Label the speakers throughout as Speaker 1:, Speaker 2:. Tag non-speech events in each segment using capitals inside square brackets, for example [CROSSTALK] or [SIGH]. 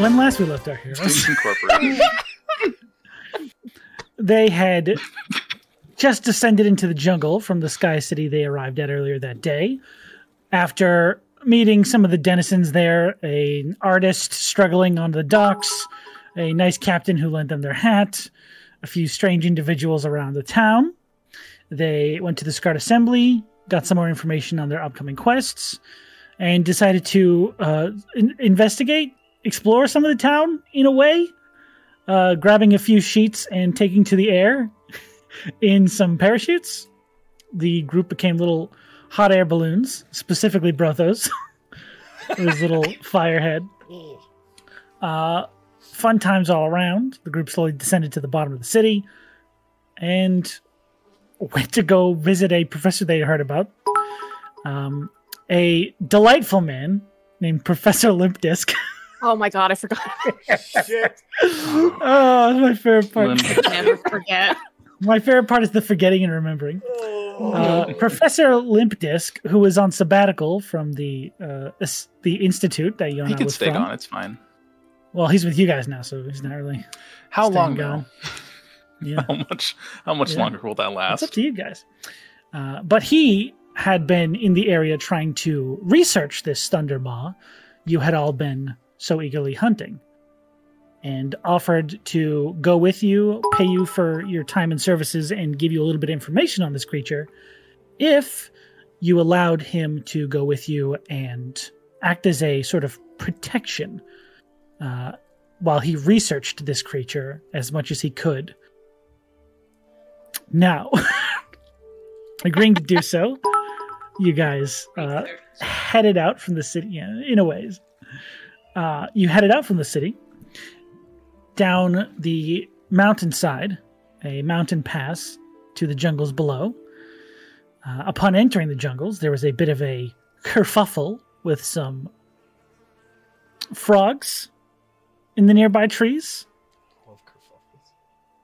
Speaker 1: when last we left our heroes,
Speaker 2: Extinction Incorporated.
Speaker 1: they had just descended into the jungle from the Sky City they arrived at earlier that day. After meeting some of the denizens there, an artist struggling on the docks, a nice captain who lent them their hat, a few strange individuals around the town. They went to the Scarred Assembly, got some more information on their upcoming quests, and decided to uh, in- investigate, explore some of the town in a way, uh, grabbing a few sheets and taking to the air [LAUGHS] in some parachutes. The group became little hot air balloons, specifically Brothos, [LAUGHS] with his little firehead. Uh, fun times all around. The group slowly descended to the bottom of the city and went to go visit a professor they heard about. Um, a delightful man named Professor Limp Disc. [LAUGHS]
Speaker 3: Oh my god, I forgot.
Speaker 4: Shit.
Speaker 1: oh, that's my favorite part.
Speaker 2: Limp.
Speaker 3: Never
Speaker 5: [LAUGHS]
Speaker 3: forget.
Speaker 1: My favorite part is the forgetting and remembering.
Speaker 4: Oh.
Speaker 1: Uh, Professor Limp Disc, who was on sabbatical from the uh, is- the institute that Yona
Speaker 2: He can
Speaker 1: was
Speaker 2: stay
Speaker 1: from.
Speaker 2: gone. It's fine.
Speaker 1: Well, he's with you guys now, so he's not really.
Speaker 2: How
Speaker 1: Staying
Speaker 2: long
Speaker 1: gone.
Speaker 2: though?
Speaker 1: Yeah,
Speaker 2: [LAUGHS] How much? How much
Speaker 1: Yeah.
Speaker 2: longer will that
Speaker 1: it's up
Speaker 2: last?
Speaker 1: to you guys. Uh, but he had been in the area trying to research this Thunder Maw you had all been so eagerly hunting, and offered to go with you, pay you for your time and services, and give you a little bit of information on this creature, if you allowed him to go with you and act as a sort of protection uh, while he researched this creature as much as he could. Now, [LAUGHS] agreeing to do so, you guys uh, headed out from the city yeah, in a ways. Uh, you headed out from the city down the mountainside, a mountain pass to the jungles below. Uh, upon entering the jungles, there was a bit of a kerfuffle with some frogs in the nearby trees.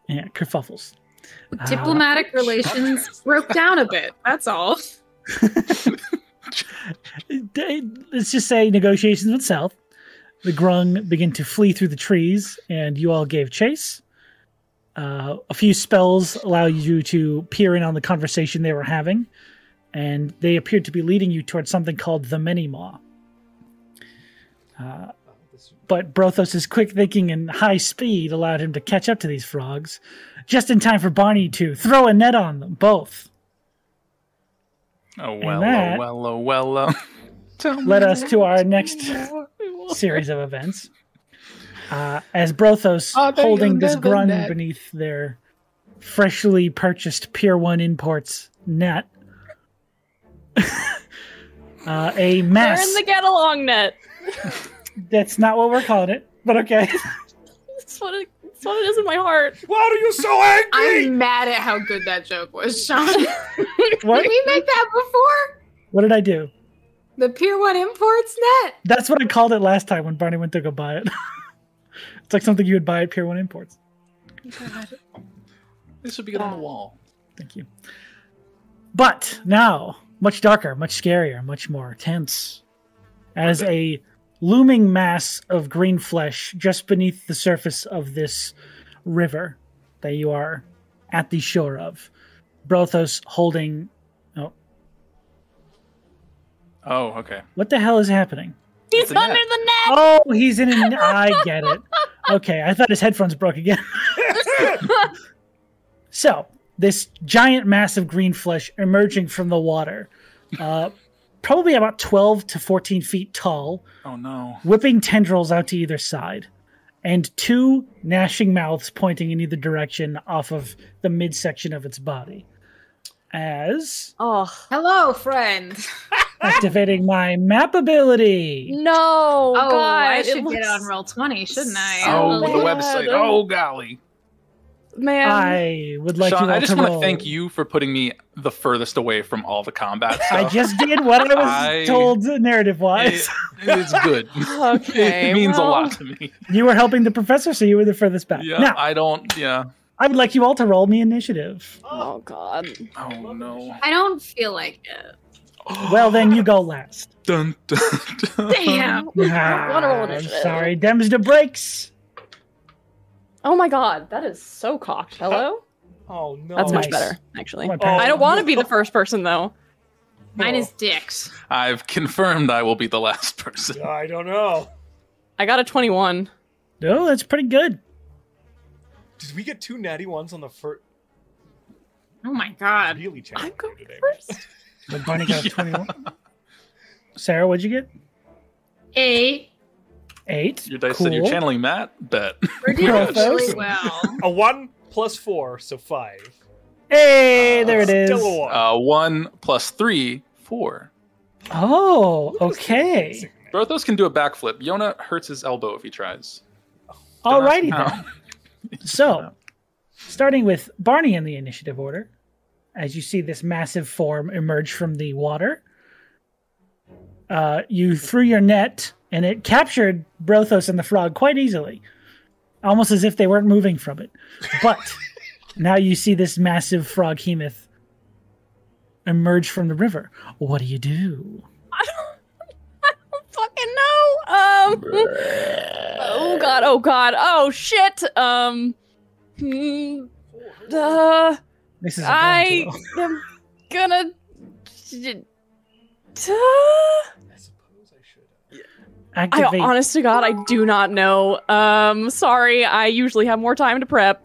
Speaker 1: Yeah, kerfuffles. Uh,
Speaker 3: Diplomatic relations broke down a bit. That's all.
Speaker 1: they- let's just say negotiations with South. The Grung begin to flee through the trees, and you all gave chase. Uh, a few spells allow you to peer in on the conversation they were having, and they appeared to be leading you towards something called the Many Maw. Uh, but Brothos's quick thinking and high speed allowed him to catch up to these frogs, just in time for Barney to throw a net on them both.
Speaker 2: Oh well, oh
Speaker 1: that-
Speaker 2: well, oh well,
Speaker 1: [LAUGHS]
Speaker 2: oh.
Speaker 1: led us to our next
Speaker 3: [LAUGHS]
Speaker 1: series of events. Uh, as Brothos
Speaker 3: Oh,
Speaker 1: holding this grun beneath their freshly purchased Pier 1 imports net, [LAUGHS] uh, a
Speaker 3: We're
Speaker 1: mass.
Speaker 3: in the get along net.
Speaker 1: That's not what we're calling it, but
Speaker 3: [LAUGHS]
Speaker 1: okay.
Speaker 3: That's what it, that's what it is in my heart.
Speaker 4: Why are you so angry?
Speaker 5: I'm mad at how good that joke was, Sean.
Speaker 1: [LAUGHS] What?
Speaker 5: Did we make that before?
Speaker 1: what did I do?
Speaker 5: The Pier 1 imports net?
Speaker 1: That's what I called it last time when Barney went to go buy it. [LAUGHS] it's like something you would buy at Pier 1 imports.
Speaker 2: This would be good on the wall.
Speaker 1: Thank you. But now, much darker, much scarier, much more tense, as a looming mass of green flesh just beneath the surface of this river that you are at the shore of. Brothos holding.
Speaker 2: Oh, okay.
Speaker 1: What the hell is happening?
Speaker 3: He's
Speaker 2: It's a net.
Speaker 3: under the net.
Speaker 1: Oh, he's in an. I get it. Okay, I thought his headphones broke again. [LAUGHS] so, this giant mass of green flesh emerging from the water, uh, probably about 12 to 14 feet tall,
Speaker 2: Oh no.
Speaker 1: whipping tendrils out to either side, and two gnashing mouths pointing in either direction off of the midsection of its body. As
Speaker 3: Oh
Speaker 5: Hello, friend.
Speaker 1: activating my map ability.
Speaker 3: no!
Speaker 5: Oh,
Speaker 3: God,
Speaker 5: I
Speaker 3: it
Speaker 5: should get
Speaker 3: looks-
Speaker 5: on roll 20, shouldn't I?
Speaker 2: Oh, the
Speaker 3: yeah.
Speaker 2: website. Oh golly.
Speaker 3: man.
Speaker 1: I would like
Speaker 2: Sean,
Speaker 1: you all
Speaker 2: I just
Speaker 1: to
Speaker 2: want to
Speaker 1: roll.
Speaker 2: thank you for putting me the furthest away from all the combat
Speaker 1: [LAUGHS] I
Speaker 2: stuff.
Speaker 1: just did what I was
Speaker 2: I-
Speaker 1: told narrative
Speaker 2: It-
Speaker 1: wise.
Speaker 2: it's good. [LAUGHS]
Speaker 6: [LAUGHS]
Speaker 3: okay,
Speaker 2: it means a
Speaker 3: well,
Speaker 2: lot to me.
Speaker 1: [LAUGHS] you were helping the professor, so you were the furthest back.
Speaker 2: Yeah,
Speaker 1: Now,
Speaker 2: I don't. Yeah.
Speaker 1: I would like you all to roll me initiative.
Speaker 3: Oh God.
Speaker 2: Oh no.
Speaker 5: I don't feel like it.
Speaker 1: Well, then you
Speaker 2: [GASPS]
Speaker 1: go last.
Speaker 2: Dun, dun, dun.
Speaker 5: Damn.
Speaker 1: Ah,
Speaker 6: [LAUGHS] Wanna roll
Speaker 1: I'm
Speaker 6: initiative.
Speaker 1: sorry, Dems to breaks.
Speaker 6: Oh my god, that is so cocked. Hello?
Speaker 4: Oh no.
Speaker 6: That's much
Speaker 1: nice.
Speaker 6: better, actually.
Speaker 1: My
Speaker 4: Oh.
Speaker 1: bad.
Speaker 6: I don't want
Speaker 2: [LAUGHS]
Speaker 6: to be the first person though.
Speaker 5: Mine is dicks.
Speaker 2: [LAUGHS] I've confirmed I will be the last person.
Speaker 4: I don't know.
Speaker 6: I got a 21.
Speaker 1: No, Oh, that's pretty good.
Speaker 4: Did we get two natty ones on the first?
Speaker 5: Oh my god.
Speaker 4: Really
Speaker 6: I'm
Speaker 4: challenging
Speaker 6: going
Speaker 4: today.
Speaker 6: first.
Speaker 1: But Barney got
Speaker 2: [LAUGHS] Yeah.
Speaker 1: 21. Sarah, what'd you get?
Speaker 5: A.
Speaker 1: Eight.
Speaker 2: Your dice said you're
Speaker 1: Cool.
Speaker 2: channeling Matt. Bet.
Speaker 5: We're doing really
Speaker 1: Perfect.
Speaker 5: well.
Speaker 4: A one plus four, so five.
Speaker 1: Hey, there it is.
Speaker 4: Still a one.
Speaker 2: Uh, one plus three, four.
Speaker 1: Oh,
Speaker 4: What is this
Speaker 1: okay.
Speaker 4: amazing man?
Speaker 2: Brothos can do a backflip. Yona hurts his elbow if he tries. Don't ask
Speaker 1: Alrighty
Speaker 2: me
Speaker 1: then.
Speaker 2: how.
Speaker 1: So, starting with Barney in the initiative order, as you see this massive form emerge from the water, uh, you threw your net and it captured Brothos and the frog quite easily, almost as if they weren't moving from it. But now you see this massive frog hemoth emerge from the river. What do you do?
Speaker 6: I don't, I don't fucking know. Um Oh god, oh god. Oh shit. Um hmm, uh,
Speaker 1: This is a
Speaker 6: I
Speaker 1: Donatello.
Speaker 6: am gonna
Speaker 4: I suppose I should.
Speaker 6: I
Speaker 1: activate.
Speaker 6: honest to God, I do not know. Um, sorry, I usually have more time to prep.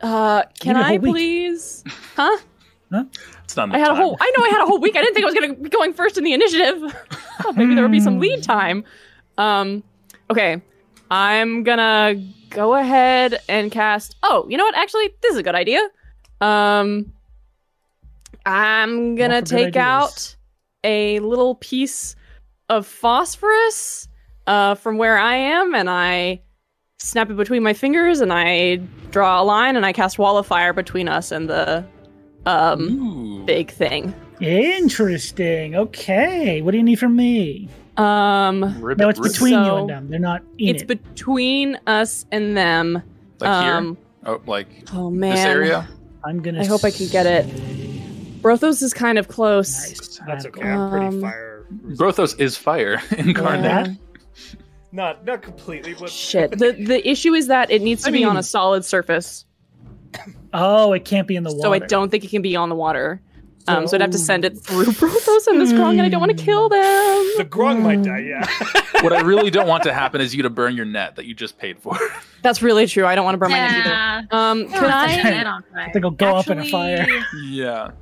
Speaker 6: Uh, can
Speaker 1: had a
Speaker 6: I
Speaker 1: whole week.
Speaker 6: please?
Speaker 2: It's not
Speaker 6: I had a whole. I know I had a whole week. I didn't think I was gonna be going first in the initiative. [LAUGHS] Thought maybe there would be some lead time. Um, okay, I'm gonna go ahead and cast. Oh, you know what? Actually, this is a good idea. Um, I'm
Speaker 1: All
Speaker 6: gonna
Speaker 1: for good
Speaker 6: take
Speaker 1: ideas.
Speaker 6: out a little piece of phosphorus uh, from where I am, and I snap it between my fingers, and I draw a line, and I cast wall of fire between us and the um
Speaker 2: Ooh.
Speaker 6: big thing.
Speaker 1: Interesting. Okay. What do you need from me?
Speaker 6: Um,
Speaker 2: Ribbit,
Speaker 1: No, it's
Speaker 2: ribbit.
Speaker 1: between you
Speaker 6: So-
Speaker 1: and them. They're not in
Speaker 6: it's
Speaker 1: it.
Speaker 6: between us and them.
Speaker 2: Like
Speaker 6: um,
Speaker 2: here? Oh, like
Speaker 6: oh man,
Speaker 2: this area?
Speaker 1: I'm gonna.
Speaker 6: I hope I can get it. Brothos is kind of close.
Speaker 1: Nice.
Speaker 4: That's
Speaker 1: Not
Speaker 4: okay. I'm pretty
Speaker 6: Um,
Speaker 4: fire.
Speaker 2: Brothos is fire [LAUGHS] incarnate.
Speaker 6: Yeah.
Speaker 4: Not not completely, but
Speaker 6: Shit. The the issue is that it needs to
Speaker 2: I
Speaker 6: be on
Speaker 2: mean-
Speaker 6: a solid surface,
Speaker 1: Oh, it can't be in the water. Oh.
Speaker 6: so I don't think it can be on the water. Um, so I'd have to send it through [LAUGHS] Brothos and this
Speaker 1: Mm.
Speaker 6: Krong, and I don't want to kill them.
Speaker 4: the grung might die. Yeah.
Speaker 1: Um,
Speaker 2: what I really don't want to happen is you to burn your net that you just paid for.
Speaker 6: That's really true. I don't want to burn my neck either.
Speaker 5: Yeah.
Speaker 6: Um,
Speaker 5: Can
Speaker 6: can I
Speaker 1: I think I'll go up in a fire.
Speaker 2: yeah.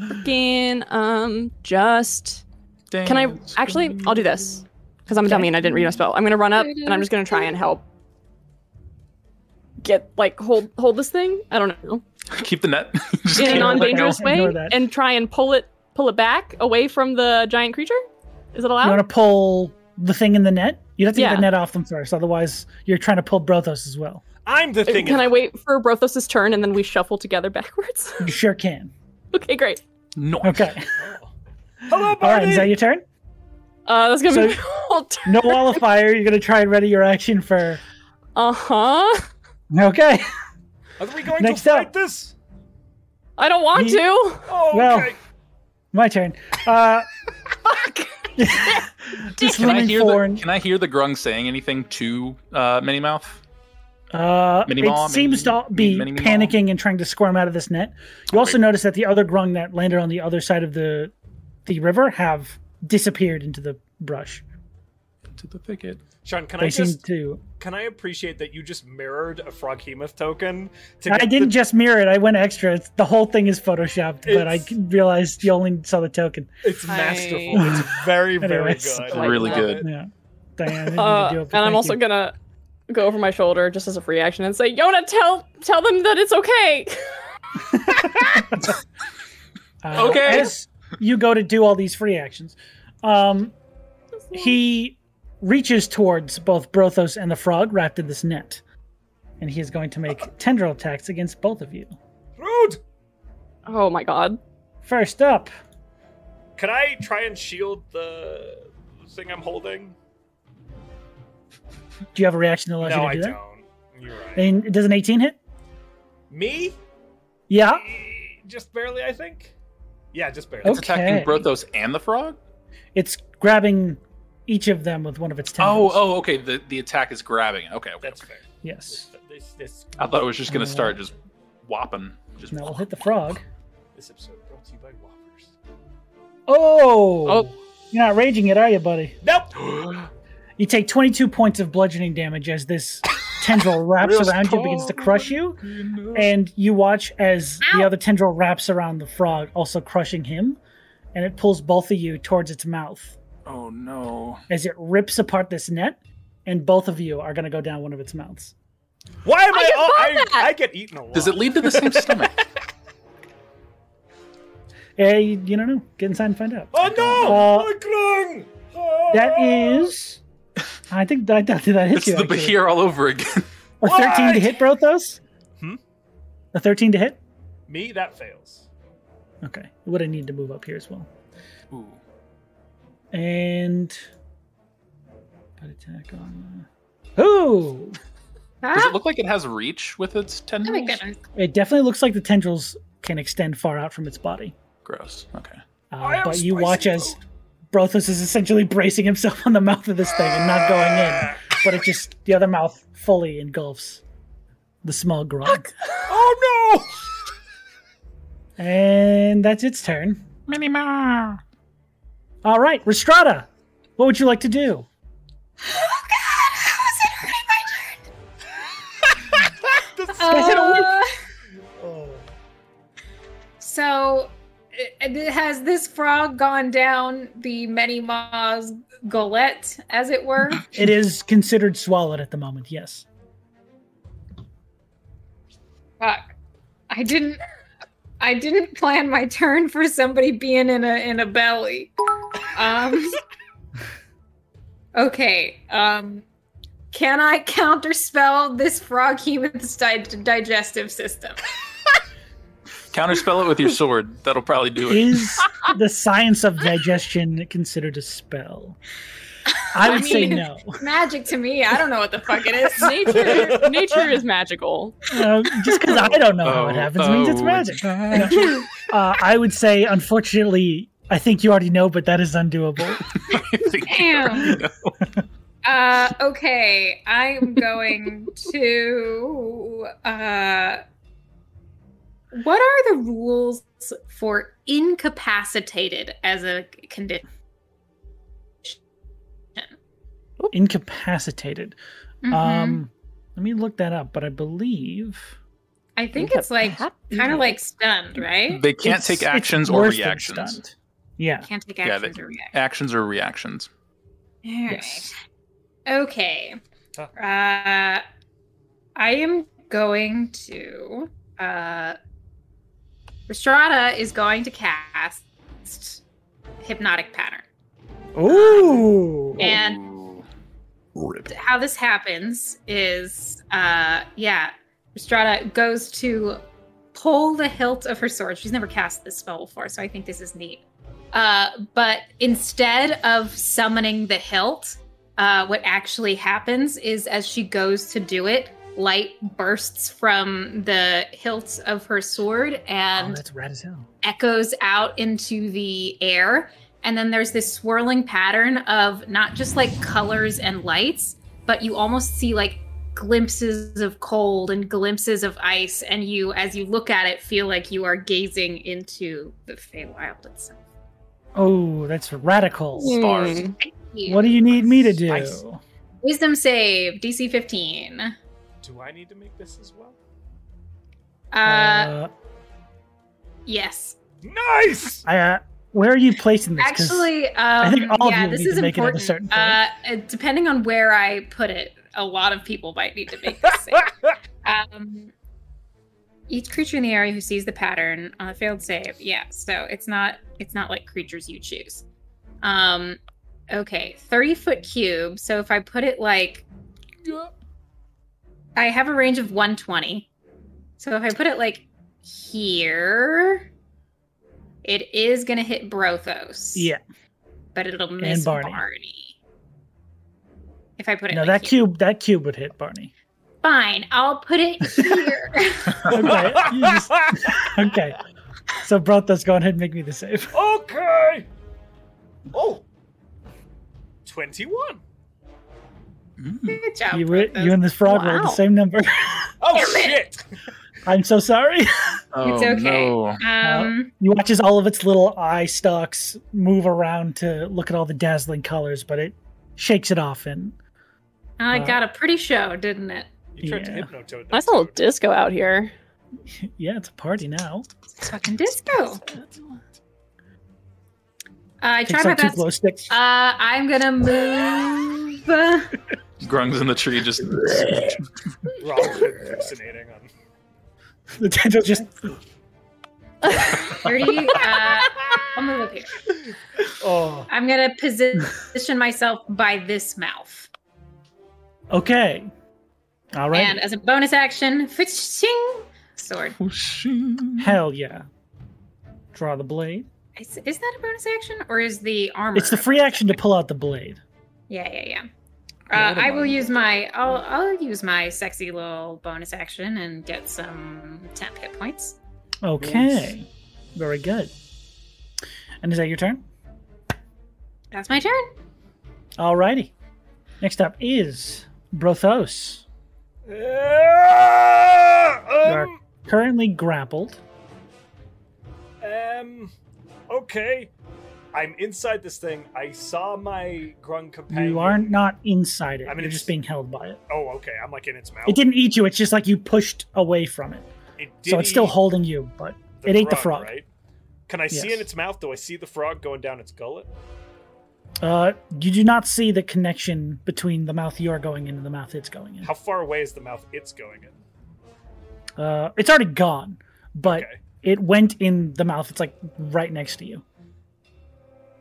Speaker 6: freaking um just? Can I actually? I'll do this because I'm a dummy and I didn't read my spell. I'm gonna run up and I'm just gonna try and help. Get like hold hold this thing. I don't know
Speaker 2: keep the net [LAUGHS] Just
Speaker 6: in
Speaker 2: keep it
Speaker 6: a
Speaker 1: Ignore that.
Speaker 6: non-dangerous way
Speaker 1: Ignore that.
Speaker 6: and try and pull it pull it back away from the giant creature. Is it
Speaker 1: You
Speaker 6: allowed?
Speaker 1: want to pull the thing in the net? You have to get
Speaker 6: Yeah.
Speaker 1: the net off them first, otherwise you're trying to pull Brothos as well.
Speaker 4: [LAUGHS] I'm the thing.
Speaker 6: Can I wait for Brothos's turn and then we shuffle together backwards? [LAUGHS]
Speaker 1: You sure can.
Speaker 6: okay, great.
Speaker 2: No.
Speaker 1: Okay.
Speaker 6: [LAUGHS]
Speaker 4: Hello,
Speaker 1: All right.
Speaker 4: Barney.
Speaker 1: Is that your turn?
Speaker 6: Uh, that's gonna
Speaker 1: So-
Speaker 6: be my whole turn.
Speaker 1: No wall of fire. You're gonna try and ready your action for.
Speaker 6: Uh huh.
Speaker 1: Okay. [LAUGHS]
Speaker 4: Are we going
Speaker 1: Next
Speaker 4: to
Speaker 1: up.
Speaker 4: fight this?
Speaker 6: I don't want
Speaker 1: Ye- [LAUGHS]
Speaker 6: to.
Speaker 4: Oh,
Speaker 1: Well,
Speaker 4: okay.
Speaker 1: My turn. Uh,
Speaker 6: Fuck.
Speaker 1: this
Speaker 2: Can I,
Speaker 1: leaning
Speaker 2: hear
Speaker 1: forward.
Speaker 2: the, can I hear the grung saying anything to uh, Minimouth?
Speaker 1: Uh,
Speaker 2: Mini
Speaker 1: it
Speaker 2: Maw,
Speaker 1: seems
Speaker 2: mini-
Speaker 1: to be
Speaker 2: mini Maw.
Speaker 1: panicking and trying to squirm out of this net. You also
Speaker 2: Great.
Speaker 1: notice that the other grung that landed on the other side of the the river have disappeared into the brush.
Speaker 2: To the thicket.
Speaker 4: Sean, can
Speaker 1: they
Speaker 4: I
Speaker 1: seem
Speaker 4: just
Speaker 1: to.
Speaker 4: can I appreciate that you just mirrored a frog hemoth token? To
Speaker 1: I
Speaker 4: get
Speaker 1: didn't just mirror it. I went extra. It's, the whole thing is photoshopped, but I
Speaker 4: It's-
Speaker 1: realized you only saw the token.
Speaker 4: The, it's
Speaker 6: I-
Speaker 4: masterful. It's very
Speaker 1: [LAUGHS]
Speaker 4: very
Speaker 1: Anyways.
Speaker 4: good.
Speaker 6: It's
Speaker 4: I
Speaker 2: really
Speaker 4: love
Speaker 2: good.
Speaker 4: it.
Speaker 1: Yeah, Diane. I didn't
Speaker 6: Uh,
Speaker 1: mean to do it,
Speaker 6: and
Speaker 1: but
Speaker 6: I'm
Speaker 1: thank
Speaker 6: also
Speaker 1: you.
Speaker 6: gonna go over my shoulder just as a free action and say, Yona, tell tell them that it's okay.
Speaker 1: Uh,
Speaker 2: Okay.
Speaker 1: As you go to do all these free actions, um, he reaches towards both Brothos and the frog wrapped in this net, and he is going to make tendril attacks against both of you.
Speaker 4: Rude.
Speaker 6: Oh my god.
Speaker 1: First up,
Speaker 4: Can I try and shield the thing I'm holding?
Speaker 1: do you have a reaction that allows you
Speaker 4: no,
Speaker 1: to
Speaker 4: I
Speaker 1: do
Speaker 4: don't.
Speaker 1: that?
Speaker 4: You're right.
Speaker 1: And does an 18 hit?
Speaker 4: Me?
Speaker 1: Yeah.
Speaker 4: Just barely, I think. Yeah, just barely.
Speaker 2: It's
Speaker 1: Okay.
Speaker 2: attacking Brothos and the frog?
Speaker 1: It's grabbing each of them with one of its
Speaker 2: Oh,
Speaker 1: tentacles.
Speaker 2: oh, okay. The the attack is grabbing. it. Okay, okay.
Speaker 4: That's
Speaker 2: okay.
Speaker 4: fair.
Speaker 1: yes.
Speaker 4: This, this,
Speaker 2: I thought it was just gonna
Speaker 1: Uh,
Speaker 2: start just whopping. Just
Speaker 1: Now we'll hit the frog.
Speaker 4: this episode brought to you by Whoppers.
Speaker 1: Oh,
Speaker 6: Oh.
Speaker 1: you're not raging it, are you, buddy?
Speaker 4: Nope.
Speaker 1: You take 22 points of bludgeoning damage as this
Speaker 4: [LAUGHS]
Speaker 1: tendril wraps
Speaker 2: Real
Speaker 1: around you, begins to crush you, and you watch as the
Speaker 5: Ow.
Speaker 1: other tendril wraps around the frog, also crushing him, and it pulls both of you towards its mouth
Speaker 2: [GASPS] Oh no.
Speaker 1: as it rips apart this net, and both of you are going to go down one of its mouths.
Speaker 4: Why am
Speaker 6: I
Speaker 4: I?
Speaker 6: get
Speaker 4: oh,
Speaker 6: both
Speaker 4: I,
Speaker 6: at-
Speaker 4: I get eaten a lot.
Speaker 2: Does it lead to the same
Speaker 1: [LAUGHS]
Speaker 2: stomach?
Speaker 1: Eh, you, you don't know. Get inside and find out.
Speaker 4: Oh no!
Speaker 1: Uh,
Speaker 4: My clung! Ah!
Speaker 1: That is. I think that, that, that hits
Speaker 2: It's
Speaker 1: you.
Speaker 2: the
Speaker 1: actually.
Speaker 2: Bahir all over again. [LAUGHS]
Speaker 1: A 13 to
Speaker 4: What?
Speaker 1: hit, Brothos?
Speaker 4: Hmm?
Speaker 1: A 13 to hit?
Speaker 4: me. That fails.
Speaker 1: Okay. Would I need to move up here as well?
Speaker 2: Ooh.
Speaker 1: And. Got attack on. Uh, ooh!
Speaker 2: Does
Speaker 5: Ah,
Speaker 2: it look like it has reach with its
Speaker 5: oh
Speaker 2: tendrils?
Speaker 5: my goodness.
Speaker 1: It definitely looks like the tendrils can extend far out from its body.
Speaker 2: Gross. Okay.
Speaker 4: I
Speaker 1: Uh,
Speaker 4: am
Speaker 1: but you watch
Speaker 4: spicy
Speaker 1: as Brothos is essentially bracing himself on the mouth of this thing and not going in, but it just. The other mouth fully engulfs the small grog.
Speaker 4: Oh no!
Speaker 1: And that's its turn. Minima. All right, Restrada, what would you like to do?
Speaker 5: Oh, Uh, so, uh, has this frog gone down the many maws gullet, as it were?
Speaker 1: It is considered swallowed at the moment, yes.
Speaker 5: Fuck. I didn't. I didn't plan my turn for somebody being in a in a belly. Um. okay. Um. Can I counterspell this frog human's [LAUGHS] di- digestive system?
Speaker 2: Counterspell it with your sword. That'll probably
Speaker 1: [LAUGHS]
Speaker 2: do it.
Speaker 1: Is the science of digestion considered a spell? I would say
Speaker 5: mean-
Speaker 1: no.
Speaker 5: Magic to me. I don't know what the fuck it is.
Speaker 6: [LAUGHS] Nature, nature is magical.
Speaker 1: Uh, just because I don't know how
Speaker 2: Oh,
Speaker 1: it happens means it's
Speaker 2: oh,
Speaker 1: magic. Uh, I would say, unfortunately, I think you already know, but that is undoable.
Speaker 2: I think you already
Speaker 5: Damn.
Speaker 2: know.
Speaker 5: Uh, okay, I'm going to. Uh, what are the rules for incapacitated as a condition?
Speaker 1: Incapacitated.
Speaker 5: Mhm.
Speaker 1: Um, let me look that up, but I believe.
Speaker 5: I think it's like kind of like stunned, right?
Speaker 2: They can't
Speaker 1: It's-
Speaker 2: take
Speaker 1: it's
Speaker 2: actions or
Speaker 1: worse than
Speaker 2: reactions.
Speaker 1: stunned. Yeah.
Speaker 5: Can't take
Speaker 2: Yeah, they-
Speaker 5: actions or react.
Speaker 2: Actions or reactions.
Speaker 5: All right.
Speaker 1: Yes.
Speaker 5: Okay.
Speaker 4: Huh.
Speaker 5: Uh, I am going to. Uh, Restrada is going to cast Hypnotic Pattern.
Speaker 1: [LAUGHS] Ooh.
Speaker 5: And-
Speaker 2: Ooh. Rip.
Speaker 5: How this happens is, uh, yeah, Restrada goes to pull the hilt of her sword. She's never cast this spell before, so I think this is neat. Uh, but instead of summoning the hilt, uh, what actually happens is as she goes to do it, light bursts from the hilt of her sword
Speaker 1: Oh,
Speaker 5: and
Speaker 1: that's rad as hell.
Speaker 5: echoes out into the air. And then there's this swirling pattern of not just like colors and lights, but you almost see like glimpses of cold and glimpses of ice. And you, as you look at it, feel like you are gazing into the Feywild itself.
Speaker 1: Oh, that's radical.
Speaker 2: Bars.
Speaker 6: Hmm.
Speaker 1: What do you need me to do?
Speaker 4: Spice.
Speaker 5: Wisdom save, DC 15.
Speaker 4: Do I need to make this as well?
Speaker 5: Uh,
Speaker 1: Uh,
Speaker 5: yes.
Speaker 1: [LAUGHS]
Speaker 4: Nice.
Speaker 1: I, uh, where are you placing this? 'Cause
Speaker 5: Actually, um,
Speaker 1: think all of
Speaker 5: yeah,
Speaker 1: you
Speaker 5: this
Speaker 1: need
Speaker 5: is
Speaker 1: to make it at a
Speaker 5: important.
Speaker 1: certain point.
Speaker 5: uh, depending on where I put it, a lot of people might need to make
Speaker 1: [LAUGHS]
Speaker 5: this save. Um, each creature in the area who sees the pattern on a failed save. Yeah, so it's not it's not like creatures you choose. Um, okay, thirty foot cube. So if I put it like, I have a range of one twenty. So if I put it like here, it is gonna hit Brothos.
Speaker 1: yeah.
Speaker 5: but it'll miss
Speaker 1: Barney.
Speaker 5: Barney. If I put it
Speaker 1: No,
Speaker 5: like
Speaker 1: that
Speaker 5: here.
Speaker 1: cube, that cube would hit Barney. [LAUGHS]
Speaker 5: Fine, I'll put it here.
Speaker 4: [LAUGHS]
Speaker 1: Okay. you just- okay. So Brothos, go ahead and make me the save.
Speaker 4: Okay. Oh. 21.
Speaker 2: Mm.
Speaker 5: Good job.
Speaker 1: You, were-
Speaker 5: Porthos.
Speaker 1: you and this frog were
Speaker 5: Wow.
Speaker 1: the same number. [LAUGHS]
Speaker 4: Oh,
Speaker 5: Damn it.
Speaker 4: shit.
Speaker 1: I'm so sorry.
Speaker 2: Oh,
Speaker 5: It's okay.
Speaker 2: No.
Speaker 5: Um,
Speaker 1: You watch as all of its little eye stalks move around to look at all the dazzling colors, but it shakes it off and
Speaker 5: I
Speaker 1: Uh,
Speaker 5: got a pretty show, didn't it?
Speaker 4: You tried
Speaker 1: Yeah.
Speaker 4: to hypnotoad that.
Speaker 6: Nice little disco out here.
Speaker 1: yeah, it's a party now.
Speaker 5: It's fucking disco. Uh, I
Speaker 1: Takes
Speaker 5: tried my
Speaker 1: out two
Speaker 5: best. Uh,
Speaker 1: glow sticks.
Speaker 5: I'm gonna move. uh,
Speaker 2: Grung's in the tree just.
Speaker 5: [LAUGHS]
Speaker 4: We're all hallucinating on.
Speaker 1: [LAUGHS] the tendril just
Speaker 5: Thirty. Uh, I'll move up here.
Speaker 1: oh
Speaker 5: I'm gonna position myself by this mouth,
Speaker 1: okay. All right.
Speaker 5: and as a bonus action, fishing sword.
Speaker 1: Hell yeah. Draw the blade.
Speaker 5: Is, is that a bonus action or is the armor?
Speaker 1: It's the free action to pull out the blade.
Speaker 5: Yeah, yeah, yeah.
Speaker 2: Yeah,
Speaker 5: Uh,
Speaker 2: I don't
Speaker 5: I will
Speaker 2: mind.
Speaker 5: use my I'll I'll use my sexy little bonus action and get some temp hit points.
Speaker 1: Okay. Very good. And is that your turn?
Speaker 5: That's my turn.
Speaker 1: Alrighty. Next up is Brothos.
Speaker 4: Ah, Uh, um,
Speaker 1: Currently grappled.
Speaker 4: Um, okay. I'm inside this thing. I saw my grung companion.
Speaker 1: You are not inside it.
Speaker 4: I mean,
Speaker 1: You're
Speaker 4: it's-
Speaker 1: just being held by it.
Speaker 4: Oh, okay. I'm like in its mouth.
Speaker 1: It didn't eat you. It's just like you pushed away from it.
Speaker 4: It
Speaker 1: so it's still
Speaker 4: eat
Speaker 1: holding you, but it ate the frog.
Speaker 4: Right? Can I see
Speaker 1: Yes.
Speaker 4: in its mouth? Do I see the frog going down its gullet?
Speaker 1: uh, you do not see the connection between the mouth you're going in and the mouth it's going in.
Speaker 4: How far away is the mouth it's going in?
Speaker 1: Uh, it's already gone, but
Speaker 4: Okay.
Speaker 1: it went in the mouth. It's like right next to you.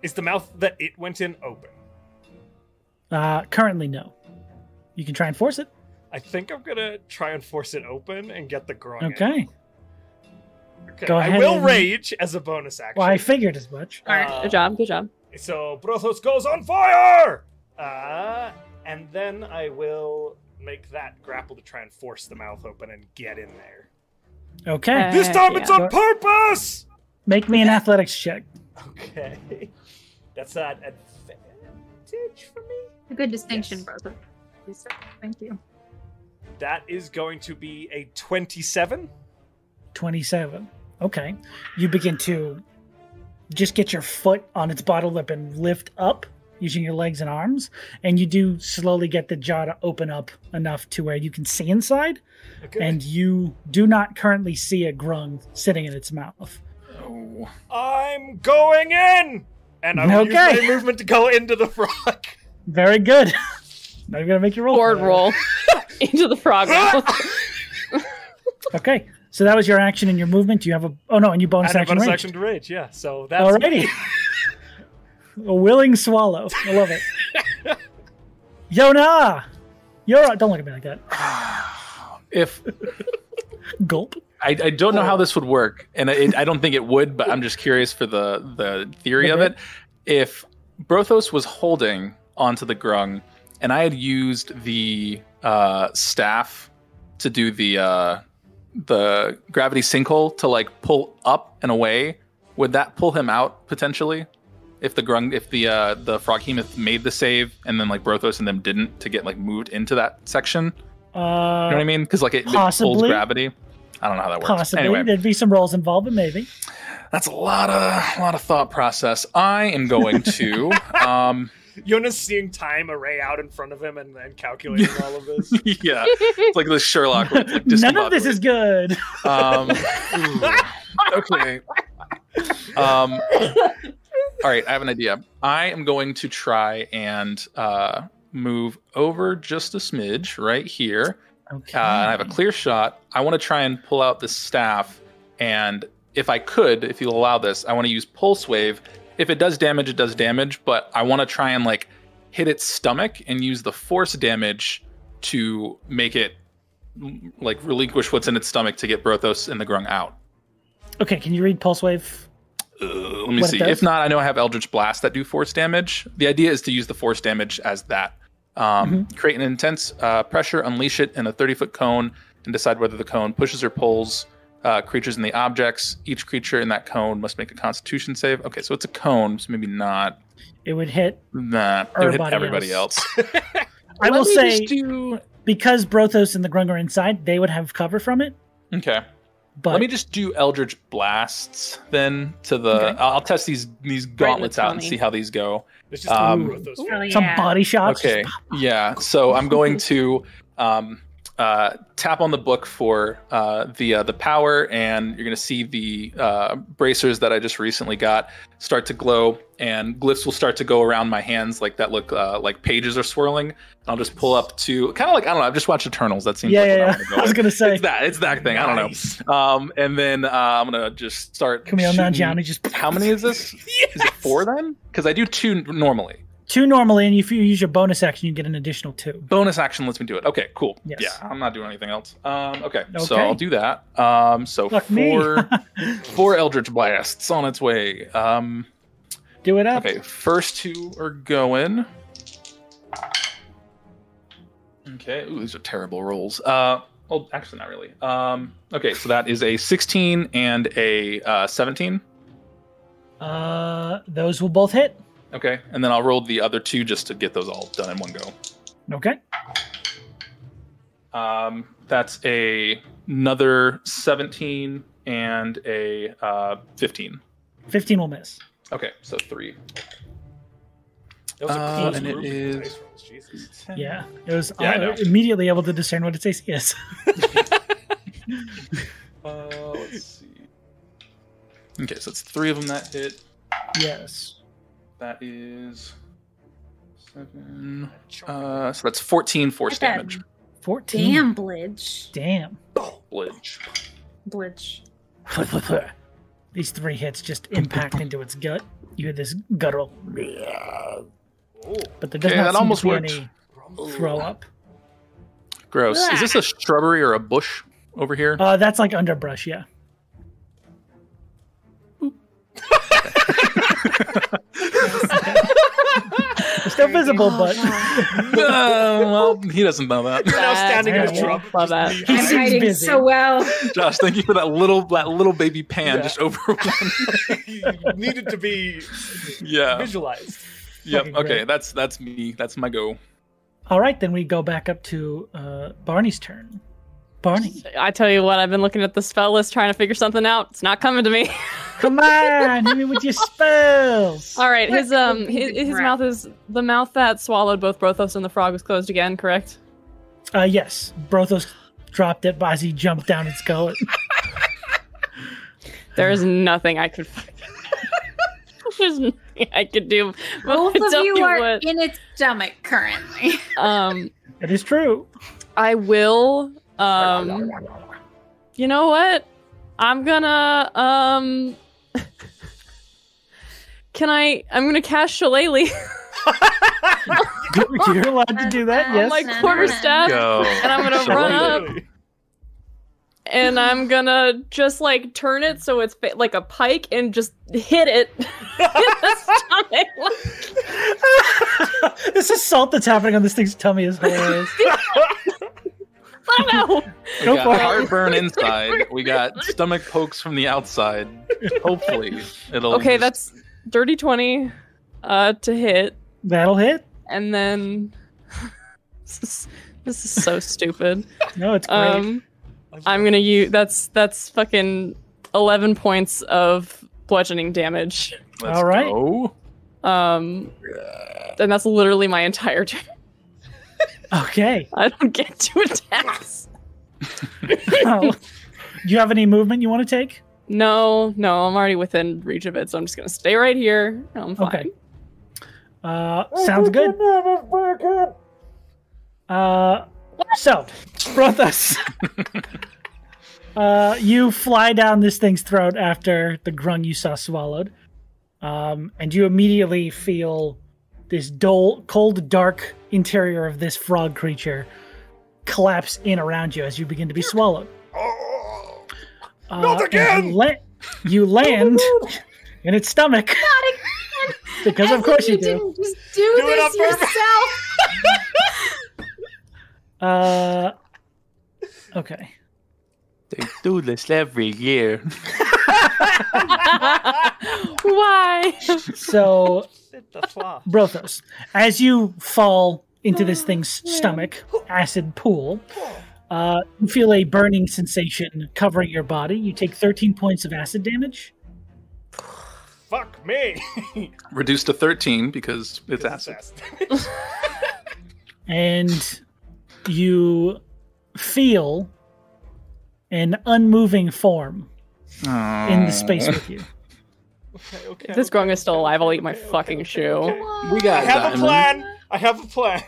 Speaker 4: Is the mouth that it went in open?
Speaker 1: Uh, currently, no. You can try and force it.
Speaker 4: I think I'm gonna try and force it open and get the grung. in.
Speaker 1: Okay.
Speaker 4: Okay,
Speaker 1: Go
Speaker 4: I
Speaker 1: ahead
Speaker 4: will
Speaker 1: and-
Speaker 4: rage as a bonus action.
Speaker 1: Well, I figured as much.
Speaker 5: All right.
Speaker 4: Uh,
Speaker 6: Good job. Good job.
Speaker 4: So Brothos goes on fire! Uh, and then I will make that grapple to try and force the mouth open and get in there.
Speaker 1: Okay.
Speaker 6: Uh,
Speaker 4: this time it's
Speaker 6: yeah.
Speaker 4: on purpose!
Speaker 1: Make me an athletics check.
Speaker 4: Okay. That's not advantage for me.
Speaker 5: A good distinction,
Speaker 4: Yes.
Speaker 5: brother. Thank you.
Speaker 4: That is going to be a 27.
Speaker 1: 27. Okay. You begin to just get your foot on its bottom lip and lift up using your legs and arms. And you do slowly get the jaw to open up enough to where you can see inside.
Speaker 4: Okay.
Speaker 1: And you do not currently see a grung sitting in its mouth.
Speaker 2: Oh.
Speaker 4: I'm going in! And I will use
Speaker 1: Okay.
Speaker 4: my movement to go into the frog.
Speaker 1: Very good. [LAUGHS] now you're going to make your roll. for
Speaker 6: Board
Speaker 1: that.
Speaker 6: roll into the frog roll.
Speaker 1: Okay. So that was your action and your movement. You have a. Oh, no. And you bonus
Speaker 4: and a
Speaker 1: action.
Speaker 4: bonus
Speaker 1: ranged.
Speaker 4: action to rage, yeah. So that's [LAUGHS]
Speaker 1: Alrighty. [LAUGHS] a willing swallow. I love it. Yona! Yona! Don't look at me like that.
Speaker 2: If
Speaker 1: Gulp.
Speaker 2: I, I don't know how this would work, and I, I don't think it would, but I'm just curious for the the theory of it. If Brothos was holding onto the grung, and I had used the uh, staff to do the uh, the gravity sinkhole to like pull up and away, would that pull him out potentially? If the grung, if the uh, the froghemoth made the save, and then like Brothos and them didn't to get like moved into that section,
Speaker 1: Uh,
Speaker 2: you know what I mean? Because like it, it pulls
Speaker 1: possibly.
Speaker 2: gravity. I don't know how that works.
Speaker 1: Possibly.
Speaker 2: Anyway,
Speaker 1: There'd be some rolls involved, but maybe.
Speaker 2: that's a lot of a lot of thought process. I am
Speaker 1: [LAUGHS]
Speaker 2: going to um
Speaker 4: Yona's seeing time array out in front of him and then calculating all
Speaker 2: [LAUGHS]
Speaker 4: of this.
Speaker 2: yeah. It's like the Sherlock where it's like
Speaker 1: None of this is
Speaker 2: [LAUGHS]
Speaker 1: good.
Speaker 2: discombobulated.
Speaker 1: [LAUGHS]
Speaker 2: um ooh, Okay. Um All right, I have an idea. I am going to try and uh move over just a smidge right here.
Speaker 1: Okay.
Speaker 2: uh, and I have a clear shot. I want to try and pull out this staff, and if I could, if you'll allow this, I want to use Pulse Wave. If it does damage, it does damage, but I want to try and like hit its stomach and use the force damage to make it mm, like relinquish what's in its stomach to get Brothos and the Grung out.
Speaker 1: okay, can you read Pulse Wave?
Speaker 2: Uh, let me
Speaker 1: What it
Speaker 2: see.
Speaker 1: does?
Speaker 2: If not, I know I have Eldritch Blast that do force damage. The idea is to use the force damage as that. Um,
Speaker 1: Mm-hmm.
Speaker 2: Create an intense uh, pressure, unleash it in a 30 foot cone, and decide whether the cone pushes or pulls uh, creatures in the objects. Each creature in that cone must make a Constitution save. Okay, so it's a cone, so maybe not.
Speaker 1: It would hit.
Speaker 2: Nah, it would hit
Speaker 1: Everybody
Speaker 2: everybody
Speaker 1: else.
Speaker 2: else.
Speaker 1: [LAUGHS] I
Speaker 2: Let
Speaker 1: will
Speaker 2: me
Speaker 1: say
Speaker 2: just do.
Speaker 1: because Brothos and the Grung are inside, they would have cover from it.
Speaker 2: Okay,
Speaker 1: But
Speaker 2: let me just do Eldritch blasts then to the.
Speaker 6: Okay.
Speaker 2: I'll test these these
Speaker 6: the
Speaker 2: gauntlets out and
Speaker 6: tummy.
Speaker 2: see how these go.
Speaker 4: It's just
Speaker 2: Um,
Speaker 4: Ooh, those
Speaker 5: Hell
Speaker 1: some
Speaker 5: yeah.
Speaker 1: body shots.
Speaker 2: Okay, yeah. So
Speaker 1: [LAUGHS]
Speaker 2: I'm going to um, uh, tap on the book for uh, the uh, the power, and you're going to see the uh, bracers that I just recently got start to glow, and glyphs will start to go around my hands like that. Look uh, like pages are swirling. I'll just pull up to kind of like I don't know. I've just watched Eternals. That seems
Speaker 1: Yeah,
Speaker 2: like
Speaker 1: yeah,
Speaker 2: what I
Speaker 1: yeah. [LAUGHS] [LAUGHS]
Speaker 2: wanna go
Speaker 1: I was
Speaker 2: with.
Speaker 1: gonna say,
Speaker 2: It's that. It's that thing. I don't
Speaker 4: Nice.
Speaker 2: know. Um, and then uh, I'm gonna just start.
Speaker 1: Camille
Speaker 2: shooting-
Speaker 1: Nanjiani just
Speaker 2: How many is
Speaker 1: [LAUGHS]
Speaker 2: this? Is it four then? Because I do two n- normally.
Speaker 1: two normally, and if you use your bonus action, you get an additional two.
Speaker 2: bonus action lets me do it. Okay, cool.
Speaker 1: Yes.
Speaker 2: Yeah, I'm not doing anything else. Um, okay, so
Speaker 1: Okay.
Speaker 2: I'll do that. Um, so
Speaker 1: Fuck me.
Speaker 2: four, four Eldritch blasts on its way. Um,
Speaker 1: [LAUGHS] Do it up.
Speaker 2: okay, first two are going. Okay, ooh, these are terrible rolls. Uh, well, actually, not really. Um, okay, so that is a 16 and a uh, 17.
Speaker 1: Uh, those will both hit.
Speaker 2: Okay, and then I'll roll the other two just to get those all done in one go.
Speaker 1: Okay.
Speaker 2: Um, that's a another 17 and a uh, 15.
Speaker 1: 15 will miss.
Speaker 2: Okay, so three.
Speaker 4: That was a
Speaker 2: Uh,
Speaker 4: close
Speaker 2: and it
Speaker 4: group of
Speaker 2: is-
Speaker 4: dice rolls, Jesus.
Speaker 1: Yeah. It was
Speaker 2: Yeah, I
Speaker 1: uh,
Speaker 2: know.
Speaker 1: immediately able to discern what its AC is.
Speaker 2: Uh, let's see. Okay, so it's three of them that hit.
Speaker 1: [LAUGHS] yes.
Speaker 2: That is seven. Uh, so that's 14 force
Speaker 5: Not bad.
Speaker 2: damage.
Speaker 1: 14.
Speaker 5: Damn, Blidge.
Speaker 1: Damn.
Speaker 2: Bludge.
Speaker 5: Blidge.
Speaker 1: These three hits just impact into its gut. You hear this guttural,
Speaker 4: Ooh,
Speaker 1: but there does
Speaker 2: Okay,
Speaker 1: not
Speaker 2: that
Speaker 1: seem
Speaker 2: almost
Speaker 1: to be
Speaker 2: worked.
Speaker 1: any
Speaker 4: grumble.
Speaker 1: throw up.
Speaker 2: Gross. Is this a shrubbery or a bush over here?
Speaker 1: Uh, that's like underbrush, yeah. [LAUGHS] it's still visible, but
Speaker 2: [LAUGHS]
Speaker 1: [LAUGHS]
Speaker 2: Uh, well, he doesn't know that. [LAUGHS]
Speaker 4: You're now
Speaker 6: That's
Speaker 4: standing in his
Speaker 1: terrible.
Speaker 4: trouble.
Speaker 6: Love that.
Speaker 4: Just-
Speaker 1: He
Speaker 5: I'm
Speaker 1: seems
Speaker 5: hiding
Speaker 1: busy. [LAUGHS]
Speaker 5: so well.
Speaker 2: Josh, thank you for that little that little baby pan
Speaker 4: Yeah.
Speaker 2: just over [LAUGHS] one.
Speaker 1: [LAUGHS]
Speaker 4: he [LAUGHS] needed to be
Speaker 2: yeah.
Speaker 6: [LAUGHS]
Speaker 4: visualized.
Speaker 2: Yep.
Speaker 1: Fucking
Speaker 2: Okay.
Speaker 1: great.
Speaker 2: That's that's me. That's my go.
Speaker 1: all right, then we go back up to uh, Barney's turn. Barney,
Speaker 6: I tell you what, I've been looking at the spell list trying to figure something out. It's not coming to me.
Speaker 1: come on, hit me with
Speaker 6: [LAUGHS]
Speaker 1: your spells.
Speaker 6: All right, his um,
Speaker 5: What a
Speaker 6: his,
Speaker 5: big
Speaker 6: his
Speaker 5: breath.
Speaker 6: mouth is the mouth that swallowed both Brothos and the frog was closed again. Correct.
Speaker 1: Uh, yes, Brothos dropped it, but as he jumped down its gullet.
Speaker 6: There is nothing
Speaker 5: [LAUGHS]
Speaker 6: I could. [LAUGHS] There's nothing I could do. but
Speaker 5: Both of
Speaker 6: tell
Speaker 5: you are [LAUGHS]
Speaker 6: what,
Speaker 5: in its stomach
Speaker 1: [LAUGHS]
Speaker 5: currently.
Speaker 6: um,
Speaker 1: It is true.
Speaker 6: I will. Um, you know what? I'm gonna. Um, [LAUGHS] can I? I'm gonna cast Shillelagh [LAUGHS]
Speaker 1: [LAUGHS] You're allowed to do that,
Speaker 6: on
Speaker 1: yes.
Speaker 6: my quarterstaff,
Speaker 2: Go.
Speaker 6: and I'm gonna run up and I'm gonna just like turn it so it's fa- like a pike and just hit it [LAUGHS] in the stomach.
Speaker 1: [LAUGHS]
Speaker 6: Like,
Speaker 1: this assault that's happening on this thing's tummy is hilarious.
Speaker 6: I don't know. [LAUGHS]
Speaker 2: We
Speaker 1: Go
Speaker 2: got
Speaker 1: for it.
Speaker 2: heartburn inside.
Speaker 1: [LAUGHS]
Speaker 2: We got stomach pokes from the outside. Hopefully, it'll.
Speaker 6: Okay,
Speaker 2: just-
Speaker 6: that's dirty twenty uh, to hit,
Speaker 1: That'll hit.
Speaker 6: and then [LAUGHS] this is this is so stupid.
Speaker 1: No, it's great.
Speaker 6: Um, I'm gonna use that's that's fucking eleven points of bludgeoning damage.
Speaker 2: let's
Speaker 1: all right.
Speaker 2: go.
Speaker 6: Um, and that's literally my entire turn. [LAUGHS]
Speaker 1: okay. [LAUGHS]
Speaker 6: I don't get two attacks.
Speaker 1: Oh. Do you have any movement you want to take?
Speaker 6: No, no, I'm already within reach of it, so I'm just gonna stay right here. and I'm fine. [LAUGHS]
Speaker 1: Okay. Uh, sounds good. Uh, so,
Speaker 4: [LAUGHS]
Speaker 1: Brothos, uh, you fly down this thing's throat after the grung you saw swallowed, um, and you immediately feel this dull, cold, dark interior of this frog creature collapse in around you as you begin to be swallowed.
Speaker 4: Oh,
Speaker 1: Uh,
Speaker 4: Not
Speaker 1: and
Speaker 4: again!
Speaker 1: You, la-
Speaker 4: [LAUGHS]
Speaker 1: you land in its stomach [LAUGHS] because, of course, you do.
Speaker 5: didn't just do,
Speaker 4: Do it
Speaker 5: this
Speaker 4: on purpose.
Speaker 5: yourself.
Speaker 4: [LAUGHS]
Speaker 5: [LAUGHS]
Speaker 1: Uh, okay.
Speaker 2: They do this every [LAUGHS] year.
Speaker 6: Why?
Speaker 1: So
Speaker 4: Sit the flaw.
Speaker 1: Brothos, as you fall into
Speaker 6: Ah,
Speaker 1: this thing's stomach, acid pool, uh, you feel a burning sensation covering your body. You take 13 points of acid damage.
Speaker 4: Fuck me.
Speaker 2: Reduced to 13 because [LAUGHS] it's acid.
Speaker 1: and you feel an unmoving form in the space
Speaker 2: Uh.
Speaker 1: with you.
Speaker 4: okay, [LAUGHS] okay.
Speaker 6: If this grung is still alive, I'll eat my fucking shoe. [LAUGHS]
Speaker 2: We got
Speaker 4: I have a
Speaker 2: diamonds.
Speaker 4: plan. I have a plan.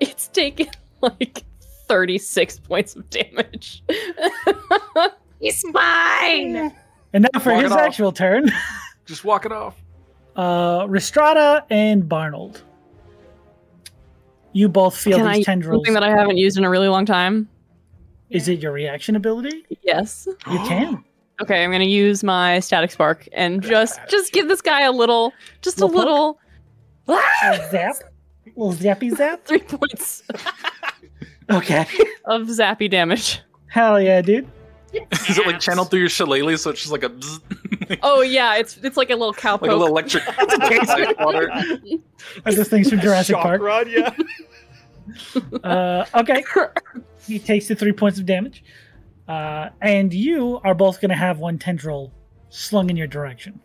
Speaker 6: It's taken like 36 points of damage. [LAUGHS]
Speaker 5: He's mine.
Speaker 1: And now for
Speaker 2: Walk it
Speaker 1: his
Speaker 2: off.
Speaker 1: actual turn,
Speaker 2: [LAUGHS] Just walk it
Speaker 1: [LAUGHS]
Speaker 2: off.
Speaker 1: uh, Restrada and Barnold. You both feel
Speaker 6: Can I
Speaker 1: these
Speaker 6: use
Speaker 1: tendrils.
Speaker 6: Something that I haven't used in a really long time.
Speaker 1: Is it your reaction ability?
Speaker 6: Yes.
Speaker 2: [GASPS]
Speaker 1: You can.
Speaker 6: Okay, I'm gonna use my static spark and just just give this guy a little, just a
Speaker 1: Little poke?
Speaker 6: little [LAUGHS]
Speaker 1: A zap. Little zappy zap.
Speaker 6: three points
Speaker 1: Okay.
Speaker 6: of zappy
Speaker 2: [LAUGHS]
Speaker 6: damage.
Speaker 1: Hell yeah, dude.
Speaker 2: Is it like channeled through your shillelagh so it's just like a bzz,
Speaker 6: Oh yeah, it's it's like a little cowpoke.
Speaker 2: like a
Speaker 1: [LAUGHS]
Speaker 2: little electric [LAUGHS] like water.
Speaker 1: That's the things from Jurassic
Speaker 4: Shock
Speaker 1: Park.
Speaker 6: [LAUGHS]
Speaker 4: Rod, yeah.
Speaker 1: Uh, okay. He takes the three points of damage. Uh, and you are both going to have one tendril slung in your direction.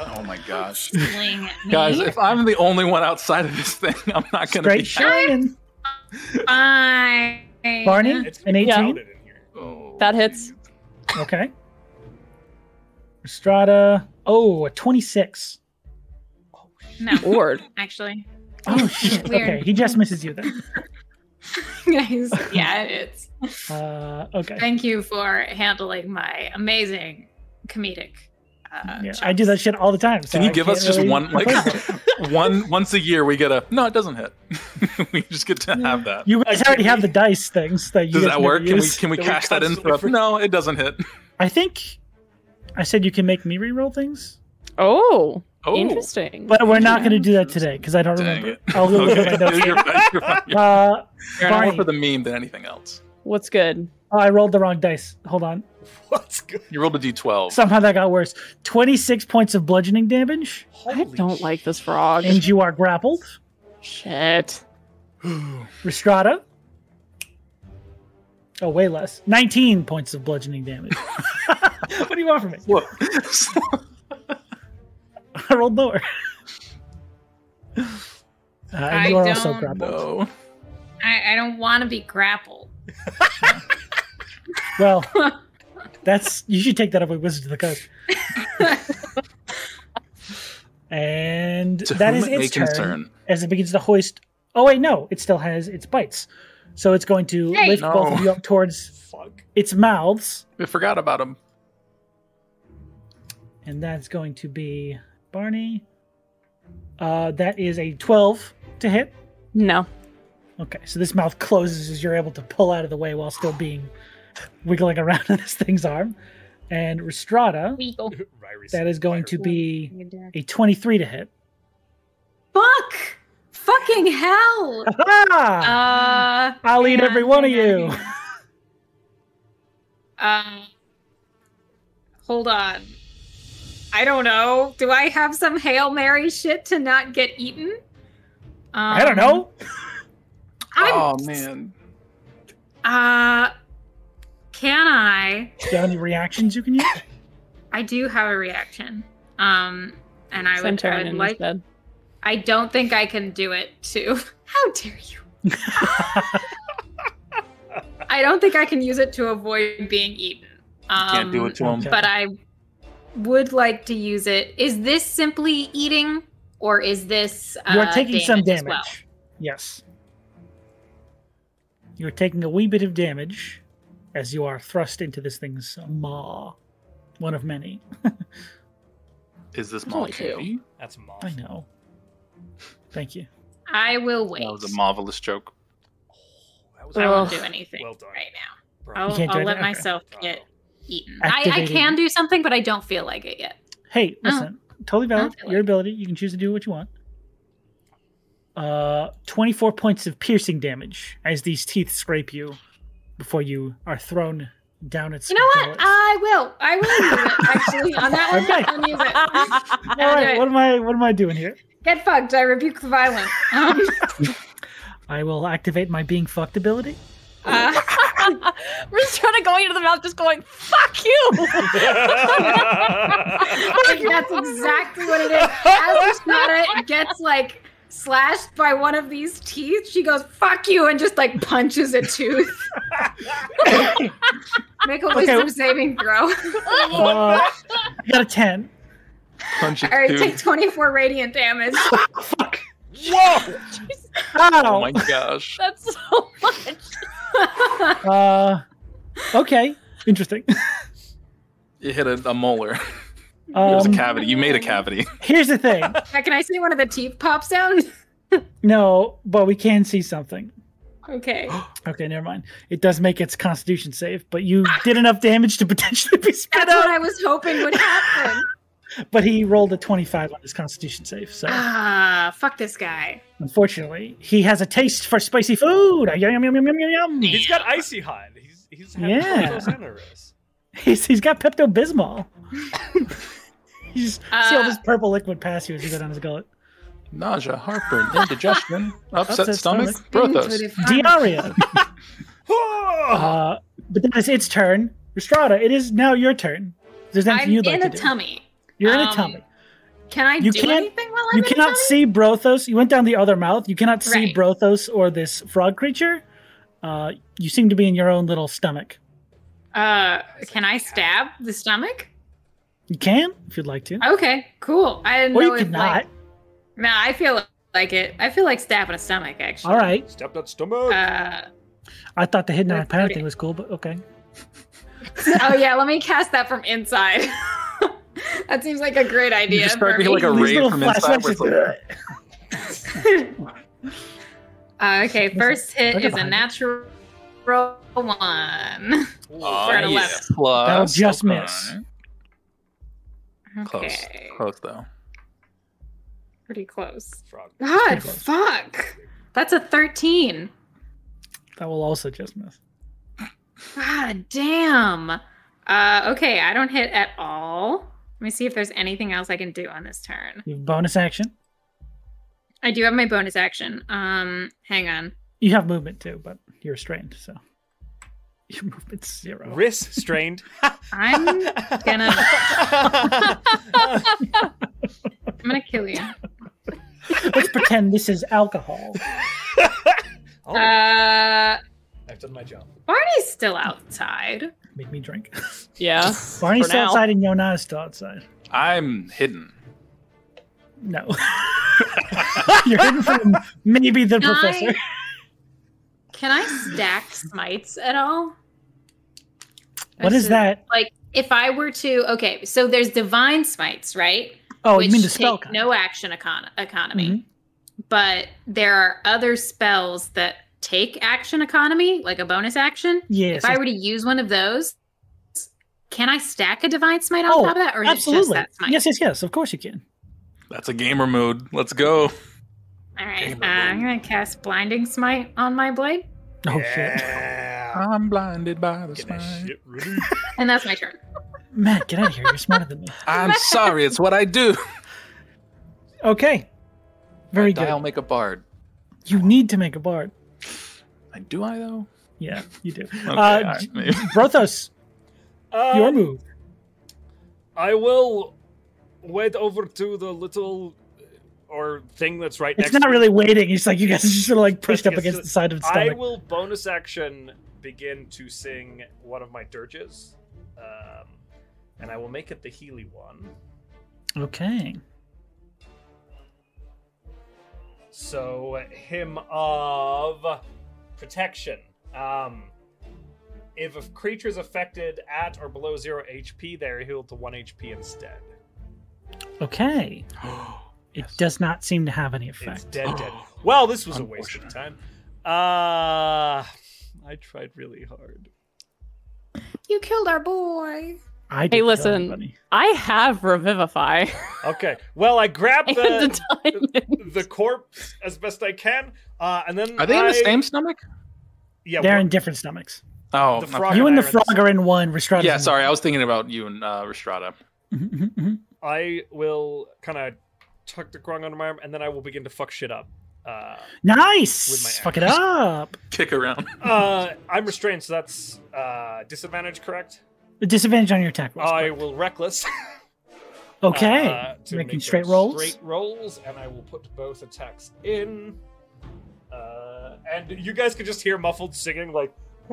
Speaker 2: Oh my gosh.
Speaker 5: Sling me.
Speaker 2: Guys, [LAUGHS] if I'm the only one outside of this thing, [LAUGHS] I'm not gonna
Speaker 1: Straight
Speaker 2: be
Speaker 1: shining.
Speaker 5: Fine.
Speaker 1: Barney?
Speaker 4: It's
Speaker 1: An 18?
Speaker 4: crowded in here. [LAUGHS]
Speaker 2: Oh,
Speaker 6: That hits.
Speaker 1: Okay. Strata. Oh, a 26.
Speaker 5: No,
Speaker 6: Lord.
Speaker 5: actually.
Speaker 1: [LAUGHS] Oh, shit.
Speaker 5: Weird.
Speaker 1: Okay, he just misses you then.
Speaker 5: Guys, [LAUGHS] yeah, it's.
Speaker 1: Uh, okay.
Speaker 5: Thank you for handling my amazing comedic. Uh,
Speaker 1: Yeah, I do that shit all the time. so
Speaker 2: Can you
Speaker 1: I
Speaker 2: give us
Speaker 1: can't
Speaker 2: just
Speaker 1: really [LAUGHS]
Speaker 2: one like
Speaker 1: complain.
Speaker 2: [LAUGHS] one once a year we get a no, it doesn't hit. [LAUGHS] we just get to have that.
Speaker 1: You guys already have the dice things that you
Speaker 2: Does
Speaker 1: guys
Speaker 2: that
Speaker 1: never
Speaker 2: work? Can we
Speaker 1: use.
Speaker 2: can we
Speaker 4: Can we
Speaker 2: cash that in for
Speaker 4: constantly
Speaker 2: a, No, it doesn't hit.
Speaker 1: I think I said you can make me reroll things,
Speaker 6: Oh,
Speaker 2: Oh
Speaker 6: interesting.
Speaker 1: but we're not going to do that today because I don't
Speaker 2: Dang
Speaker 1: remember.
Speaker 2: it.
Speaker 1: [LAUGHS] I'll look
Speaker 2: [LAUGHS] Okay.
Speaker 1: at my notes.
Speaker 2: You're right, you're right.
Speaker 1: Uh,
Speaker 6: Fair
Speaker 2: More
Speaker 1: Barney.
Speaker 2: for the meme than anything else.
Speaker 6: What's good?
Speaker 1: oh, I rolled the wrong dice. Hold on.
Speaker 4: What's good?
Speaker 2: You rolled a d12.
Speaker 1: Somehow that got worse. 26 points of bludgeoning damage,
Speaker 6: I don't like this frog.
Speaker 1: and you are grappled.
Speaker 6: Shit.
Speaker 1: Restrada. Oh, way less. 19 points of bludgeoning
Speaker 2: [LAUGHS]
Speaker 1: damage. what do you want from me? [LAUGHS]
Speaker 2: Whoa. [LAUGHS]
Speaker 1: I rolled
Speaker 2: [LAUGHS]
Speaker 1: lower. Uh, and
Speaker 5: I
Speaker 1: you are also
Speaker 5: don't
Speaker 1: grappled.
Speaker 2: no.
Speaker 5: I, I don't want to be grappled.
Speaker 1: Well, that's you should take that up with Wizards of the Coast. and
Speaker 2: To
Speaker 1: that
Speaker 2: whom
Speaker 1: is
Speaker 2: it may
Speaker 1: its turn,
Speaker 2: concern.
Speaker 1: as it begins to hoist. Oh wait, no, it still has its bites, so it's going to
Speaker 5: Hey.
Speaker 1: lift both of
Speaker 2: No.
Speaker 1: you up towards
Speaker 4: Fuck.
Speaker 1: its mouths,
Speaker 2: I forgot about him.
Speaker 1: and that's going to be Barney. Uh, that is a twelve to hit.
Speaker 6: No.
Speaker 1: Okay, so this mouth closes as you're able to pull out of the way while still being wiggling around [LAUGHS] in this thing's arm. And Restrada, [LAUGHS]
Speaker 5: Weagle.
Speaker 4: Ryrie
Speaker 1: that is going to
Speaker 4: Ryrie.
Speaker 1: be a 23 to hit.
Speaker 5: Fuck! Fucking hell!
Speaker 1: Ah!
Speaker 5: Uh,
Speaker 1: I'll eat
Speaker 5: yeah,
Speaker 1: every one of
Speaker 5: yeah.
Speaker 1: you.
Speaker 5: [LAUGHS] uh, hold on. I don't know. Do I have some Hail Mary shit to not get eaten? Um,
Speaker 1: I don't know.
Speaker 5: I'm,
Speaker 2: oh man.
Speaker 5: Uh, can I?
Speaker 1: Do you have any reactions you can
Speaker 5: [LAUGHS]
Speaker 1: use?
Speaker 5: I do have a reaction. Um, and I would, I
Speaker 6: Centurion
Speaker 5: would
Speaker 6: in
Speaker 5: like.
Speaker 6: [LAUGHS] instead.
Speaker 5: I don't think I can do it too. [LAUGHS] How dare you? I don't think I can use it to avoid being eaten. Um,
Speaker 2: Can't do it to him.
Speaker 1: okay.
Speaker 5: But I would like to use it. Is this simply eating, or is this uh,
Speaker 1: You're taking some
Speaker 5: damage
Speaker 1: damage.
Speaker 5: as well?
Speaker 1: Yes. You're taking a wee bit of damage as you are thrust into this thing's maw. One of many.
Speaker 2: Is this
Speaker 6: It's only two.
Speaker 2: Malkavi?
Speaker 4: That's mom.
Speaker 1: I know. Thank you.
Speaker 5: I will wait.
Speaker 2: That was a marvelous joke.
Speaker 4: That was
Speaker 5: I
Speaker 4: well
Speaker 5: won't do anything
Speaker 4: Well done.
Speaker 5: right now.
Speaker 4: Bro.
Speaker 5: I'll,
Speaker 1: can't do
Speaker 5: I'll
Speaker 1: it
Speaker 5: let
Speaker 1: now?
Speaker 5: myself
Speaker 4: Bravo.
Speaker 5: get [LAUGHS] eaten. I, I
Speaker 1: Activating.
Speaker 5: can do something, but I don't feel like it yet.
Speaker 1: Hey,
Speaker 5: Oh.
Speaker 1: listen. Totally valid.
Speaker 5: feel
Speaker 1: Your
Speaker 5: like-
Speaker 1: ability. You can choose to do what you want. Uh, 24 points of piercing damage as these teeth scrape you, before you are thrown down its
Speaker 5: You know what? Uh,
Speaker 1: gullet.
Speaker 5: I will. I will use [LAUGHS] it, actually. On that one,
Speaker 1: Okay.
Speaker 5: I'll use it.
Speaker 1: All right, what am I what am I doing here?
Speaker 5: Get fucked. I rebuke the [LAUGHS] violence. Um,
Speaker 1: I will activate my being fucked
Speaker 5: [COUGHS]
Speaker 1: ability.
Speaker 5: uh,
Speaker 6: We're just trying to go into the mouth, just going, "Fuck you!" [LAUGHS]
Speaker 5: like, that's exactly what it is. As Shada gets like slashed by one of these teeth, she goes "fuck you" and just like punches a tooth. Make a wisdom saving throw. [LAUGHS] All
Speaker 1: Uh, you got a
Speaker 5: [LAUGHS]
Speaker 1: ten.
Speaker 2: Punch it
Speaker 5: right,
Speaker 2: too.
Speaker 5: take twenty-four radiant
Speaker 1: [LAUGHS]
Speaker 5: damage.
Speaker 4: Whoa!
Speaker 2: Oh
Speaker 1: Ow.
Speaker 2: my gosh.
Speaker 6: That's so much.
Speaker 1: Uh, okay, interesting.
Speaker 2: You hit a, a molar. There's
Speaker 1: Um,
Speaker 2: a cavity. You made a cavity.
Speaker 1: here's the
Speaker 2: [LAUGHS]
Speaker 1: thing.
Speaker 5: Yeah, can I see one of the teeth pop sound?
Speaker 1: No, but we can see something. [GASPS]
Speaker 5: Okay.
Speaker 1: Okay, never mind. It does make its Constitution save, but you did enough damage to [LAUGHS] potentially be spit
Speaker 5: Ah. That's what
Speaker 1: out.
Speaker 5: I was hoping
Speaker 1: [GASPS]
Speaker 5: would happen.
Speaker 1: But he rolled a twenty-five on his Constitution save, so
Speaker 5: Ah, fuck this guy.
Speaker 1: unfortunately, he has a taste for spicy food. Yum yum yum yum yum yum.
Speaker 4: [LAUGHS] He's got icy hot. He's he's having
Speaker 1: Yeah.
Speaker 4: those aneurysms.
Speaker 1: He's, he's got Pepto Bismol. [LAUGHS] you just see all this
Speaker 5: Uh,
Speaker 1: purple liquid pass you as you go down his gullet.
Speaker 2: Nausea, heartburn, [LAUGHS] indigestion, upset,
Speaker 1: Upset
Speaker 2: stomach,
Speaker 1: stomach.
Speaker 2: brothos.
Speaker 1: Diaria.
Speaker 4: Oh!
Speaker 1: [LAUGHS] Uh, but that is its turn. Restrada, it is now your turn. If There's nothing
Speaker 5: I'm
Speaker 1: you'd like
Speaker 5: in
Speaker 1: to
Speaker 5: a
Speaker 1: do.
Speaker 5: tummy.
Speaker 1: You're in a
Speaker 5: Um,
Speaker 1: tummy.
Speaker 5: Can I
Speaker 1: You
Speaker 5: do
Speaker 1: can't-
Speaker 5: anything while I'm
Speaker 1: You
Speaker 5: in a
Speaker 1: cannot
Speaker 5: tummy?
Speaker 1: see Brothos. You went down the other mouth. You cannot see
Speaker 5: Right.
Speaker 1: Brothos or this frog creature. Uh, you seem to be in your own little stomach.
Speaker 5: Uh, can I stab the stomach?
Speaker 1: You can if you'd like to,
Speaker 5: Okay, cool. I didn't
Speaker 1: or
Speaker 5: know
Speaker 1: you
Speaker 5: if,
Speaker 1: could
Speaker 5: like-
Speaker 1: not.
Speaker 5: Nah, I feel like it. I feel like stabbing a stomach actually.
Speaker 1: All right.
Speaker 4: Stepped up stomach.
Speaker 5: Uh,
Speaker 1: I thought the hidden
Speaker 5: Or
Speaker 1: on parent
Speaker 5: forty.
Speaker 1: thing was cool, but okay.
Speaker 5: oh yeah, let me cast that from inside. [LAUGHS] that seems like a great idea.
Speaker 2: You just start
Speaker 5: for
Speaker 2: to hear
Speaker 5: me.
Speaker 2: like a
Speaker 1: These
Speaker 2: raid
Speaker 1: little
Speaker 2: from inside.
Speaker 1: flashlights
Speaker 2: Where it's
Speaker 1: just-
Speaker 2: like,
Speaker 5: [LAUGHS] Uh, okay, first hit
Speaker 1: Look at
Speaker 5: is a
Speaker 1: behind it.
Speaker 5: natural one.
Speaker 2: "Aw,
Speaker 5: We're at
Speaker 2: yeah,
Speaker 5: 11.
Speaker 2: plus."
Speaker 1: That'll just
Speaker 2: Okay.
Speaker 1: miss.
Speaker 2: Close,
Speaker 5: Okay,
Speaker 2: close though.
Speaker 5: pretty close.
Speaker 4: Frog.
Speaker 5: God,
Speaker 1: Pretty close.
Speaker 5: fuck. That's a thirteen.
Speaker 1: That will also just miss.
Speaker 5: God damn. Uh, okay, I don't hit at all. Let me see if there's anything else I can do on this turn.
Speaker 1: You have bonus action.
Speaker 5: I do have my bonus action. Um, hang on.
Speaker 1: You have movement too, but you're restrained, so [LAUGHS] your movement's zero.
Speaker 4: Wrist
Speaker 1: [LAUGHS]
Speaker 4: strained. Oh.
Speaker 5: I'm gonna,
Speaker 4: Gonna.
Speaker 5: I'm gonna kill you.
Speaker 1: Let's pretend this is alcohol.
Speaker 4: Oh.
Speaker 5: Uh,
Speaker 4: I've done my job.
Speaker 5: Barney's still outside.
Speaker 1: Make me
Speaker 2: [LAUGHS]
Speaker 1: drink.
Speaker 6: Yeah.
Speaker 1: Barney's still
Speaker 6: now.
Speaker 1: outside and Yona is still outside.
Speaker 2: I'm hidden.
Speaker 1: No. [LAUGHS] You're hidden from maybe the
Speaker 5: Can I-
Speaker 1: professor.
Speaker 5: Can I stack smites at all?
Speaker 1: What is
Speaker 5: Versus-
Speaker 1: that?
Speaker 5: Like, if I were to, okay, so there's divine smites, right?
Speaker 1: Oh,
Speaker 5: which
Speaker 1: you mean the spell?
Speaker 5: take
Speaker 1: con- Mm-hmm.
Speaker 5: no action econ- economy. But there are other spells that take action economy, like a bonus action.
Speaker 1: Yes.
Speaker 5: if I were to use one of those, can I stack a divine smite on
Speaker 1: Oh,
Speaker 5: top of that, or is it just
Speaker 1: absolutely.
Speaker 5: that smite?
Speaker 1: Yes, yes, yes. Of course you can.
Speaker 2: That's a gamer mode. Let's go.
Speaker 5: All right,
Speaker 2: Damn,
Speaker 5: uh, I'm gonna cast blinding smite on my blade,
Speaker 1: Oh shit. Oh,
Speaker 4: yeah.
Speaker 2: I'm blinded by the
Speaker 4: Gonna
Speaker 2: smile.
Speaker 4: shit really
Speaker 5: and that's my turn.
Speaker 1: Matt, get out of here. You're smarter
Speaker 4: [LAUGHS]
Speaker 1: than me.
Speaker 2: I'm sorry. It's what I do.
Speaker 1: Okay. [LAUGHS] Very good.
Speaker 2: I'll make a bard.
Speaker 1: You need to make a bard.
Speaker 2: I- Do I though?
Speaker 1: Yeah, you
Speaker 4: [LAUGHS]
Speaker 1: do.
Speaker 2: Okay,
Speaker 1: uh,
Speaker 2: all right,
Speaker 1: J-
Speaker 2: [LAUGHS] maybe.
Speaker 1: Brothos,
Speaker 4: Uh,
Speaker 1: [LAUGHS] your move.
Speaker 4: I will wait over to the little uh, or thing that's right
Speaker 1: It's
Speaker 4: next.
Speaker 1: not
Speaker 4: to
Speaker 1: really waiting. It's like you guys are just sort of like pushed up
Speaker 4: Pressed
Speaker 1: against
Speaker 4: against
Speaker 1: the side of its
Speaker 4: I
Speaker 1: stomach.
Speaker 4: will bonus action begin to sing one of my dirges, um, and I will make it the Healy one.
Speaker 1: Okay.
Speaker 4: So hymn of protection. Um, if a creature is affected at or below zero HP, they are healed to one HP instead.
Speaker 1: Okay. It does not seem to have any
Speaker 4: It's
Speaker 1: effect.
Speaker 4: dead, dead. Well, this was a waste of
Speaker 2: Oh. Unfortunate.
Speaker 4: time. Uh, I tried really hard.
Speaker 5: You killed our boy.
Speaker 1: I didn't kill
Speaker 6: listen.
Speaker 1: anybody.
Speaker 6: I have revivify
Speaker 4: Uh, Okay. Well,
Speaker 6: [LAUGHS]
Speaker 4: I grabbed
Speaker 6: and
Speaker 4: the
Speaker 6: the
Speaker 4: the corpse as best I can, uh, and then
Speaker 2: Are they in
Speaker 4: I-
Speaker 2: the same stomach?
Speaker 4: Yeah,
Speaker 1: They're
Speaker 4: one-
Speaker 1: in different stomachs.
Speaker 2: Oh,
Speaker 4: The
Speaker 2: okay.
Speaker 4: frog-
Speaker 1: You and the
Speaker 4: Iron's-
Speaker 1: frog are in one. Restrada.
Speaker 2: yeah. Sorry, I was thinking about you and uh, Restrada.
Speaker 4: [LAUGHS] I will kind of tuck the grung under my arm, and then I will begin to fuck shit up.
Speaker 1: [LAUGHS]
Speaker 4: Uh, With my
Speaker 1: Nice.
Speaker 4: axe.
Speaker 1: Fuck it up. [LAUGHS]
Speaker 2: Kick around.
Speaker 4: uh, I'm restrained, so that's uh, disadvantage, correct?
Speaker 1: A disadvantage on your attack rolls.
Speaker 4: I will reckless.
Speaker 1: okay.
Speaker 4: uh, to
Speaker 1: Making
Speaker 4: make
Speaker 1: straight
Speaker 4: them
Speaker 1: rolls.
Speaker 4: Straight rolls, and I will put both attacks in. Uh, and you guys can just hear muffled singing, like. [LAUGHS]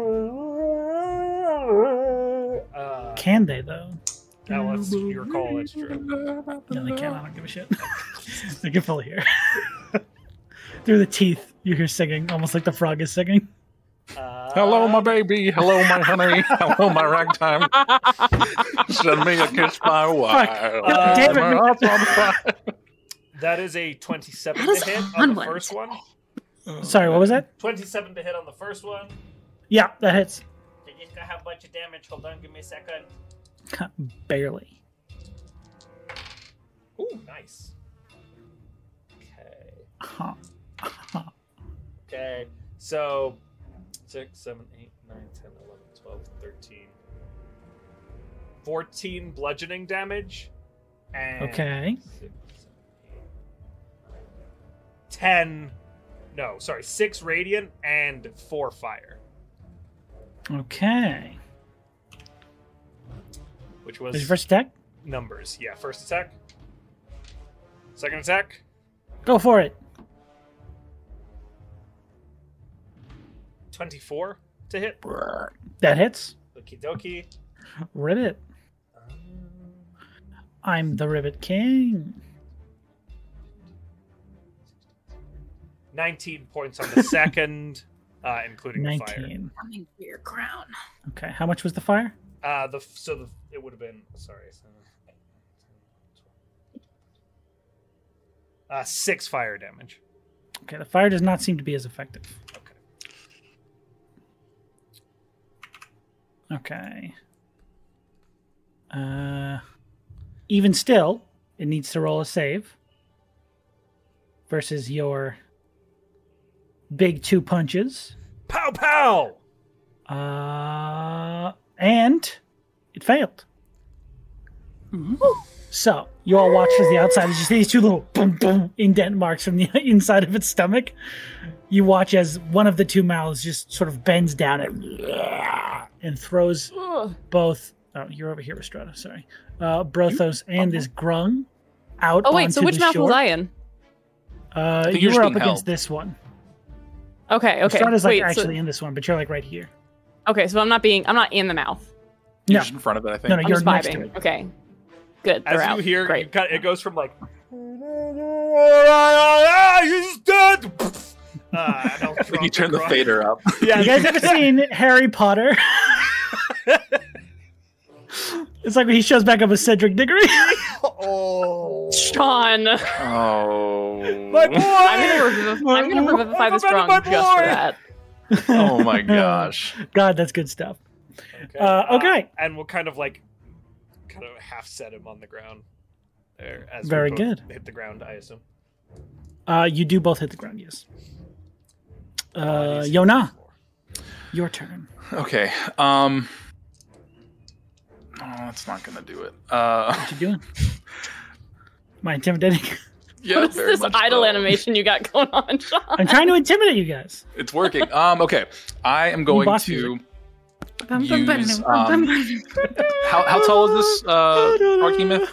Speaker 4: Uh,
Speaker 1: Can they though?
Speaker 4: now that's your call. It's true.
Speaker 1: No, they can't. I don't give a shit. [LAUGHS] they can fully hear. [LAUGHS] Through the teeth, you hear singing, almost like the frog is singing.
Speaker 4: Uh,
Speaker 2: Hello, my baby. Hello, my honey. Hello, my ragtime. Send me a kiss, my wife.
Speaker 4: No, damn it,
Speaker 2: My
Speaker 1: we-
Speaker 2: heart's on fire.
Speaker 4: That is a 27
Speaker 5: That is
Speaker 4: to hit
Speaker 5: a
Speaker 4: on
Speaker 5: fun
Speaker 4: the
Speaker 5: one.
Speaker 4: first one. Oh,
Speaker 1: Sorry, what was that?
Speaker 4: 27 to hit on the first one.
Speaker 1: Yeah, that hits. [LAUGHS]
Speaker 4: You just got a bunch of damage. Hold on, give me a second.
Speaker 1: Barely.
Speaker 4: Ooh, nice. Okay.
Speaker 1: Huh.
Speaker 4: Okay. So 6, 7, 8, 9, 10, 11, 12, 13. 14 bludgeoning damage. And
Speaker 1: Okay.
Speaker 4: six, seven, eight, nine, 10. No, sorry. 6 radiant and 4 fire,
Speaker 1: Okay.
Speaker 4: which
Speaker 1: Is your
Speaker 4: was
Speaker 1: first attack?
Speaker 4: numbers. Yeah, first attack. Second attack.
Speaker 1: Go for it.
Speaker 4: 24 to hit.
Speaker 1: That hits.
Speaker 4: Okie dokie.
Speaker 1: Ribbit. I'm the Ribbit King.
Speaker 4: 19 points on
Speaker 1: [LAUGHS]
Speaker 4: the second, uh, including the fire.
Speaker 1: 19.
Speaker 5: Coming for your crown.
Speaker 1: Okay. How much was the fire?
Speaker 4: Uh, the f- so the it would have been sorry. So, uh, six fire damage.
Speaker 1: Okay. The fire does not seem to be as effective. Okay.
Speaker 4: Okay.
Speaker 1: Uh, even still, it needs to roll a save versus your big two punches.
Speaker 4: Pow pow.
Speaker 1: Uh, and it failed.
Speaker 6: Mm-hmm.
Speaker 1: So you all watch as the outside is just these two little boom boom indent marks from the [LAUGHS] inside of its stomach. You watch as one of the two mouths just sort of bends down it and throws
Speaker 6: Ugh.
Speaker 1: both. Oh, you're over here, Estrada. Sorry, uh, Brothos and this grung out.
Speaker 6: Mm-hmm. Oh wait,
Speaker 1: onto
Speaker 6: so which
Speaker 1: the
Speaker 6: mouth
Speaker 1: shore.
Speaker 6: was I in?
Speaker 1: Uh,
Speaker 2: think
Speaker 1: you
Speaker 2: you're
Speaker 1: were
Speaker 2: just
Speaker 1: up
Speaker 2: being
Speaker 1: against
Speaker 2: held.
Speaker 1: this one.
Speaker 6: Okay, okay.
Speaker 1: Estrada's like
Speaker 6: wait, so-
Speaker 1: actually in this one, but you're like right here.
Speaker 6: okay, so I'm not being I'm not in the mouth.
Speaker 1: No,
Speaker 2: You're just in front of it, I think.
Speaker 1: no, no,
Speaker 6: I'm
Speaker 1: you're
Speaker 6: just
Speaker 1: next to
Speaker 6: vibing.
Speaker 1: it.
Speaker 6: Okay. Good.
Speaker 4: As
Speaker 6: they're
Speaker 4: you
Speaker 6: out.
Speaker 4: hear, you
Speaker 6: Great.
Speaker 4: cut- it goes from like [LAUGHS] he's dead. Uh,
Speaker 2: [LAUGHS]
Speaker 4: and I'll
Speaker 2: Like
Speaker 4: drop
Speaker 2: you turn the
Speaker 4: grung.
Speaker 2: fader up.
Speaker 4: Yeah,
Speaker 1: You guys
Speaker 2: [LAUGHS]
Speaker 4: [LAUGHS]
Speaker 1: ever seen Harry Potter? it's like when he shows back up with Cedric Diggory. [LAUGHS]
Speaker 4: oh,
Speaker 6: Sean.
Speaker 2: Oh.
Speaker 4: my boy.
Speaker 6: I'm gonna,
Speaker 1: [LAUGHS]
Speaker 6: reviv- I'm gonna revivify this wrong
Speaker 4: Everybody, my
Speaker 6: just for
Speaker 4: boy!
Speaker 6: that.
Speaker 2: oh my gosh.
Speaker 1: God, that's good stuff. Uh, okay.
Speaker 4: and we'll kind of like, kind of half set him on the ground. There, as we
Speaker 1: Very
Speaker 4: both
Speaker 1: good.
Speaker 4: Hit the ground, I assume.
Speaker 1: Uh, you do both hit the ground, yes. Uh,
Speaker 4: Bodies hit the
Speaker 1: Yona,
Speaker 4: floor.
Speaker 1: your turn.
Speaker 2: Okay. Um. Oh, that's not gonna do it. Uh. [LAUGHS]
Speaker 1: What you doing? Am I intimidating? [LAUGHS]
Speaker 2: Yeah.
Speaker 6: What's
Speaker 2: very
Speaker 6: this
Speaker 2: much
Speaker 6: idle
Speaker 2: so.
Speaker 6: animation you got going on, [LAUGHS] Sean?
Speaker 1: I'm trying to intimidate you guys.
Speaker 2: It's working. Um. Okay. I am going
Speaker 1: boss
Speaker 2: to.
Speaker 5: Bum, bum, bum,
Speaker 2: Use,
Speaker 5: bum, bum,
Speaker 2: um,
Speaker 5: bum, bum.
Speaker 2: How, how tall is this uh, Archimeth?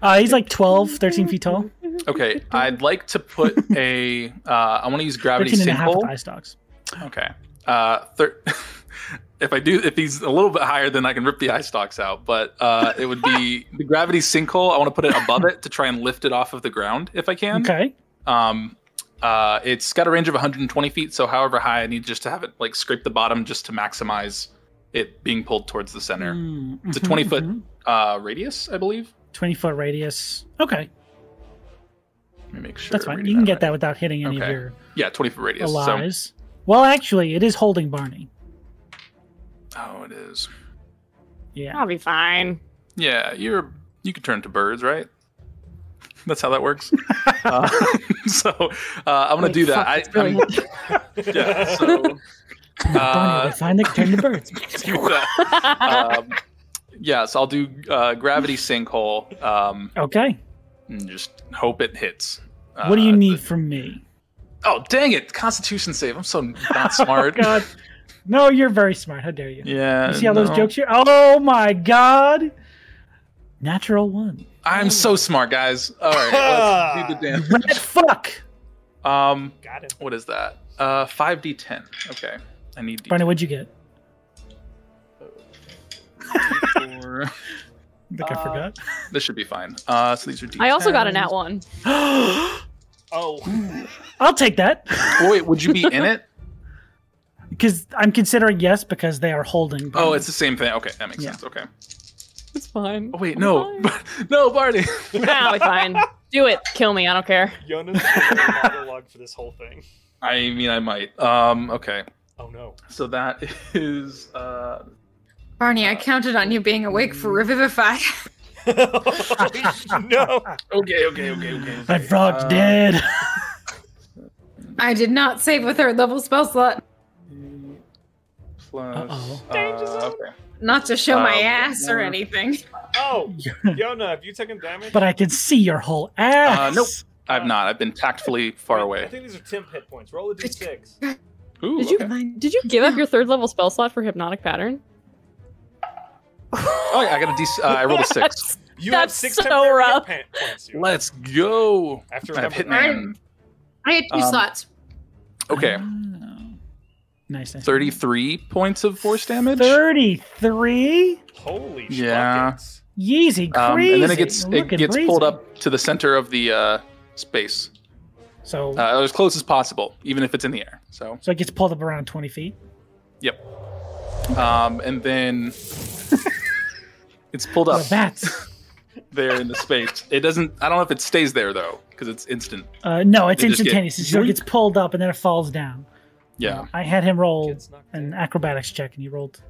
Speaker 1: Uh, he's like 12, 13 feet tall.
Speaker 2: Okay, I'd like
Speaker 1: [LAUGHS]
Speaker 2: to put a. Uh, I want to use gravity
Speaker 1: 13 and a half with
Speaker 2: sinkhole.
Speaker 1: eye stalks.
Speaker 2: Okay. Uh, thir- [LAUGHS] if I do, if he's a little bit higher, then I can rip the eye stalks out. But uh, it would be
Speaker 1: [LAUGHS]
Speaker 2: the gravity sinkhole. I want to put it above it to try and lift it off of the ground if I can.
Speaker 1: Okay.
Speaker 2: Um, uh, it's got a range of 120 feet, so however high I need just to have it like scrape the bottom just to maximize it being pulled towards the center.
Speaker 1: Mm,
Speaker 2: It's a
Speaker 1: mhm,
Speaker 2: 20 foot
Speaker 1: mhm.
Speaker 2: uh, radius, I believe.
Speaker 1: 20 foot radius. Okay,
Speaker 2: Let me make sure.
Speaker 1: that's
Speaker 2: I'm
Speaker 1: fine.
Speaker 2: reading
Speaker 1: You can get
Speaker 2: right.
Speaker 1: that without hitting any
Speaker 2: Okay.
Speaker 1: of your
Speaker 2: Yeah, 20 foot radius. So,
Speaker 1: allies. Well, actually, it is holding Barney.
Speaker 2: oh, it is.
Speaker 1: Yeah.
Speaker 6: I'll
Speaker 1: [LAUGHS]
Speaker 6: be fine.
Speaker 2: Yeah, you're you can turn to birds, right? That's how
Speaker 1: [LAUGHS]
Speaker 2: that works. uh, [LAUGHS] so uh, I'm gonna
Speaker 6: Like,
Speaker 2: do that.
Speaker 6: fuck,
Speaker 2: I,
Speaker 6: it's really-
Speaker 2: I'm- yeah, [LAUGHS] so
Speaker 1: Barney,
Speaker 2: Uh,
Speaker 1: we find the turn to birds.
Speaker 2: do that. um, yeah, so I'll do uh, gravity sinkhole um,
Speaker 1: Okay.
Speaker 2: and just hope it hits.
Speaker 1: What do you
Speaker 2: Uh,
Speaker 1: need from me?
Speaker 2: Oh, dang it! Constitution save. I'm so
Speaker 1: [LAUGHS]
Speaker 2: not smart.
Speaker 1: Oh, God. No, you're very smart. How dare you?
Speaker 2: Yeah.
Speaker 1: You see all
Speaker 2: no.
Speaker 1: those jokes here? Oh my god. Natural one.
Speaker 2: I'm so smart, guys. All
Speaker 1: [LAUGHS]
Speaker 2: right, let's do the dance.
Speaker 1: Rat fuck.
Speaker 2: Um,
Speaker 4: Got it.
Speaker 2: what is that? Uh, five d10. Okay, I need
Speaker 1: Barney, what'd you get?
Speaker 2: d4.
Speaker 1: I think
Speaker 2: Uh,
Speaker 1: I forgot.
Speaker 2: [LAUGHS] this should be fine. Uh, so these are d10.
Speaker 6: I also got a nat one.
Speaker 4: Oh,
Speaker 1: I'll take that.
Speaker 2: Oh, wait, would you be in it?
Speaker 1: Because I'm considering yes because they are holding.
Speaker 2: [LAUGHS] Oh,
Speaker 1: Barney.
Speaker 2: it's the same thing. Okay, that makes
Speaker 1: Yeah.
Speaker 2: sense. Okay.
Speaker 6: It's fine.
Speaker 2: Oh wait, no, [LAUGHS] no, Barney. [LAUGHS]
Speaker 6: I'll be fine. Do it. Kill me. I don't care.
Speaker 4: Jonas is the monologue for this whole thing.
Speaker 2: I mean, I might. Um, okay.
Speaker 4: Oh no.
Speaker 2: So that is uh,
Speaker 5: Barney, I counted on you being awake for Revivify.
Speaker 4: [LAUGHS]
Speaker 5: [LAUGHS]
Speaker 4: no.
Speaker 2: okay, okay, okay, okay.
Speaker 1: my
Speaker 2: okay.
Speaker 1: frog's
Speaker 2: Uh,
Speaker 1: dead.
Speaker 5: I did not save a third level spell slot,
Speaker 2: Plus,
Speaker 1: Uh-oh.
Speaker 2: uh, okay.
Speaker 5: not to show my
Speaker 2: Oh,
Speaker 5: ass or
Speaker 2: no.
Speaker 5: anything.
Speaker 1: [LAUGHS]
Speaker 4: Oh, Yona, have you taken damage?
Speaker 1: but I can see your whole ass.
Speaker 2: Uh, nope. I've not. I've been tactfully far
Speaker 4: Wait, I
Speaker 2: away.
Speaker 4: think these are temp hit points. Roll a d6.
Speaker 2: Ooh,
Speaker 6: Did you-
Speaker 2: okay.
Speaker 6: Did you give up your third level spell slot for hypnotic pattern?
Speaker 2: Oh, yeah, I got a D. Uh, I rolled
Speaker 1: [LAUGHS]
Speaker 2: a
Speaker 6: [LAUGHS]
Speaker 2: six.
Speaker 6: That's-
Speaker 4: You have
Speaker 6: That's
Speaker 4: six
Speaker 6: so
Speaker 4: temporary
Speaker 6: rough.
Speaker 4: hit pa- points. Yona.
Speaker 2: Let's go.
Speaker 4: I have to
Speaker 2: I have
Speaker 4: remember. that.
Speaker 2: hitman.
Speaker 5: I had two
Speaker 2: Um,
Speaker 5: slots.
Speaker 2: Okay,
Speaker 1: Oh. Nice, nice.
Speaker 2: thirty-three points of force damage.
Speaker 1: 33?
Speaker 4: Holy
Speaker 2: Yeah.
Speaker 4: shit.
Speaker 1: Yeezy,
Speaker 2: Um,
Speaker 1: crazy.
Speaker 2: and then it gets it
Speaker 1: Looking
Speaker 2: gets
Speaker 1: breezy.
Speaker 2: pulled up to the center of the uh, space,
Speaker 1: So,
Speaker 2: uh, as close as possible, even if it's in the air. So,
Speaker 1: so it gets pulled up around 20 feet.
Speaker 2: yep. Um, and then it's pulled
Speaker 1: The
Speaker 2: up [LAUGHS]
Speaker 1: bats.
Speaker 2: there in the space. It doesn't. I don't know if it stays there though, because it's instant.
Speaker 1: Uh, no, it's
Speaker 2: They just get
Speaker 1: instantaneous. so it gets pulled up and then it falls down.
Speaker 2: Yeah,
Speaker 1: I had him roll
Speaker 4: Gets knocked
Speaker 1: an
Speaker 4: down.
Speaker 1: acrobatics check and he rolled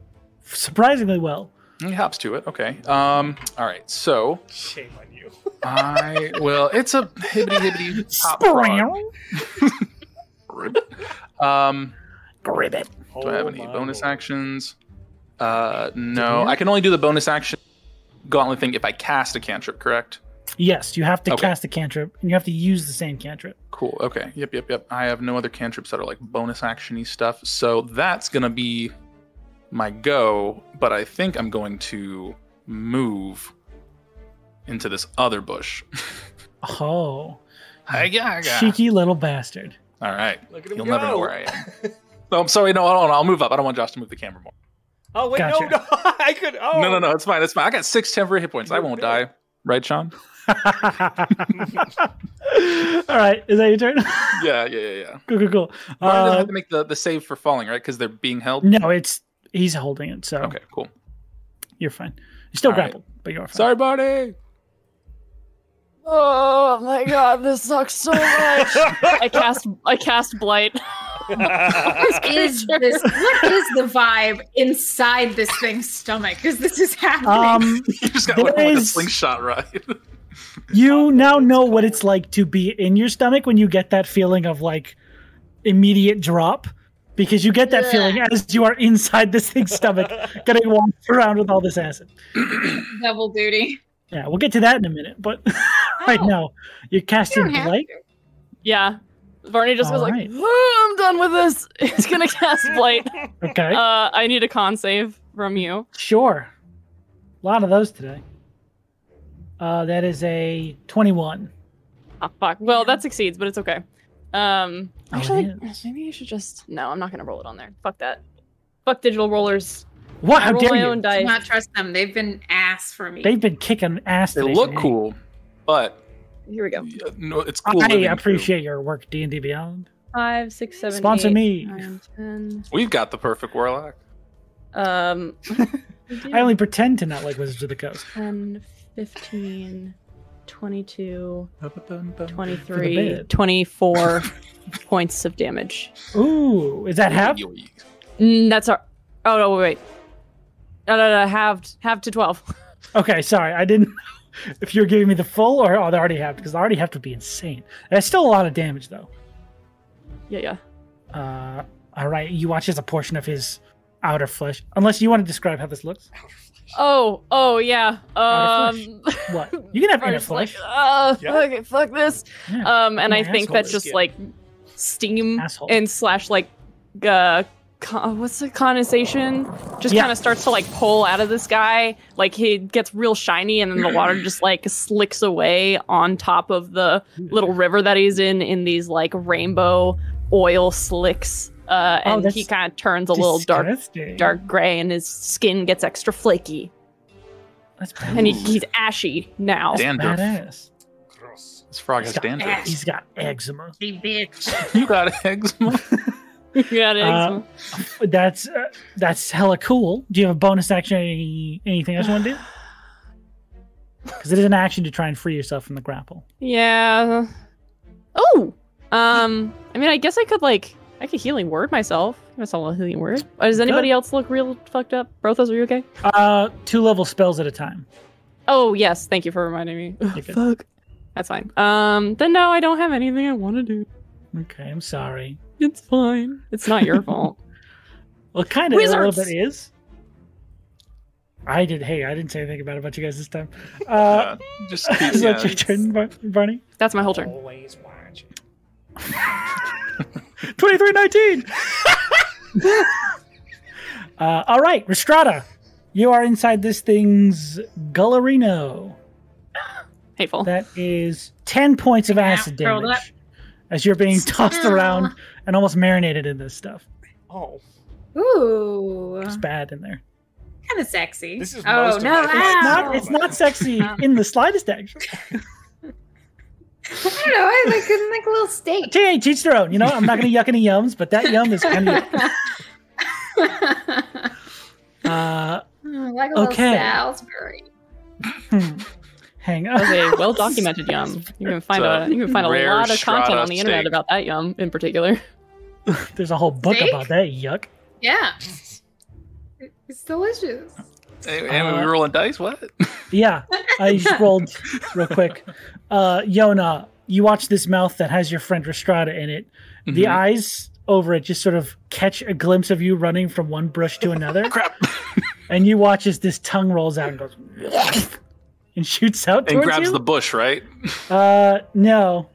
Speaker 1: surprisingly well.
Speaker 2: he hops to it. Okay. Um. All right. So
Speaker 4: Shame on you.
Speaker 2: I well, it's a hibbity hibbity pop frog.
Speaker 1: Sprout.
Speaker 2: Um.
Speaker 1: Grip it.
Speaker 2: Do I have any bonus actions? Uh,
Speaker 1: Did
Speaker 2: no,
Speaker 1: you?
Speaker 2: I can only do the bonus action gauntlet thing if I cast a cantrip. Correct.
Speaker 1: Yes, you have to
Speaker 2: Okay.
Speaker 1: cast a cantrip and you have to use the same cantrip.
Speaker 2: Cool. Okay. Yep. Yep. Yep. I have no other cantrips that are like bonus actiony stuff, so that's gonna be my go. But I think I'm going to move into this other bush. [LAUGHS]
Speaker 1: Oh,
Speaker 2: I got.
Speaker 1: cheeky little bastard. [LAUGHS]
Speaker 2: All right.
Speaker 4: Look at him
Speaker 2: You'll
Speaker 4: go.
Speaker 2: never know where I am. No, I'm sorry. No, no, no. I'll move up. I don't want Josh to move the camera more.
Speaker 4: Oh wait,
Speaker 1: Gotcha.
Speaker 4: no, no, [LAUGHS] I could. Oh
Speaker 2: No, no, no. It's fine. It's fine. I got six temporary hit points. I
Speaker 4: You're
Speaker 2: won't
Speaker 4: good.
Speaker 2: die. Right,
Speaker 4: [LAUGHS]
Speaker 2: Sean?
Speaker 1: All right, is that your turn? [LAUGHS]
Speaker 2: Yeah. Yeah. Yeah. Yeah.
Speaker 1: cool, cool, cool.
Speaker 2: Barney doesn't
Speaker 1: Uh,
Speaker 2: have to make the, the save for falling, right? Because they're being held.
Speaker 1: no, it's he's holding it, so
Speaker 2: Okay, cool.
Speaker 1: you're fine. You're still
Speaker 2: All right.
Speaker 1: grappled, but you're fine.
Speaker 2: Sorry, Barney.
Speaker 6: Oh my god, this sucks so much. [LAUGHS] I cast I cast blight.
Speaker 5: Is this what is the vibe inside this thing's stomach? Because this is happening.
Speaker 1: Um,
Speaker 2: [LAUGHS] You just got
Speaker 1: There
Speaker 2: went on like a
Speaker 1: is-
Speaker 2: slingshot ride. [LAUGHS]
Speaker 1: you now know what it's like to be in your stomach when you get that feeling of like immediate drop because you get that
Speaker 5: Ugh.
Speaker 1: feeling as you are inside this thing's
Speaker 6: [LAUGHS]
Speaker 1: stomach getting walked around with all this acid.
Speaker 5: Double duty.
Speaker 1: Yeah, we'll get to that in a minute, but [LAUGHS] right
Speaker 5: Oh.
Speaker 1: now you're
Speaker 5: You
Speaker 1: casting
Speaker 5: don't have
Speaker 1: light.
Speaker 5: to.
Speaker 6: Yeah. Varney just was
Speaker 1: All
Speaker 6: like,
Speaker 1: right.
Speaker 6: "Oh, I'm done with this. [LAUGHS] It's gonna cast
Speaker 1: [LAUGHS]
Speaker 6: blight.
Speaker 1: Okay,
Speaker 6: Uh, I need a con save from you.
Speaker 1: sure. A lot of those today. Uh, that is a twenty-one.
Speaker 6: Ah, fuck. Well, that succeeds, but it's okay. Um,
Speaker 1: Oh, it
Speaker 6: actually,
Speaker 1: is.
Speaker 6: maybe I should just. No, I'm not gonna roll it on there. Fuck that. Fuck digital rollers.
Speaker 1: What?
Speaker 6: I
Speaker 1: How
Speaker 6: roll
Speaker 1: dare
Speaker 6: my
Speaker 1: you?
Speaker 6: own
Speaker 5: Do
Speaker 6: dice.
Speaker 5: not trust them. They've been ass for me.
Speaker 1: They've been kicking ass.
Speaker 2: They
Speaker 1: today
Speaker 2: look
Speaker 1: for me.
Speaker 2: cool, but
Speaker 6: Here we go.
Speaker 2: uh, no, it's cool.
Speaker 1: I
Speaker 2: living too.
Speaker 1: appreciate your work, D and D Beyond.
Speaker 6: Five, six, seven,
Speaker 1: Sponsor
Speaker 6: eight,
Speaker 1: me.
Speaker 6: nine, ten.
Speaker 2: We've got the perfect warlock.
Speaker 6: Um,
Speaker 1: [LAUGHS] I only pretend to not like Wizards of the Coast.
Speaker 6: 10, 15, 22,
Speaker 1: For the
Speaker 6: 23,
Speaker 1: bit. [LAUGHS]
Speaker 6: 24 points of damage.
Speaker 1: Ooh, is that half?
Speaker 2: Yoy.
Speaker 6: Mm, that's our. Oh, no, wait. wait. No, no, no, halved, halved to 12.
Speaker 1: Okay, sorry, I didn't. [LAUGHS] If you're giving me the full or oh, they already have because they already have to be insane. That's still a lot of damage though.
Speaker 6: Yeah, yeah.
Speaker 1: Uh, All right, you watch as a portion of his outer flesh. Unless you want to describe how this looks.
Speaker 6: Oh, oh yeah. Um,
Speaker 1: What you can have inner
Speaker 6: first, like,
Speaker 1: flesh.
Speaker 6: uh,
Speaker 4: Yeah.
Speaker 6: okay, fuck this.
Speaker 1: Yeah.
Speaker 6: Um, and
Speaker 1: My
Speaker 6: I think
Speaker 1: asshole
Speaker 6: that
Speaker 1: is
Speaker 6: just
Speaker 4: skin.
Speaker 6: like steam
Speaker 1: Asshole.
Speaker 6: and slash like uh, con- what's the condensation? Just
Speaker 1: Yeah.
Speaker 6: kind of starts to like pull out of this guy. Like he gets real shiny, and then the water
Speaker 1: [CLEARS THROAT]
Speaker 6: just like slicks away on top of the little river that he's in in these like rainbow oil slicks. Uh,
Speaker 1: Oh,
Speaker 6: and he
Speaker 1: that's
Speaker 6: kind of turns a little dark,
Speaker 1: Disgusting.
Speaker 6: dark gray, and his skin gets extra flaky,
Speaker 1: That's bad.
Speaker 6: and he, he's ashy now. [LAUGHS]
Speaker 2: Dandruff.
Speaker 1: badass.
Speaker 4: Gross.
Speaker 2: This frog
Speaker 1: He's
Speaker 2: has
Speaker 1: got
Speaker 2: dandruff.
Speaker 1: He's got eczema.
Speaker 5: bitch.
Speaker 2: You got
Speaker 1: [LAUGHS]
Speaker 2: eczema.
Speaker 6: yeah, it is.
Speaker 1: Uh, That's uh, that's hella cool. Do you have a bonus action? or Any, anything else you want
Speaker 6: [SIGHS]
Speaker 1: to do? Because it is an action to try and free yourself from the grapple.
Speaker 6: Yeah. Oh. Um. I mean, I guess I could like I could healing word myself. Give myself a healing word. Uh, Does anybody else look real fucked up? Brothos, are you okay?
Speaker 1: Uh, two level spells at a time.
Speaker 6: Oh yes, thank you for reminding me. Ugh,
Speaker 1: You're good.
Speaker 6: fuck. That's fine. Um. Then no, I don't have anything I want to do.
Speaker 1: Okay, I'm sorry.
Speaker 6: It's fine. It's not
Speaker 1: [LAUGHS]
Speaker 6: your fault.
Speaker 1: Well, kind of a little
Speaker 6: Wizards!
Speaker 1: bit is. I did. Hey, I didn't say anything about a bunch of guys this time. Uh, [LAUGHS]
Speaker 2: Uh, just
Speaker 1: is
Speaker 2: yeah.
Speaker 1: that your turn, Bar- Barney?
Speaker 6: That's my whole turn.
Speaker 4: Always watching.
Speaker 1: Twenty-three nineteen. [LAUGHS] uh, all right, Restrada, you are inside this thing's Gullerino.
Speaker 6: Hateful.
Speaker 1: That is 10 points of
Speaker 5: Yeah,
Speaker 1: acid
Speaker 5: roll it up.
Speaker 1: damage as you're being tossed
Speaker 5: Ow.
Speaker 1: around and almost marinated in this stuff.
Speaker 4: Oh,
Speaker 5: Ooh,
Speaker 1: It's bad in there.
Speaker 5: kind of sexy.
Speaker 4: This is
Speaker 5: oh
Speaker 4: most of
Speaker 5: no!
Speaker 4: my- It's
Speaker 1: It's
Speaker 5: ow.
Speaker 1: not, it's not
Speaker 5: [LAUGHS]
Speaker 1: sexy
Speaker 5: Um.
Speaker 1: in the slightest, actually.
Speaker 5: I don't know. I like couldn't like a little steak.
Speaker 1: Hey, teach their own. You know, I'm not going to yuck any yums, but that yum is kind of.
Speaker 5: [LAUGHS]
Speaker 1: Uh,
Speaker 5: Hmm, [LAUGHS] like a
Speaker 1: Okay.
Speaker 5: little Salisbury.
Speaker 1: hmm. Hang
Speaker 5: Oh,
Speaker 6: That was
Speaker 1: on. [LAUGHS]
Speaker 6: a well documented yum. You can find
Speaker 2: It's
Speaker 6: a,
Speaker 2: a
Speaker 6: you can find a
Speaker 2: rare
Speaker 6: lot of content
Speaker 2: strata
Speaker 6: on the internet
Speaker 2: steak.
Speaker 6: about that yum in particular.
Speaker 1: There's a whole book
Speaker 5: Steak?
Speaker 1: about that yuck.
Speaker 5: Yeah, It- it's delicious.
Speaker 2: Hey, hey, we rolling dice? What?
Speaker 1: Yeah, I
Speaker 5: [LAUGHS]
Speaker 1: just rolled real quick. Uh, Yona, you watch this mouth that has your friend Restrada in it. The
Speaker 2: [LAUGHS] Mhm.
Speaker 1: eyes over it just sort of catch a glimpse of you running from one brush to another.
Speaker 2: Crap.
Speaker 1: and you watch as this tongue rolls out and goes [LAUGHS] and shoots out
Speaker 2: And
Speaker 1: towards
Speaker 2: grabs
Speaker 1: you.
Speaker 2: the bush, right?
Speaker 1: uh, no,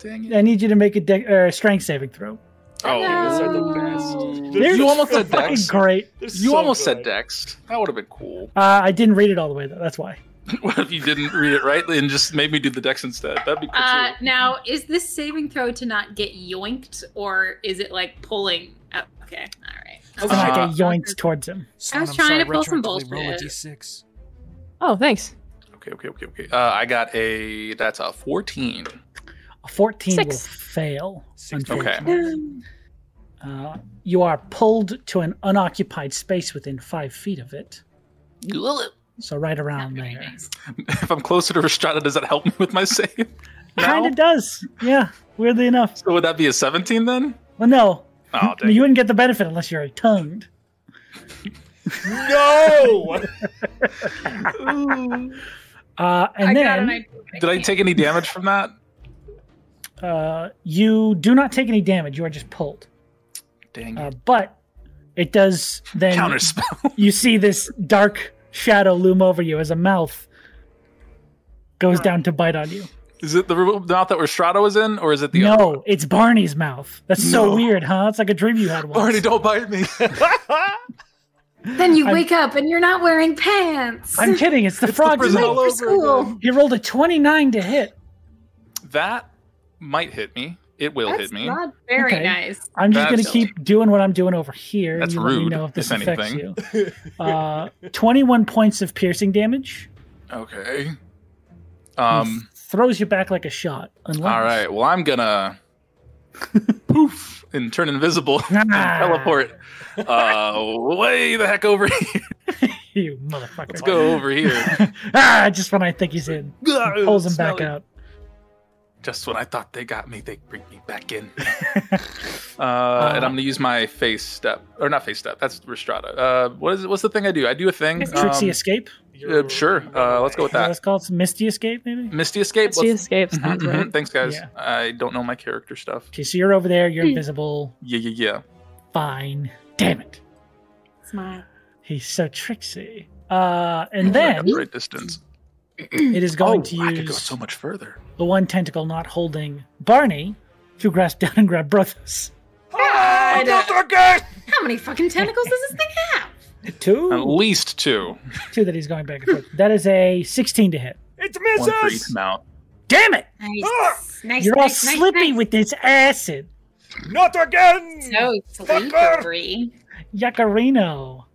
Speaker 2: Dang
Speaker 1: I need you to make a de- uh, strength saving throw.
Speaker 2: Oh,
Speaker 5: No.
Speaker 4: They're
Speaker 2: you almost
Speaker 4: so
Speaker 2: said
Speaker 1: fucking
Speaker 2: Dex.
Speaker 1: great.
Speaker 4: They're
Speaker 2: You
Speaker 4: so
Speaker 2: almost said
Speaker 4: good.
Speaker 2: Dex. That would have been cool. [LAUGHS]
Speaker 1: Uh, I didn't read it all the way though. That's why.
Speaker 2: What if you didn't read it right and just made me do the Dex instead? That'd be cool.
Speaker 5: Uh,
Speaker 2: too.
Speaker 5: now, is this saving throw to not get yoinked, or is it like pulling? Oh, okay, all right.
Speaker 1: So
Speaker 2: Uh,
Speaker 1: like it yoinks towards him.
Speaker 5: I was trying to pull some bullshit.
Speaker 7: D6.
Speaker 6: Oh, thanks.
Speaker 2: Okay, okay, okay, okay. Uh, I got a. That's a fourteen.
Speaker 1: A fourteen will
Speaker 6: Six.
Speaker 1: fail.
Speaker 4: Six.
Speaker 1: unfortunately.
Speaker 5: [GASPS] Um,
Speaker 1: Uh, you are pulled to an unoccupied space within five feet of it. So right
Speaker 5: not
Speaker 1: around
Speaker 5: very
Speaker 1: there.
Speaker 5: nice.
Speaker 2: [LAUGHS] If I'm closer to Restrada, does that help me with my save?
Speaker 1: Kind
Speaker 2: No.
Speaker 1: of does. Yeah, weirdly enough.
Speaker 2: So would that be a seventeen then?
Speaker 1: Well, no,
Speaker 2: Oh, dang.
Speaker 1: you wouldn't get the benefit unless you're tongued.
Speaker 4: No. [LAUGHS]
Speaker 1: Uh, and
Speaker 5: I
Speaker 1: then
Speaker 5: got an idea.
Speaker 2: Did I take any damage from that?
Speaker 1: Uh, you do not take any damage. You are just pulled.
Speaker 2: Dang.
Speaker 1: Uh, but it does then.
Speaker 2: Counter spell.
Speaker 1: You see this dark shadow loom over you as a mouth goes down to bite on you.
Speaker 2: [LAUGHS] Is it the mouth that Restrada was in, or is it the other?
Speaker 1: No, it's Barney's mouth. That's so
Speaker 2: No.
Speaker 1: weird, huh? It's like a dream you had once.
Speaker 2: Barney, don't bite me. [LAUGHS]
Speaker 5: Then you
Speaker 1: I'm-
Speaker 5: wake up and you're not wearing pants. [LAUGHS]
Speaker 1: I'm kidding. It's the frog.
Speaker 2: prison
Speaker 1: mouth.
Speaker 2: all
Speaker 5: for
Speaker 2: over
Speaker 5: school.
Speaker 2: again.
Speaker 1: He rolled a 29 to hit.
Speaker 2: That might hit me. It will
Speaker 5: That's
Speaker 2: hit me.
Speaker 5: not very
Speaker 1: Okay.
Speaker 5: nice.
Speaker 1: I'm just going to
Speaker 2: That's-
Speaker 1: keep doing what I'm doing over here.
Speaker 2: That's
Speaker 1: you let me
Speaker 2: rude,
Speaker 1: know if this
Speaker 2: if
Speaker 1: affects
Speaker 2: anything. [LAUGHS]
Speaker 1: you. Uh, 21 points of piercing damage.
Speaker 2: Okay.
Speaker 1: and
Speaker 2: Um.
Speaker 1: throws you back like a shot. Unless,
Speaker 2: All right. Well, I'm gonna poof and turn invisible [LAUGHS] and
Speaker 1: Ah.
Speaker 2: teleport uh, way the heck over [LAUGHS] here.
Speaker 1: [LAUGHS] You motherfucker.
Speaker 2: Let's go over here.
Speaker 1: [LAUGHS] ah, just when I think he's in, he pulls him back
Speaker 2: Smelly.
Speaker 1: out.
Speaker 2: Just when I thought they got me, they bring me back [LAUGHS] in. uh, and I'm gonna use my face step, or not face step. That's Restrada. Uh, what is it? What's the thing I do? I do a thing.
Speaker 1: Tricksy
Speaker 2: um,
Speaker 1: escape.
Speaker 2: uh, sure. Uh, let's go with
Speaker 1: Is that
Speaker 2: that.
Speaker 1: what's called? It's Misty escape, maybe.
Speaker 2: um, Misty escape.
Speaker 6: She
Speaker 2: Let's-
Speaker 6: escapes.
Speaker 2: Mhm,
Speaker 6: Sounds
Speaker 1: Mm-hmm.
Speaker 2: mhm.
Speaker 6: right.
Speaker 2: Thanks, guys.
Speaker 1: Yeah.
Speaker 2: I don't know my character stuff.
Speaker 5: Hmm.
Speaker 1: Okay, so you're over there. You're invisible.
Speaker 2: Yeah, yeah, yeah.
Speaker 1: fine. Damn it.
Speaker 5: Smile.
Speaker 1: He's so tricksy. Uh,
Speaker 5: Hmm.
Speaker 1: and then
Speaker 2: Great distance.
Speaker 1: it is going
Speaker 2: oh,
Speaker 1: to
Speaker 2: I could go
Speaker 1: use
Speaker 2: so much further.
Speaker 1: the one tentacle not holding Barney to grasp [LAUGHS] down and grab Brothos.
Speaker 4: Ah,
Speaker 3: God.
Speaker 5: How many fucking tentacles does this thing have?
Speaker 2: At
Speaker 1: Two,
Speaker 2: least two.
Speaker 1: two that he's going back and forth. That is a 16 to hit.
Speaker 4: It
Speaker 2: One for each
Speaker 4: misses!
Speaker 2: mount.
Speaker 1: Damn it!
Speaker 5: Nice.
Speaker 4: Ah!
Speaker 5: nice.
Speaker 1: You're all
Speaker 5: nice, nice,
Speaker 1: slippy
Speaker 5: nice.
Speaker 1: with this acid.
Speaker 4: Not again!
Speaker 5: So slippery.
Speaker 1: Yakarino.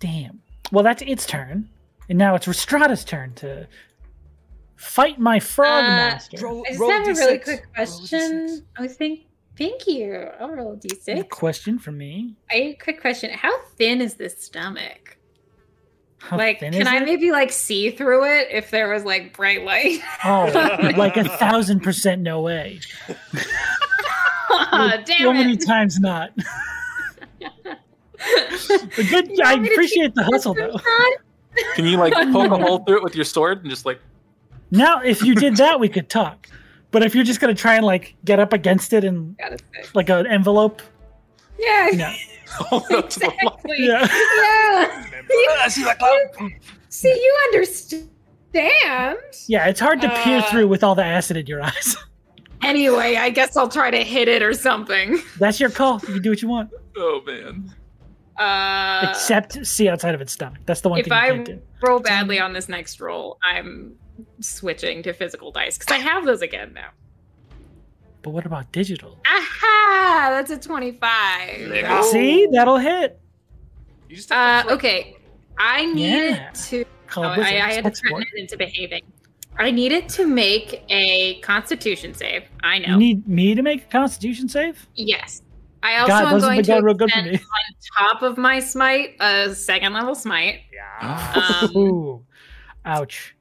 Speaker 1: Damn. Well, that's its turn. And now it's Restrada's turn to fight my frog
Speaker 5: Uh,
Speaker 1: monster.
Speaker 4: Roll-
Speaker 5: I just
Speaker 4: roll
Speaker 5: have a
Speaker 4: D6.
Speaker 5: really quick
Speaker 4: Roll D6.
Speaker 5: question. I think. Thank you. I'll roll a
Speaker 1: A
Speaker 5: d6.
Speaker 1: question for me.
Speaker 5: A quick question. How thin is this stomach?
Speaker 1: How
Speaker 5: like,
Speaker 1: thin
Speaker 5: can
Speaker 1: is
Speaker 5: I
Speaker 1: it?
Speaker 5: maybe like see through it if there was like bright light? [LAUGHS]
Speaker 1: Oh, like a thousand percent no way.
Speaker 5: Aw,
Speaker 1: so
Speaker 5: damn
Speaker 1: many
Speaker 5: it.
Speaker 1: times not.
Speaker 5: [LAUGHS]
Speaker 1: But good.
Speaker 5: You
Speaker 1: I
Speaker 5: want me to
Speaker 1: appreciate the
Speaker 5: keep
Speaker 1: hustle
Speaker 5: this
Speaker 1: though.
Speaker 5: on?
Speaker 2: Can you like poke a hole through it with your sword and just like [LAUGHS]
Speaker 1: Now, if you did that, we could talk. But if you're just gonna try and like get up against it and
Speaker 5: Got it. fixed.
Speaker 1: like an envelope,
Speaker 5: Yeah.
Speaker 1: no.
Speaker 2: hold up to the wall?
Speaker 5: [LAUGHS] Exactly.
Speaker 1: Yeah.
Speaker 5: Yeah.
Speaker 4: [LAUGHS]
Speaker 2: Ah, see, like, oh.
Speaker 5: See, you understand.
Speaker 1: Yeah, it's hard to peer
Speaker 3: Uh.
Speaker 1: through with all the acid in your [LAUGHS] eyes.
Speaker 5: Anyway, I guess I'll try to hit it or something.
Speaker 1: That's your call. You can do what you want.
Speaker 2: Oh, man.
Speaker 5: Uh,
Speaker 1: Except see outside of its stomach. That's the one
Speaker 5: if
Speaker 1: thing you
Speaker 5: I
Speaker 1: can't do.
Speaker 5: roll badly on this next roll, I'm switching to physical dice because I have those again now.
Speaker 1: But what about digital?
Speaker 5: Aha! That's a 25.
Speaker 4: Nigga. Oh.
Speaker 1: See, that'll hit.
Speaker 4: You just
Speaker 5: Uh,
Speaker 4: have to flip.
Speaker 5: okay. I needed
Speaker 1: Yeah.
Speaker 5: to.
Speaker 1: Call
Speaker 5: Oh,
Speaker 1: it wizards.
Speaker 5: I, I had to
Speaker 1: That's
Speaker 5: threaten
Speaker 1: what-
Speaker 5: it into behaving. I needed to make a Constitution save. I know.
Speaker 1: You need me to make a Constitution save?
Speaker 5: yes. I also
Speaker 1: God,
Speaker 5: am
Speaker 1: those
Speaker 5: going
Speaker 1: have
Speaker 5: to
Speaker 1: been real good for
Speaker 5: extend
Speaker 1: me. [LAUGHS]
Speaker 5: top of my smite a second
Speaker 1: [LAUGHS]
Speaker 5: level smite.
Speaker 2: Ah,
Speaker 4: Yeah. Oh
Speaker 5: Um,
Speaker 1: Ooh, ouch.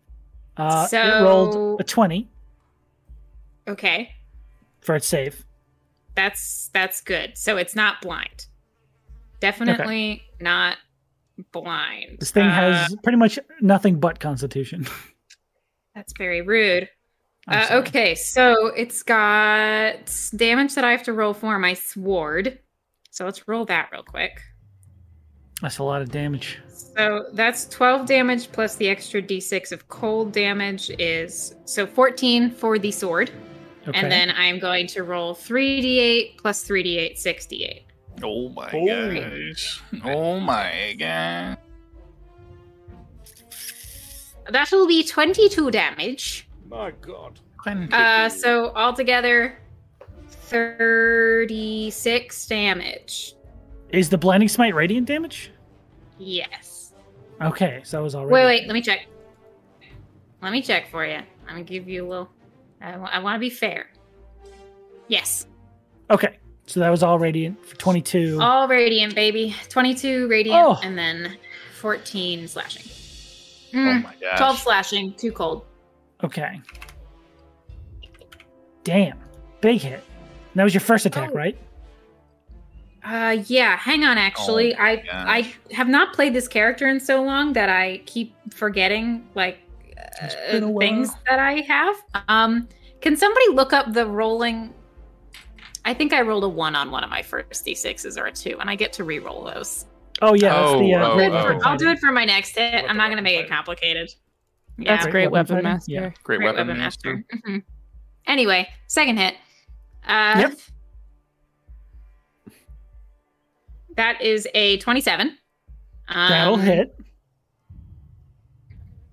Speaker 1: Uh, it
Speaker 5: So-
Speaker 1: rolled a twenty
Speaker 5: okay,
Speaker 1: for its save.
Speaker 5: that's that's good. So it's not blind. Definitely not blind.
Speaker 1: This thing
Speaker 5: Uh,
Speaker 1: has pretty much nothing but Constitution. [LAUGHS]
Speaker 5: that's very rude.
Speaker 1: I'm
Speaker 5: Uh,
Speaker 1: sorry.
Speaker 5: okay, so it's got damage that I have to roll for my sword. So let's roll that real quick.
Speaker 1: that's a lot of damage.
Speaker 5: So that's 12 damage plus the extra d6 of cold damage is so 14 for the sword.
Speaker 1: Okay.
Speaker 5: And then I'm going to roll 3d8 plus 3d8, 6d8.
Speaker 2: Oh, my
Speaker 4: Oh.
Speaker 2: gosh. Oh, my God.
Speaker 5: That will be 22 damage.
Speaker 4: My god.
Speaker 5: Uh, so altogether, 36 damage.
Speaker 1: is the blinding smite radiant damage?
Speaker 5: Yes.
Speaker 1: Okay, so that was already.
Speaker 5: Wait, wait, let me check. Let me check for you. I'm going to give you a little. I want to be fair. Yes.
Speaker 1: Okay, so that was all radiant for twenty-two.
Speaker 5: All radiant, baby. 22 radiant,
Speaker 1: Oh.
Speaker 5: and then 14 slashing.
Speaker 2: oh,
Speaker 5: Mm,
Speaker 2: my gosh.
Speaker 5: 12 slashing, too cold.
Speaker 1: Okay. Damn. Big hit. And that was your first attack,
Speaker 5: Oh.
Speaker 1: right?
Speaker 5: Uh, yeah. Hang on. Actually,
Speaker 2: Oh,
Speaker 5: I
Speaker 2: gosh.
Speaker 5: I have not played this character in so long that I keep forgetting like
Speaker 1: It's
Speaker 5: uh,
Speaker 1: been a while.
Speaker 5: things that I have. Um, can somebody look up the rolling? I think I rolled a one on one of my first d sixes or a two, and I get to re-roll those.
Speaker 1: Oh yeah, that's the. Uh,
Speaker 2: Oh,
Speaker 5: I'll do it
Speaker 1: weapon
Speaker 5: for-
Speaker 2: oh.
Speaker 5: I'll do
Speaker 1: fighting.
Speaker 5: it for my next hit. I'm not going to make it
Speaker 4: Weapon.
Speaker 5: complicated. Yeah,
Speaker 6: That's
Speaker 1: Mm-hmm. Great
Speaker 6: great
Speaker 1: weapon
Speaker 6: weapon,
Speaker 1: fighting?
Speaker 6: master.
Speaker 1: Yeah.
Speaker 2: Great,
Speaker 5: Great
Speaker 2: weapon, master.
Speaker 5: Mhm. Anyway, second hit. Uh,
Speaker 1: Yep.
Speaker 5: That is a 27. Um,
Speaker 1: That'll hit.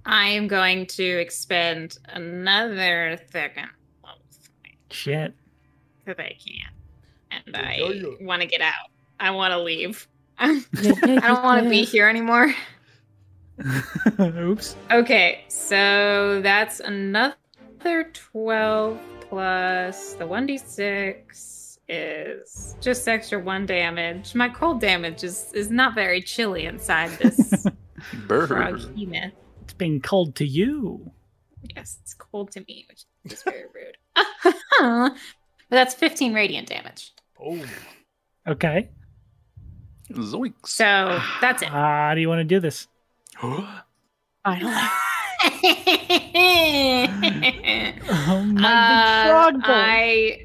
Speaker 5: I am going to expend another second level
Speaker 1: Shit.
Speaker 5: because I can't. And
Speaker 4: Yeah, yeah.
Speaker 5: I want to get out. I want to leave. [LAUGHS] I don't want to be here anymore.
Speaker 1: [LAUGHS] Oops.
Speaker 5: Okay, so that's another 12 plus the 1d6 is just extra 1 damage. My cold damage is, is not very chilly inside this
Speaker 2: [LAUGHS] Bird.
Speaker 5: frog hemoth.
Speaker 1: It's being cold to you.
Speaker 5: Yes, it's cold to me, which is
Speaker 1: [LAUGHS]
Speaker 5: very rude. [LAUGHS] but that's 15 radiant damage.
Speaker 4: Oh.
Speaker 1: Okay.
Speaker 2: Zoinks. [GASPS]
Speaker 5: So
Speaker 1: [LAUGHS]
Speaker 5: that's it. [LAUGHS]
Speaker 1: How do you want to do this? Oh
Speaker 5: Uh,
Speaker 1: my big frog boy.
Speaker 5: I,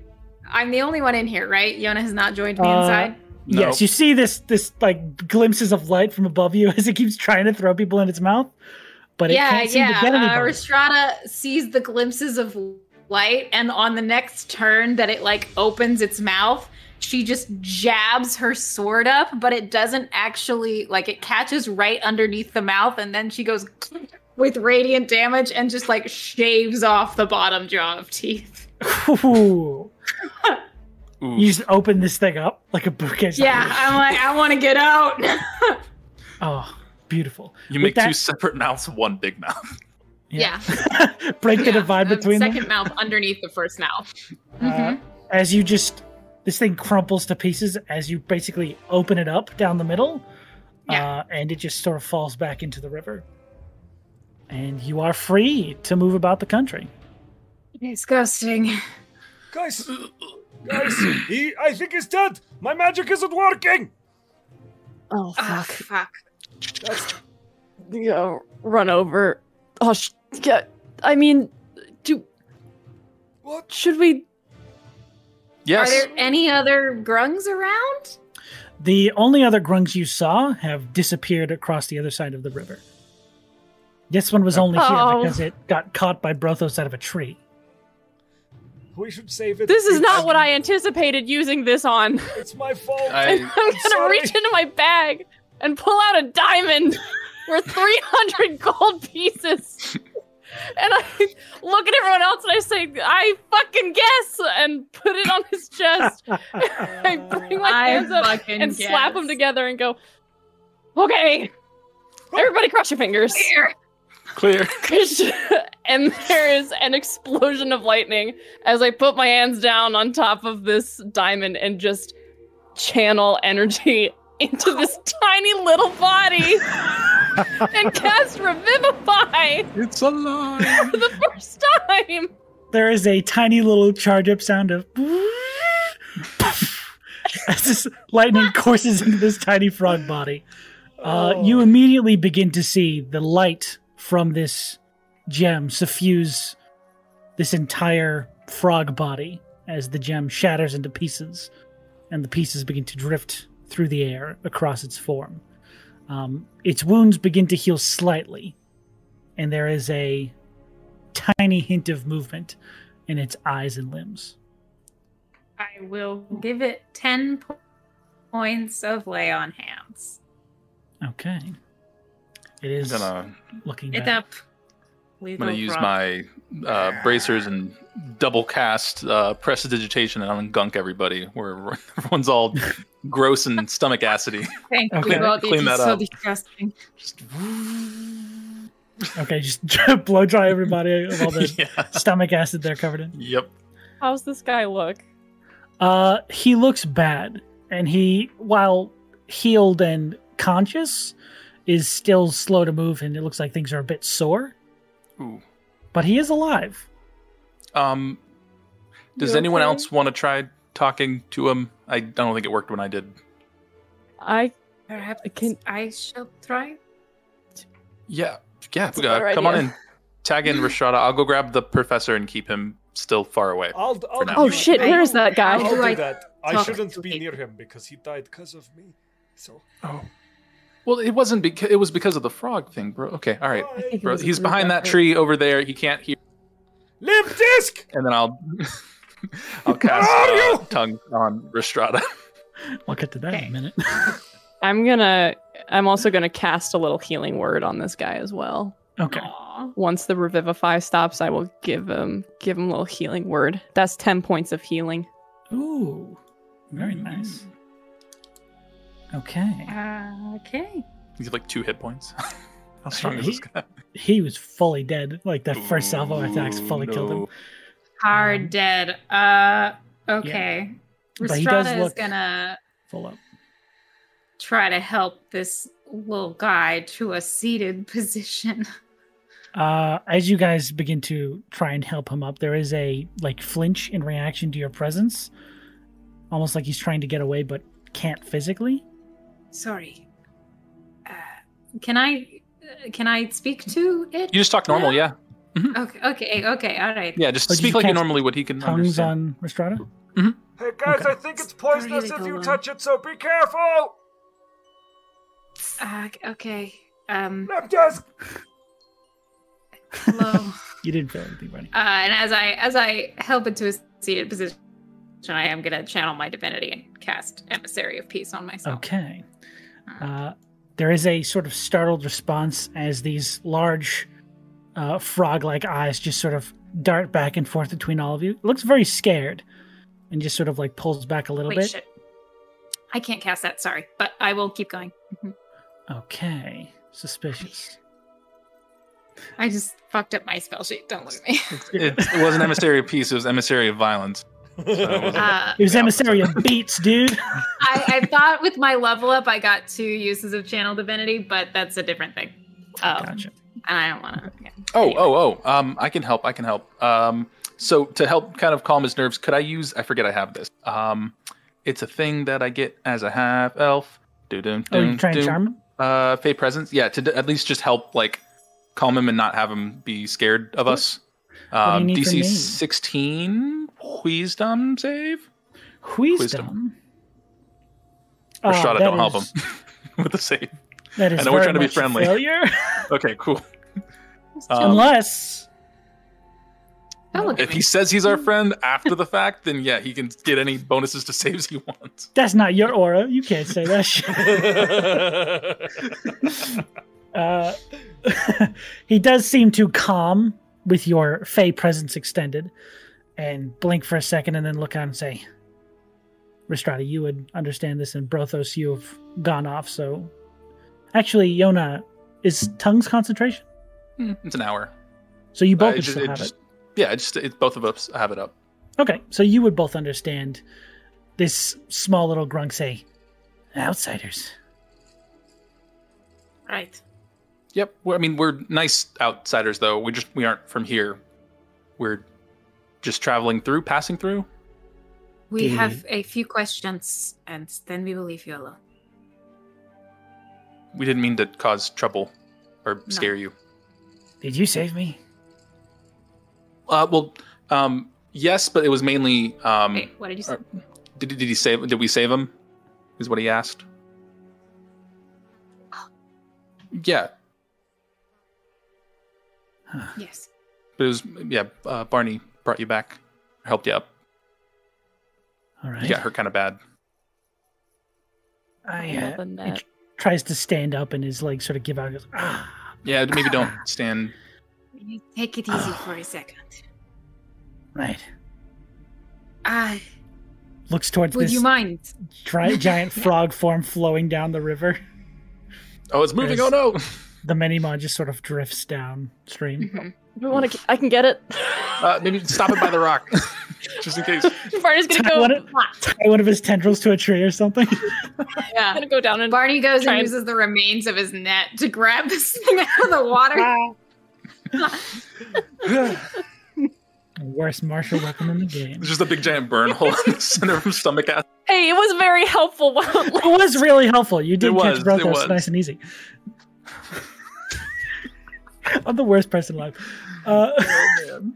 Speaker 5: I'm the only one in here, right? Yona has not joined me
Speaker 1: Uh,
Speaker 5: inside.
Speaker 1: Yes, you see this this like glimpses of light from above you [LAUGHS] as it keeps trying to throw people in its mouth, but it
Speaker 5: yeah,
Speaker 1: can't seem
Speaker 5: yeah.
Speaker 1: to get
Speaker 5: uh,
Speaker 1: anybody.
Speaker 5: Restrada sees the glimpses of light, and on the next turn that it like opens its mouth, she just jabs her sword up, but it doesn't actually like it catches right underneath the mouth, and then she goes [LAUGHS] with radiant damage and just like shaves off the bottom jaw of teeth.
Speaker 1: Ooh.
Speaker 2: Ooh.
Speaker 1: [LAUGHS] you just open this thing up like a bookcase.
Speaker 5: Yeah, I'm like, I want to
Speaker 1: [LAUGHS]
Speaker 5: get out.
Speaker 1: Oh, beautiful.
Speaker 2: You
Speaker 1: With
Speaker 2: make two
Speaker 1: that-
Speaker 2: separate mouths, one big mouth.
Speaker 5: yeah.
Speaker 1: [LAUGHS] Break the
Speaker 5: Yeah,
Speaker 1: divide
Speaker 5: the
Speaker 1: between them.
Speaker 5: second mouth underneath the first mouth. Mm-hmm.
Speaker 1: Uh, as you just this thing crumples to pieces as you basically open it up down the middle uh, and it just sort of falls back into the river and you are free to move about the country
Speaker 5: Disgusting.
Speaker 2: [COUGHS]
Speaker 4: Guys, guys, he, I think he's dead. My magic isn't working.
Speaker 6: Oh
Speaker 5: Oh,
Speaker 6: fuck!
Speaker 5: fuck.
Speaker 4: That's,
Speaker 6: Go run over. Oh, sh- yeah, I mean, do
Speaker 4: what?
Speaker 6: should we?
Speaker 2: Yes.
Speaker 5: Are there any other grungs around?
Speaker 1: the only other grungs you saw have disappeared across the other side of the river this one was only here
Speaker 6: Oh.
Speaker 1: because it got caught by brothos out of a tree
Speaker 4: We should save it.
Speaker 6: This is not
Speaker 4: It's-
Speaker 6: what I anticipated using this on. [LAUGHS]
Speaker 4: It's my fault.
Speaker 6: I'm
Speaker 2: I,
Speaker 6: gonna
Speaker 4: sorry.
Speaker 6: reach into my bag and pull out a diamond worth 300 gold pieces. And I look at everyone else and I say, I fucking guess, and put it on his chest. [LAUGHS] I bring my
Speaker 5: I
Speaker 6: hands up
Speaker 5: fucking
Speaker 6: and
Speaker 5: guess.
Speaker 6: slap them together and go, okay, everybody cross your fingers.
Speaker 5: Here.
Speaker 2: [LAUGHS] clear.
Speaker 6: [LAUGHS] and there is an explosion of lightning as I put my hands down on top of this diamond and just channel energy [LAUGHS] into this tiny little body and cast Revivify
Speaker 2: It's alive. [LAUGHS]
Speaker 6: for the first time.
Speaker 1: there is a tiny little charge up sound of as this lightning courses into this tiny frog body. Uh, You immediately begin to see the light from this gem suffuse this entire frog body as the gem shatters into pieces and the pieces begin to drift through the air across its form. Um, its wounds begin to heal slightly, and there is a tiny hint of movement in its eyes and limbs.
Speaker 5: [LAUGHS] I will give it 10 po- points of lay on hands.
Speaker 1: Okay. It
Speaker 2: I'm
Speaker 1: is
Speaker 2: gonna,
Speaker 1: looking
Speaker 5: It
Speaker 1: back.
Speaker 5: up.
Speaker 2: I'm gonna use my uh, bracers and double cast uh, prestidigitation, and I'm gonna gunk everybody where [LAUGHS] everyone's all gross and stomach acidy. [LAUGHS]
Speaker 5: Thank
Speaker 1: Okay.
Speaker 5: you. Well,
Speaker 2: Clean
Speaker 5: this
Speaker 2: that
Speaker 5: is so
Speaker 2: up.
Speaker 5: disgusting.
Speaker 2: Just
Speaker 1: Okay, just [LAUGHS] blow dry everybody of all the
Speaker 2: [LAUGHS]
Speaker 1: [LAUGHS]
Speaker 2: yeah.
Speaker 1: stomach acid they're covered in.
Speaker 2: Yep.
Speaker 6: How's this guy look?
Speaker 1: Uh, he looks bad, and he, while healed and conscious, is still slow to move, and it looks like things are a bit sore.
Speaker 2: Ooh.
Speaker 1: But he is alive.
Speaker 2: Um, does
Speaker 6: You
Speaker 2: anyone
Speaker 6: okay?
Speaker 2: else want to try talking to him? I don't think it worked when I did.
Speaker 6: I
Speaker 5: Perhaps
Speaker 6: I can-
Speaker 5: I shall try.
Speaker 2: Yeah. Yeah.
Speaker 6: That's a
Speaker 2: uh,
Speaker 6: better
Speaker 2: come on
Speaker 6: idea.
Speaker 2: in. Tag in Rashada. I'll go grab the professor and keep him still far away.
Speaker 4: I'll, I'll,
Speaker 2: now.
Speaker 4: do
Speaker 6: oh
Speaker 4: that.
Speaker 6: shit, where is that
Speaker 4: I'll
Speaker 6: guy?
Speaker 5: How
Speaker 4: do
Speaker 5: do I
Speaker 4: that. I
Speaker 5: talk
Speaker 4: shouldn't
Speaker 5: to
Speaker 4: be
Speaker 5: him?
Speaker 4: near him because he died because of me. So
Speaker 2: Oh. Well, it wasn't because it was because of the frog thing, bro. Okay, all right.
Speaker 4: Bye.
Speaker 6: think it
Speaker 2: Bro,
Speaker 6: was a
Speaker 2: he's
Speaker 6: blue
Speaker 2: behind that
Speaker 6: jacket.
Speaker 2: tree over there. He can't hear.
Speaker 4: limp disc.
Speaker 2: And then I'll [LAUGHS] I'll cast
Speaker 4: Where are
Speaker 2: uh,
Speaker 4: you?
Speaker 2: tongue on Restrada.
Speaker 1: We'll get to that in
Speaker 5: Okay.
Speaker 1: a minute. [LAUGHS]
Speaker 6: I'm gonna. I'm also gonna cast a little healing word on this guy as well.
Speaker 1: Okay.
Speaker 5: Aw.
Speaker 6: Once the revivify stops, I will give him give him a little healing word. That's ten points of healing.
Speaker 1: Ooh, very
Speaker 5: Mm.
Speaker 1: nice. Okay.
Speaker 5: Uh, okay.
Speaker 2: [LAUGHS] He's got, like two hit points. How strong is this guy?
Speaker 1: He was fully dead. Like that first salvo attacks fully killed him.
Speaker 2: Ooh,
Speaker 5: Hard
Speaker 1: Um,
Speaker 5: dead. Uh, okay.
Speaker 1: But he does
Speaker 5: Restrada is
Speaker 1: look-
Speaker 5: gonna
Speaker 1: Full up.
Speaker 5: try to help this little guy to a seated [LAUGHS] position.
Speaker 1: Uh, as you guys begin to try and help him up, there is a like flinch in reaction to your presence, almost like he's trying to get away but can't physically.
Speaker 5: Sorry. Uh, can I uh, can I speak to it?
Speaker 2: You just talk normal, yeah.
Speaker 5: Okay, okay, okay. All right.
Speaker 2: Yeah, just
Speaker 1: Or did
Speaker 2: speak
Speaker 1: you
Speaker 2: like you
Speaker 1: cast
Speaker 2: normally would. He can
Speaker 1: Tongues
Speaker 2: understand.
Speaker 1: on Restrada.
Speaker 4: Hey guys,
Speaker 1: Okay.
Speaker 4: I think it's poisonous if
Speaker 5: Really
Speaker 4: you
Speaker 5: good
Speaker 4: touch it, so be careful.
Speaker 5: Uh, okay. Um,
Speaker 4: [LAUGHS] Leptus.
Speaker 1: [LAUGHS]
Speaker 5: hello.
Speaker 1: You didn't feel anything funny.
Speaker 5: Uh, and as I as I help it to a seated position, I am gonna channel my divinity and cast emissary of peace on myself.
Speaker 1: Okay.
Speaker 5: Uh,
Speaker 1: Uh, there is a sort of startled response as these large uh, frog like eyes just sort of dart back and forth between all of you. It looks very scared and just sort of like pulls back a little
Speaker 5: Wait,
Speaker 1: bit.
Speaker 5: shit. I can't cast that. Sorry, but I will keep going.
Speaker 1: Okay. Suspicious.
Speaker 5: I just fucked up my spell sheet. Don't look at me.
Speaker 2: It, it wasn't emissary of peace. It was emissary of violence.
Speaker 4: [LAUGHS]
Speaker 5: Uh,
Speaker 1: It was
Speaker 2: Yeah.
Speaker 1: emissary of beats, dude.
Speaker 5: I, I thought with my level up, I got two uses of channel divinity, but that's a different thing. Oh,
Speaker 1: Gotcha.
Speaker 5: and I don't want to. Yeah.
Speaker 2: Oh, oh, oh. Um, I can help. I can help. Um, so to help kind of calm his nerves, could I use? I forget I have this. Um, it's a thing that I get as a half elf. Do do
Speaker 1: Oh,
Speaker 2: do
Speaker 1: you trying to charm him?
Speaker 2: Uh, fey presence. Yeah, to d- at least just help like calm him and not have him be scared of us.
Speaker 1: do you
Speaker 2: Um,
Speaker 1: need from
Speaker 2: DC
Speaker 1: me?
Speaker 2: sixteen wisdom save.
Speaker 1: Wisdom.
Speaker 2: Or
Speaker 1: Uh,
Speaker 2: shot it.
Speaker 1: that
Speaker 2: Don't help him [LAUGHS]
Speaker 1: is-
Speaker 2: with the save.
Speaker 1: That is
Speaker 2: know we're
Speaker 1: very
Speaker 2: trying to be
Speaker 1: much a
Speaker 2: friendly. [LAUGHS] Um,
Speaker 1: Failure.
Speaker 2: Okay, cool.
Speaker 1: Unless
Speaker 5: Don't look at
Speaker 2: If
Speaker 5: me.
Speaker 2: he says he's our friend after the fact, then yeah, he can get any bonuses to saves he wants.
Speaker 1: that's not your aura. You can't say that
Speaker 2: [LAUGHS]
Speaker 1: shit. Uh, [LAUGHS] he does seem to calm with your fey presence extended and blink for a second and then look at him and say Ristrata, you would understand this and Brothos you have gone off so actually Yona is tongues concentration
Speaker 2: Hmm, It's an hour.
Speaker 1: so you
Speaker 2: Uh,
Speaker 1: both
Speaker 2: it
Speaker 1: would
Speaker 2: just-
Speaker 1: still
Speaker 2: it
Speaker 1: have
Speaker 2: just- Yeah, it just it's both of us have it up.
Speaker 1: it okay so you would both understand this small little grunk say outsiders
Speaker 5: right.
Speaker 2: Yep. We're, I mean, we're nice outsiders though. We just we aren't from here. We're just traveling through, passing through.
Speaker 5: We
Speaker 1: Yeah.
Speaker 5: have a few questions, and then we will leave you alone.
Speaker 2: We didn't mean to cause trouble or scare you.
Speaker 1: did you save me
Speaker 2: Uh, well, um, yes, but it was mainly um,
Speaker 5: Wait, what did you say?
Speaker 2: Alright. did did he save? Did we save him? Is what he asked. Yeah,
Speaker 5: yes.
Speaker 2: but it was yeah. Uh, Barney brought you back, helped you up.
Speaker 1: all
Speaker 2: You
Speaker 1: right
Speaker 2: got hurt kind of bad.
Speaker 1: I,
Speaker 6: Well,
Speaker 1: uh,
Speaker 6: then
Speaker 1: he
Speaker 6: that-
Speaker 1: tr- tries to stand up and his legs sort of give out goes ah
Speaker 2: Yeah, maybe don't stand.
Speaker 5: You Take it easy for a second.
Speaker 1: right
Speaker 5: Ah,
Speaker 1: looks towards
Speaker 5: would
Speaker 1: this
Speaker 5: you mind? [LAUGHS]
Speaker 1: dry, giant frog form flowing down the river.
Speaker 2: Oh, it's moving.
Speaker 1: Yes.
Speaker 2: Oh no.
Speaker 1: The Menimon just sort of drifts downstream.
Speaker 5: [LAUGHS]
Speaker 6: If we want to, I can get it. [LAUGHS]
Speaker 2: Uh, maybe stop it by the rock, [LAUGHS] just in case.
Speaker 6: Barney's gonna
Speaker 1: Tie
Speaker 6: go.
Speaker 1: one, of, tie one of his tendrils to a tree or something. [LAUGHS]
Speaker 5: Yeah.
Speaker 6: gonna go down and
Speaker 5: Barney goes
Speaker 6: Try
Speaker 5: and
Speaker 6: and-
Speaker 5: uses the remains of his net to grab this thing out of the water.
Speaker 1: Worst martial weapon in the game.
Speaker 2: It's just a big giant burn hole in the center of his stomach. Acid.
Speaker 6: Hey, it was very helpful. [LAUGHS] Wow.
Speaker 1: It was really helpful. You did
Speaker 2: It
Speaker 1: catch
Speaker 2: was, it
Speaker 1: Brothos
Speaker 2: was.
Speaker 1: nice and easy. [LAUGHS] I'm the worst person alive. Uh,
Speaker 2: Oh,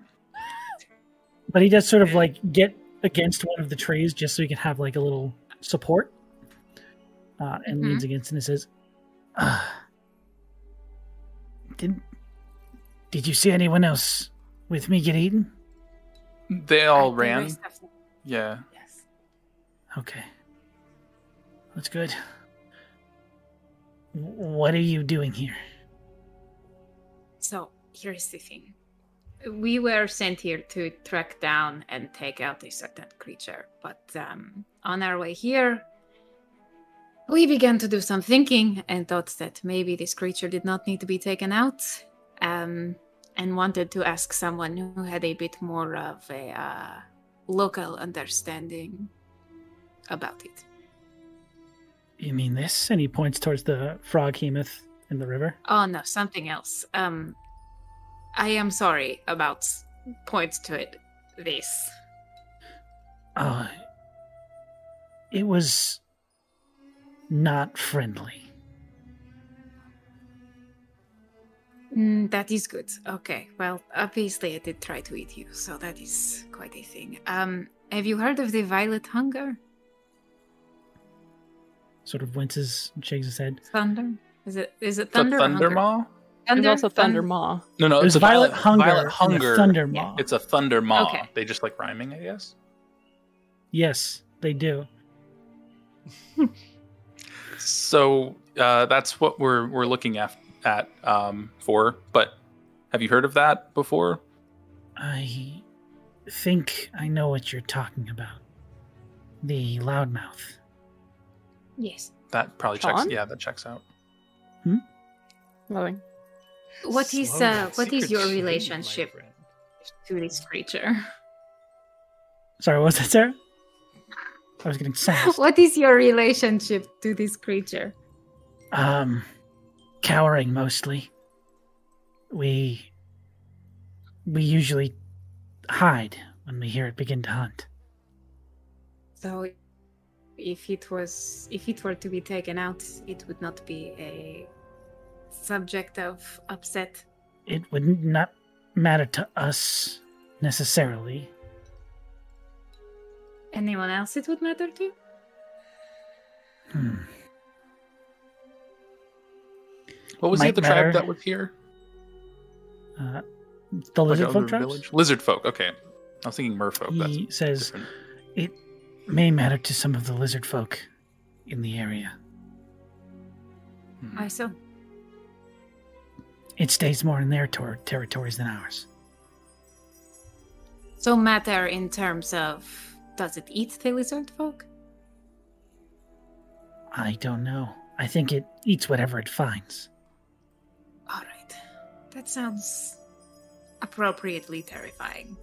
Speaker 1: [LAUGHS] but he does sort of like get against one of the trees just so he can have like a little support uh, and
Speaker 5: Mhm.
Speaker 1: leans against it and says, uh, did, did you see anyone else with me get eaten?
Speaker 2: They all
Speaker 5: I
Speaker 2: ran.
Speaker 5: think my stuff's-
Speaker 2: Yeah.
Speaker 5: Yes.
Speaker 1: Okay. That's good. W- What are you doing here?
Speaker 5: So here's the thing. We were sent here to track down and take out a certain creature, but um, on our way here, we began to do some thinking and thought that maybe this creature did not need to be taken out, um, and wanted to ask someone who had a bit more of a uh, local understanding about it.
Speaker 1: You mean this? And he points towards the frog hemoth in the river.
Speaker 5: Oh no, something else. Um, I am sorry about points to it. This.
Speaker 1: Uh, it was not friendly.
Speaker 5: Mm, that is good. Okay. Well, obviously, I did try to eat you, so that is quite a thing. Um, have you heard of the violet hunger?
Speaker 1: Sort of winces and shakes his head.
Speaker 5: Thunder? Is it? Is it
Speaker 2: The
Speaker 5: thunder? or hunger?
Speaker 2: Thunder Maw?
Speaker 6: There's
Speaker 5: Thunder.
Speaker 6: also Thunder
Speaker 5: Thun-
Speaker 6: Maw.
Speaker 2: No,
Speaker 1: There's
Speaker 2: no, Oh, it's a
Speaker 1: violet, hunger.
Speaker 2: Violet
Speaker 1: and a
Speaker 2: hunger.
Speaker 1: thunder maw.
Speaker 2: It's a thunder maw.
Speaker 5: Okay.
Speaker 2: They just like rhyming, I guess.
Speaker 1: Yes, they do.
Speaker 2: So uh, that's what we're we're looking af- at um, for. But have you heard of that before?
Speaker 1: I think I know what you're talking about. The loudmouth.
Speaker 5: Yes.
Speaker 2: That probably
Speaker 6: Sean?
Speaker 2: checks. Yeah, that checks out.
Speaker 6: Loving.
Speaker 5: What is
Speaker 4: Slowly,
Speaker 5: uh, what is
Speaker 4: secret
Speaker 5: your
Speaker 4: shade, my
Speaker 5: relationship
Speaker 4: friend.
Speaker 5: to this creature? [LAUGHS]
Speaker 1: Sorry, what was that, Sarah? I was getting sassed.
Speaker 5: what is your relationship to this creature?
Speaker 1: Um, cowering mostly. We we usually hide when we hear it begin to hunt.
Speaker 5: So, if it was, if it were to be taken out, it would not be a subject of upset.
Speaker 1: It would not matter to us necessarily.
Speaker 5: Anyone else it would matter to?
Speaker 1: Hmm.
Speaker 2: What was the
Speaker 1: Might
Speaker 2: other
Speaker 1: matter.
Speaker 2: tribe that was here?
Speaker 1: Uh, the
Speaker 2: Like
Speaker 1: lizard
Speaker 2: other
Speaker 1: folk tribes?
Speaker 2: village? Lizard folk. Okay, I was thinking merfolk. That's
Speaker 1: He says
Speaker 2: different.
Speaker 1: it may matter to some of the lizard folk in the area.
Speaker 2: Hmm.
Speaker 5: I saw.
Speaker 1: It stays more in their tor- territories than ours.
Speaker 5: So matter in terms of does it eat the lizard folk?
Speaker 1: I don't know. I think it eats whatever it finds.
Speaker 5: All right, that sounds appropriately terrifying.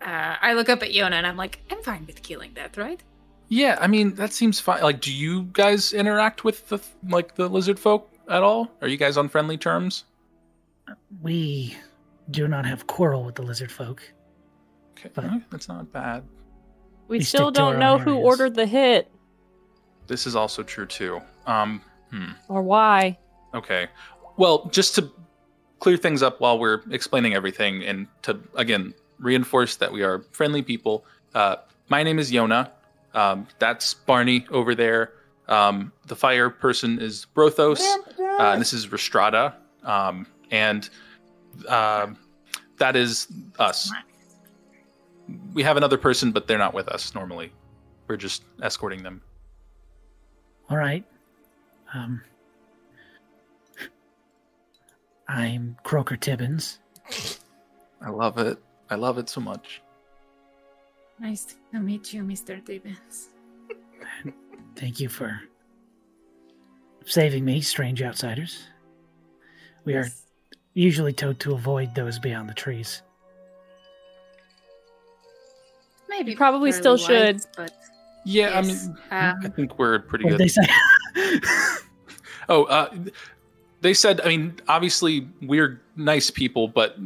Speaker 5: Uh, I look up at Yona and I'm like, I'm fine with killing that, right?
Speaker 2: Yeah, I mean that seems fine. Like, do you guys interact with the like the lizard folk at all? Are you guys on friendly terms?
Speaker 1: We do not have quarrel with the lizard folk.
Speaker 2: Okay,
Speaker 1: Fine.
Speaker 2: that's not bad.
Speaker 6: We
Speaker 1: We
Speaker 6: still
Speaker 1: stick to our
Speaker 6: don't know
Speaker 1: own
Speaker 6: who
Speaker 1: areas.
Speaker 6: ordered the hit
Speaker 2: This is also true too. Um, hmm.
Speaker 6: or why.
Speaker 2: Okay. Well, just to clear things up while we're explaining everything, and to again reinforce that we are friendly people. Uh, my name is Yona. Um, that's Barney over there. Um, the fire person is Brothos. Uh, and this is Restrada. Um, and uh, that is us. We have another person, but they're not with us normally. We're just escorting them.
Speaker 1: All right. Um, I'm Croker Tibbins.
Speaker 2: I love it. I love it so much.
Speaker 5: Nice to meet you, Mr. Dibbins.
Speaker 1: Thank you for saving me, strange outsiders. We are usually told to avoid those beyond the trees.
Speaker 5: Maybe
Speaker 6: You probably
Speaker 5: fairly
Speaker 6: still
Speaker 5: wise, But
Speaker 2: Yeah,
Speaker 5: Yes.
Speaker 2: I mean, I
Speaker 5: Um,
Speaker 2: think we're pretty
Speaker 1: What
Speaker 2: good.
Speaker 1: did they say? [LAUGHS]
Speaker 2: Oh, uh, they said. I mean, obviously we're nice people, but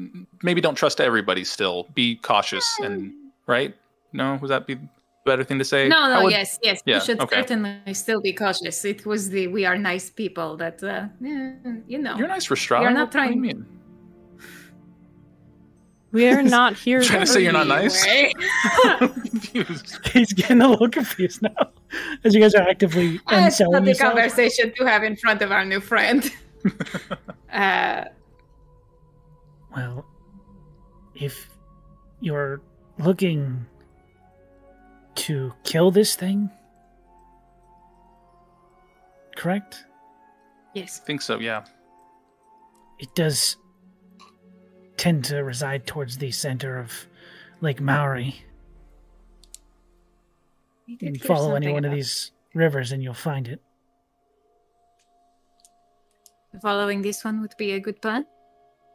Speaker 2: maybe don't trust everybody. Still, be cautious and right. No, would that be a better thing to say?
Speaker 5: no,
Speaker 2: How
Speaker 5: no,
Speaker 2: would-
Speaker 5: yes, yes.
Speaker 2: Yeah,
Speaker 5: you should
Speaker 2: okay.
Speaker 5: certainly still be cautious. It was the we are nice people that, uh, yeah, you know.
Speaker 2: You're nice, Restrada.
Speaker 5: You're not
Speaker 2: What- What
Speaker 5: trying-
Speaker 2: do you mean? [LAUGHS]
Speaker 6: We're not here.
Speaker 2: Trying to say you're not nice.
Speaker 5: [LAUGHS] Anyway.
Speaker 2: confused.
Speaker 1: He's getting a little confused now, as you guys are actively
Speaker 5: That's not
Speaker 1: unselling
Speaker 5: the
Speaker 1: yourselves.
Speaker 5: conversation to have in front of our new friend. [LAUGHS] uh,
Speaker 1: Well, if you're looking to kill this thing, correct?
Speaker 5: yes.
Speaker 2: think so, yeah.
Speaker 1: It does tend to reside towards the center of Lake Maori.
Speaker 5: You
Speaker 1: You
Speaker 5: did hear
Speaker 1: follow any
Speaker 5: something
Speaker 1: one of
Speaker 5: about-
Speaker 1: these rivers and you'll find it.
Speaker 5: Following this one would be a good plan.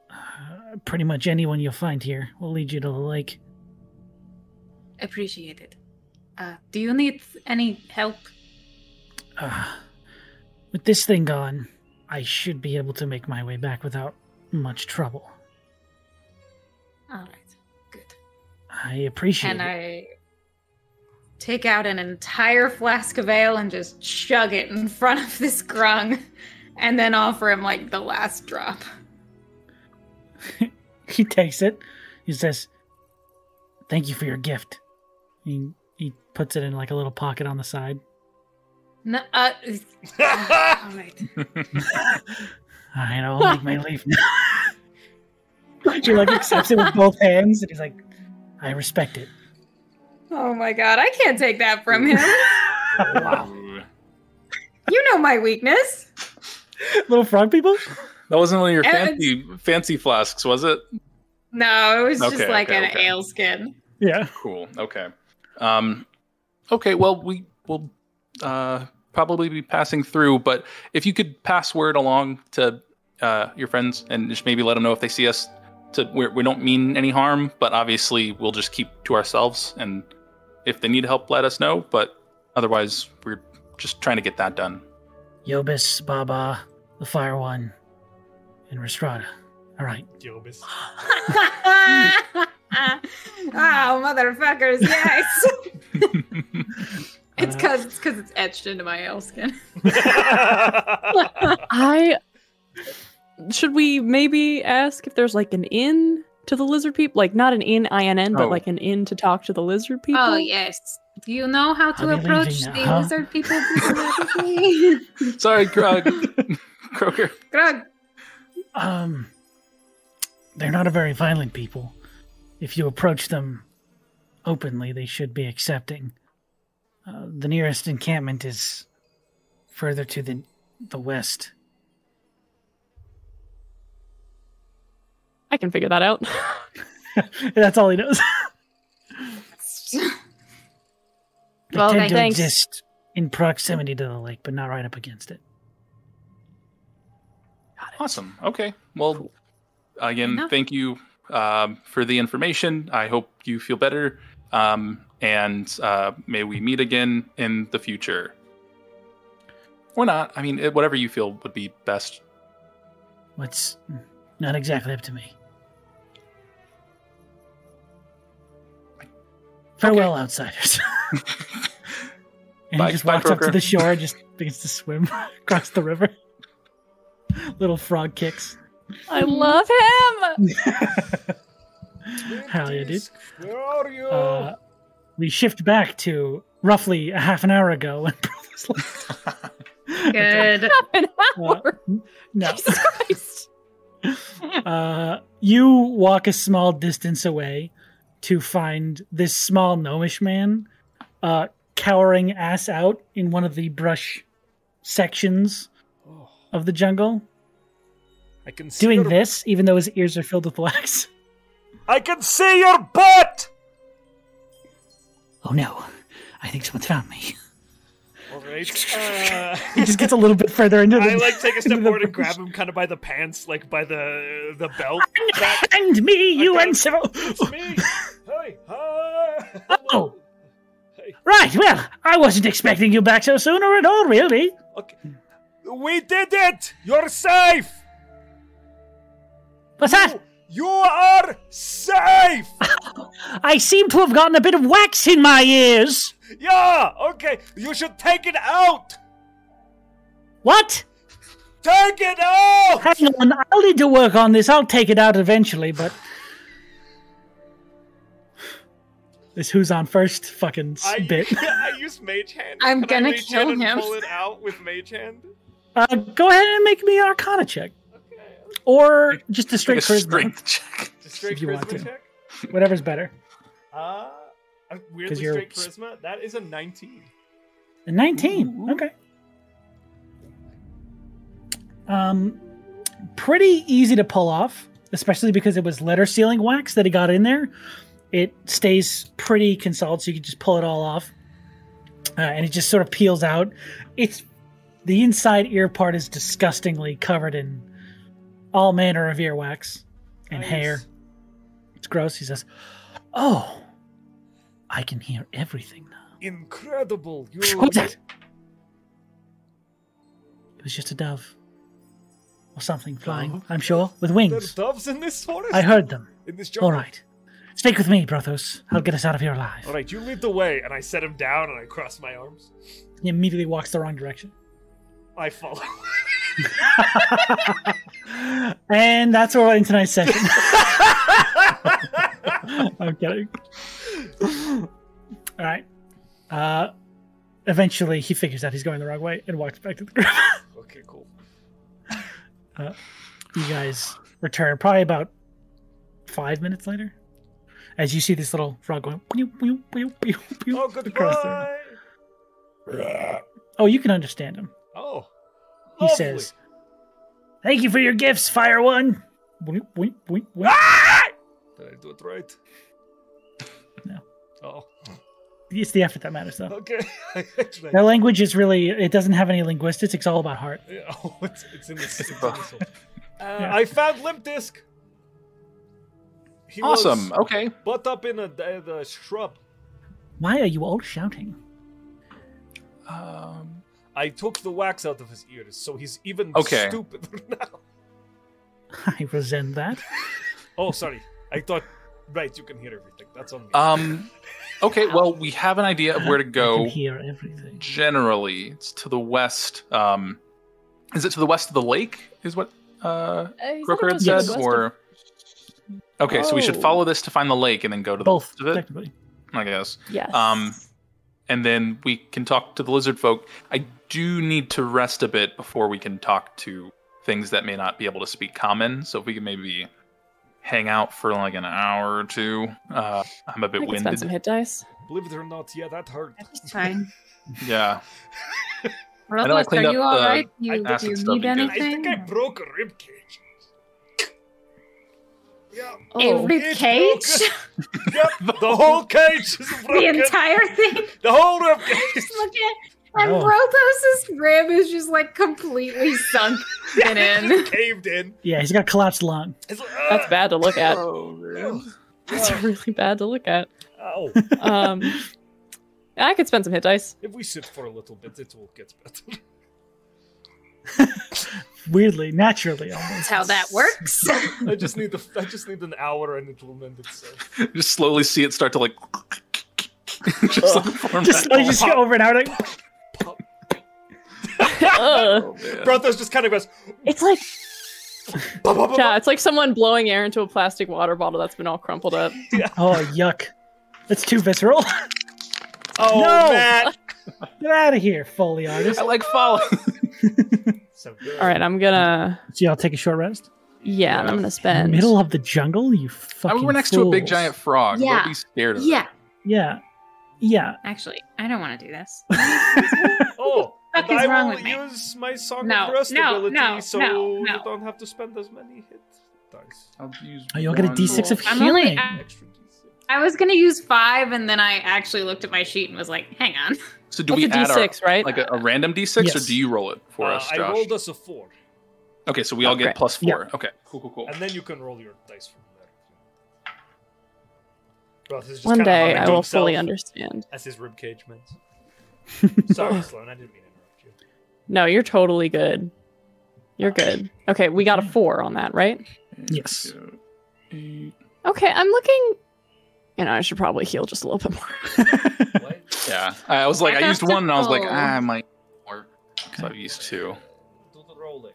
Speaker 1: Uh, pretty much anyone you'll find here will lead you to the lake.
Speaker 5: Appreciate it. Uh, do you need any help?
Speaker 1: Uh, with this thing gone, I should be able to make my way back without much trouble.
Speaker 5: All right, good.
Speaker 1: I appreciate
Speaker 5: And
Speaker 1: it.
Speaker 5: I take out an entire flask of ale and just chug it in front of this grung and then offer him like the last drop.
Speaker 1: He takes it. He says, "Thank you for your gift." He he puts it in like a little pocket on the side.
Speaker 5: No, uh, all right.
Speaker 1: All right, I'll make my leave now. [LAUGHS] she like accepts it with both hands, and he's like, "I respect it."
Speaker 5: Oh my god, I can't take that from him.
Speaker 2: Wow.
Speaker 5: You know my weakness.
Speaker 1: Little frog people.
Speaker 2: That wasn't one of your
Speaker 5: And-
Speaker 2: fancy fancy flasks, was it?
Speaker 5: No, it was
Speaker 2: Okay,
Speaker 5: just like
Speaker 2: okay,
Speaker 5: an
Speaker 2: okay.
Speaker 5: ale [LAUGHS] skin.
Speaker 1: Yeah.
Speaker 2: Cool. Okay. Um, okay. Well, we will uh, probably be passing through, but if you could pass word along to uh, your friends and just maybe let them know if they see us, to we're, we don't mean any harm, but obviously we'll just keep to ourselves, and if they need help, let us know. But otherwise, we're just trying to get that done. [LAUGHS]
Speaker 1: Yobis, Baba, the Fire One, and Restrada. All right.
Speaker 4: [LAUGHS] Gilbis.
Speaker 5: oh, motherfuckers, [LAUGHS] yes. It's because it's, 'cause it's etched into my ale skin.
Speaker 6: I should we maybe ask if there's like an inn to the lizard people? Like not an inn I N N,
Speaker 2: Oh.
Speaker 6: but like an inn to talk to the lizard people.
Speaker 5: Oh, yes. Do you know how to
Speaker 1: Are we
Speaker 5: approach
Speaker 1: leaving
Speaker 5: the
Speaker 1: now, huh?
Speaker 5: lizard [LAUGHS] people diplomatically?
Speaker 2: Sorry, Krog. [LAUGHS] Kroger.
Speaker 5: Grog,
Speaker 1: Um, they're not a very violent people. If you approach them openly, they should be accepting. Uh, the nearest encampment is further to the the west. [LAUGHS]
Speaker 6: I can figure that out.
Speaker 1: That's all he knows. [LAUGHS] they
Speaker 6: Well,
Speaker 1: tend to
Speaker 6: thanks.
Speaker 1: exist in proximity to the lake, but not right up against it.
Speaker 2: Awesome. Okay. Well, again,
Speaker 5: Enough.
Speaker 2: thank you um, for the information. I hope you feel better. Um, and uh, may we meet again in the future. Or not. I mean, it, whatever you feel would be best.
Speaker 1: What's not exactly up to me. Farewell, outsiders. and
Speaker 2: Bye-
Speaker 1: he just
Speaker 2: bye,
Speaker 1: walks up to
Speaker 2: Croaker.
Speaker 1: the shore and just begins to swim [LAUGHS] across the river. Little frog kicks.
Speaker 6: I love him. [LAUGHS]
Speaker 1: Hell yeah, dude.
Speaker 4: Where are you?
Speaker 1: Uh, we shift back to roughly a half an hour ago when Brothers left. [LAUGHS]
Speaker 5: good.
Speaker 6: An
Speaker 1: Uh,
Speaker 6: hour. [LAUGHS]
Speaker 1: no.
Speaker 6: Jesus Christ.
Speaker 1: Uh, you walk a small distance away to find this small gnomish man uh, cowering ass out in one of the brush sections
Speaker 4: Oh,
Speaker 1: of the jungle,
Speaker 4: I can see
Speaker 1: doing
Speaker 4: your-
Speaker 1: this even though his ears are filled with wax. [LAUGHS]
Speaker 4: I can see your butt.
Speaker 1: Oh no, I think someone's found me.
Speaker 4: All right. [LAUGHS] Uh,
Speaker 1: [LAUGHS] He just gets a little bit further into the.
Speaker 4: I like take
Speaker 1: [LAUGHS]
Speaker 4: a step
Speaker 1: into the
Speaker 4: forward and
Speaker 1: bush.
Speaker 4: grab him kind of by the pants, like by the the belt. That-
Speaker 1: And me, you
Speaker 4: Okay.
Speaker 1: uncivil.
Speaker 4: It's me. Hi. Hi.
Speaker 1: [LAUGHS] Oh.
Speaker 4: Hey.
Speaker 1: Right, well, I wasn't expecting you back so soon or at all, really.
Speaker 4: [LAUGHS] Okay. We did it. You're safe.
Speaker 1: What's that?
Speaker 4: You are safe. [LAUGHS]
Speaker 1: I seem to have gotten a bit of wax in my ears.
Speaker 4: Yeah. Okay. You should take it out.
Speaker 1: What?
Speaker 4: Take it out.
Speaker 1: Hang on, I'll need to work on this. I'll take it out eventually, but. This who's on first fucking s-
Speaker 4: I,
Speaker 1: bit.
Speaker 4: [LAUGHS] I use mage hand.
Speaker 5: I'm
Speaker 4: Can
Speaker 5: gonna
Speaker 4: I reach
Speaker 5: kill
Speaker 4: in and
Speaker 5: him.
Speaker 4: Pull it out with mage hand.
Speaker 1: Uh, go ahead and make me an arcana check.
Speaker 4: Okay.
Speaker 1: Or just a straight
Speaker 2: Like a
Speaker 1: charisma.
Speaker 2: strength [LAUGHS] check.
Speaker 4: Just straight
Speaker 1: If you want
Speaker 4: charisma
Speaker 1: to.
Speaker 4: check.
Speaker 1: Whatever's better.
Speaker 4: Uh, a weirdly
Speaker 1: 'Cause you're-
Speaker 4: straight charisma. That is a 19.
Speaker 1: A 19. Okay. Um, pretty easy to pull off, especially because it was letter sealing wax that he got in there. It stays pretty consoled, so you can just pull it all off. Uh, and it just sort of peels out. It's the inside ear part is disgustingly covered in all manner of earwax and
Speaker 4: Nice.
Speaker 1: hair. It's gross. He says, "Oh, I can hear everything now."
Speaker 4: Incredible.
Speaker 1: [LAUGHS]
Speaker 4: You
Speaker 1: What was that? It was just a dove. Or something flying,
Speaker 4: Dove?
Speaker 1: I'm sure, with
Speaker 4: There are
Speaker 1: wings.
Speaker 4: doves in this forest?
Speaker 1: I heard them.
Speaker 4: In this
Speaker 1: All
Speaker 4: jungle.
Speaker 1: right. Stick with me, Brothos. I'll get us out of here alive.
Speaker 4: All right, you lead the way, and I set him down, and I cross my arms.
Speaker 1: [LAUGHS] He immediately walks the wrong direction.
Speaker 4: I follow.
Speaker 1: [LAUGHS] and that's where we're in tonight's session. [LAUGHS] I'm kidding. All right. Uh, eventually, he figures out he's going the wrong way and walks back to the group.
Speaker 4: Okay, cool.
Speaker 1: You guys return probably about five minutes later, as you see this little frog going. Pew, pew, pew, pew, pew.
Speaker 4: Oh,
Speaker 1: across the room.
Speaker 4: goodbye.
Speaker 1: Oh, you can understand him.
Speaker 4: Oh,
Speaker 1: He
Speaker 4: lovely.
Speaker 1: says, "Thank you for your gifts, Fire One." Boink, boink, boink, boink.
Speaker 4: Ah! Did I do it right?
Speaker 1: No.
Speaker 4: Oh,
Speaker 1: It's the effort that matters, though.
Speaker 4: okay. [LAUGHS] I actually-
Speaker 1: Their language is really, it doesn't have any linguistics. It's all about heart.
Speaker 4: Yeah, [LAUGHS] oh, it's, it's in the it's in the
Speaker 2: above.
Speaker 4: soul.
Speaker 1: [LAUGHS]
Speaker 4: Uh, I found Limp Disc. He was
Speaker 2: Awesome. Okay.
Speaker 4: butt up in a, the, the shrub.
Speaker 1: Why are you all shouting? [LAUGHS]
Speaker 2: Um,
Speaker 4: I took the wax out of his ears, so he's even
Speaker 2: Okay.
Speaker 4: [LAUGHS] stupider now.
Speaker 1: I resent that.
Speaker 4: Oh, sorry. I thought, right, you can hear everything. That's on me.
Speaker 2: um, okay. Well, we have an idea of where to
Speaker 1: I
Speaker 2: go.
Speaker 1: can hear everything.
Speaker 2: Generally, it's to the west. Um, is it to the west of the lake? Is what uh, Crooker had
Speaker 1: Yes.
Speaker 2: said, or okay, so we should
Speaker 6: Oh.
Speaker 2: follow this to find the lake and then go to the
Speaker 1: Both,
Speaker 2: left of it,
Speaker 1: technically.
Speaker 2: I guess.
Speaker 6: yes.
Speaker 2: Um, and then we can talk to the lizard folk. I do need to rest a bit before we can talk to things that may not be able to speak common. So if we can maybe hang out for like an hour or two, uh, I'm a
Speaker 6: I
Speaker 2: bit
Speaker 6: can spend
Speaker 2: winded.
Speaker 6: some hit dice.
Speaker 4: Believe it or not, yeah, that hurt.
Speaker 5: That's fine.
Speaker 2: Yeah,
Speaker 5: Robles,
Speaker 2: know I cleaned
Speaker 5: are
Speaker 2: up
Speaker 5: you all
Speaker 2: the
Speaker 5: right? You, do
Speaker 2: acid
Speaker 5: you
Speaker 2: stuff
Speaker 5: need
Speaker 2: you did.
Speaker 4: I think
Speaker 5: anything?
Speaker 4: I broke a rib cage. Yeah.
Speaker 6: Oh.
Speaker 5: Every
Speaker 4: It's
Speaker 5: cage? [LAUGHS]
Speaker 4: broken. yep, the whole cage is
Speaker 5: the
Speaker 4: broken.
Speaker 5: entire [LAUGHS] thing?
Speaker 4: the whole rib cage.
Speaker 5: [LAUGHS] Just look at and
Speaker 1: Oh.
Speaker 5: Robos's rib is just like completely [LAUGHS] sunk in. in.
Speaker 4: caved in.
Speaker 1: Yeah, he's got collapsed lung.
Speaker 4: It's like,
Speaker 6: That's
Speaker 4: "Ah!"
Speaker 6: bad to look
Speaker 5: Uh,
Speaker 6: [LAUGHS] at.
Speaker 2: Oh, man.
Speaker 6: That's really bad to look at.
Speaker 4: Ow.
Speaker 6: Um, I could spend some hit [LAUGHS] dice.
Speaker 4: if we sit for a little bit, it will get better.
Speaker 1: Weirdly, naturally, almost. [LAUGHS]
Speaker 5: That's how that works.
Speaker 4: I just need the, I just need an hour and it will mend itself.
Speaker 2: [LAUGHS] just slowly see it start to like. [LAUGHS] just like form
Speaker 1: Just
Speaker 2: that-
Speaker 1: like
Speaker 4: [LAUGHS]
Speaker 1: just go over and out. Like,
Speaker 6: Ugh.
Speaker 2: Oh, man.
Speaker 4: Brothos just kind of goes.
Speaker 6: It's like
Speaker 4: "Bah, bah, bah,
Speaker 6: yeah,
Speaker 4: bah."
Speaker 6: it's like someone blowing air into a plastic water bottle that's been all crumpled up.
Speaker 1: oh yuck, that's too visceral.
Speaker 4: Oh
Speaker 1: No!
Speaker 4: Matt.
Speaker 1: Get out of here, Foley artist.
Speaker 2: I like falling.
Speaker 4: So good.
Speaker 6: All right, I'm gonna
Speaker 1: So y'all take a short rest.
Speaker 6: yeah, and I'm gonna spend.
Speaker 1: Middle of the jungle, you
Speaker 2: I
Speaker 1: fucking.
Speaker 2: mean, we're next to a big
Speaker 1: fools.
Speaker 2: giant frog.
Speaker 5: Yeah.
Speaker 2: Don't be scared of it.
Speaker 5: yeah,
Speaker 1: Yeah, yeah.
Speaker 5: actually, I don't want to do this.
Speaker 4: Oh,
Speaker 5: What
Speaker 4: and
Speaker 5: is
Speaker 4: I
Speaker 5: wrong
Speaker 4: will
Speaker 5: with me?
Speaker 4: use my song
Speaker 5: No,
Speaker 4: of rust
Speaker 5: no,
Speaker 4: ability,
Speaker 5: no,
Speaker 4: so
Speaker 5: no, no.
Speaker 4: you don't have to spend as many hit dice.
Speaker 2: I'll use
Speaker 1: Oh, you'll get a
Speaker 2: one
Speaker 1: d6 of
Speaker 2: roll.
Speaker 5: I'm only-
Speaker 1: healing.
Speaker 5: I-
Speaker 4: Extra d6.
Speaker 5: I was gonna use five, and then I actually looked at my sheet and was like, "Hang on."
Speaker 2: So do
Speaker 6: What's
Speaker 2: we
Speaker 6: a
Speaker 2: add our,
Speaker 6: D6, right?
Speaker 2: like a, a random d6, or
Speaker 1: Yes.
Speaker 2: do you roll it for
Speaker 4: Uh,
Speaker 2: us,
Speaker 4: I
Speaker 2: Josh?
Speaker 4: rolled us a four,
Speaker 2: Okay, so we all
Speaker 6: Oh,
Speaker 2: get
Speaker 6: great.
Speaker 2: plus four. Okay, cool, cool, cool.
Speaker 4: and then you can roll your dice from there. Brothos is just
Speaker 6: One
Speaker 4: kinda
Speaker 6: day
Speaker 4: humming
Speaker 6: I
Speaker 4: to
Speaker 6: will
Speaker 4: himself
Speaker 6: fully understand.
Speaker 4: As his ribcage mends.
Speaker 6: [LAUGHS]
Speaker 4: Sorry, Sloan, I didn't mean to interrupt you.
Speaker 2: [LAUGHS]
Speaker 6: No, you're totally good. You're good. Okay, we got a four on that, right?
Speaker 1: Yes.
Speaker 6: Okay, I'm looking. You know, I should probably heal just a little bit more. [LAUGHS]
Speaker 4: What?
Speaker 2: Yeah, I I was like, I
Speaker 5: That's
Speaker 2: used one, and I was like,
Speaker 5: cool.
Speaker 2: ah, I might work. So I've used two.
Speaker 4: Do the rolling.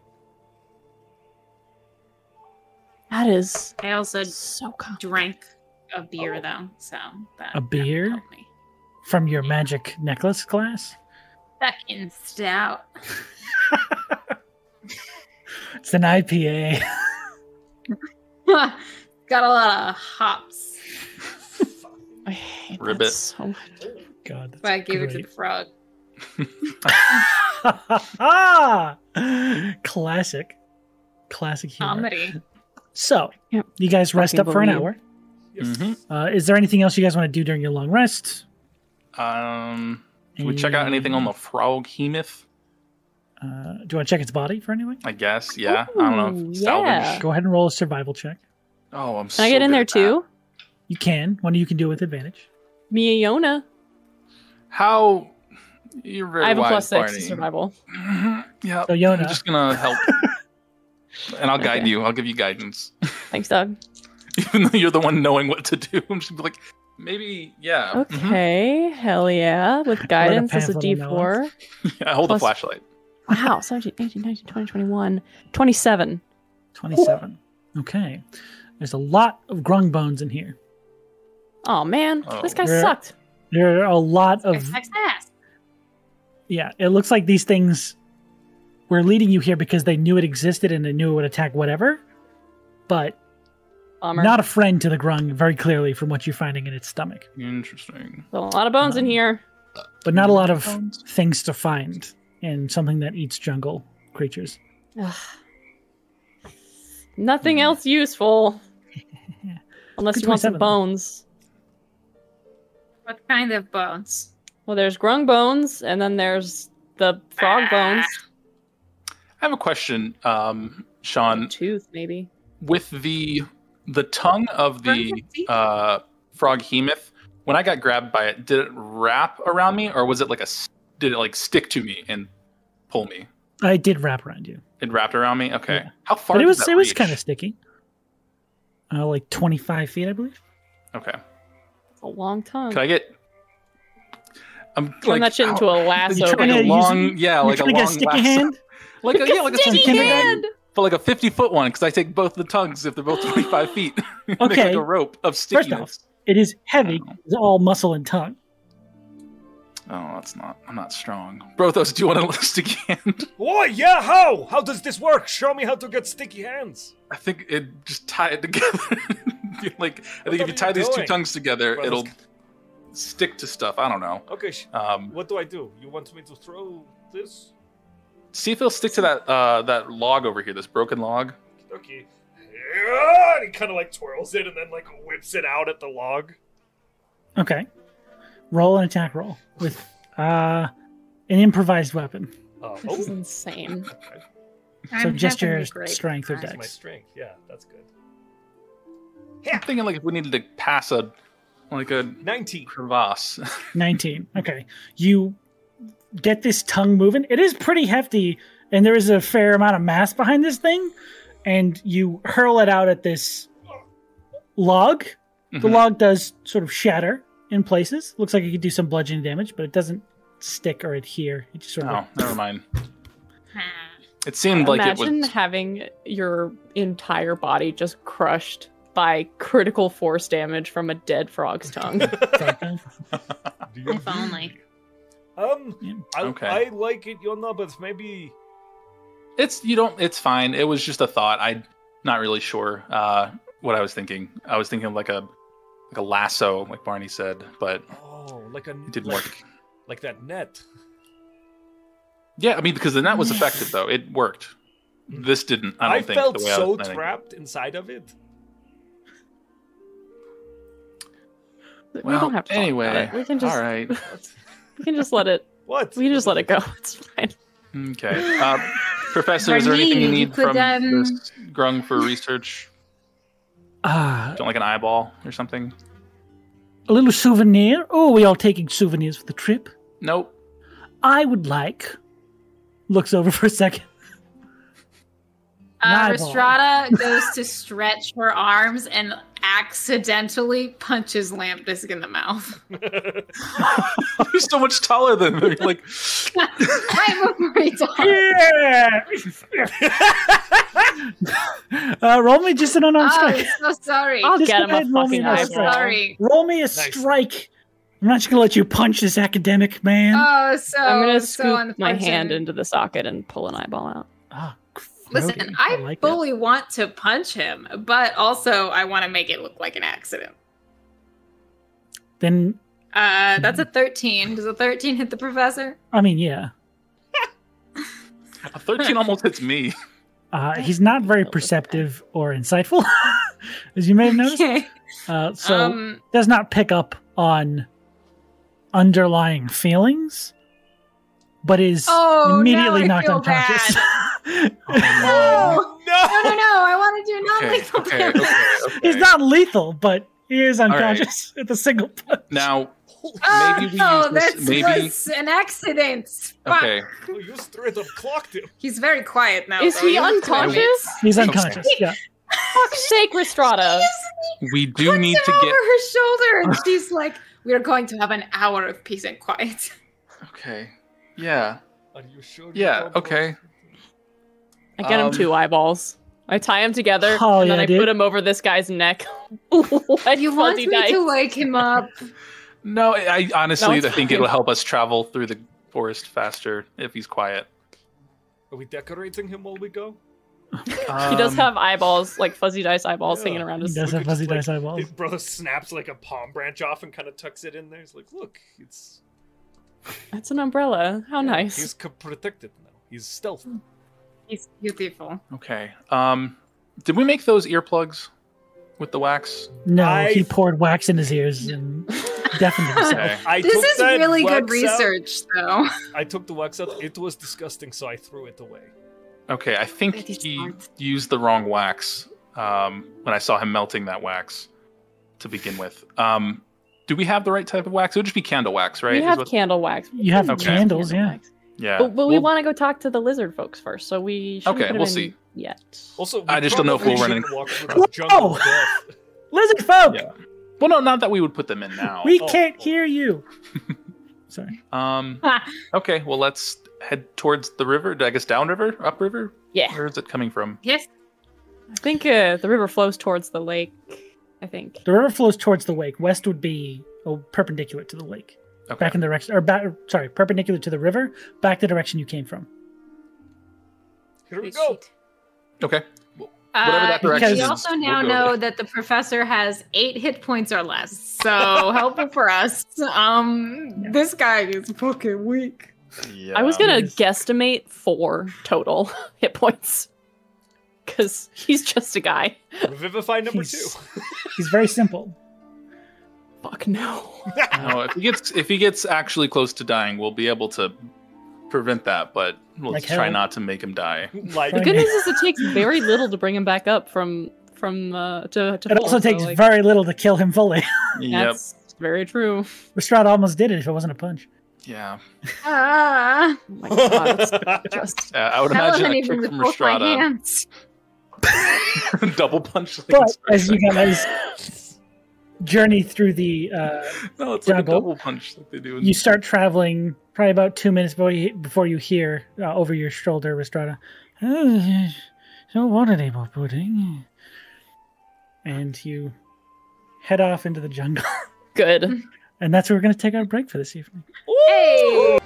Speaker 6: That is
Speaker 5: I also
Speaker 6: so com-
Speaker 5: drank a beer though, so that
Speaker 1: Oh. A beer?
Speaker 5: helped me.
Speaker 1: From your magic necklace class,
Speaker 5: Fucking stout.
Speaker 1: it's an IPA.
Speaker 5: [LAUGHS] Got a lot of hops.
Speaker 6: I hate that
Speaker 2: Ribbit.
Speaker 6: so much.
Speaker 1: [LAUGHS] God, that's
Speaker 5: But I gave it to
Speaker 1: great.
Speaker 5: the frog.
Speaker 1: ah! [LAUGHS] Classic. Classic humor.
Speaker 5: Comedy.
Speaker 1: So,
Speaker 6: Yep.
Speaker 1: you guys rest up
Speaker 6: Fucking
Speaker 1: for an hour.
Speaker 6: believe.
Speaker 4: Yes.
Speaker 2: Mhm.
Speaker 1: Uh, is there anything else you guys want to do during your long rest?
Speaker 2: Um, do we check out anything on the frog hemoth?
Speaker 1: Uh, do you want to check its body for anything?
Speaker 2: I guess. Yeah. I don't know.
Speaker 6: Ooh,
Speaker 2: if Salvage.
Speaker 6: yeah.
Speaker 1: Go ahead and roll a survival check.
Speaker 2: Oh, I'm.
Speaker 6: Can I get in there too?
Speaker 1: You can. One you can do with advantage.
Speaker 6: Mia Yona.
Speaker 2: How? You're very
Speaker 6: I have a
Speaker 2: wise,
Speaker 6: plus six to
Speaker 2: Barney.
Speaker 6: survival.
Speaker 2: Mhm. [LAUGHS] Yeah.
Speaker 1: So, Yona.
Speaker 2: I'm just
Speaker 1: [LAUGHS]
Speaker 2: gonna help, and I'll guide
Speaker 6: Okay.
Speaker 2: you. I'll give you guidance.
Speaker 6: Thanks, Doug.
Speaker 2: [LAUGHS] even though you're the one knowing what to do. [LAUGHS] I'm just like, maybe, yeah. mhm.
Speaker 6: Okay, hell yeah. With guidance, that's a
Speaker 1: pamphlet on that
Speaker 6: D4.
Speaker 2: yeah hold the
Speaker 6: Plus-
Speaker 2: flashlight.
Speaker 6: [LAUGHS] Wow, 17, 18, 19, 20, 21, 27.
Speaker 1: 27. Okay. There's a lot of grung bones in here.
Speaker 6: Oh man,
Speaker 2: Oh.
Speaker 6: this guy
Speaker 1: Yeah.
Speaker 6: sucked.
Speaker 1: There are a lot of
Speaker 5: Sex ass.
Speaker 1: yeah, it looks like these things were leading you here because they knew it existed and they knew it would attack whatever. But
Speaker 6: Bummer.
Speaker 1: not a friend to the grung, very clearly from what you're finding in its stomach.
Speaker 2: Interesting.
Speaker 6: So a lot of bones in here.
Speaker 1: But not a lot of
Speaker 2: Oh.
Speaker 1: things to find in something that eats jungle creatures.
Speaker 6: Ugh. Nothing else useful. Unless
Speaker 1: Good
Speaker 6: you want some
Speaker 1: 27.
Speaker 6: bones.
Speaker 5: What kind of bones?
Speaker 6: Well, there's grung bones, and then there's the
Speaker 5: Ah.
Speaker 6: frog bones.
Speaker 2: I have a question, um, Sean.
Speaker 6: Tooth, maybe.
Speaker 2: With the the tongue of the uh, frog hemoth, when I got grabbed by it, did it wrap around me, or was it like a s- did it like stick to me and pull me?
Speaker 1: I did wrap around you.
Speaker 2: It wrapped around me. Okay,
Speaker 1: Yeah.
Speaker 2: how far?
Speaker 1: But it
Speaker 2: does
Speaker 1: was
Speaker 2: that
Speaker 1: it was
Speaker 2: reach?
Speaker 1: kind of sticky. Uh, like 25 feet, I believe.
Speaker 2: okay.
Speaker 6: It's a long tongue.
Speaker 2: Can I get? I'm
Speaker 6: Turn
Speaker 2: like,
Speaker 6: that shit
Speaker 2: [LAUGHS]
Speaker 6: into a lasso.
Speaker 2: like
Speaker 1: trying
Speaker 2: a
Speaker 1: to use-
Speaker 2: long, yeah,
Speaker 1: You're
Speaker 2: like
Speaker 1: trying
Speaker 2: a
Speaker 1: to
Speaker 2: long
Speaker 1: get a sticky
Speaker 2: lasso.
Speaker 1: hand.
Speaker 2: like a, yeah, like a
Speaker 6: Sticky
Speaker 2: sticky
Speaker 1: hand.
Speaker 2: hand, but like a fifty foot one because I take both the tongues if they're both twenty five feet. [LAUGHS] Make like
Speaker 1: Okay.
Speaker 2: a rope of
Speaker 1: off,
Speaker 2: stickiness.
Speaker 1: It is heavy.
Speaker 2: Oh.
Speaker 1: It's all muscle and tongue.
Speaker 2: Oh, that's not. I'm not strong. Brothos, do you [LAUGHS] want a sticky hand?
Speaker 4: Oh yeah, how? How does this work? Show me how to get sticky hands.
Speaker 2: I think it just tie it together. [LAUGHS] like I think
Speaker 4: What
Speaker 2: if
Speaker 4: are
Speaker 2: you
Speaker 4: you
Speaker 2: tie these two
Speaker 4: doing?
Speaker 2: tongues together,
Speaker 4: Brothos-
Speaker 2: it'll stick to stuff. I don't know.
Speaker 4: Okay, sh-
Speaker 2: Um,
Speaker 4: what do I do? You want me to throw this?
Speaker 2: see if it'll stick to that uh, that log over here, this broken log.
Speaker 4: Okay. Yeah, and he kind of like twirls it and then like whips it out at the log.
Speaker 1: Okay. Roll an attack roll with uh, an improvised weapon.
Speaker 4: Uh,
Speaker 6: This is
Speaker 4: oh,
Speaker 6: insane.
Speaker 1: so
Speaker 5: I'm
Speaker 1: just
Speaker 5: having
Speaker 1: your
Speaker 5: a great
Speaker 1: strength or
Speaker 5: time.
Speaker 4: that's my
Speaker 1: dex.
Speaker 4: strength. Yeah, that's good.
Speaker 2: I'm thinking like if we needed to pass a like a [LAUGHS]
Speaker 4: Nineteen.
Speaker 2: crevasse.
Speaker 1: 19. Okay. You get this tongue moving. It is pretty hefty, and there is a fair amount of mass behind this thing. And you hurl it out at this log. The
Speaker 2: Mhm.
Speaker 1: log does sort of shatter in places. Looks like it could do some bludgeoning damage, but it doesn't stick or adhere. It just sort of
Speaker 2: Oh, never mind.
Speaker 5: Ah.
Speaker 2: It seemed like it
Speaker 6: Imagine
Speaker 2: was.
Speaker 6: having your entire body just crushed by critical force damage from a dead
Speaker 2: [LAUGHS]
Speaker 6: frog's
Speaker 1: [LAUGHS]
Speaker 6: tongue.
Speaker 1: like, uh,
Speaker 5: If only.
Speaker 4: Um,
Speaker 1: Yeah.
Speaker 4: I,
Speaker 2: Okay.
Speaker 4: I like it, your numbers. Maybe
Speaker 2: It's you don't. It's fine. It was just a thought. I'm not really sure uh, what I was thinking. I was thinking of like a like a lasso, like Barney said, but
Speaker 4: oh, like a
Speaker 2: it didn't [LAUGHS]
Speaker 4: like,
Speaker 2: work.
Speaker 4: like that net.
Speaker 2: Yeah, I mean because the net was effective though. It worked. This didn't. I don't think.
Speaker 4: felt
Speaker 2: the way I
Speaker 4: so
Speaker 2: was planning.
Speaker 4: trapped inside of it.
Speaker 6: we
Speaker 2: Well,
Speaker 6: don't have to talk about
Speaker 2: anyway,
Speaker 6: it. We can just
Speaker 2: All
Speaker 6: [LAUGHS]
Speaker 2: right.
Speaker 4: What?
Speaker 6: we can just let it
Speaker 4: What?
Speaker 6: we can just let it go. [LAUGHS] It's fine.
Speaker 2: Okay. Uh, Professor, is there anything you
Speaker 5: Barney, you
Speaker 2: need
Speaker 5: could,
Speaker 2: from
Speaker 5: um,
Speaker 2: this grung for research?
Speaker 1: ah,
Speaker 2: Don't like an eyeball or something?
Speaker 1: a little souvenir. Oh, we all taking souvenirs for the trip.
Speaker 2: Nope.
Speaker 1: I would like. Looks over [LAUGHS] for a second.
Speaker 5: Uh,
Speaker 1: Eyeball.
Speaker 5: Restrada goes to stretch her arms and accidentally punches Lampdisk in the
Speaker 6: [LAUGHS]
Speaker 5: mouth.
Speaker 2: [LAUGHS] You're so much taller than me. Like,
Speaker 5: I'm [LAUGHS] afraid to
Speaker 1: Yeah. uh, roll me just an unarmed
Speaker 5: Oh,
Speaker 1: strike.
Speaker 5: I'm so sorry.
Speaker 6: I'll
Speaker 1: Just
Speaker 6: get
Speaker 1: go
Speaker 6: him
Speaker 1: ahead
Speaker 6: a
Speaker 1: and roll me an
Speaker 6: fucking
Speaker 5: I'm
Speaker 1: eyeball.
Speaker 6: eyeball.
Speaker 5: sorry.
Speaker 1: Roll me a
Speaker 4: Nice.
Speaker 1: strike. I'm not just gonna let you punch this academic man.
Speaker 5: Oh, so
Speaker 6: I'm gonna
Speaker 5: so
Speaker 6: scoop my
Speaker 5: unfortunate.
Speaker 6: hand into the socket and pull an eyeball out.
Speaker 1: Ah, grody.
Speaker 5: Listen, I,
Speaker 1: like it.
Speaker 5: fully want to punch him, but also I want to make it look like an accident.
Speaker 1: Then
Speaker 5: Uh, that's a 13. Does a 13 hit the professor?
Speaker 1: I mean, yeah.
Speaker 2: a 13 almost hits
Speaker 6: [LAUGHS]
Speaker 2: me.
Speaker 1: Uh, he's not very perceptive or insightful, [LAUGHS] as you may have
Speaker 5: [LAUGHS]
Speaker 1: noticed.
Speaker 5: Okay.
Speaker 1: Uh, so
Speaker 5: um,
Speaker 1: does not pick up on underlying feelings, but is
Speaker 5: Oh,
Speaker 1: immediately
Speaker 5: now I
Speaker 1: knocked
Speaker 5: feel
Speaker 1: unconscious.
Speaker 4: Oh,
Speaker 5: no,
Speaker 4: no. [LAUGHS]
Speaker 5: no, no, no. I want to do non
Speaker 2: Okay,
Speaker 5: lethal
Speaker 2: okay,
Speaker 5: damage.
Speaker 2: okay,
Speaker 1: [LAUGHS] He's
Speaker 2: okay.
Speaker 1: not lethal, but he is
Speaker 2: right.
Speaker 1: unconscious [LAUGHS] at the single punch.
Speaker 2: Now,
Speaker 5: Oh,
Speaker 2: Maybe we
Speaker 5: no,
Speaker 2: use this-
Speaker 5: that
Speaker 2: maybe-
Speaker 5: was an accident. Fuck.
Speaker 2: okay.
Speaker 4: Oh, you straight up clocked him.
Speaker 5: He's very quiet now.
Speaker 6: Is
Speaker 5: though.
Speaker 6: he
Speaker 5: He looks very
Speaker 6: unconscious?
Speaker 1: He's
Speaker 2: Okay.
Speaker 1: unconscious. Yeah.
Speaker 5: [LAUGHS]
Speaker 6: Fuck's sake, Restrada.
Speaker 2: We Uh, do
Speaker 5: puts
Speaker 2: need
Speaker 5: him
Speaker 2: to
Speaker 5: over
Speaker 2: get.
Speaker 5: her shoulder,
Speaker 2: [LAUGHS]
Speaker 5: and [LAUGHS] she's like, "We are going to have an hour of peace and quiet."
Speaker 2: Okay. Yeah.
Speaker 4: Are you sure? you
Speaker 2: Yeah,
Speaker 4: don't want-
Speaker 2: okay.
Speaker 6: I get
Speaker 2: Um,
Speaker 6: him two eyeballs. I tie him together,
Speaker 1: Oh,
Speaker 6: and then
Speaker 1: yeah,
Speaker 6: I
Speaker 1: dude.
Speaker 6: put him over this guy's neck. [LAUGHS] what
Speaker 5: You want me
Speaker 6: fuzzy dice.
Speaker 5: to wake him up?
Speaker 2: No, I I honestly
Speaker 6: it's
Speaker 2: I think
Speaker 6: fine.
Speaker 2: it'll help us travel through the forest faster if he's quiet.
Speaker 4: Are we decorating him while we go?
Speaker 6: He does
Speaker 2: Um,
Speaker 6: have eyeballs, like fuzzy dice eyeballs,
Speaker 4: Yeah.
Speaker 6: hanging around
Speaker 1: He
Speaker 6: his.
Speaker 1: does
Speaker 4: we
Speaker 1: have
Speaker 4: could
Speaker 1: fuzzy
Speaker 4: just, like,
Speaker 1: dice eyeballs.
Speaker 4: His brother snaps like a palm branch off and kind of tucks it in there. He's like, look, it's
Speaker 6: That's an umbrella. How
Speaker 3: Oh,
Speaker 4: yeah,
Speaker 6: nice.
Speaker 4: He's co- protected now. He's stealth.
Speaker 5: [LAUGHS] He's beautiful.
Speaker 2: Okay. Um, did we make those earplugs with the wax?
Speaker 1: No,
Speaker 4: I-
Speaker 1: he poured wax in his ears
Speaker 4: [LAUGHS]
Speaker 1: and deafened himself.
Speaker 2: Okay.
Speaker 4: I
Speaker 5: This
Speaker 4: took
Speaker 5: is
Speaker 4: that
Speaker 5: really good
Speaker 4: wax out-
Speaker 5: research, though.
Speaker 4: I took the wax out. It was disgusting, so I threw it away.
Speaker 2: Okay. I think
Speaker 5: That is
Speaker 2: he
Speaker 5: smart.
Speaker 2: used the wrong wax um, when I saw him melting that wax to begin with. Um, do we have the right type of wax? It would just be candle wax, right?
Speaker 6: We
Speaker 2: Is
Speaker 6: have
Speaker 2: what-
Speaker 6: candle wax.
Speaker 1: You have
Speaker 2: Okay.
Speaker 1: candles,
Speaker 6: Candle
Speaker 1: yeah.
Speaker 6: wax.
Speaker 2: yeah.
Speaker 6: But, but we
Speaker 2: Well,
Speaker 6: want to go talk to the lizard folks first, so we should
Speaker 2: Okay,
Speaker 6: put 'em
Speaker 2: we'll
Speaker 6: in
Speaker 2: see.
Speaker 6: yet.
Speaker 4: Also, we
Speaker 2: I just don't know if
Speaker 4: probably
Speaker 2: we'll run
Speaker 4: shouldn't walk through this jungle
Speaker 1: Whoa!
Speaker 4: of death.
Speaker 1: Lizard folk,
Speaker 2: Yeah. Well, no, not that we would put
Speaker 1: [LAUGHS]
Speaker 2: them in now.
Speaker 1: we
Speaker 4: Oh,
Speaker 1: can't
Speaker 4: oh.
Speaker 1: hear
Speaker 4: [LAUGHS]
Speaker 1: you. Sorry. [LAUGHS]
Speaker 2: Um,
Speaker 1: Ah.
Speaker 5: Ha.
Speaker 2: okay. Well, let's head towards the river. I guess downriver, upriver.
Speaker 6: Yeah,
Speaker 2: Where is it coming from?
Speaker 5: [LAUGHS] Yes.
Speaker 6: I think uh, the river flows towards the lake. I think.
Speaker 1: The river flows towards the lake. West would be oh, perpendicular to the lake.
Speaker 2: Okay.
Speaker 1: Back in the direction, or back, sorry, perpendicular to the river, back the direction you came from.
Speaker 4: Here we go.
Speaker 2: Okay. Whatever
Speaker 5: Uh,
Speaker 2: that direction
Speaker 5: we
Speaker 1: is,
Speaker 5: also
Speaker 2: we'll
Speaker 5: now
Speaker 2: go
Speaker 5: know
Speaker 2: there.
Speaker 5: that the professor has eight hit points or [LAUGHS] less, so helpful for us. Um, this guy is fucking weak.
Speaker 2: Yeah.
Speaker 6: I was gonna
Speaker 1: Yes.
Speaker 6: guesstimate four total [LAUGHS] hit points, because he's just a guy.
Speaker 4: Revivify number two.
Speaker 1: He's- He's very simple.
Speaker 6: Fuck no.
Speaker 2: No, if he gets if he gets actually close to dying, we'll be able to prevent that. But we'll
Speaker 1: Like
Speaker 2: just try
Speaker 1: hell.
Speaker 2: not to make him die.
Speaker 4: [LAUGHS] like
Speaker 6: The
Speaker 1: Right.
Speaker 6: good news is it takes very little to bring him back up from from uh, to to.
Speaker 1: It also
Speaker 6: full, so,
Speaker 1: takes
Speaker 6: like,
Speaker 1: very little to kill him fully. [LAUGHS]
Speaker 2: Yep.
Speaker 6: That's very true.
Speaker 1: Lestrade almost did it if it wasn't a punch.
Speaker 2: Yeah.
Speaker 5: Ah,
Speaker 6: Oh my god,
Speaker 1: [LAUGHS]
Speaker 6: it's just
Speaker 2: Uh, I would imagine
Speaker 5: that wasn't
Speaker 2: a
Speaker 5: even
Speaker 2: kick
Speaker 5: with
Speaker 2: from
Speaker 5: both my
Speaker 2: Estrada,
Speaker 5: hands.
Speaker 2: [LAUGHS] double punch. like
Speaker 1: But
Speaker 2: it's
Speaker 1: as you
Speaker 2: perfect.
Speaker 1: guys journey through the, uh,
Speaker 2: no, it's like a
Speaker 1: juggle,
Speaker 2: double punch like they do. In,
Speaker 1: you start traveling probably about two minutes before you, before you hear uh, over your shoulder, Lestrada, oh, don't want any more pudding. And you head off into the jungle. [LAUGHS]
Speaker 6: good.
Speaker 1: And that's where we're going to take our break for this evening.
Speaker 5: Hey,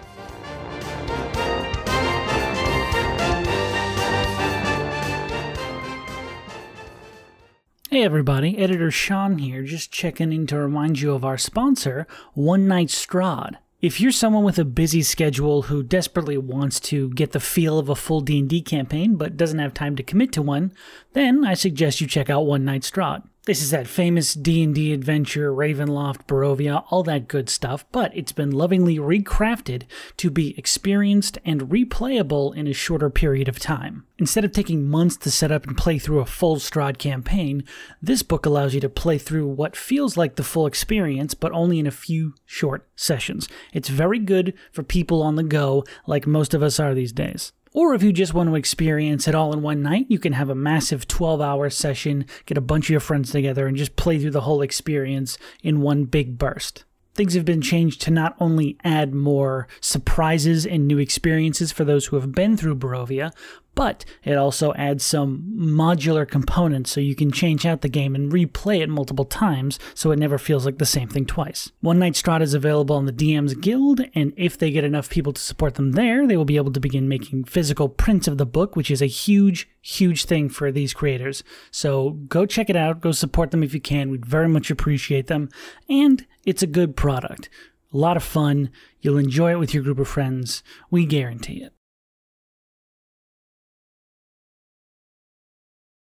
Speaker 1: Hey everybody, editor Sean here, just checking in to remind you of our sponsor, One Night Strad. If you're someone with a busy schedule who desperately wants to get the feel of a full D&D campaign but doesn't have time to commit to one, then I suggest you check out One Night Strad. This is that famous D&D adventure, Ravenloft, Barovia, all that good stuff, but it's been lovingly recrafted to be experienced and replayable in a shorter period of time. Instead of taking months to set up and play through a full Strahd campaign, this book allows you to play through what feels like the full experience, but only in a few short sessions. It's very good for people on the go, like most of us are these days. Or if you just want to experience it all in one night, you can have a massive 12 hour session, get a bunch of your friends together, and just play through the whole experience in one big burst. Things have been changed to not only add more surprises and new experiences for those who have been through Barovia, but it also adds some modular components so you can change out the game and replay it multiple times so it never feels like the same thing twice. One Night Strata is available on the DM's Guild, and if they get enough people to support them there, they will be able to begin making physical prints of the book, which is a huge, huge thing for these creators. So go check it out, go support them if you can. We'd very much appreciate them, and it's a good product. A lot of fun. You'll enjoy it with your group of friends. We guarantee it.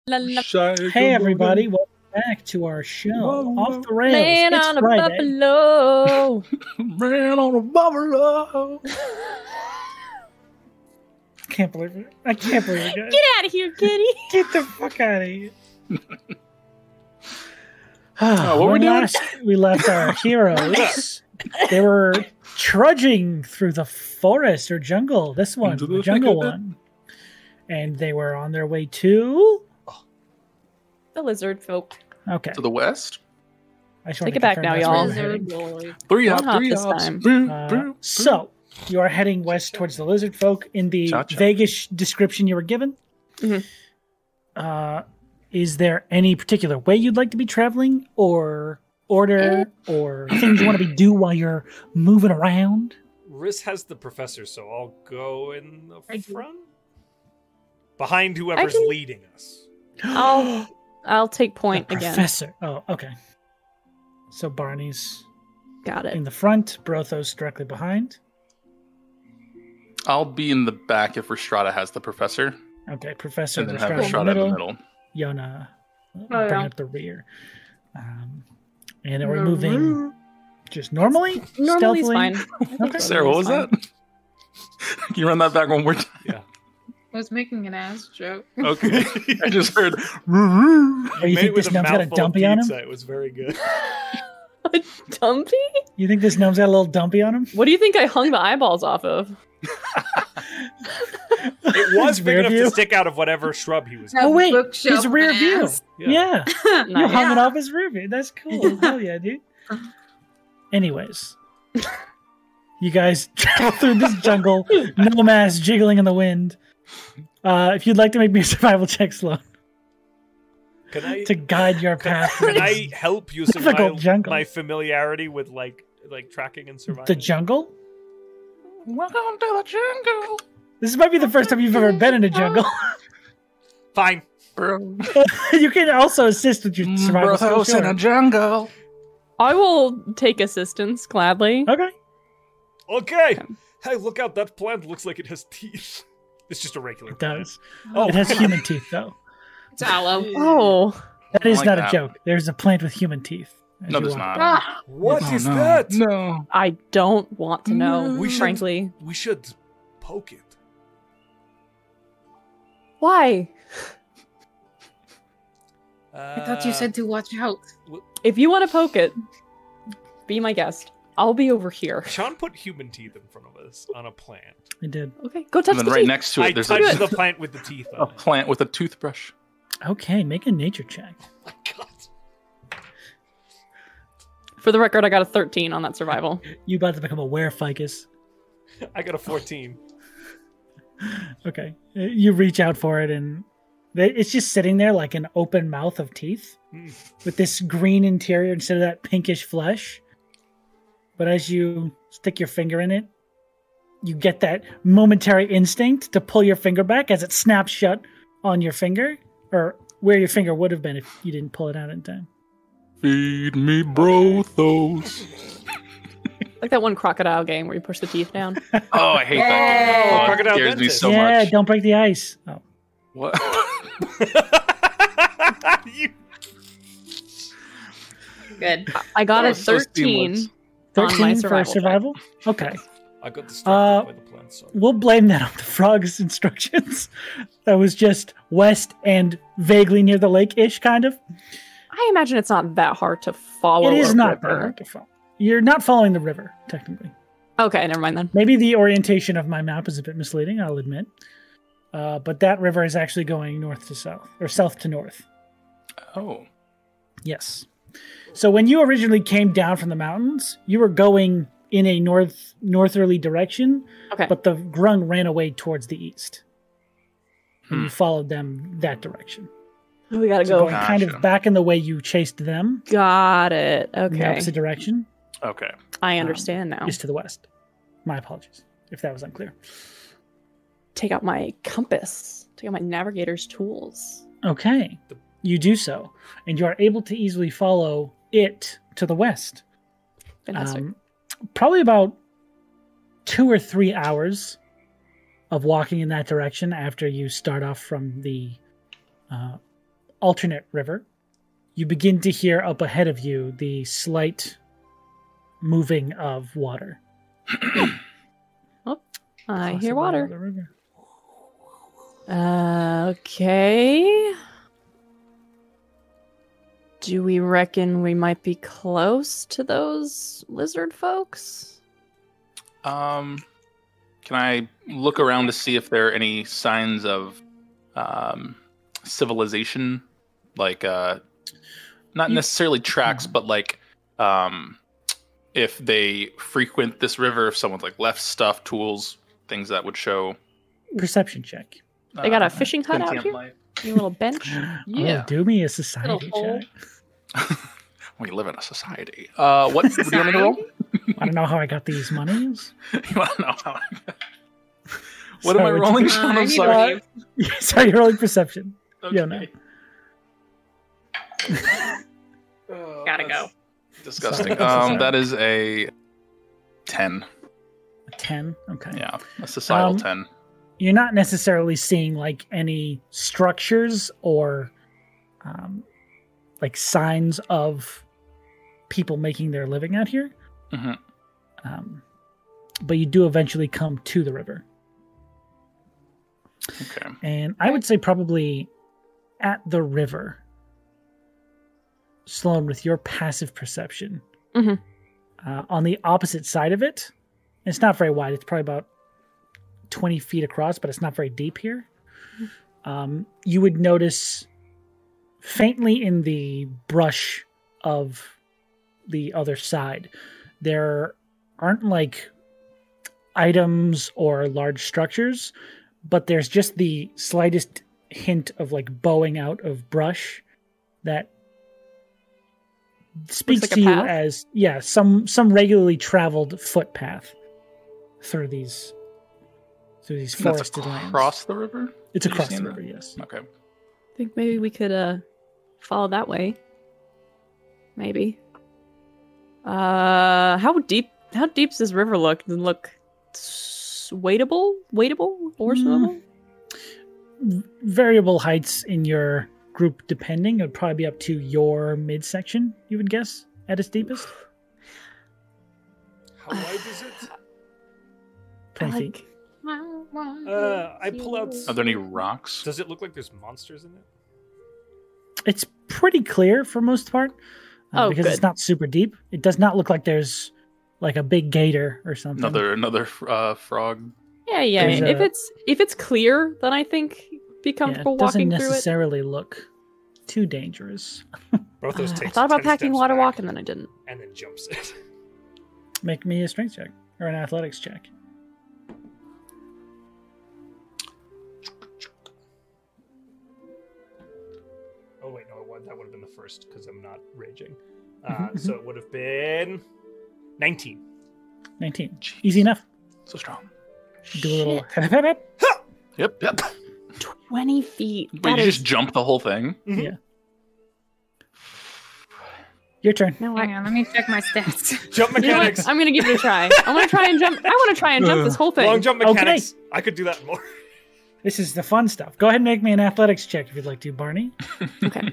Speaker 1: Hey everybody, welcome back to our show. Off the rails.
Speaker 6: Laying
Speaker 1: It's
Speaker 6: on a
Speaker 1: Friday.
Speaker 6: buffalo.
Speaker 2: ran on a buffalo.
Speaker 1: I can't believe it. I can't believe
Speaker 6: [LAUGHS]
Speaker 1: it. guys.
Speaker 6: Get out of here, kitty.
Speaker 1: Get the fuck out of
Speaker 2: [SIGHS]
Speaker 1: here.
Speaker 2: Uh, what were we
Speaker 1: When
Speaker 2: doing?
Speaker 1: last we left
Speaker 2: [LAUGHS]
Speaker 1: our heroes. they were trudging through the forest or jungle. This one,
Speaker 2: Into
Speaker 1: the,
Speaker 2: the
Speaker 1: jungle
Speaker 2: thick of it.
Speaker 1: one. And they were on their way to.
Speaker 6: The lizard folk.
Speaker 1: Okay.
Speaker 2: To the west.
Speaker 1: I just wanted
Speaker 6: Take
Speaker 1: to
Speaker 6: it back
Speaker 1: confirm
Speaker 6: now,
Speaker 1: that's where
Speaker 6: y'all.
Speaker 1: we're heading.
Speaker 2: Three
Speaker 6: One
Speaker 2: hop,
Speaker 6: hop
Speaker 2: three
Speaker 6: this
Speaker 2: hops.
Speaker 6: time.
Speaker 2: Boo,
Speaker 1: Uh,
Speaker 2: boo, boo.
Speaker 1: so You are heading west towards the lizard folk. In the
Speaker 2: Cha-cha.
Speaker 1: vaguish description you were given,
Speaker 6: Mhm.
Speaker 1: uh, is there any particular way you'd like to be traveling, or order,
Speaker 6: Eh.
Speaker 1: or things you want to be do while you're moving around?
Speaker 4: Riz has the professor, so I'll go in the
Speaker 3: I do.
Speaker 4: front. Behind whoever's
Speaker 6: can-
Speaker 4: leading us.
Speaker 6: [GASPS] I'll I'll take point
Speaker 1: The
Speaker 6: again.
Speaker 1: Professor. Oh, okay. So Barney's
Speaker 6: Got
Speaker 1: in [LAUGHS]
Speaker 6: it.
Speaker 1: the front, Brothos directly behind.
Speaker 2: I'll be in the back if Restrada has the professor,
Speaker 1: Okay, Professor
Speaker 2: and then have
Speaker 1: Lestrade
Speaker 2: Restrada in the middle.
Speaker 1: Yona
Speaker 5: Oh,
Speaker 1: bring
Speaker 5: yeah.
Speaker 1: up the rear. Um, and are we moving just normally?
Speaker 6: Normally is
Speaker 1: Stealthily? [LAUGHS]
Speaker 6: fine.
Speaker 1: Okay.
Speaker 2: Sarah, what was that? Can you run that [LAUGHS] back one more time?
Speaker 3: I was making an ass joke.
Speaker 4: [LAUGHS]
Speaker 2: Okay. [LAUGHS] I just heard.
Speaker 1: Or Oh, you
Speaker 4: made
Speaker 1: think
Speaker 4: it with
Speaker 1: this gnome's got a
Speaker 4: mouthful of
Speaker 1: dumpy on him?
Speaker 4: pizza. It was very
Speaker 1: [LAUGHS]
Speaker 4: good.
Speaker 6: Dumpy?
Speaker 1: You think this gnome's got a little dumpy on him?
Speaker 6: What do you think I hung the eyeballs off of?
Speaker 4: It was
Speaker 1: His
Speaker 4: big
Speaker 1: rear
Speaker 4: enough
Speaker 1: view?
Speaker 4: to stick out of whatever shrub he was.
Speaker 1: Oh, wait,
Speaker 3: Bookshelf
Speaker 1: his rear view.
Speaker 3: ass.
Speaker 1: Yeah, you
Speaker 6: Nice.
Speaker 1: hung it off his rear view. That's
Speaker 6: [LAUGHS]
Speaker 1: cool. Hell yeah, dude. Anyways, you guys [LAUGHS] travel through this
Speaker 6: [LAUGHS]
Speaker 1: jungle, no mass jiggling in the wind. Uh, if you'd like to make me a survival check, Sloan,
Speaker 4: Can I?
Speaker 1: to guide your
Speaker 4: Can,
Speaker 1: path. through
Speaker 4: can I
Speaker 1: this-
Speaker 4: help using my,
Speaker 1: Difficult jungle.
Speaker 4: my familiarity with like like tracking and surviving?
Speaker 1: the jungle?
Speaker 2: Welcome to the jungle,
Speaker 1: This might be the first time you've ever been in a [LAUGHS] jungle.
Speaker 4: Fine.
Speaker 2: bro.
Speaker 1: you can also assist with
Speaker 2: Mm,
Speaker 1: your survival skill,
Speaker 2: Brothos in
Speaker 1: sure.
Speaker 2: a jungle.
Speaker 6: I will take assistance gladly.
Speaker 1: Okay.
Speaker 4: Okay. Hey, look out! That plant looks like it has teeth. [LAUGHS] It's just a regular.
Speaker 1: It does.
Speaker 4: Oh,
Speaker 1: It
Speaker 2: [LAUGHS]
Speaker 1: has human teeth, though.
Speaker 3: It's aloe.
Speaker 6: Oh,
Speaker 1: That is
Speaker 2: like
Speaker 1: not
Speaker 2: that.
Speaker 1: a joke. There's a plant with human teeth. as
Speaker 2: No,
Speaker 1: you
Speaker 2: there's
Speaker 1: walk.
Speaker 2: not.
Speaker 3: Ah,
Speaker 4: [GASPS] What
Speaker 2: Oh,
Speaker 4: is
Speaker 2: no.
Speaker 4: that?
Speaker 2: No.
Speaker 6: I don't want to know,
Speaker 4: We should-
Speaker 6: frankly.
Speaker 4: We should poke it.
Speaker 6: Why?
Speaker 4: Uh,
Speaker 3: I thought you said to watch out.
Speaker 6: If you want to poke it, be my guest. I'll be over here.
Speaker 4: Uh, Sean put human teeth in front of us on a plant.
Speaker 1: I did.
Speaker 6: Okay, go touch
Speaker 2: And
Speaker 6: the
Speaker 2: then right
Speaker 6: teeth.
Speaker 2: next to
Speaker 4: I
Speaker 2: it, there's [LAUGHS]
Speaker 4: touched the
Speaker 2: a,
Speaker 4: plant with the teeth
Speaker 2: a
Speaker 4: on it.
Speaker 2: plant with a toothbrush.
Speaker 1: Okay, make a nature check.
Speaker 4: My God.
Speaker 6: For the record, I got a 13 on that survival.
Speaker 1: You about to become a were ficus.
Speaker 4: I got
Speaker 2: [LAUGHS]
Speaker 4: a 14.
Speaker 1: Okay. Uh, You reach out for it, and they- it's just sitting there like an open mouth of
Speaker 2: [LAUGHS]
Speaker 1: teeth
Speaker 4: Hmm.
Speaker 1: with this green interior instead of that pinkish flesh. But as you stick your finger in it, you get that momentary instinct to pull your finger back as it snaps shut on your finger, or where your finger would have been if you didn't pull it out in time.
Speaker 2: Feed
Speaker 4: [LAUGHS]
Speaker 2: me, Brothos.
Speaker 6: Like that one crocodile game where you push the teeth down.
Speaker 2: Oh, I hate
Speaker 3: Yay.
Speaker 2: that. Oh, it
Speaker 4: Crocodile
Speaker 2: scares me
Speaker 4: dentist.
Speaker 2: so
Speaker 1: yeah,
Speaker 2: much.
Speaker 1: don't break the ice. Oh.
Speaker 2: What?
Speaker 4: [LAUGHS] you
Speaker 2: [LAUGHS]
Speaker 5: Good. Uh,
Speaker 6: I got
Speaker 2: That
Speaker 6: a
Speaker 2: was so
Speaker 6: 13.
Speaker 2: seamless.
Speaker 6: On my
Speaker 1: 13 for
Speaker 6: survival check.
Speaker 1: survival? Okay.
Speaker 4: I got distracted
Speaker 1: Uh,
Speaker 4: by the plant. Sorry.
Speaker 1: We'll blame that on the frog's instructions. that was just west and vaguely near the lake ish, kind of.
Speaker 6: I imagine it's not that hard to follow.
Speaker 1: it is
Speaker 6: Oh, a
Speaker 1: not that
Speaker 6: river.
Speaker 1: hard to follow. You're not following the river, technically.
Speaker 6: Okay, never mind then.
Speaker 1: Maybe the orientation of my map is a bit misleading, I'll admit. Uh, but that river is actually going north to south, or south to north.
Speaker 2: Oh.
Speaker 1: Yes. So when you originally came down from the mountains, you were going in a north northerly direction,
Speaker 6: Okay.
Speaker 1: but the grung ran away towards the east. And you
Speaker 2: Hmm.
Speaker 1: followed them that direction.
Speaker 6: we gotta
Speaker 1: So
Speaker 6: go.
Speaker 1: going kind
Speaker 2: Gotcha.
Speaker 1: of back in the way you chased them,
Speaker 6: Got it.
Speaker 1: in the
Speaker 6: Okay. Oh.
Speaker 1: opposite direction,
Speaker 2: Okay.
Speaker 6: I understand now.
Speaker 1: is to the west. My apologies if that was unclear.
Speaker 6: Take out my compass. Take out my navigator's tools.
Speaker 1: Okay. You do so, and you are able to easily follow it to the west.
Speaker 6: Fantastic.
Speaker 1: Um, probably about two or three hours of walking in that direction after you start off from the uh, alternate river. You begin to hear up ahead of you the slight moving of water.
Speaker 6: I
Speaker 1: crossing
Speaker 6: hear
Speaker 1: the
Speaker 6: water.
Speaker 1: other river.
Speaker 6: Uh, okay. Do we reckon we might be close to those lizard folks?
Speaker 2: Um, can I look around to see if there are any signs of um, civilization, like uh,
Speaker 1: You-
Speaker 2: not
Speaker 6: Mm-hmm.
Speaker 2: necessarily tracks, but like um, if they frequent this river, if someone's like left stuff, tools, things that would show. uh,
Speaker 1: Perception check.
Speaker 6: They got a fishing hut out
Speaker 2: sentient
Speaker 6: here?
Speaker 2: life.
Speaker 6: Your [LAUGHS] little bench.
Speaker 1: Oh, do me a society
Speaker 5: Little hole.
Speaker 1: check.
Speaker 2: [LAUGHS] We live in a society. Uh, what do you want me to roll?
Speaker 1: I don't know how I got these monies. [LAUGHS]
Speaker 2: [LAUGHS] You want to know how? What am I
Speaker 1: Sorry,
Speaker 2: rolling?
Speaker 3: Uh,
Speaker 1: what
Speaker 2: Sean?
Speaker 3: I
Speaker 2: [LAUGHS] I'm
Speaker 3: need to
Speaker 2: sorry.
Speaker 3: leave.
Speaker 1: you- Sorry, you're rolling perception.
Speaker 2: Okay.
Speaker 1: Yeah, no.
Speaker 2: Oh,
Speaker 5: Gotta
Speaker 2: that's
Speaker 5: go.
Speaker 2: Disgusting.
Speaker 1: Sorry. Sorry.
Speaker 2: Um, that is a ten.
Speaker 1: A ten. Okay.
Speaker 2: Yeah, a societal
Speaker 1: Um,
Speaker 2: ten.
Speaker 1: You're not necessarily seeing like any structures or um, like signs of people making their living out here.
Speaker 2: Mhm.
Speaker 1: Um, but you do eventually come to the river.
Speaker 2: Okay.
Speaker 1: And I would say probably at the river. Sloan, with your passive perception,
Speaker 6: Mhm.
Speaker 1: uh, on the opposite side of it, it's not very wide. It's probably about 20 feet across, but it's not very deep here. Um, you would notice faintly in the brush of the other side, there aren't like items or large structures but there's just the slightest hint of like bowing out of brush that speaks
Speaker 6: like a
Speaker 1: to you
Speaker 6: path?
Speaker 1: as yeah some some regularly traveled footpath through these through these
Speaker 2: And That's
Speaker 1: forested lands.
Speaker 2: across the river.
Speaker 1: it's
Speaker 2: did you
Speaker 1: across
Speaker 2: say
Speaker 1: the
Speaker 2: that?
Speaker 1: river, yes.
Speaker 2: Okay.
Speaker 6: I think maybe we could uh follow that way. Maybe. Uh how deep how deep does this river look? Does it look s- wadeable? Wadeable or
Speaker 1: Mm.
Speaker 6: swimmable?
Speaker 1: V- Variable heights in your group depending, it would probably be up to your midsection, you would guess, at its
Speaker 2: [SIGHS]
Speaker 1: deepest.
Speaker 4: How wide
Speaker 3: [SIGHS]
Speaker 4: is it?
Speaker 6: I
Speaker 1: Twenty feet.
Speaker 6: like
Speaker 1: Oh,
Speaker 4: Uh, I pull out.
Speaker 2: Are there any rocks?
Speaker 4: Does it look like there's monsters in it?
Speaker 1: It's pretty clear for most part uh,
Speaker 6: Oh,
Speaker 1: because it's
Speaker 6: good.
Speaker 1: not super deep. It does not look like there's like a big gator or something.
Speaker 2: Another another uh, frog.
Speaker 6: Yeah, yeah. I
Speaker 1: There's
Speaker 6: mean, if
Speaker 1: a-
Speaker 6: it's if it's clear, then I think be
Speaker 1: Yeah,
Speaker 6: comfortable
Speaker 1: it doesn't
Speaker 6: walking through it.
Speaker 1: necessarily look too dangerous.
Speaker 4: Both
Speaker 6: Uh,
Speaker 4: those
Speaker 6: [SIGHS] I
Speaker 4: takes
Speaker 6: thought about
Speaker 4: 10
Speaker 6: packing
Speaker 4: steps
Speaker 6: water
Speaker 4: back
Speaker 6: walk and then I didn't.
Speaker 4: and then jumps it.
Speaker 1: Make me a strength check or an athletics check.
Speaker 4: [LAUGHS] Oh wait, no, it wa- that would have been the first because I'm not
Speaker 6: [LAUGHS]
Speaker 4: raging. Uh, so it would have been nineteen.
Speaker 1: Nineteen.
Speaker 2: Jeez,
Speaker 1: Easy enough.
Speaker 2: So strong.
Speaker 1: Do a little. yeah.
Speaker 2: Yep. Yep.
Speaker 6: Twenty feet.
Speaker 2: Wait,
Speaker 6: That
Speaker 2: you
Speaker 6: is
Speaker 2: just jump the whole thing?
Speaker 1: Your turn.
Speaker 6: no. I-
Speaker 5: Hang on, let me check my stats.
Speaker 4: Jump
Speaker 6: [LAUGHS] You know
Speaker 4: mechanics.
Speaker 6: what? I'm gonna give it a try. I want to try and jump. I want to try
Speaker 1: Uh,
Speaker 6: and jump this whole thing.
Speaker 4: Long jump
Speaker 1: Okay.
Speaker 4: mechanics. I could do that more.
Speaker 1: This is the fun stuff. Go ahead and make me an athletics check if you'd like to, Barney.
Speaker 6: Okay.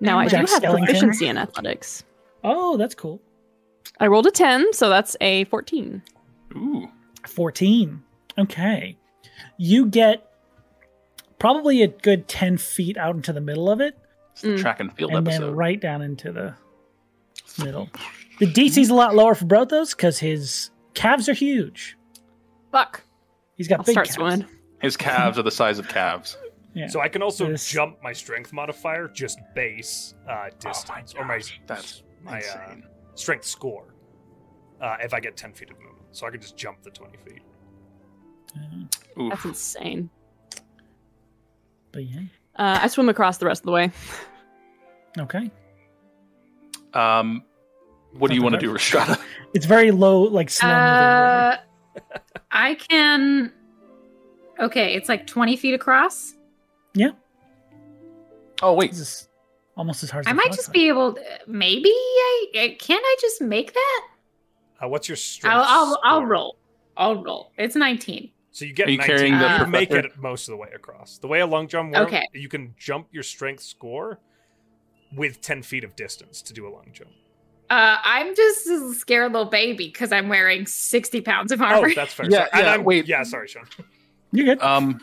Speaker 6: Now I do
Speaker 1: Jack
Speaker 6: have
Speaker 1: Skellington.
Speaker 6: proficiency in athletics.
Speaker 1: Oh, that's cool.
Speaker 6: I rolled a 10, so that's a 14.
Speaker 2: Ooh.
Speaker 1: 14. Okay. You get probably a good 10 feet out into the middle of it
Speaker 2: It's the
Speaker 6: Mm.
Speaker 2: track and field
Speaker 1: and
Speaker 2: episode.
Speaker 1: then right down into the middle. The DC's a lot lower for Brothos because his calves are huge.
Speaker 6: Fuck.
Speaker 1: He's got
Speaker 6: I'll
Speaker 1: big
Speaker 6: start
Speaker 1: calves.
Speaker 6: swimming.
Speaker 2: His calves are the size of calves.
Speaker 1: Yeah.
Speaker 4: So I can also
Speaker 1: This-
Speaker 4: jump my strength modifier, just base
Speaker 6: Oh
Speaker 4: uh, distance, or my
Speaker 2: gosh, that's
Speaker 4: my uh,
Speaker 2: insane.
Speaker 4: strength score. Uh, if I get ten feet of movement, so I could just jump the twenty feet.
Speaker 1: Uh,
Speaker 2: Oof.
Speaker 6: That's insane.
Speaker 1: But yeah.
Speaker 6: Uh, I swim across the rest of the way. [LAUGHS]
Speaker 1: Okay.
Speaker 2: Um, what do you
Speaker 1: Something
Speaker 2: want to do, Restrada?
Speaker 1: It's very low, like slow moving.
Speaker 5: [LAUGHS] Uh, I can. Okay, it's like 20 feet across.
Speaker 2: Oh wait,
Speaker 1: This is almost as hard as
Speaker 5: I
Speaker 1: the
Speaker 5: might
Speaker 1: frog
Speaker 5: just
Speaker 1: side.
Speaker 5: be able. maybe I I- can't. I just make that.
Speaker 4: Uh, what's your strength?
Speaker 5: I'll I'll, I'll
Speaker 4: score?
Speaker 5: roll. I'll roll. It's 19.
Speaker 4: So you get
Speaker 2: Are you
Speaker 4: 19.
Speaker 2: carrying
Speaker 5: the
Speaker 4: you
Speaker 5: professor?
Speaker 4: make it most of the way across. The way a long jump works,
Speaker 5: Okay.
Speaker 4: you can jump your strength score with 10 feet of distance to do a long jump.
Speaker 5: Uh, I'm just a scared little baby because I'm wearing 60 pounds of
Speaker 4: Oh,
Speaker 5: armor.
Speaker 4: that's fair.
Speaker 2: Yeah,
Speaker 4: sorry. And
Speaker 2: yeah,
Speaker 4: I'm-
Speaker 2: wait.
Speaker 4: Yeah, sorry, Sean.
Speaker 1: You're good.
Speaker 2: um,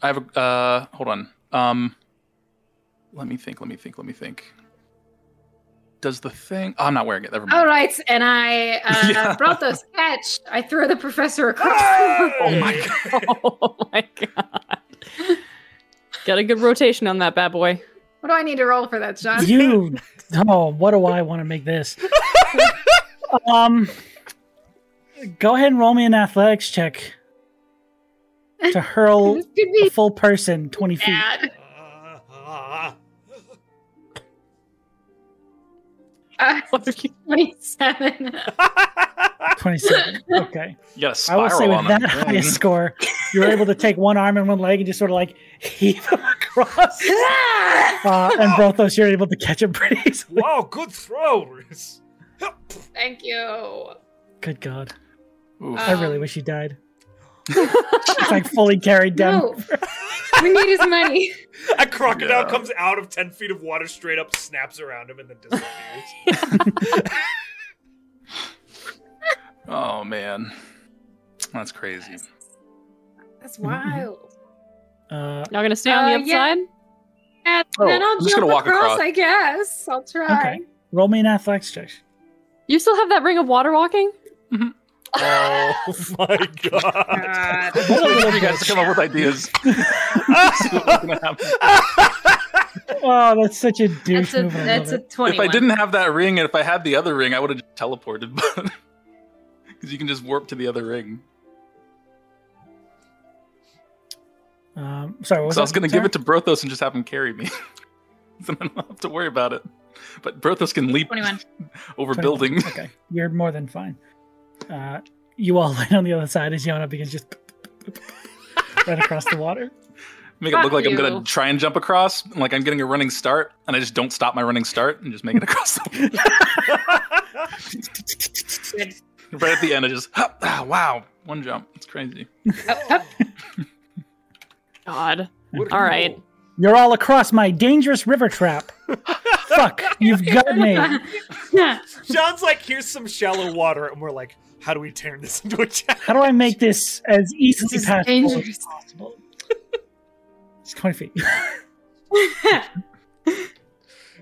Speaker 2: I have a uh, hold on. Um, let me think. Let me think. Let me think. Does the thing? Oh, I'm not wearing it. Never mind.
Speaker 5: [LAUGHS] All right, and I
Speaker 2: [LAUGHS]
Speaker 5: uh,
Speaker 2: Yeah.
Speaker 5: brought those catch. I threw the professor
Speaker 2: [LAUGHS]
Speaker 5: across. [LAUGHS]
Speaker 2: Oh my
Speaker 4: Hey!
Speaker 2: god.
Speaker 6: oh my god. Got a good rotation on that bad boy. [LAUGHS]
Speaker 5: [LAUGHS] what do I need to roll for that, Sean?
Speaker 1: you. Oh, what do I want to make this? Um, go ahead and roll me an athletics check to hurl
Speaker 5: This could
Speaker 1: a
Speaker 5: be
Speaker 1: full person twenty feet.
Speaker 5: [LAUGHS] bad. Uh,
Speaker 2: [LAUGHS]
Speaker 5: 27.
Speaker 1: Twenty-seven. Okay.
Speaker 2: You got a
Speaker 1: Oh, I will
Speaker 2: spiral
Speaker 1: say with
Speaker 2: on them.
Speaker 1: that high a score, you're able to take one arm and one leg and just sort of like heave them across. Uh, and Brothos, you're able to catch him pretty easily.
Speaker 4: [LAUGHS] wow, good throw, Rhys.
Speaker 5: Thank you.
Speaker 1: Good God.
Speaker 2: Oof.
Speaker 1: I really
Speaker 5: Um,
Speaker 1: wish he died. It's like fully carried down.
Speaker 5: No. we need
Speaker 2: [LAUGHS]
Speaker 5: his money.
Speaker 4: A crocodile
Speaker 2: Yeah.
Speaker 4: comes out of 10 feet of water, straight up snaps around him, and then disappears.
Speaker 2: Oh man, that's crazy.
Speaker 5: That's wild.
Speaker 2: Oh,
Speaker 1: Uh,
Speaker 6: Y'all gonna stay on the
Speaker 5: Uh, yeah.
Speaker 6: upside?
Speaker 5: And
Speaker 2: Oh,
Speaker 5: then I'll
Speaker 2: I'm just
Speaker 5: jump
Speaker 2: gonna walk
Speaker 5: across,
Speaker 2: across.
Speaker 5: I guess. I'll try.
Speaker 1: Okay. roll me an athletics check.
Speaker 6: You still have that ring of water walking?
Speaker 4: [LAUGHS] oh my god.
Speaker 5: God.
Speaker 1: What
Speaker 2: [LAUGHS]
Speaker 1: a little
Speaker 2: You guys
Speaker 1: bitch.
Speaker 2: come [LAUGHS] up with ideas. This is what's gonna happen.
Speaker 1: Oh, that's such a douche
Speaker 5: That's a,
Speaker 1: move. I love
Speaker 5: that's a
Speaker 1: it.
Speaker 5: 21.
Speaker 2: If I didn't have that ring, and if I had the other ring, I would have just teleported. [LAUGHS] Because you can just warp to the other ring.
Speaker 1: Um, sorry, what was
Speaker 2: So I was
Speaker 1: that?
Speaker 2: going to give
Speaker 1: Sorry?
Speaker 2: it to Brothos and just have him carry me. [LAUGHS] then I don't have to worry about it. But Brothos can leap
Speaker 5: 21.
Speaker 2: over
Speaker 1: 21. [LAUGHS]
Speaker 2: buildings.
Speaker 1: Okay, you're more than fine. Uh, you all [LAUGHS] land on the other side as Yona begins just [LAUGHS] right across the water.
Speaker 2: Make it look
Speaker 5: Fuck
Speaker 2: like I'm
Speaker 5: you.
Speaker 2: going to try and jump across. and, Like I'm getting a running start, and I just don't stop my running start and just make it across the
Speaker 5: [LAUGHS]
Speaker 2: Right at the end, I just, hop, ah, wow, one jump. It's crazy.
Speaker 5: Up, up.
Speaker 6: God.
Speaker 4: What a
Speaker 6: All right.
Speaker 4: roll.
Speaker 1: You're all across my dangerous river trap. Fuck, you've got me. [LAUGHS]
Speaker 4: John's like, here's some shallow water, and we're like, how do we turn this into a chat?
Speaker 1: How do I make this as easily
Speaker 5: This is
Speaker 1: passable as
Speaker 5: dangerous.
Speaker 1: possible? It's 20 feet. [LAUGHS]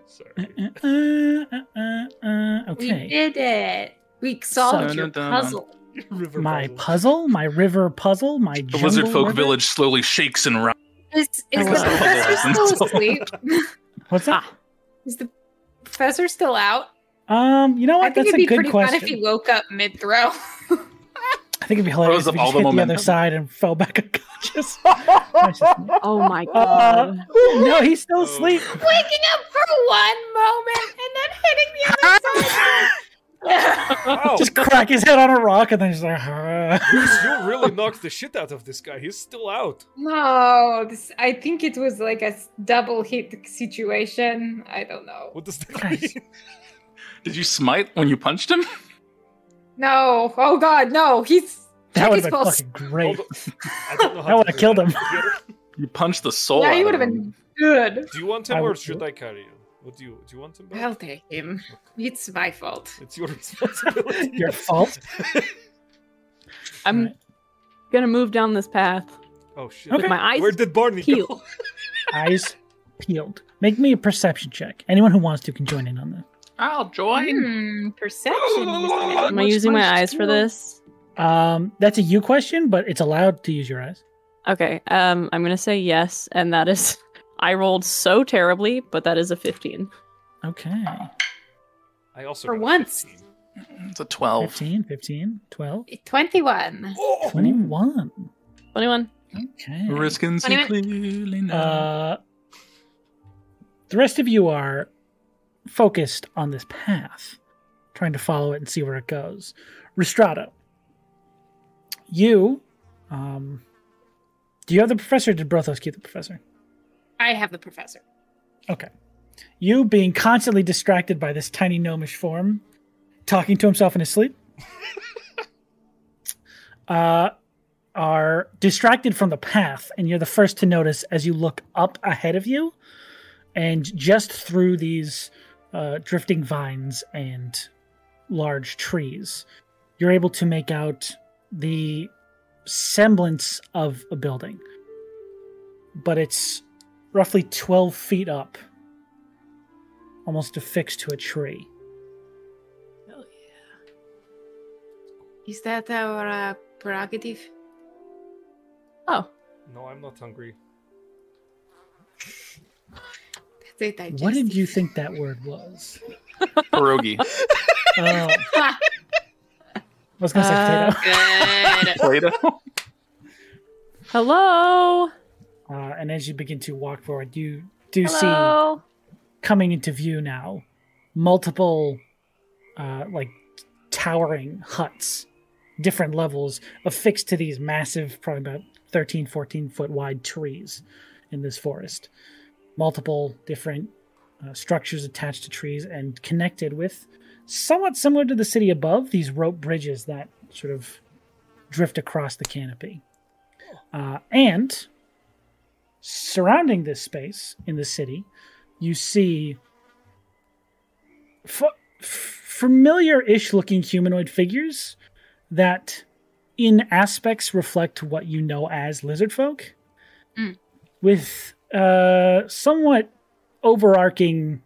Speaker 4: Sorry.
Speaker 1: [LAUGHS] Uh, uh, uh, uh,
Speaker 5: [LAUGHS] We
Speaker 1: okay.
Speaker 5: did it. We solved
Speaker 2: So-
Speaker 5: your puzzle.
Speaker 4: River
Speaker 1: My
Speaker 4: puzzle.
Speaker 1: puzzle, my river puzzle, my
Speaker 2: The lizard
Speaker 1: jungle
Speaker 2: folk
Speaker 1: river-
Speaker 2: village slowly shakes and rounds.
Speaker 5: Is, is the
Speaker 6: Wow.
Speaker 5: professor
Speaker 1: [LAUGHS]
Speaker 5: still asleep?
Speaker 1: What's
Speaker 5: Ah.
Speaker 1: that?
Speaker 5: Is the professor still out?
Speaker 1: Um, you know
Speaker 5: I
Speaker 1: what?
Speaker 5: think
Speaker 1: That's
Speaker 5: it'd
Speaker 1: a
Speaker 5: be
Speaker 1: good
Speaker 5: pretty
Speaker 1: question.
Speaker 5: fun if he woke up mid throw.
Speaker 1: I think it'd be hilarious
Speaker 2: Throws
Speaker 1: if
Speaker 2: up
Speaker 1: he
Speaker 2: all
Speaker 1: just
Speaker 2: the
Speaker 1: hit the other
Speaker 2: momentum.
Speaker 1: side and fell back [LAUGHS] unconscious. That's just me.
Speaker 6: Oh my
Speaker 1: Uh,
Speaker 6: god.
Speaker 1: no, he's still
Speaker 2: Oh,
Speaker 1: asleep.
Speaker 5: [LAUGHS] Waking up for one moment and then hitting
Speaker 1: [LAUGHS]
Speaker 5: the other side.
Speaker 4: Wow,
Speaker 1: Just crack his head on a rock and then he's like, [LAUGHS] "Huh."
Speaker 4: you really knocked the shit out of this guy. He's still out.
Speaker 5: [LAUGHS] No, this, I think it was like a s- double hit situation. I don't know.
Speaker 4: What does that
Speaker 1: Guys.
Speaker 4: mean?
Speaker 2: Did you smite when you punched him? [LAUGHS]
Speaker 5: No, oh god, no. He's
Speaker 1: that
Speaker 5: check
Speaker 1: would
Speaker 5: his
Speaker 1: have been
Speaker 5: pulse.
Speaker 1: fucking great.
Speaker 4: Hold on.
Speaker 1: [LAUGHS]
Speaker 4: I don't know how
Speaker 1: That would
Speaker 4: to
Speaker 1: have
Speaker 4: do
Speaker 1: killed
Speaker 4: that.
Speaker 1: him.
Speaker 2: You punched the soul
Speaker 5: Yeah,
Speaker 2: out
Speaker 5: he
Speaker 2: of
Speaker 5: would have
Speaker 2: him.
Speaker 5: been good.
Speaker 4: Do
Speaker 1: [LAUGHS]
Speaker 4: you want
Speaker 1: I
Speaker 4: him or
Speaker 1: would
Speaker 4: should
Speaker 1: do
Speaker 4: I carry you? What do you do you want him back?
Speaker 5: I'll take him. It's my fault.
Speaker 4: it's your [LAUGHS] responsibility.
Speaker 1: Your fault.
Speaker 6: I'm gonna move down this path
Speaker 4: [LAUGHS] Oh shit.
Speaker 6: with my eyes
Speaker 4: Where did Barney
Speaker 6: peeled.
Speaker 4: go?
Speaker 1: Eyes peeled. Make me a perception check. Anyone who wants to can join in on that.
Speaker 2: I'll join.
Speaker 5: Hmm, [LAUGHS] perception.
Speaker 6: Am I using my eyes for this?
Speaker 1: Um, that's a you question, but it's allowed to use your eyes.
Speaker 6: Okay. Um, I'm gonna say yes, and that is [LAUGHS] I rolled so terribly, but that is a 15.
Speaker 1: Okay.
Speaker 4: I also
Speaker 5: For
Speaker 4: got a
Speaker 5: once.
Speaker 4: 15.
Speaker 5: Hmm.
Speaker 2: It's a 12.
Speaker 1: 15, 15, 12,
Speaker 5: 21.
Speaker 4: Oh,
Speaker 1: 21.
Speaker 6: 21.
Speaker 1: Okay.
Speaker 2: Risking
Speaker 5: Wait a
Speaker 2: clearly now.
Speaker 1: Uh, the rest of you are focused on this path, trying to follow it and see where it goes. Restrato, you, um, do you have the professor? Or did Brothos keep the professor?
Speaker 5: I have the professor.
Speaker 1: Okay. You being constantly distracted by this tiny gnomish form, talking to himself in his sleep, [LAUGHS] uh, are distracted from the path, and you're the first to notice as you look up ahead of you, and just through these uh, drifting vines and large trees, you're able to make out the semblance of a building, but it's roughly 12 feet up, almost affixed to a tree.
Speaker 5: Is that our uh, prerogative?
Speaker 6: Oh,
Speaker 4: No, I'm not hungry.
Speaker 5: That's it. I
Speaker 1: What
Speaker 6: [LAUGHS]
Speaker 1: [LAUGHS]
Speaker 5: just-
Speaker 1: did you think that word was?
Speaker 2: Pierogi.
Speaker 1: Oh. was gonna say
Speaker 6: Uh,
Speaker 1: potato.
Speaker 5: Good.
Speaker 2: Play-Doh. [LAUGHS]
Speaker 6: Hello.
Speaker 1: Uh, and as you begin to walk forward, you do see
Speaker 6: Hello.
Speaker 1: coming into view now multiple, uh, like towering huts, different levels affixed to these massive, probably about 13, 14 foot wide trees in this forest. Multiple different uh, structures attached to trees and connected with, somewhat similar to the city above, these rope bridges that sort of drift across the canopy. Uh, and surrounding this space in the city, you see fa- f- familiar-ish looking humanoid figures that in aspects reflect what you know as lizard folk
Speaker 5: Mm.
Speaker 1: with uh, somewhat overarching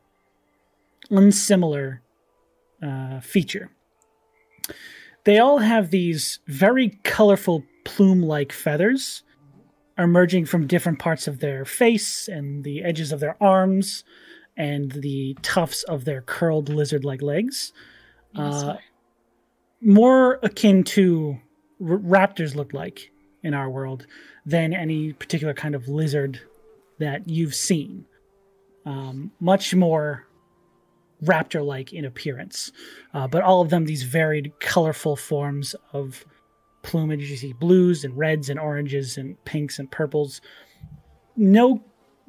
Speaker 1: unsimilar uh, feature they all have these very colorful plume-like feathers emerging from different parts of their face and the edges of their arms and the tufts of their curled lizard like legs. Uh, more akin to r- raptors look like in our world than any particular kind of lizard that you've seen. Um, much more raptor like in appearance, uh, but all of them these varied, colorful forms of plumage. You see blues and reds and oranges and pinks and purples. No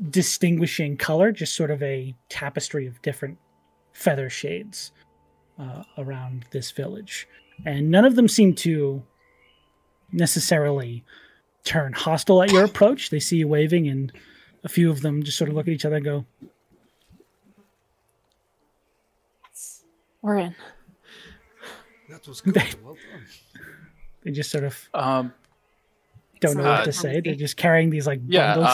Speaker 1: distinguishing color, just sort of a tapestry of different feather shades uh, around this village. And none of them seem to necessarily turn hostile at your approach. They see you waving, and a few of them just sort of look at each other and go,
Speaker 6: We're in.
Speaker 7: That was good. Well done.
Speaker 1: they just sort of
Speaker 2: Um,
Speaker 1: don't know
Speaker 2: Uh,
Speaker 1: what to say. They're just carrying these like
Speaker 2: yeah.
Speaker 1: bundles.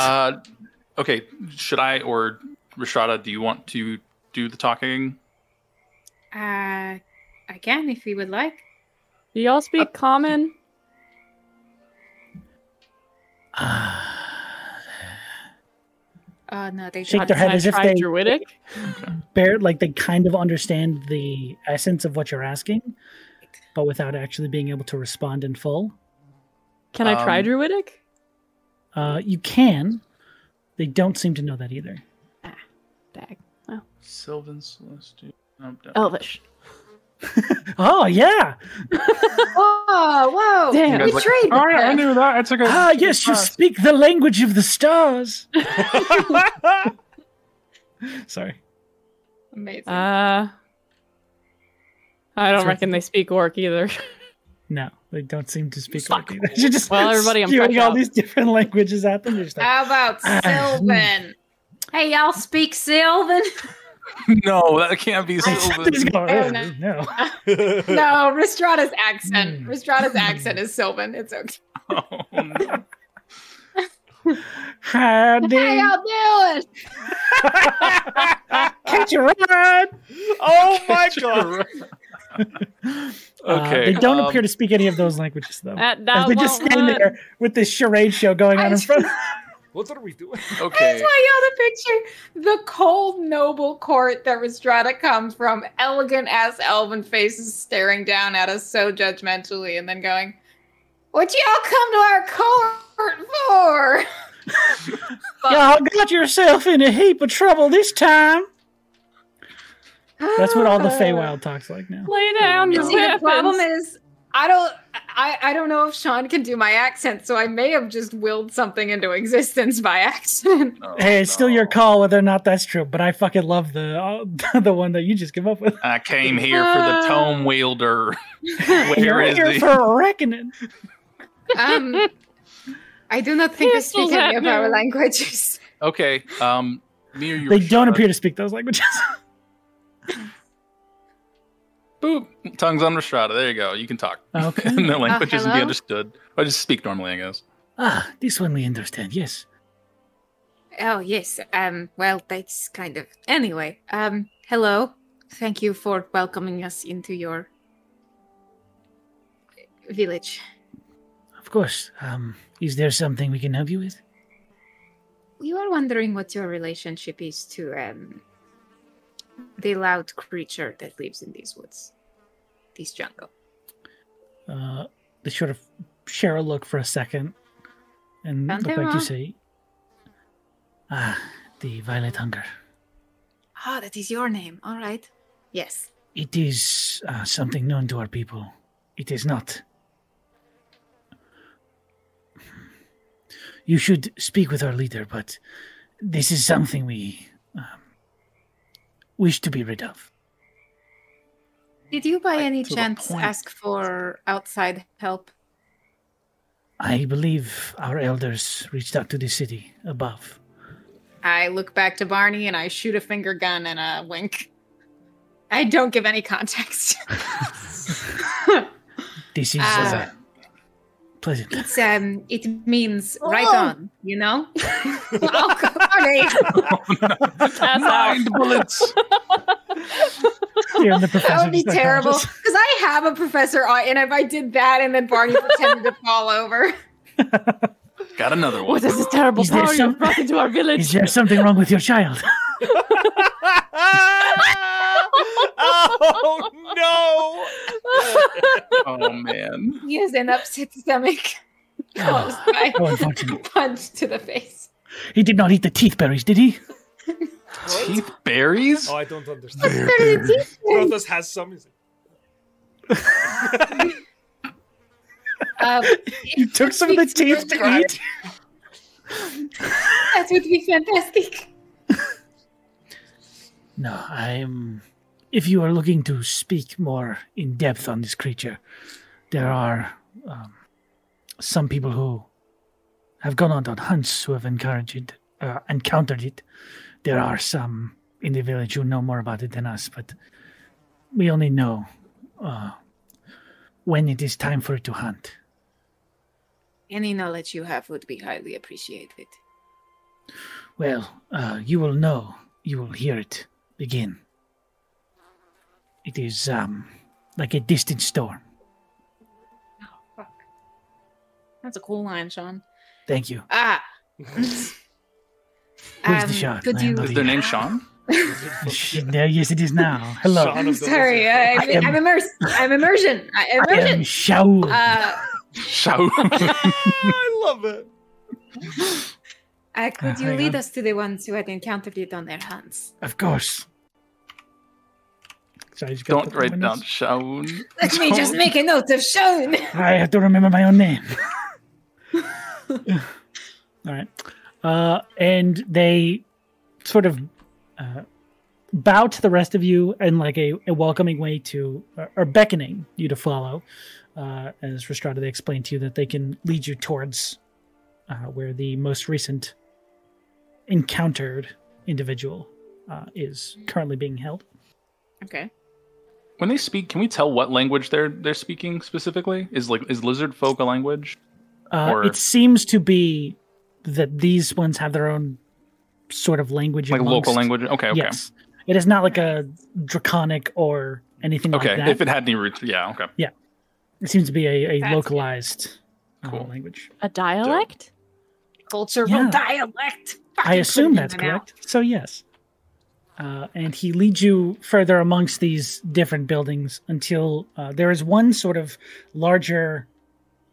Speaker 2: Uh, okay. Should I or Rashada? Do you want to do the talking?
Speaker 5: Uh, again, if you would like.
Speaker 6: Do y'all
Speaker 1: Uh,
Speaker 6: speak common?
Speaker 5: Oh no, they
Speaker 1: Shake
Speaker 5: don't.
Speaker 1: their
Speaker 6: Can
Speaker 1: head
Speaker 6: I
Speaker 1: as if
Speaker 6: try
Speaker 1: they-
Speaker 6: Druidic?
Speaker 1: Bear, like they kind of understand the essence of what you're asking, but without actually being able to respond in full.
Speaker 6: Can I try
Speaker 2: Um,
Speaker 6: Druidic?
Speaker 1: Uh, you can. They don't seem to know that either.
Speaker 6: Dag.
Speaker 2: Sylvan Celestial. no, no.
Speaker 6: Elvish.
Speaker 1: Oh yeah.
Speaker 5: [LAUGHS] Whoa, whoa!
Speaker 6: Damn.
Speaker 2: You guys
Speaker 5: You
Speaker 2: like-
Speaker 5: trade
Speaker 2: All right, I
Speaker 5: with
Speaker 2: knew that. I took a.
Speaker 1: Ah yes, you speak the language of the
Speaker 6: [LAUGHS]
Speaker 1: stars. Sorry.
Speaker 5: them. Amazing.
Speaker 6: Uh, I don't
Speaker 1: Sorry.
Speaker 6: reckon they speak Orc either.
Speaker 1: No, they don't seem to speak.
Speaker 6: Fuck.
Speaker 1: like either. [LAUGHS] You're just
Speaker 6: Well, everybody, I'm
Speaker 1: spewing
Speaker 6: fresh
Speaker 1: all
Speaker 6: out.
Speaker 1: these different languages at them. You're just
Speaker 6: [LAUGHS]
Speaker 1: like,
Speaker 5: How
Speaker 6: [CLEARS THROAT]
Speaker 5: about
Speaker 1: Ah,
Speaker 5: Sylvan? hey, y'all speak
Speaker 6: [LAUGHS]
Speaker 5: Sylvan?
Speaker 2: No, that can't
Speaker 1: [LAUGHS]
Speaker 2: be Sylvan. [LAUGHS]
Speaker 1: Just go,
Speaker 5: I
Speaker 1: "Oh,
Speaker 5: don't know."
Speaker 1: no.
Speaker 5: no, Ristrada's accent.
Speaker 1: Hmm.
Speaker 5: Ristrada's accent is Sylvan. It's okay.
Speaker 2: Oh,
Speaker 1: [LAUGHS]
Speaker 2: no.
Speaker 5: How
Speaker 1: Howdy.
Speaker 5: y'all doing?
Speaker 1: [LAUGHS] Catch a ride.
Speaker 4: Oh my god!
Speaker 1: [LAUGHS] Uh,
Speaker 2: okay.
Speaker 1: they don't
Speaker 2: um,
Speaker 1: appear to speak any of those languages,
Speaker 6: [LAUGHS]
Speaker 1: though.
Speaker 6: [LAUGHS] That,
Speaker 1: As
Speaker 6: that
Speaker 1: they just
Speaker 6: won't
Speaker 1: stand
Speaker 6: work.
Speaker 1: there with this charade show going
Speaker 5: I
Speaker 1: on in
Speaker 5: just-
Speaker 1: front of
Speaker 7: What are we doing?
Speaker 5: I
Speaker 2: Okay.
Speaker 5: just want y'all to picture the cold noble court that Restrada comes from, elegant ass elven faces staring down at us so judgmentally, and then going, What y'all come to our court for?
Speaker 1: Y'all got yourself in a heap of trouble this time. That's what all
Speaker 5: [LAUGHS]
Speaker 1: the Feywild talks like now.
Speaker 6: Lay down your
Speaker 5: You see, the
Speaker 6: weapons.
Speaker 5: problem is I don't I, I don't know if Sean can do my accent, so I may have just willed something into existence by [LAUGHS] accident.
Speaker 2: No,
Speaker 1: Hey, it's still your
Speaker 2: no.
Speaker 1: call whether or not that's true, but I fucking love the uh, [LAUGHS] the one that you just came up with.
Speaker 2: I came here
Speaker 1: [LAUGHS]
Speaker 2: for the tome wielder. Where
Speaker 1: You're
Speaker 2: is
Speaker 1: here
Speaker 2: he?
Speaker 1: for a reckoning.
Speaker 5: Um I do not think they
Speaker 6: Yes,
Speaker 5: speak any of
Speaker 6: Latin.
Speaker 5: our languages.
Speaker 2: Okay. Um, me or [LAUGHS] you?
Speaker 1: They don't
Speaker 2: Rashada?
Speaker 1: appear to speak those languages.
Speaker 2: [LAUGHS]
Speaker 1: [LAUGHS]
Speaker 2: Boop. Tongues on Rashada. There you go. You can talk.
Speaker 1: Okay.
Speaker 2: [LAUGHS] and
Speaker 6: Oh,
Speaker 2: the languages can be
Speaker 5: hello?
Speaker 2: understood. Or just speak normally, I guess.
Speaker 1: ah, this one we understand. Yes.
Speaker 5: Oh yes. Um well that's kind of anyway. Um hello. Thank you for welcoming us into your village.
Speaker 1: Of course. Um, is there something we can help you with?
Speaker 5: You are wondering what your relationship is to um the loud creature that lives in these woods. This jungle.
Speaker 1: Uh, they sort of share a look for a second and
Speaker 5: Found
Speaker 1: look
Speaker 5: him,
Speaker 1: back
Speaker 5: huh?
Speaker 1: you say, Ah, the violet hunger.
Speaker 5: Ah, that is your name. All right. Yes.
Speaker 1: It is uh, something known to our people. It is not. You should speak with our leader, but this is something we um, wish to be rid of.
Speaker 5: Did you by
Speaker 1: Right
Speaker 5: any
Speaker 1: to the
Speaker 5: chance
Speaker 1: point.
Speaker 5: ask for outside help?
Speaker 1: I believe our elders reached out to the city above.
Speaker 5: I look back to Barney and I shoot a finger gun and a wink. I don't give any context.
Speaker 1: This is
Speaker 5: Ah.
Speaker 1: uh, pleasant.
Speaker 5: it's um it means right
Speaker 3: Oh.
Speaker 5: on, you [LAUGHS] know? oh, Barney.
Speaker 6: That's all.
Speaker 2: Nine bullets.
Speaker 1: Here in the
Speaker 5: [LAUGHS] That would be
Speaker 1: professor's
Speaker 5: terrible.
Speaker 1: psychologist.
Speaker 5: Because I have a professor on, and if I did that and then Barney pretended to fall over.
Speaker 2: Got another one.
Speaker 6: What is this terrible
Speaker 1: Is there
Speaker 6: power
Speaker 1: some-
Speaker 6: you've brought into our village?
Speaker 1: Is there something wrong with your
Speaker 5: [LAUGHS]
Speaker 1: child?
Speaker 4: [LAUGHS] oh no!
Speaker 2: Oh man.
Speaker 5: He has an upset stomach caused
Speaker 1: Oh,
Speaker 5: by
Speaker 1: how unfortunate.
Speaker 5: punch to the face.
Speaker 1: He did not eat the teeth berries, did
Speaker 5: [LAUGHS]
Speaker 1: he?
Speaker 2: Teeth berries?
Speaker 4: Oh, I don't understand.
Speaker 7: Both us has some. he's like,
Speaker 5: Um,
Speaker 1: You took some of the teeth to eat.
Speaker 5: that would be fantastic.
Speaker 1: No, I'm. If you are looking to speak more in depth on this creature, there are um, some people who have gone out on hunts who have encouraged, uh, encountered it. There are some in the village who know more about it than us, but we only know uh, when it is time for it to hunt.
Speaker 5: Any knowledge you have would be highly appreciated.
Speaker 1: Well, uh, you will know. You will hear it begin. It is um, like a distant storm.
Speaker 5: That's a cool line, Sean.
Speaker 1: Thank you.
Speaker 5: Ah. um,
Speaker 1: Where's the shot?
Speaker 5: Could
Speaker 1: I
Speaker 5: you?
Speaker 1: am not
Speaker 5: [LAUGHS]
Speaker 2: Is their name Sean? Oh,
Speaker 4: [LAUGHS]
Speaker 1: [LAUGHS] there, yes, it is
Speaker 2: [LAUGHS]
Speaker 1: now. Hello.
Speaker 4: Sean
Speaker 5: I'm
Speaker 4: of the
Speaker 5: sorry, I,
Speaker 1: I am-
Speaker 5: am, I'm immersed.
Speaker 1: [LAUGHS]
Speaker 5: I'm immersion. I am
Speaker 1: I am
Speaker 5: immersion.
Speaker 1: Shaul.
Speaker 5: Uh,
Speaker 6: [LAUGHS]
Speaker 2: Shaul.
Speaker 4: I love it.
Speaker 5: uh,
Speaker 1: Uh,
Speaker 5: could you
Speaker 1: hang on.
Speaker 5: lead us to the ones who had encountered it on their
Speaker 1: [LAUGHS]
Speaker 5: hunts?
Speaker 1: of course. Sorry, I just gotta
Speaker 2: [LAUGHS] Don't
Speaker 1: put
Speaker 2: write
Speaker 1: my
Speaker 2: down
Speaker 1: notes.
Speaker 2: Shaun.
Speaker 5: Let me just make a note of Sean.
Speaker 1: I have to remember my own name. All right. Uh, and they sort of uh, bow to the rest of you in like a, a welcoming way to, or, or beckoning you to follow. Uh, as Restrada, they explain to you that they can lead you towards uh, where the most recent encountered individual uh, is currently being held.
Speaker 5: Okay.
Speaker 2: When they speak, can we tell what language they're they're speaking specifically? Is like is lizard folk a language?
Speaker 1: Uh,
Speaker 2: Or-
Speaker 1: it seems to be that these ones have their own sort of language,
Speaker 2: Like a local
Speaker 1: amongst-
Speaker 2: language? Okay, okay.
Speaker 1: Yes, it is not like a draconic or anything
Speaker 2: Okay.
Speaker 1: like that.
Speaker 2: if it had any roots, yeah, okay.
Speaker 1: It seems to be a, a
Speaker 5: That's-
Speaker 1: localized uh,
Speaker 2: Cool.
Speaker 1: language.
Speaker 6: a dialect?
Speaker 5: Cultural
Speaker 1: Yeah.
Speaker 5: dialect.
Speaker 1: I
Speaker 5: Fucking
Speaker 1: assume
Speaker 5: couldn't
Speaker 1: that's
Speaker 5: even out.
Speaker 1: correct. So yes. Uh, and he leads you further amongst these different buildings until uh, there is one sort of larger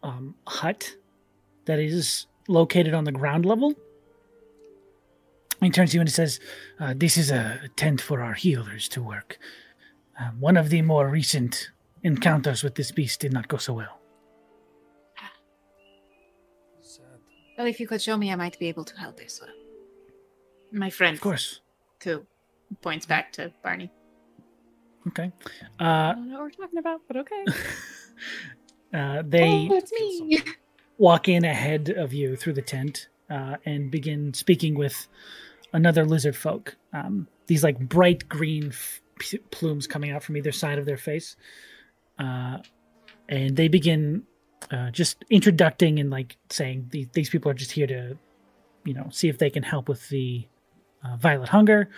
Speaker 1: um, hut that is located on the ground level. He turns to you and he says, uh, "This is a tent for our healers to work. Um, one of the more recent encounters with this beast did not go so well.
Speaker 7: Sad.
Speaker 5: Well, if you could show me, I might be able to help as well. My friend,
Speaker 1: Of course,
Speaker 5: too. Points back to Barney.
Speaker 1: okay. Uh,
Speaker 6: I don't know what we're talking about, but okay.
Speaker 1: uh, they."
Speaker 5: oh, it's me.
Speaker 1: walk in ahead of you through the tent uh, and begin speaking with another lizard folk. Um, these like bright green f- p- plumes coming out from either side of their face, uh, and they begin uh, just introducting and like saying the- these people are just here to, you know, see if they can help with the uh, violet hunger,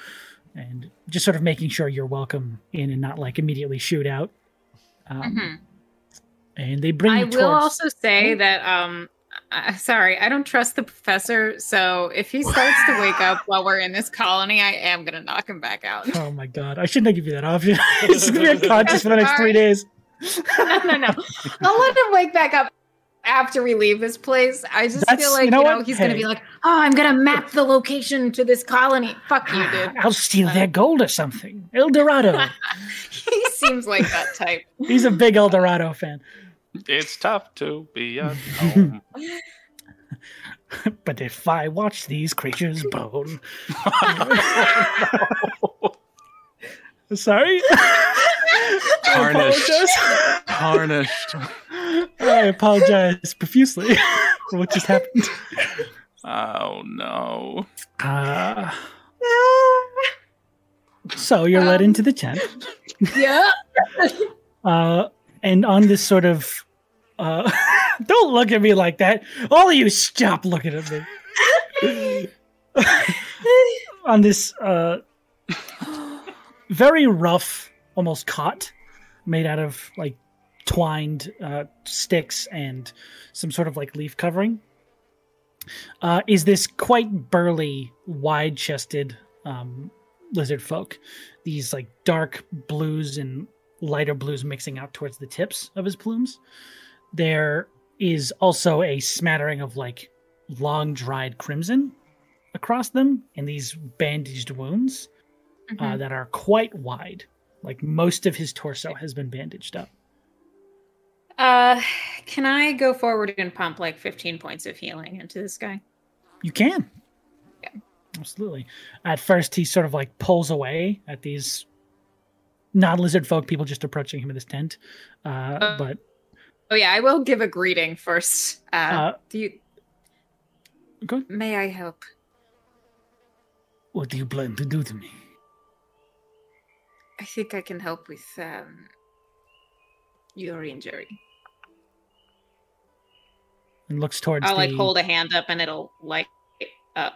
Speaker 1: and just sort of making sure you're welcome in and not like immediately shoot out. Um,
Speaker 5: [LAUGHS] Mhm.
Speaker 1: And they bring
Speaker 5: I
Speaker 1: you
Speaker 5: will
Speaker 1: towards-
Speaker 5: also say that um I, I- sorry, I don't trust the professor, so if he starts to wake [LAUGHS] up while we're in this colony, I am gonna knock him back out.
Speaker 1: [LAUGHS] Oh my god! I shouldn't have given you that option. it's gonna be unconscious for the next three
Speaker 5: Sorry.
Speaker 1: days.
Speaker 5: [LAUGHS] no, no, no. I'll let him wake back up after we leave this place. I just
Speaker 1: That's-
Speaker 5: feel like
Speaker 1: you
Speaker 5: you
Speaker 1: know
Speaker 5: know,
Speaker 1: what?
Speaker 5: he's gonna
Speaker 1: Hey.
Speaker 5: be like, "Oh, I'm gonna map the location to this colony." Fuck you, Uh. dude.
Speaker 1: Ah, I'll steal their gold or something. El Dorado.
Speaker 5: [LAUGHS] he seems like that type.
Speaker 1: He's a big El Dorado fan.
Speaker 2: It's tough to be a
Speaker 6: [LAUGHS]
Speaker 2: gnome.
Speaker 1: But if I watch these creatures
Speaker 2: [LAUGHS]
Speaker 1: bone.
Speaker 2: [LAUGHS]
Speaker 1: Sorry.
Speaker 2: Tarnished.
Speaker 1: I
Speaker 2: Tarnished.
Speaker 1: apologize. I apologize profusely [LAUGHS] for what just happened.
Speaker 2: Oh no.
Speaker 5: [LAUGHS]
Speaker 1: Uh, so you're led
Speaker 5: Um.
Speaker 1: into the tent.
Speaker 5: yeah.
Speaker 1: Uh, and on this sort of. Uh, [LAUGHS] don't look at me like that. All of you stop looking at me. [LAUGHS] on this uh, [GASPS] very rough, almost cot, made out of like twined uh, sticks and some sort of like leaf covering, uh, is this quite burly, wide chested um, lizard folk. These like dark blues and lighter blues mixing out towards the tips of his plumes. There is also a smattering of like long dried crimson across them and these bandaged wounds
Speaker 5: Mm-hmm.
Speaker 1: uh, that are quite wide. Like most of his torso has been bandaged up.
Speaker 5: Uh, can I go forward and pump like 15 points of healing into this guy?
Speaker 1: You can.
Speaker 5: Yeah.
Speaker 1: Absolutely. At first, he sort of like pulls away at these non lizard folk people just approaching him in this tent. Uh,
Speaker 5: Uh,
Speaker 1: but
Speaker 5: Oh yeah, I will give a greeting first. Uh,
Speaker 1: Uh,
Speaker 5: do you?
Speaker 1: Go ahead.
Speaker 5: May I help?
Speaker 1: what do you plan to do to me?
Speaker 5: I think I can help with um, your injury.
Speaker 1: And looks towards
Speaker 5: I'll
Speaker 1: the,
Speaker 5: like hold a hand up and it'll light up.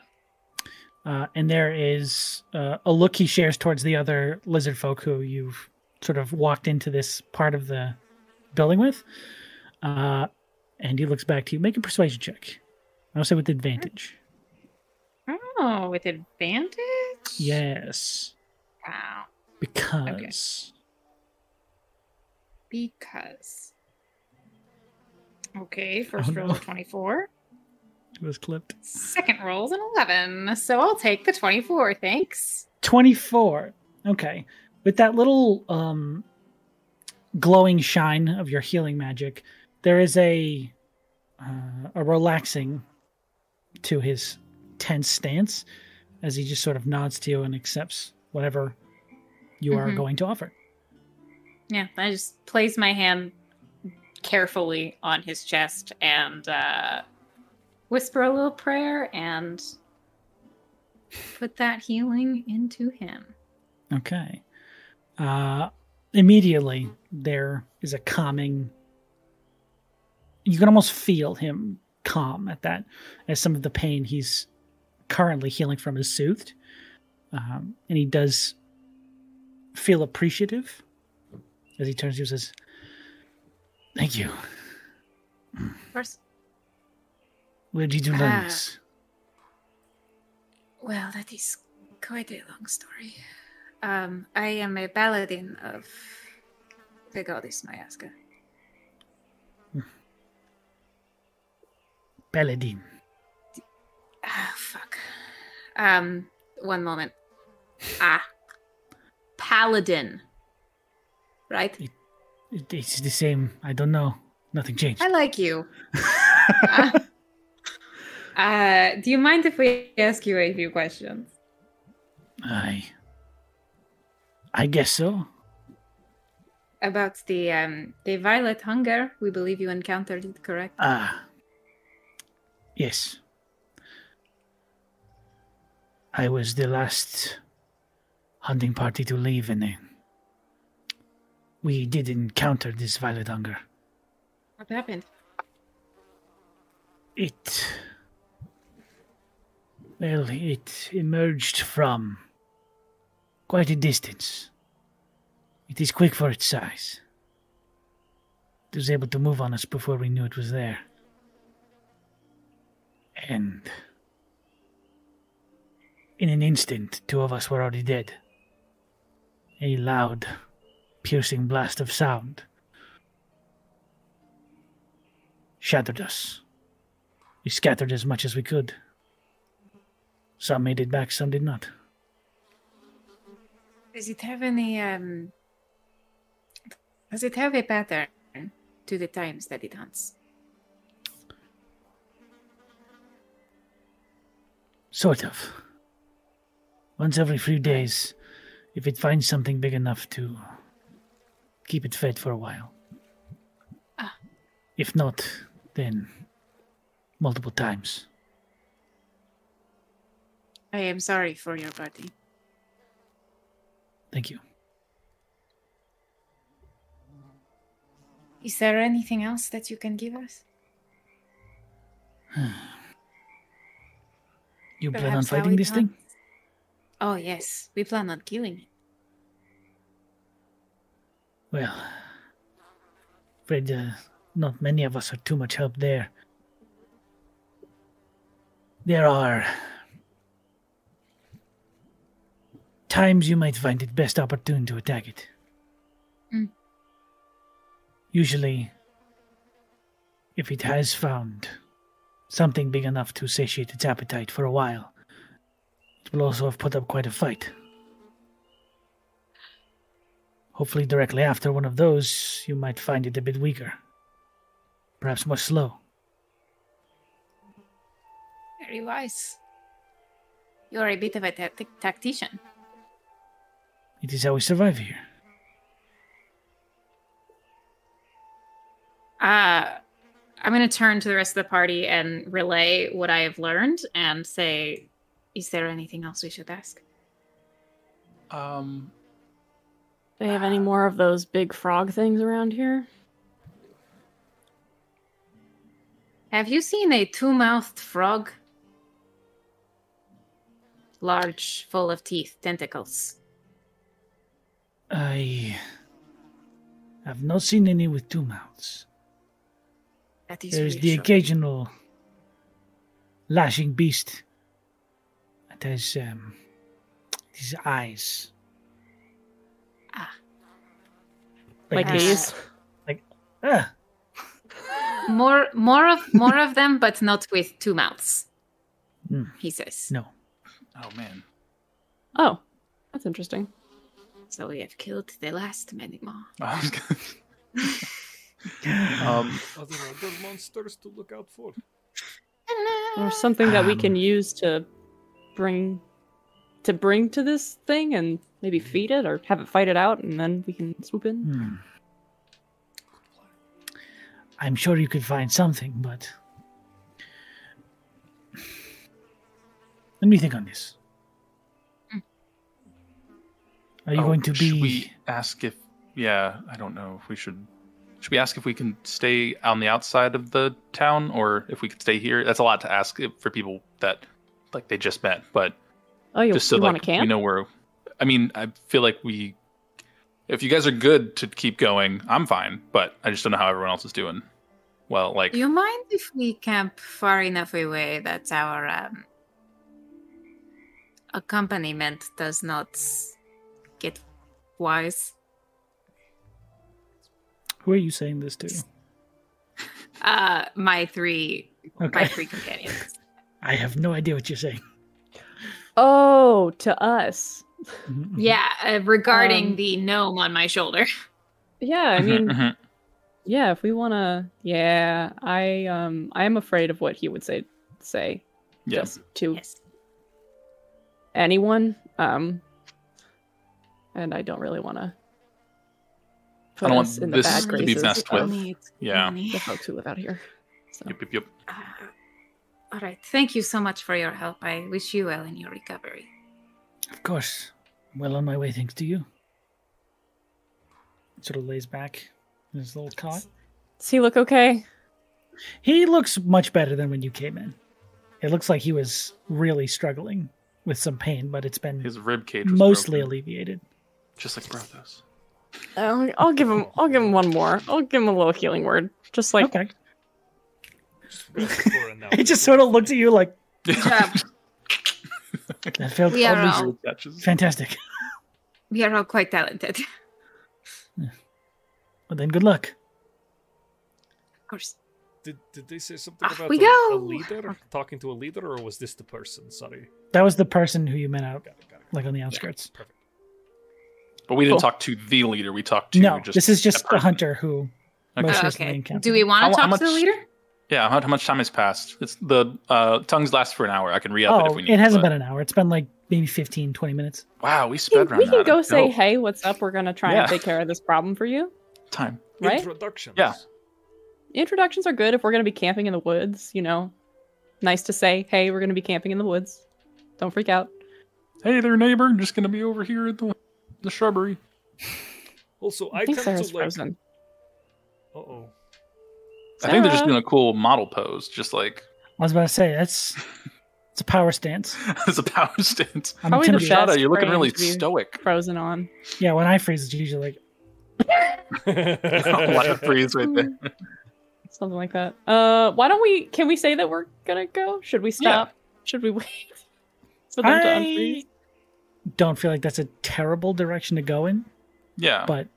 Speaker 1: uh, and there is uh, a look he shares towards the other lizard folk who you've sort of walked into this part of the building with. Uh, and he looks back to you. Make a persuasion check. I'll say with advantage.
Speaker 5: Oh, with advantage?
Speaker 1: Yes,
Speaker 5: Wow.
Speaker 1: because
Speaker 5: Because. Okay,
Speaker 1: Oh,
Speaker 5: first
Speaker 1: no.
Speaker 5: roll of 24.
Speaker 1: it was clipped.
Speaker 5: Second roll's an 11. So I'll take the 24. Thanks.
Speaker 1: 24 okay with that little um glowing shine of your healing magic there is a uh, a relaxing to his tense stance as he just sort of nods to you and accepts whatever you are
Speaker 5: Mhm.
Speaker 1: going to offer
Speaker 5: Yeah, I just place my hand carefully on his chest and uh, whisper a little prayer and put that healing into him.
Speaker 1: Okay. Uh, immediately, there is a calming. You can almost feel him calm at that, as some of the pain he's currently healing from is soothed. Um, and he does feel appreciative as he turns to you and says, Thank you.
Speaker 5: Of course.
Speaker 1: Where did you learn
Speaker 5: Ah.
Speaker 1: this?
Speaker 5: Well, that is quite a long story. Um, I am a paladin of the goddess Mayaska.
Speaker 1: Paladin.
Speaker 5: Ah, fuck. Um, one moment. Ah, paladin. Right?
Speaker 1: It, it's the same. I don't know. Nothing changed.
Speaker 5: I like you. uh, [LAUGHS] uh, do you mind if we ask you a few questions?
Speaker 1: I. I guess so.
Speaker 5: About the um, the violet hunger we believe you encountered, it, correct?
Speaker 1: Ah. Yes. I was the last hunting party to leave, and uh, we did encounter this violet hunger.
Speaker 5: What happened?
Speaker 1: It. Well, it emerged from quite a distance. It is quick for its size. It was able to move on us before we knew it was there. And. In an instant, two of us were already dead. A loud, piercing blast of sound shattered us. We scattered as much as we could. Some made it back, some did not.
Speaker 5: Does it have any um does it have a pattern to the times that it hunts?
Speaker 1: Sort of. Once every few days, if it finds something big enough to keep it fed for a while.
Speaker 5: Ah.
Speaker 1: If not, then multiple times.
Speaker 5: I am sorry for your body.
Speaker 1: Thank you.
Speaker 5: Is there anything else that you can give us?
Speaker 1: You plan on
Speaker 5: Perhaps how
Speaker 1: fighting
Speaker 5: it
Speaker 1: this thing?
Speaker 5: hunts? Oh yes, we plan on killing it.
Speaker 1: Well, afraid uh, not many of us are too much help there. There are times you might find it best opportune to attack it.
Speaker 5: Mm.
Speaker 1: Usually, if it has found something big enough to satiate its appetite for a while, it will also have put up quite a fight. Hopefully, directly after one of those, you might find it a bit weaker. Perhaps more slow.
Speaker 5: Very wise. You're a bit of a tactic tactician.
Speaker 1: It is how we survive here.
Speaker 5: Uh, I'm going to turn to the rest of the party and relay what I have learned and say, is there anything else we should ask?
Speaker 2: Um,
Speaker 6: [LAUGHS] They have any more of those big frog things around here?
Speaker 5: Have you seen a two mouthed frog? Large, full of teeth, tentacles.
Speaker 1: I have not seen any with two mouths.
Speaker 5: That is
Speaker 1: There is the
Speaker 5: reassuring.
Speaker 1: occasional lashing beast that has um, these eyes.
Speaker 5: Ah.
Speaker 6: Like
Speaker 5: Uh,
Speaker 6: these?
Speaker 1: Ah,
Speaker 5: More, more of, more of them, but not with two mouths.
Speaker 1: Hmm.
Speaker 5: He says.
Speaker 1: no.
Speaker 2: oh man.
Speaker 6: Oh, that's interesting.
Speaker 5: So we have killed the last many more.
Speaker 2: [LAUGHS] I was gonna- um,
Speaker 7: Other other monsters to look out for.
Speaker 6: Or something that we can
Speaker 2: Um,
Speaker 6: use to bring to bring to this thing and maybe feed it or have it fight it out and then we can swoop in.
Speaker 1: Hmm. I'm sure you could find something, but. Let me think on this. Are you
Speaker 2: oh,
Speaker 1: going to
Speaker 2: Should
Speaker 1: be.
Speaker 2: we ask if? Yeah, I don't know if we should. Should we ask if we can stay on the outside of the town, or if we could stay here? That's a lot to ask if- for people that like they just met, but
Speaker 6: Oh, you,
Speaker 2: just so
Speaker 6: you want
Speaker 2: like
Speaker 6: to camp?
Speaker 2: we know where. I mean, I feel like we. If you guys are good to keep going, I'm fine, but I just don't know how everyone else is doing. Well, like
Speaker 5: Do you mind if we camp far enough away that our um, accompaniment does not get wise?
Speaker 1: Who are you saying this to?
Speaker 5: Uh, my three,
Speaker 2: [LAUGHS]
Speaker 5: my
Speaker 1: Okay.
Speaker 5: three companions.
Speaker 1: I have no idea what you're saying.
Speaker 6: Oh, to us.
Speaker 1: Mm-hmm.
Speaker 5: yeah, uh, regarding
Speaker 6: Um,
Speaker 5: the gnome on my shoulder.
Speaker 6: Yeah,
Speaker 2: [LAUGHS]
Speaker 6: I
Speaker 2: Mhm,
Speaker 6: mean,
Speaker 2: mhm.
Speaker 6: yeah, if we want to Yeah, I um I am afraid of what he would say say
Speaker 2: yeah.
Speaker 6: just to
Speaker 5: Yes.
Speaker 6: anyone. Um and I don't really want to put
Speaker 2: don't want
Speaker 6: us in the
Speaker 2: this
Speaker 6: bad
Speaker 2: to be
Speaker 6: graces
Speaker 2: messed
Speaker 6: of
Speaker 2: with.
Speaker 5: Need
Speaker 2: yeah.
Speaker 5: money.
Speaker 6: the folks who live out here. So.
Speaker 2: Yep, yep, yep.
Speaker 5: Uh, all right. Thank you so much for your help. I wish you well in your recovery.
Speaker 1: Of course. I'm well on my way, thanks to you. Sort of lays back in his little cot.
Speaker 6: Does he look okay?
Speaker 1: He looks much better than when you came in. It looks like he was really struggling with some pain, but it's been
Speaker 2: His rib cage was
Speaker 1: mostly
Speaker 2: broken,
Speaker 1: alleviated.
Speaker 2: just like Brothos.
Speaker 6: I'll, Um, I'll give him. I'll give him one more. I'll give him a little healing word, just like
Speaker 1: okay.
Speaker 7: Just rest for
Speaker 1: [LAUGHS]
Speaker 7: now.
Speaker 1: He just sort of looked at you like
Speaker 2: [LAUGHS]
Speaker 5: job.
Speaker 1: that felt
Speaker 5: We are
Speaker 1: oddly
Speaker 5: all-
Speaker 2: Catches.
Speaker 1: fantastic.
Speaker 5: We are all quite talented, [LAUGHS] of
Speaker 1: Well, then good luck.
Speaker 5: course.
Speaker 7: Did, did they say something
Speaker 5: Off
Speaker 7: about
Speaker 5: we
Speaker 7: a, a
Speaker 5: go.
Speaker 7: leader talking to a leader, or was this the person? Sorry,
Speaker 1: That was the person who you met out,
Speaker 7: got it, got it.
Speaker 1: like on the outskirts.
Speaker 2: But we didn't
Speaker 1: Cool.
Speaker 2: talk to the leader. We talked to
Speaker 1: no,
Speaker 2: just
Speaker 1: this is just
Speaker 2: a
Speaker 1: a
Speaker 2: person.
Speaker 1: hunter who most
Speaker 5: Oh,
Speaker 1: recently
Speaker 5: okay.
Speaker 1: encountered.
Speaker 5: Do we want
Speaker 2: How-
Speaker 5: to
Speaker 2: how
Speaker 5: talk to the
Speaker 2: much-
Speaker 5: leader?
Speaker 2: Yeah, how, how much time has passed? It's the uh, tongues last for an hour. I can re-up it if
Speaker 1: Oh,
Speaker 2: we
Speaker 1: it,
Speaker 2: need.
Speaker 1: hasn't
Speaker 2: but-
Speaker 1: been an hour. It's been like maybe 15, 20 minutes.
Speaker 2: Wow, we
Speaker 6: We,
Speaker 2: sped
Speaker 6: we
Speaker 2: around
Speaker 6: can
Speaker 2: that.
Speaker 6: go say,
Speaker 2: No
Speaker 6: hey, what's up? We're going to try
Speaker 2: Yeah.
Speaker 6: and take care of this problem for you,
Speaker 2: time.
Speaker 6: right?
Speaker 7: Introductions.
Speaker 2: Yeah.
Speaker 6: Introductions are good if we're going to be camping in the woods, you know. Nice to say, hey, we're going to be camping in the woods. Don't freak out.
Speaker 2: Hey there, neighbor. I'm just gonna be over here at the the shrubbery.
Speaker 7: Also, I,
Speaker 6: I think
Speaker 7: tend
Speaker 6: Sarah's
Speaker 7: to like.
Speaker 6: frozen.
Speaker 7: Uh [LAUGHS]
Speaker 2: [LAUGHS]
Speaker 7: oh.
Speaker 2: I think they're just
Speaker 6: Sarah.
Speaker 2: doing a cool model pose, just like [LAUGHS]
Speaker 1: I was about to say that's it's a power stance.
Speaker 2: as a power stance.
Speaker 1: I'm
Speaker 6: Probably the
Speaker 1: intimidated.
Speaker 6: best.
Speaker 2: Shada, you're looking
Speaker 6: brain
Speaker 2: really
Speaker 6: to be-
Speaker 2: stoic. [LAUGHS]
Speaker 6: Frozen on.
Speaker 1: Yeah, when I freeze, it's usually like
Speaker 2: a lot of freeze right there.
Speaker 6: Something like that. Uh, why don't we? Can we say that we're gonna go? Should we
Speaker 2: Yeah.
Speaker 6: stop? Should we wait [LAUGHS] for them to
Speaker 1: I
Speaker 6: unfreeze?
Speaker 1: don't feel like that's a terrible direction to go in,
Speaker 2: Yeah.
Speaker 1: but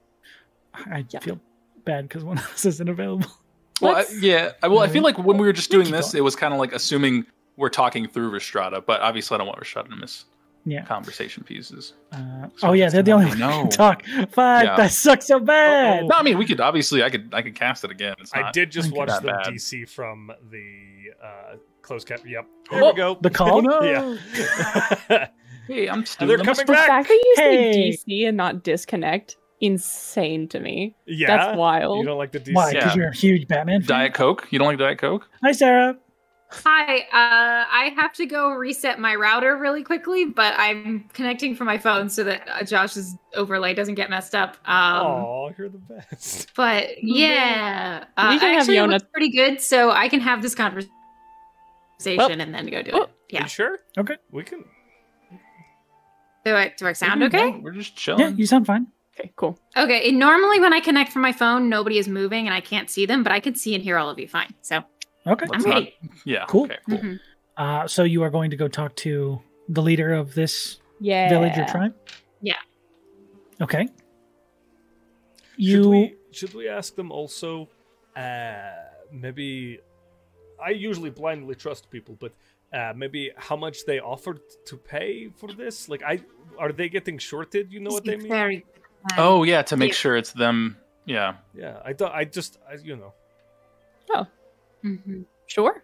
Speaker 1: I
Speaker 6: Yeah.
Speaker 1: feel bad because one of us isn't available. [LAUGHS]
Speaker 2: Well, I,
Speaker 6: Let's-
Speaker 2: yeah. I, well, I feel like when we were just
Speaker 1: We
Speaker 2: doing
Speaker 1: Mhm. keep
Speaker 2: this,
Speaker 1: going.
Speaker 2: it was kind of like assuming we're talking through Restrada, but obviously I don't want Restrada to miss
Speaker 1: Yeah.
Speaker 2: conversation pieces.
Speaker 1: Uh,
Speaker 2: So
Speaker 1: oh yeah,
Speaker 2: it's
Speaker 1: they're the
Speaker 2: not-
Speaker 1: only one who
Speaker 2: No.
Speaker 1: can talk. Fuck,
Speaker 2: Yeah.
Speaker 1: that sucks so bad.
Speaker 7: Uh-oh.
Speaker 2: No, I mean we could obviously I could I could cast it again. It's
Speaker 7: I
Speaker 2: not-
Speaker 7: did just
Speaker 1: think
Speaker 7: watch
Speaker 2: that
Speaker 7: the
Speaker 2: bad.
Speaker 7: DC from the uh, closed cap. Yep. There
Speaker 2: Oh,
Speaker 7: we go. [LAUGHS]
Speaker 1: The call.
Speaker 7: yeah. [LAUGHS]
Speaker 2: Hey, I'm
Speaker 7: and
Speaker 2: still
Speaker 7: they're
Speaker 2: in the
Speaker 7: coming
Speaker 6: The
Speaker 7: back.
Speaker 6: fact that you
Speaker 1: Hey.
Speaker 6: say DC and not disconnect, insane to me.
Speaker 7: Yeah.
Speaker 6: That's
Speaker 7: You
Speaker 6: wild.
Speaker 7: don't like the DC.
Speaker 1: Why?
Speaker 2: Yeah.
Speaker 1: Because you're a huge Batman. Fan?
Speaker 2: Diet Coke. You don't like Diet Coke?
Speaker 1: Hi, Sarah.
Speaker 5: Hi, uh, I have to go reset my router really quickly, but I'm connecting from my phone so that uh, Josh's overlay doesn't get messed up. Um,
Speaker 7: Oh, you're the best.
Speaker 5: But yeah, uh,
Speaker 6: We
Speaker 5: I
Speaker 6: can have
Speaker 5: actually
Speaker 6: Yona-
Speaker 5: look pretty good, so I can have this conversation and then go do it.
Speaker 6: Oh.
Speaker 7: Are
Speaker 5: Yeah.
Speaker 7: you sure?
Speaker 1: Okay.
Speaker 7: We can.
Speaker 5: Do I do I sound
Speaker 2: We
Speaker 6: Mm-hmm.
Speaker 2: don't
Speaker 5: okay?
Speaker 2: know. We're just
Speaker 1: Yeah,
Speaker 2: chilling.
Speaker 1: you sound fine.
Speaker 6: Okay, cool.
Speaker 5: Okay. and normally, when I connect from my phone, nobody is moving and I can't see them, but I can see and hear all of you fine. So
Speaker 1: Okay.
Speaker 2: Let's
Speaker 5: I'm
Speaker 2: not-
Speaker 5: ready.
Speaker 2: yeah.
Speaker 1: Cool.
Speaker 2: Okay, cool.
Speaker 5: Mhm.
Speaker 1: Uh, so you are going to go talk to the leader of this
Speaker 6: Yeah.
Speaker 1: village or tribe?
Speaker 5: Yeah.
Speaker 1: Okay.
Speaker 7: Should
Speaker 1: You
Speaker 7: we, should we ask them also? Uh, maybe. I usually blindly trust people, but uh, maybe how much they offered to pay for this? Like, I are they getting shorted? You know what they
Speaker 5: It's
Speaker 7: mean?
Speaker 5: very good.
Speaker 2: Oh yeah, to make
Speaker 5: Yeah.
Speaker 2: sure it's them. Yeah.
Speaker 7: Yeah. I thought. I just. I, you know.
Speaker 5: Mhm.
Speaker 6: Sure.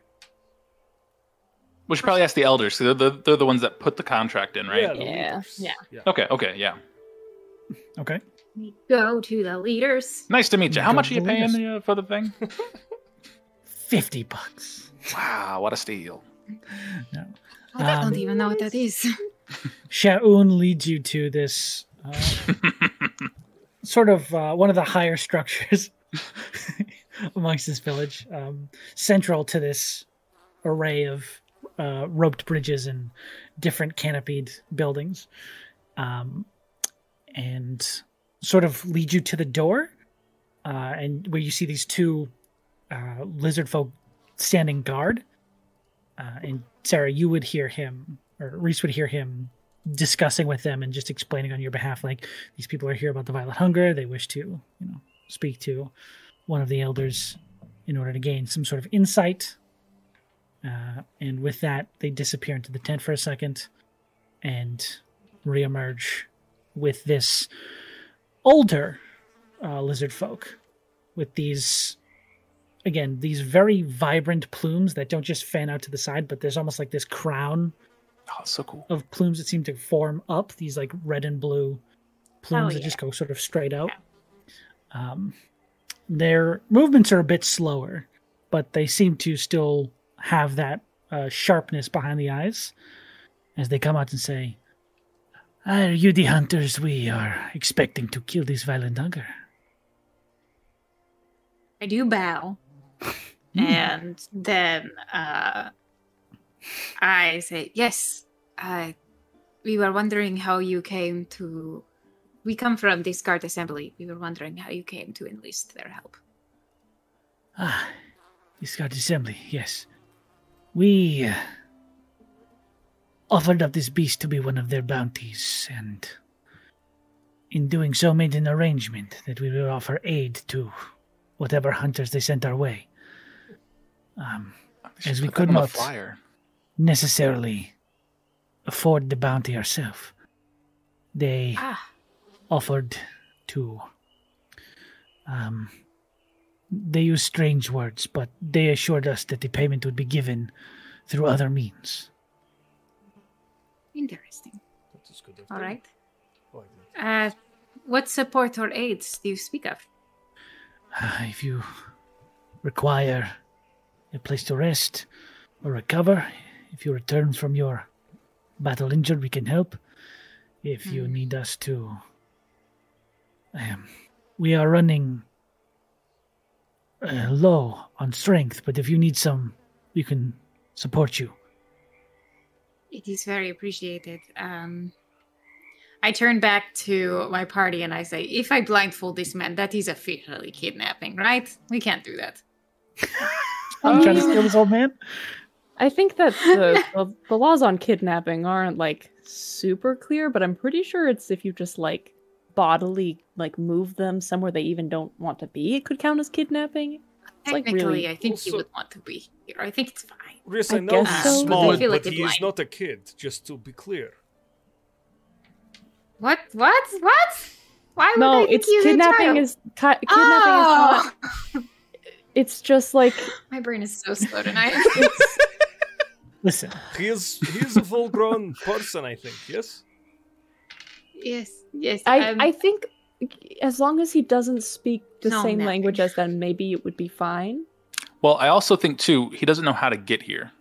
Speaker 2: We should probably ask the elders. So they're, the, they're the ones that put the contract in, right?
Speaker 7: Yeah. the
Speaker 6: Yeah.
Speaker 7: leaders.
Speaker 5: Yeah.
Speaker 7: Yeah.
Speaker 2: Okay. Okay. Yeah.
Speaker 1: okay?
Speaker 5: We Go to the leaders.
Speaker 2: Nice to meet you. How
Speaker 1: Go
Speaker 2: much are
Speaker 1: to
Speaker 2: you
Speaker 1: the
Speaker 2: paying
Speaker 1: leaders.
Speaker 2: uh, for
Speaker 7: [LAUGHS]
Speaker 2: the thing?
Speaker 1: Fifty bucks.
Speaker 2: wow, what a steal!
Speaker 5: Oh, I
Speaker 1: Um,
Speaker 5: don't even know what that is.
Speaker 1: Shaun leads you to this uh, [LAUGHS] sort of uh, one of the higher structures [LAUGHS] amongst this village, um, central to this array of uh, roped bridges and different canopied buildings, um, and sort of lead you to the door, uh, and where you see these two uh, lizard folk standing guard. Uh, and Sarah, you would hear him, or Reese would hear him discussing with them and just explaining on your behalf, like these people are here about the violent hunger. They wish to, you know, speak to one of the elders in order to gain some sort of insight. Uh, and with that, they disappear into the tent for a second and reemerge with this older uh, lizard folk with these, again, these very vibrant plumes that don't just fan out to the side, but there's almost like this crown
Speaker 2: Oh, so cool.
Speaker 1: of plumes that seem to form up these like red and blue plumes
Speaker 5: Oh,
Speaker 1: that
Speaker 5: yeah.
Speaker 1: just go sort of straight out um, their movements are a bit slower but they seem to still have that uh, sharpness behind the eyes as they come out and say are you the hunters we are expecting to kill this violent hunger
Speaker 5: I do bow. Mm. and then uh, I say, Yes, I, we were wondering how you came to. We come from this guard assembly. We were wondering how you came to enlist their help.
Speaker 1: Ah, this guard assembly, yes. We uh, offered up this beast to be one of their bounties, and in doing so, made an arrangement that we will offer aid to whatever hunters they sent our way. um,
Speaker 2: should
Speaker 1: As we
Speaker 2: put
Speaker 1: could
Speaker 2: that on the
Speaker 1: not.
Speaker 2: flyer.
Speaker 1: necessarily afford the bounty herself. They
Speaker 5: Ah.
Speaker 1: offered to. Um, they used strange words, but they assured us that the payment would be given through other means.
Speaker 5: Interesting.
Speaker 7: That's as good. Oh, as
Speaker 5: All
Speaker 7: done.
Speaker 5: right.
Speaker 7: Like that.
Speaker 5: Uh, what support or aids do you speak of?
Speaker 1: Uh, [SIGHS] if you require a place to rest or recover, if you return from your battle injured, we can help. If you
Speaker 5: Hmm.
Speaker 1: need us to. Um, we are running uh, low on strength, but if you need some, we can support you.
Speaker 5: It is very appreciated. Um, I turn back to my party and I say, if I blindfold this man, that is officially kidnapping, right? We can't do that.
Speaker 1: I'm trying to
Speaker 5: Oh.
Speaker 1: steal this old man.
Speaker 6: I think [LAUGHS] that the, the, the laws on kidnapping aren't like super clear, but I'm pretty sure it's if you just like bodily like move them somewhere they even don't want to be, it could count as kidnapping. like
Speaker 5: Technically,
Speaker 6: really-
Speaker 5: I think he
Speaker 7: Also-
Speaker 5: would want to be here. I think it's fine.
Speaker 7: Riz,
Speaker 6: I
Speaker 7: I know he's
Speaker 6: guess
Speaker 5: so, but I
Speaker 7: small,
Speaker 5: feel like
Speaker 7: but
Speaker 5: it's
Speaker 7: he is
Speaker 5: lying.
Speaker 7: not a kid. Just to be clear.
Speaker 5: What? What? What? Why would I
Speaker 6: no,
Speaker 5: think
Speaker 6: it's
Speaker 5: he's a
Speaker 6: kidnapping
Speaker 5: child?
Speaker 6: is ki- kidnapping is
Speaker 5: oh,
Speaker 6: not. It's just like
Speaker 5: my brain is so slow
Speaker 6: [LAUGHS]
Speaker 5: tonight.
Speaker 1: Listen,
Speaker 7: He is he is a
Speaker 5: [LAUGHS]
Speaker 7: full-grown person. I think. Yes.
Speaker 5: yes, yes.
Speaker 6: I
Speaker 5: um,
Speaker 6: I think as long as he doesn't speak the
Speaker 5: No,
Speaker 6: same
Speaker 5: nothing.
Speaker 6: language as them, maybe it would be fine.
Speaker 2: Well, I also think too he doesn't know how to get here.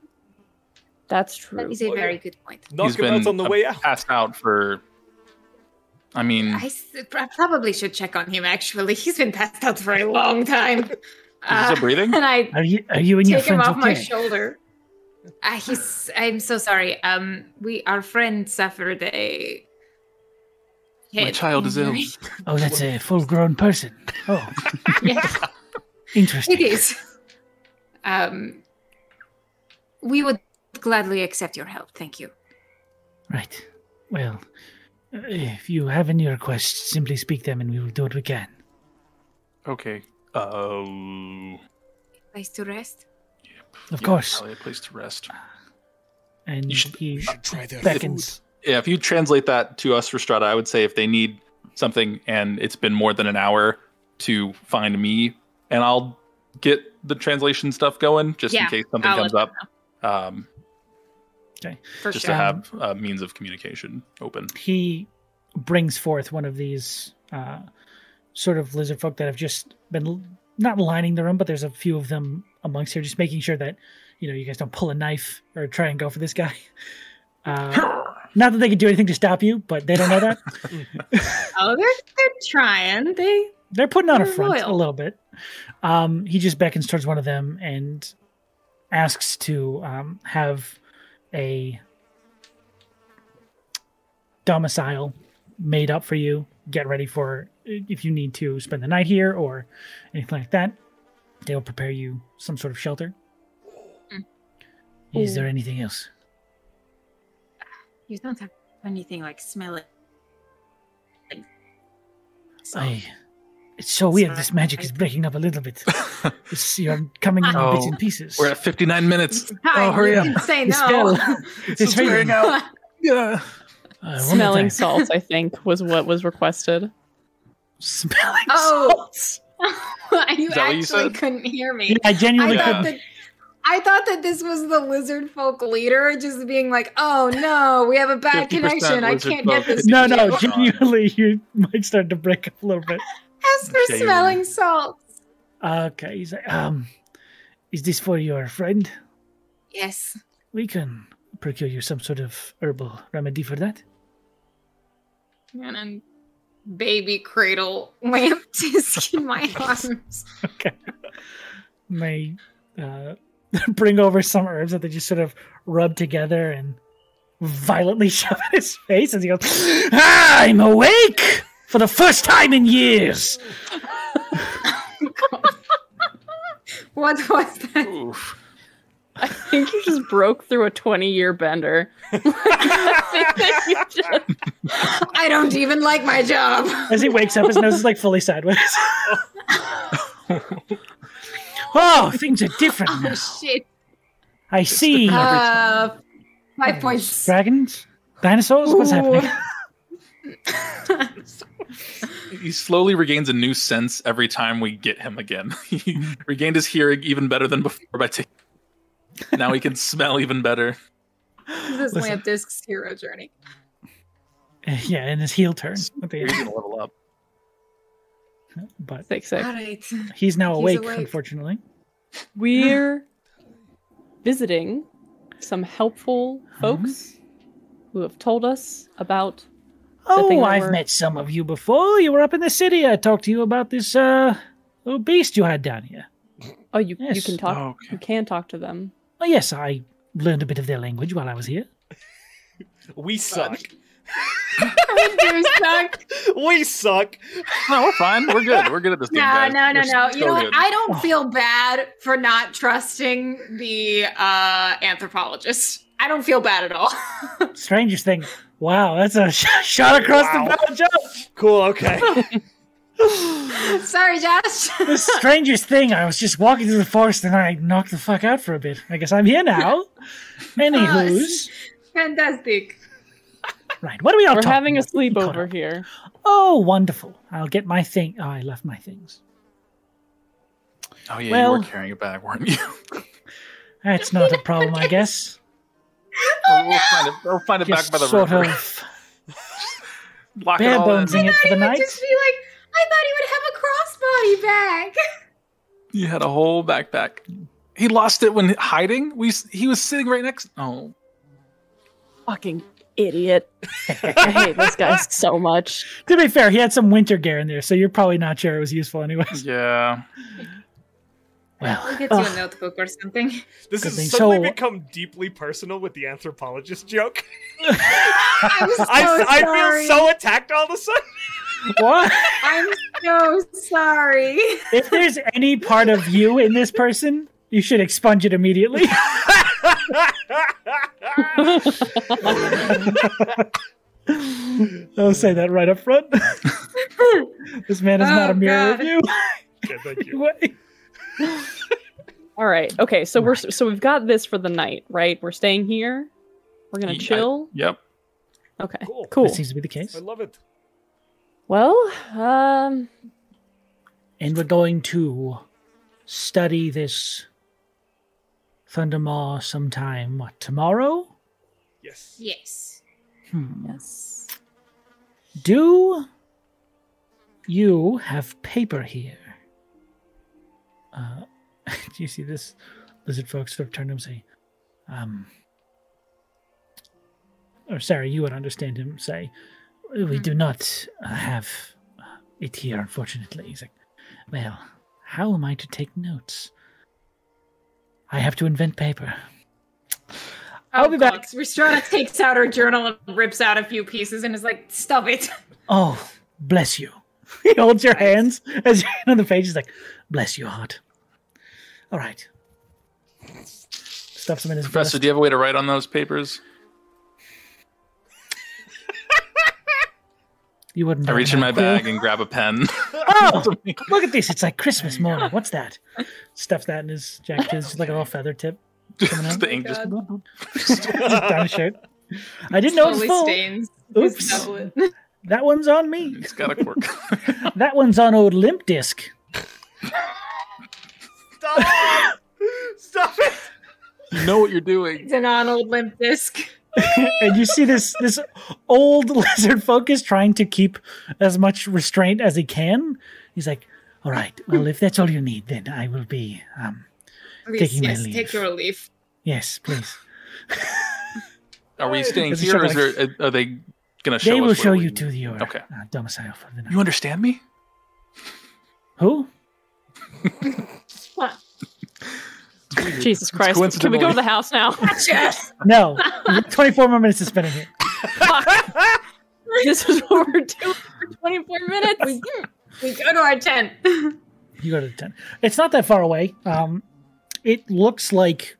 Speaker 6: That's true.
Speaker 5: that is a
Speaker 7: Oh, yeah.
Speaker 5: very good point.
Speaker 7: Knock
Speaker 2: He's
Speaker 7: him out
Speaker 2: been
Speaker 7: on the
Speaker 2: a-
Speaker 7: way out.
Speaker 2: Passed out for. I mean,
Speaker 5: I, s- I probably should check on him. Actually, he's been passed out
Speaker 6: [LAUGHS]
Speaker 5: for a long time.
Speaker 2: is he
Speaker 5: Uh,
Speaker 2: still breathing?
Speaker 5: and I
Speaker 1: are you are you and your
Speaker 5: take him
Speaker 1: friends
Speaker 5: off my
Speaker 1: okay?
Speaker 5: shoulder. Uh, he's. I'm so sorry. Um, we our friend suffered a.
Speaker 2: My
Speaker 5: head
Speaker 2: child is ill.
Speaker 5: injury. [LAUGHS]
Speaker 1: Oh, that's a full-grown person. Oh,
Speaker 5: Yeah.
Speaker 1: interesting.
Speaker 5: It is. Um, we would gladly accept your help. Thank you.
Speaker 1: Right. Well, uh, if you have any requests, simply speak them and we will do what we can.
Speaker 2: Okay. Uh, Oh.
Speaker 5: Place to rest.
Speaker 1: Of
Speaker 2: Yeah,
Speaker 1: course.
Speaker 2: probably a place to rest.
Speaker 1: And
Speaker 2: You should- uh,
Speaker 1: he
Speaker 7: Try their
Speaker 1: beckons.
Speaker 2: Yeah, if you translate that to us, Restrada, I would say if they need something and it's been more than an hour to find me, and I'll get the translation stuff going just in
Speaker 5: Yeah,
Speaker 2: case something
Speaker 5: I'll
Speaker 2: comes
Speaker 5: let
Speaker 2: up. Um,
Speaker 5: For
Speaker 2: just to
Speaker 5: sure.
Speaker 1: Um,
Speaker 2: have a means of communication open.
Speaker 1: He brings forth one of these uh, sort of lizard folk that have just been l- not lining the room, but there's a few of them amongst here, just making sure that you know you guys don't pull a knife or try and go for this guy. [LAUGHS] Uh, not that they can do anything to stop you, but they don't know that.
Speaker 5: Oh, they're they're trying. They
Speaker 1: They're putting on a
Speaker 5: They're
Speaker 1: front a
Speaker 5: loyal.
Speaker 1: little bit. Um, he just beckons towards one of them and asks to um, have a domicile made up for you. Get ready for if you need to spend the night here or anything like that. They will prepare you some sort of shelter.
Speaker 5: Mm.
Speaker 1: Is there anything else?
Speaker 5: you don't have anything like smelling. So,
Speaker 1: I. It's so weird.
Speaker 5: Sorry,
Speaker 1: This magic
Speaker 5: I-
Speaker 1: is breaking up a little bit. It's, you're coming
Speaker 5: [LAUGHS]
Speaker 1: in on bits
Speaker 2: Oh,
Speaker 1: and pieces.
Speaker 2: We're at 59 minutes.
Speaker 5: Hi,
Speaker 2: Oh, hurry
Speaker 5: you
Speaker 2: up.
Speaker 5: didn't say
Speaker 1: It's
Speaker 5: no. [LAUGHS]
Speaker 1: fell. It's hurting.
Speaker 2: [LAUGHS] Yeah.
Speaker 1: Uh, one more
Speaker 6: Smelling
Speaker 1: time.
Speaker 6: salts, I think, was what was requested.
Speaker 1: Smelling
Speaker 5: oh, [LAUGHS] you
Speaker 2: Is that what you
Speaker 5: actually
Speaker 2: said?
Speaker 5: couldn't hear me.
Speaker 1: Yeah, I
Speaker 5: I
Speaker 1: genuinely
Speaker 2: Yeah.
Speaker 5: thought
Speaker 1: couldn't.
Speaker 5: that I thought that this was the lizard folk leader just being like, "Oh no, we have a
Speaker 2: 50%
Speaker 5: bad connection. I
Speaker 2: lizard
Speaker 5: can't get
Speaker 2: folk.
Speaker 5: this."
Speaker 1: No,
Speaker 5: to
Speaker 1: no,
Speaker 5: you."
Speaker 2: Gee.
Speaker 1: genuinely, [LAUGHS] you might start to break up a little bit. Uh,
Speaker 5: Ask for
Speaker 2: Shame.
Speaker 5: smelling salts.
Speaker 1: Okay, he's like, um, is this for your friend?
Speaker 5: Yes,
Speaker 1: We can procure you some sort of herbal remedy for that.
Speaker 5: and then baby cradle lamp [LAUGHS] disc in [LAUGHS] my arms.
Speaker 1: And they uh, [LAUGHS] bring over some herbs that they just sort of rub together and violently [LAUGHS] shove in his face as he goes, "Ah, I'm awake for the first time in years.
Speaker 5: What was that?
Speaker 2: Oof.
Speaker 6: I think you just broke through a 20 year bender. [LAUGHS] I think that you just-
Speaker 5: I don't even like my [LAUGHS] job.
Speaker 1: As he wakes up, his nose is like fully sideways. [LAUGHS] Oh, things are different now.
Speaker 5: Oh shit!
Speaker 1: I see.
Speaker 5: Uh, five points.
Speaker 1: Dragons? Dinosaurs? What's happening? [LAUGHS]
Speaker 2: He slowly regains a new sense every time we get him again. [LAUGHS] he regained his hearing even better than before by taking. [LAUGHS] Now he can smell even better.
Speaker 5: [LAUGHS] This is
Speaker 1: Listen.
Speaker 5: Lamp Disc's hero journey.
Speaker 1: Yeah, and his heel turn. at the
Speaker 2: He's
Speaker 1: end.
Speaker 2: gonna level up.
Speaker 1: But
Speaker 6: Six, six.
Speaker 5: All [LAUGHS] right.
Speaker 1: he's now
Speaker 5: He's
Speaker 1: awake,
Speaker 5: awake.
Speaker 1: unfortunately.
Speaker 6: We're visiting some helpful folks who have told us about. thing
Speaker 1: Oh,
Speaker 6: that
Speaker 1: I've
Speaker 6: we're-
Speaker 1: met some of you before. You were up in the city. I talked to you about this uh, little beast you had down here.
Speaker 6: Oh, you you
Speaker 1: Yes.
Speaker 6: can talk.
Speaker 2: Oh, okay.
Speaker 6: You can talk to them.
Speaker 1: Oh, yes, I learned a bit of their language while I was here.
Speaker 7: We suck.
Speaker 5: I do suck.
Speaker 7: we suck.
Speaker 2: No, we're fine. We're good. We're good at this game.
Speaker 5: No,
Speaker 2: guys.
Speaker 5: no, no,
Speaker 2: We're
Speaker 5: no.
Speaker 2: so
Speaker 5: You know what?
Speaker 2: good.
Speaker 5: I don't feel bad for not trusting the uh, anthropologist. I don't feel bad at all. [LAUGHS]
Speaker 1: Strangest thing. Wow, that's a [LAUGHS] sh- shot across the bow, Josh.
Speaker 7: Cool. Okay.
Speaker 5: Sorry, Josh. [LAUGHS]
Speaker 1: The strangest thing. I was just walking through the forest and I knocked the fuck out for a bit. I guess I'm here
Speaker 6: [LAUGHS]
Speaker 1: now. Anywho's.
Speaker 5: Fantastic.
Speaker 1: Right, what are we all
Speaker 6: We're
Speaker 1: talking
Speaker 6: having a
Speaker 1: about? We caught
Speaker 6: sleepover
Speaker 1: up.
Speaker 6: here.
Speaker 1: Oh, wonderful. I'll get my thing. Oh, I left my things.
Speaker 2: Oh yeah, you
Speaker 1: Well-
Speaker 2: were carrying it back, weren't
Speaker 5: [LAUGHS]
Speaker 2: you? [LAUGHS]
Speaker 1: That's not a problem, I guess.
Speaker 2: we'll, find it. We'll find it back
Speaker 1: Just
Speaker 2: by the
Speaker 1: sort
Speaker 2: river. [LAUGHS]
Speaker 1: of
Speaker 2: Lock it
Speaker 1: bare
Speaker 2: all in.
Speaker 1: bonesing it for the night.
Speaker 5: Just be like, I thought he would have a crossbody bag.
Speaker 2: He had a whole backpack. He lost it when hiding. We s- he was sitting right next. Oh,
Speaker 6: Fucking idiot! I hate this guy
Speaker 4: [LAUGHS]
Speaker 6: so much. [LAUGHS]
Speaker 1: To be fair, he had some winter gear in there, so you're probably not sure it was useful
Speaker 6: [LAUGHS]
Speaker 1: anyways.
Speaker 2: yeah.
Speaker 1: Well,
Speaker 5: We'll get you
Speaker 1: ugh.
Speaker 5: a [LAUGHS] notebook or something.
Speaker 7: This
Speaker 1: Good thing.
Speaker 7: has suddenly
Speaker 1: So-
Speaker 7: become deeply personal with the anthropologist
Speaker 6: [LAUGHS]
Speaker 7: joke.
Speaker 5: I'm so
Speaker 7: I, I
Speaker 5: sorry.
Speaker 7: feel so attacked all of a
Speaker 4: [LAUGHS]
Speaker 7: sudden.
Speaker 1: what?
Speaker 5: [LAUGHS] I'm so sorry.
Speaker 1: If there's any part of you in this person, you should expunge it immediately. I'll say that right up front. [LAUGHS] this man is not
Speaker 5: Oh,
Speaker 1: a mirror
Speaker 5: God.
Speaker 1: of [LAUGHS] you.
Speaker 7: okay, thank you.
Speaker 1: Anyway.
Speaker 6: All right. Okay. So we're so we've got this for the night, right? We're staying here. We're gonna
Speaker 2: Ye- I-
Speaker 6: chill.
Speaker 2: Yep.
Speaker 6: Okay.
Speaker 7: Cool.
Speaker 6: Cool.
Speaker 1: That seems to be the case.
Speaker 7: I love it.
Speaker 6: Well, um,
Speaker 1: And we're going to study this Thundermaw sometime, what, tomorrow?
Speaker 7: Yes.
Speaker 5: Yes.
Speaker 1: Hmm.
Speaker 6: yes.
Speaker 1: Do you have paper here? Uh, [LAUGHS] do you see this lizard folks sort of turn to him and say, um, or sorry, you would understand him say, we do not uh, have uh, it here, unfortunately. He's like, well, how am I to take notes? I have to invent paper. I'll
Speaker 5: Oh,
Speaker 1: be back.
Speaker 5: Restrada takes out her journal and rips out a few pieces and is like, "Stop it."
Speaker 1: Oh, bless you. [LAUGHS] He holds your hands as you're on the page. He's like, bless your heart. All right. Stuffs him in his
Speaker 2: Professor,
Speaker 1: breast.
Speaker 2: do you have a way to write on those papers?
Speaker 1: You wouldn't.
Speaker 2: I
Speaker 1: know
Speaker 2: reach in
Speaker 1: that,
Speaker 2: my
Speaker 1: do you?
Speaker 2: bag and grab a pen.
Speaker 1: [LAUGHS] Oh, look at this. It's like Christmas morning. What's that? Stuffs that in his jacket. It's just like a little feather tip
Speaker 2: just the
Speaker 1: out.
Speaker 2: ink
Speaker 5: [LAUGHS]
Speaker 2: just
Speaker 4: [LAUGHS]
Speaker 1: down his shirt. I didn't know it was
Speaker 5: Totally
Speaker 1: full.
Speaker 5: stains. his
Speaker 1: Oops.
Speaker 5: doublet.
Speaker 1: That one's on me.
Speaker 2: [LAUGHS] it's got a quirk.
Speaker 1: That one's on old limp disc.
Speaker 7: Stop it! Stop it!
Speaker 2: [LAUGHS] you know what you're doing.
Speaker 5: [LAUGHS] It's an on old limp disc.
Speaker 1: and you see this this old [LAUGHS] lizard folk is trying to keep as much restraint as he can. He's like, "All right, well, if that's all you need, then I will be." Um,
Speaker 5: Please,
Speaker 1: Taking my
Speaker 5: yes,
Speaker 1: leave.
Speaker 5: take your leave.
Speaker 1: yes, please.
Speaker 2: Are we staying
Speaker 1: Does he
Speaker 2: here, or is
Speaker 1: start
Speaker 2: there? uh, Are they gonna show?
Speaker 1: they
Speaker 2: us
Speaker 1: will
Speaker 2: where
Speaker 1: show
Speaker 2: we-
Speaker 1: you to your
Speaker 2: Okay.
Speaker 1: uh, domicile for the night.
Speaker 2: You understand me?
Speaker 1: Who?
Speaker 5: What?
Speaker 6: Jesus Christ. Can we go to the house now? [LAUGHS]
Speaker 5: Yes.
Speaker 1: No, [LAUGHS] twenty four more minutes to spend in here.
Speaker 6: this is what we're doing for 24 minutes.
Speaker 1: [LAUGHS]
Speaker 5: we, we go to our tent.
Speaker 1: You go to the tent. It's not that far away. Um, it looks like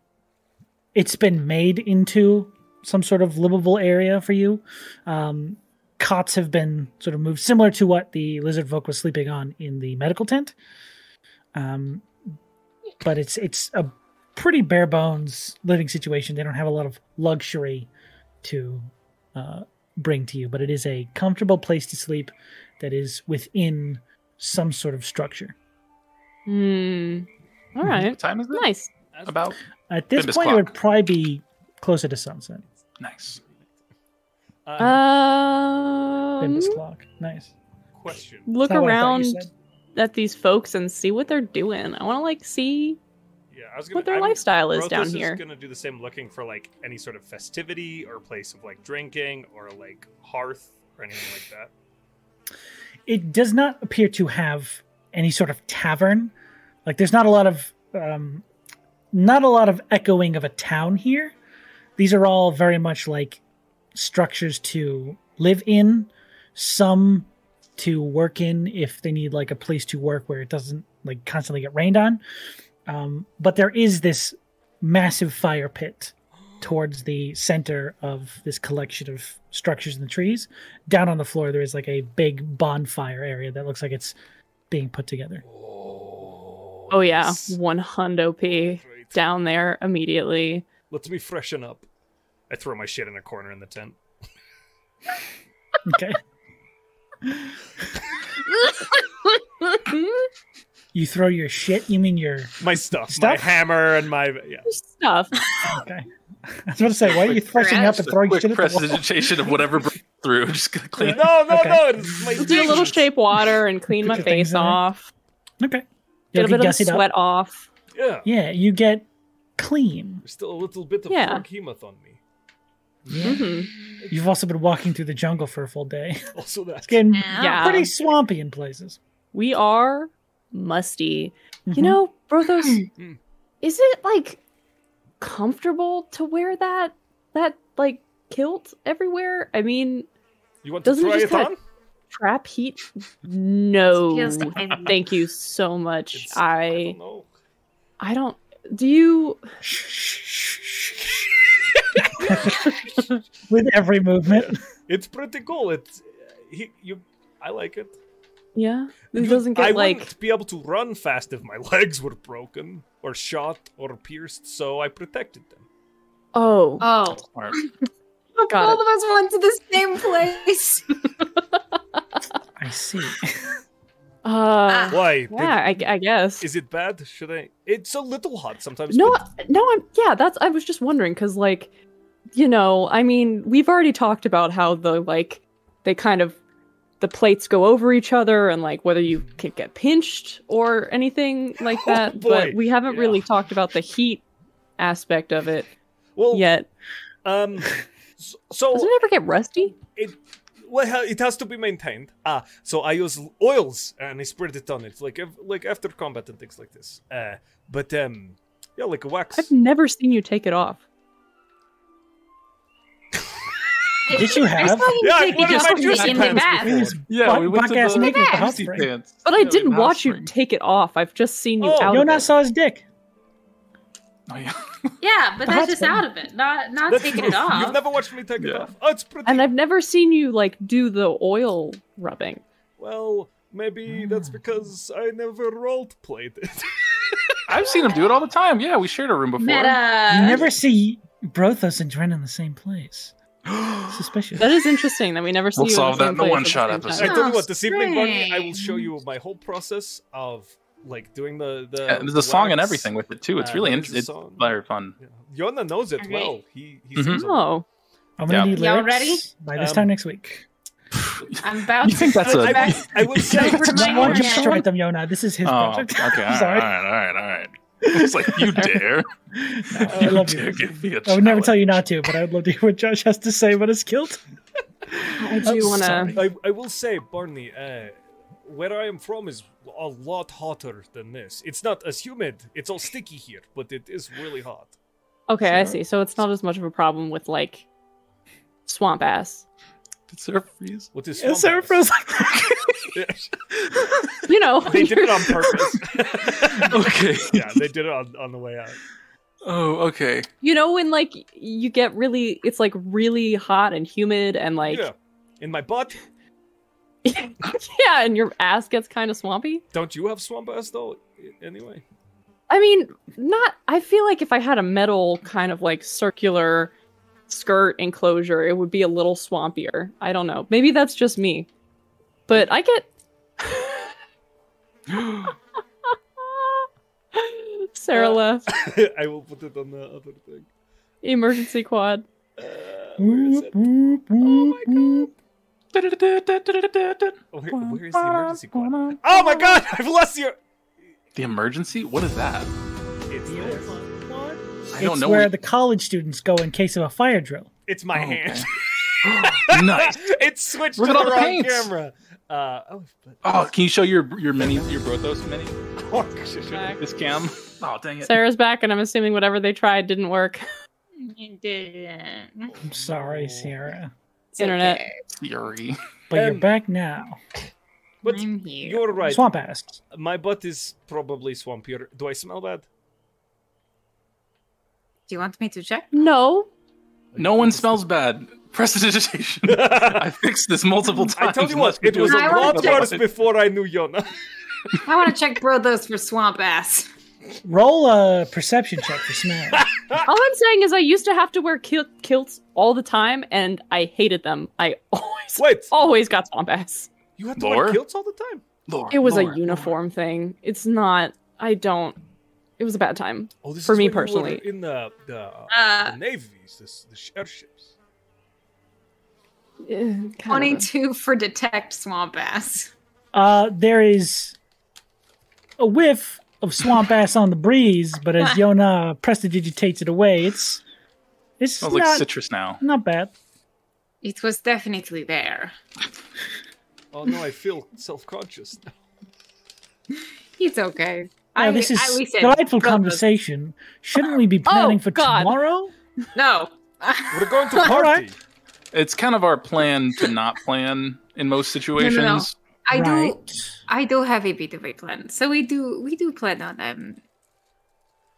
Speaker 1: it's been made into some sort of livable area for you. Um, cots have been sort of moved, similar to what the lizard folk was sleeping on in the medical tent. Um, but it's it's a pretty bare bones living situation. They don't have a lot of luxury to uh, bring to you, but it is a comfortable place to sleep that is within some sort of structure.
Speaker 6: Hmm. All right.
Speaker 2: What time is it?
Speaker 6: Nice.
Speaker 2: About
Speaker 1: At this
Speaker 2: Bimbus
Speaker 1: point, it
Speaker 2: clock.
Speaker 1: would probably be closer to sunset.
Speaker 2: nice.
Speaker 4: Uh,
Speaker 6: Um,
Speaker 1: Bimbus clock. Nice.
Speaker 4: question.
Speaker 6: look
Speaker 1: That's not what I thought
Speaker 6: around
Speaker 1: you said.
Speaker 6: at these folks and see what they're doing. I want to like see
Speaker 4: Yeah, I was gonna.
Speaker 6: what their
Speaker 4: I'm-
Speaker 6: lifestyle is
Speaker 4: Brothos
Speaker 6: down here.
Speaker 4: Is gonna do the same, looking for like any sort of festivity or place of like drinking or like hearth or anything like that.
Speaker 1: it does not appear to have any sort of tavern. Like there's not a lot of um, not a lot of echoing of a town here. These are all very much like structures to live in, some to work in if they need like a place to work where it doesn't like constantly get rained on. Um, but there is this massive fire pit towards the center of this collection of structures in the trees down on the floor there is like a big bonfire area that looks like it's being put together.
Speaker 6: Oh yeah, one hundo p
Speaker 4: Great.
Speaker 6: down there immediately.
Speaker 4: Let me freshen up. I throw my shit in a corner in the tent.
Speaker 1: Okay. [LAUGHS] you throw your shit, you mean your
Speaker 4: My stuff,
Speaker 1: Stuff?
Speaker 4: my hammer, and my
Speaker 1: [LAUGHS]
Speaker 4: yeah.
Speaker 6: Stuff.
Speaker 1: okay. [LAUGHS] I was about to say, why are you threshing up and
Speaker 2: Just a
Speaker 1: throwing
Speaker 2: quick
Speaker 1: shit at the wall?
Speaker 2: precipitation of
Speaker 1: [LAUGHS]
Speaker 2: whatever breaks through. [LAUGHS] Just gonna clean. it.
Speaker 4: No, no,
Speaker 1: Okay.
Speaker 4: no! It's my
Speaker 6: Do a little
Speaker 4: things.
Speaker 6: shape water and clean my
Speaker 1: Put your things
Speaker 6: face
Speaker 1: in there.
Speaker 6: off.
Speaker 1: Okay.
Speaker 6: Get
Speaker 1: You'll
Speaker 6: a bit of the
Speaker 1: gussied up.
Speaker 6: sweat off.
Speaker 4: Yeah,
Speaker 1: Yeah, you get clean.
Speaker 4: there's still a little bit of
Speaker 6: Yeah.
Speaker 4: yeah. on me. [LAUGHS]
Speaker 6: hmm
Speaker 1: Mm-hmm. You've also been walking through the jungle for a full day. [LAUGHS]
Speaker 4: Also that.
Speaker 1: It's getting
Speaker 6: Yeah.
Speaker 1: pretty swampy in places.
Speaker 6: We are musty. You
Speaker 1: Mhm.
Speaker 6: know, Brothos,
Speaker 4: Mm.
Speaker 6: is it like comfortable to wear that that like kilt everywhere? I mean,
Speaker 4: You want
Speaker 6: Doesn't it
Speaker 4: to try
Speaker 6: just
Speaker 4: it
Speaker 6: kinda-
Speaker 4: on?
Speaker 6: trap heat? No.
Speaker 5: Feels like-
Speaker 6: Oh, Thank you so much.
Speaker 4: It's- I
Speaker 6: I
Speaker 4: don't know.
Speaker 6: I don't do you
Speaker 1: Mm-hmm. [LAUGHS] With every movement.
Speaker 4: It's pretty cool. It's uh, he, you. I like it.
Speaker 6: yeah? It doesn't get
Speaker 4: I
Speaker 6: like
Speaker 4: wouldn't be able to run fast if my [LAUGHS] legs were broken or shot or pierced, so I protected them.
Speaker 6: oh
Speaker 5: Oh,
Speaker 2: Or-
Speaker 5: both
Speaker 6: Got
Speaker 5: of us went to the same place.
Speaker 1: I
Speaker 2: [LAUGHS]
Speaker 1: see.
Speaker 6: uh
Speaker 4: Why? Did-
Speaker 6: yeah, I, I guess.
Speaker 4: is it bad? Should I? It's a little hot sometimes.
Speaker 6: No,
Speaker 4: but
Speaker 6: I- no, I'm yeah. That's I was just wondering because like, you know, I mean, we've already talked about how the like they kind of the plates go over each other and like whether you could get pinched or anything like
Speaker 4: Mm-hmm. Oh,
Speaker 6: that.
Speaker 4: boy.
Speaker 6: but we haven't
Speaker 4: Yeah.
Speaker 6: really talked about the heat aspect of it
Speaker 4: well,
Speaker 6: yet. [LAUGHS]
Speaker 4: Um, so,
Speaker 6: Does
Speaker 4: so
Speaker 6: it ever get rusty?
Speaker 4: well, it has to be maintained. Ah, so I use oils and I spread it on it, like ev- like after combat and things like this. Uh, but um, yeah, like a wax.
Speaker 6: I've never seen you take it off.
Speaker 1: Did you
Speaker 5: I
Speaker 1: have?
Speaker 5: saw you
Speaker 4: Yeah, I
Speaker 5: take
Speaker 4: wanted
Speaker 5: it off
Speaker 4: my
Speaker 5: when you
Speaker 4: juicy
Speaker 5: in the
Speaker 4: pants
Speaker 5: bath.
Speaker 4: before.
Speaker 1: Yes.
Speaker 2: Yeah, we went to
Speaker 1: Buck-ass
Speaker 2: the
Speaker 1: naked
Speaker 5: at the
Speaker 1: hot
Speaker 2: Juicy
Speaker 1: spring.
Speaker 2: pants.
Speaker 6: But
Speaker 2: Yeah,
Speaker 6: I
Speaker 2: we
Speaker 6: didn't
Speaker 2: went to hot
Speaker 6: watch you
Speaker 2: spring.
Speaker 6: take it off. I've just seen you
Speaker 4: Oh,
Speaker 6: out.
Speaker 1: Jonas
Speaker 6: of it.
Speaker 1: saw his dick.
Speaker 2: Oh yeah.
Speaker 5: Yeah, but
Speaker 1: That's
Speaker 5: that's just
Speaker 1: fine.
Speaker 5: out of it. Not not
Speaker 4: That's
Speaker 5: taking
Speaker 4: true. [LAUGHS]
Speaker 5: it off.
Speaker 4: You've never watched me take it
Speaker 2: Yeah.
Speaker 4: off. Oh, it's pretty.
Speaker 6: And I've never seen you like do the oil rubbing.
Speaker 4: Well, maybe
Speaker 5: Hmm.
Speaker 4: that's
Speaker 1: Ah.
Speaker 4: because I never role played it. [LAUGHS]
Speaker 2: I've seen him do it all the time. Yeah, we shared a room before.
Speaker 5: Meta.
Speaker 1: you never see Brothos and Dren in the same place.
Speaker 6: uh,
Speaker 1: Suspicious.
Speaker 6: That is interesting that we never see
Speaker 2: We'll
Speaker 6: you
Speaker 2: solve
Speaker 6: in
Speaker 2: that
Speaker 6: the same
Speaker 2: in the
Speaker 6: place
Speaker 2: one
Speaker 6: at the
Speaker 2: shot
Speaker 6: same
Speaker 2: episode.
Speaker 4: I
Speaker 6: time.
Speaker 4: tell you what, this evening, Bunny, I will
Speaker 5: strange.
Speaker 4: show you my whole process of like doing the the.
Speaker 2: [GASPS] Yeah, there's a song and
Speaker 4: wax.
Speaker 2: everything with it too. It's
Speaker 4: Uh,
Speaker 2: really
Speaker 4: there's
Speaker 2: interesting.
Speaker 4: a
Speaker 2: It's
Speaker 4: song.
Speaker 2: very fun.
Speaker 4: Yeah. Yona knows it
Speaker 5: Alright.
Speaker 4: well. He he
Speaker 2: Mhm.
Speaker 4: sings a lot.
Speaker 6: Oh,
Speaker 1: I'm gonna
Speaker 2: Yeah.
Speaker 1: need
Speaker 5: Y'all
Speaker 1: lyrics by this
Speaker 4: Um,
Speaker 1: time next week.
Speaker 5: I'm about
Speaker 2: You think
Speaker 5: to
Speaker 2: that's
Speaker 5: go
Speaker 2: a-
Speaker 5: back.
Speaker 4: I
Speaker 5: [LAUGHS]
Speaker 4: will say.
Speaker 5: Over to
Speaker 1: Don't
Speaker 5: my
Speaker 1: want you
Speaker 5: own
Speaker 1: to
Speaker 5: hand.
Speaker 1: strike them, Yona. This is his
Speaker 2: Oh, okay. [LAUGHS]
Speaker 1: project.
Speaker 2: All
Speaker 1: I'm
Speaker 2: right, all
Speaker 1: [LAUGHS] sorry.
Speaker 2: right, all right. It's like
Speaker 1: [LAUGHS]
Speaker 2: you dare.
Speaker 1: I
Speaker 2: you
Speaker 1: love
Speaker 2: dare
Speaker 1: you.
Speaker 2: give me a
Speaker 1: I would never tell
Speaker 2: challenge.
Speaker 1: you not to, but I would love to hear what Josh has to say about his guilt.
Speaker 6: I
Speaker 5: [LAUGHS]
Speaker 6: do want to.
Speaker 4: I, I will say, Barney, uh, where I am from is a lot hotter than this. It's not as humid. It's all sticky here, but it is really hot.
Speaker 6: Okay, I see. So it's not as much of a problem with like swamp ass.
Speaker 2: Did Sarah
Speaker 1: [LAUGHS]
Speaker 2: freeze?
Speaker 4: What is
Speaker 1: Is
Speaker 4: swamp
Speaker 1: there a
Speaker 4: ass?
Speaker 1: frozen-
Speaker 2: [LAUGHS]
Speaker 6: You know,
Speaker 4: [LAUGHS] They did it
Speaker 6: you're-
Speaker 4: on purpose.
Speaker 2: Okay.
Speaker 4: yeah, they did it on, on the way out.
Speaker 2: Oh, okay. [GASPS]
Speaker 6: you know when like you get really, it's like really hot and humid and like
Speaker 4: yeah. In my butt.
Speaker 6: [LAUGHS] yeah, and your ass gets kind of swampy.
Speaker 4: Don't you have swamp ass though? i- Anyway. [LAUGHS]
Speaker 6: I mean, not. I feel like if I had a metal kind of like circular skirt enclosure, it would be a little swampier. I don't know. Maybe that's just me. But I get. Sarah left.
Speaker 4: I will put it on the other thing.
Speaker 6: Emergency quad.
Speaker 4: Uh, where is it?
Speaker 2: Oh
Speaker 4: Oh, Where, where is the emergency quad? Oh my god! [LAUGHS] I've lost your.
Speaker 2: The emergency? What is that?
Speaker 4: It's this.
Speaker 2: I don't
Speaker 1: It's
Speaker 2: know.
Speaker 1: where the college students go in case of a fire drill.
Speaker 4: It's my
Speaker 2: Oh,
Speaker 4: hand.
Speaker 2: [GASPS] nice.
Speaker 4: [LAUGHS] it switched
Speaker 2: Look
Speaker 4: to
Speaker 2: at
Speaker 4: the
Speaker 2: all the
Speaker 4: wrong
Speaker 2: paints.
Speaker 4: camera. Uh, oh, but-
Speaker 2: Oh, can you show your your mini your Brothos mini? This cam. Oh dang it.
Speaker 6: Sarah's back, and I'm assuming whatever they tried didn't work.
Speaker 1: I'm
Speaker 2: Oh.
Speaker 1: sorry, Sarah,
Speaker 8: It's
Speaker 6: Internet.
Speaker 8: okay.
Speaker 2: Fury.
Speaker 1: but you're
Speaker 4: Um,
Speaker 1: back now.
Speaker 4: But
Speaker 5: I'm here.
Speaker 4: you're right.
Speaker 1: Swamp asks.
Speaker 4: My butt is probably swampier. Do I smell [LAUGHS] bad?
Speaker 5: Do you want me to check?
Speaker 6: No.
Speaker 2: No one smells bad.
Speaker 1: [LAUGHS]
Speaker 2: Prestidigitation. I fixed this multiple
Speaker 4: I
Speaker 2: times.
Speaker 4: tell you what,
Speaker 2: Unless we
Speaker 4: it
Speaker 2: do
Speaker 4: was a
Speaker 5: I wanna
Speaker 4: lot
Speaker 5: check-
Speaker 4: worse before I knew [LAUGHS] Yona.
Speaker 5: I want to check Brothos for swamp ass.
Speaker 1: Roll a perception check for smell.
Speaker 6: All I'm saying is I used to have to wear kil- kilts all the time, and I hated them. I always,
Speaker 4: Wait,
Speaker 6: always got swamp ass.
Speaker 4: you had to
Speaker 2: Lore?
Speaker 4: wear kilts all the time.
Speaker 2: Lore,
Speaker 6: It was
Speaker 2: lore,
Speaker 6: a uniform thing. It's not. I don't. It was a bad time.
Speaker 4: Oh, this
Speaker 6: For
Speaker 4: is
Speaker 6: me
Speaker 4: when you were
Speaker 6: personally.
Speaker 4: in the the,
Speaker 5: Uh,
Speaker 4: the navies, this, the airships.
Speaker 6: Eh, kind of a-
Speaker 5: 22 for detect swamp ass.
Speaker 1: Uh, there is a whiff of swamp ass on the breeze, but as Yona prestidigitates it away, it's it's
Speaker 2: Smells
Speaker 1: not,
Speaker 2: like citrus now.
Speaker 1: not bad.
Speaker 5: It was definitely there.
Speaker 4: Oh no, I feel [LAUGHS] self-conscious. now.
Speaker 5: It's okay.
Speaker 1: Now,
Speaker 5: I,
Speaker 1: this is
Speaker 5: I, listen.
Speaker 1: delightful
Speaker 5: Brothos.
Speaker 1: conversation. Shouldn't we be
Speaker 5: Oh,
Speaker 1: planning for
Speaker 6: God.
Speaker 1: tomorrow?
Speaker 5: No.
Speaker 4: We're
Speaker 6: [LAUGHS]
Speaker 4: going to party.
Speaker 1: right.
Speaker 2: It's kind of our plan to not plan in most
Speaker 5: no,
Speaker 2: situations.
Speaker 5: no. I do.
Speaker 1: right.
Speaker 5: I do have a bit of a plan. So we do we do plan on um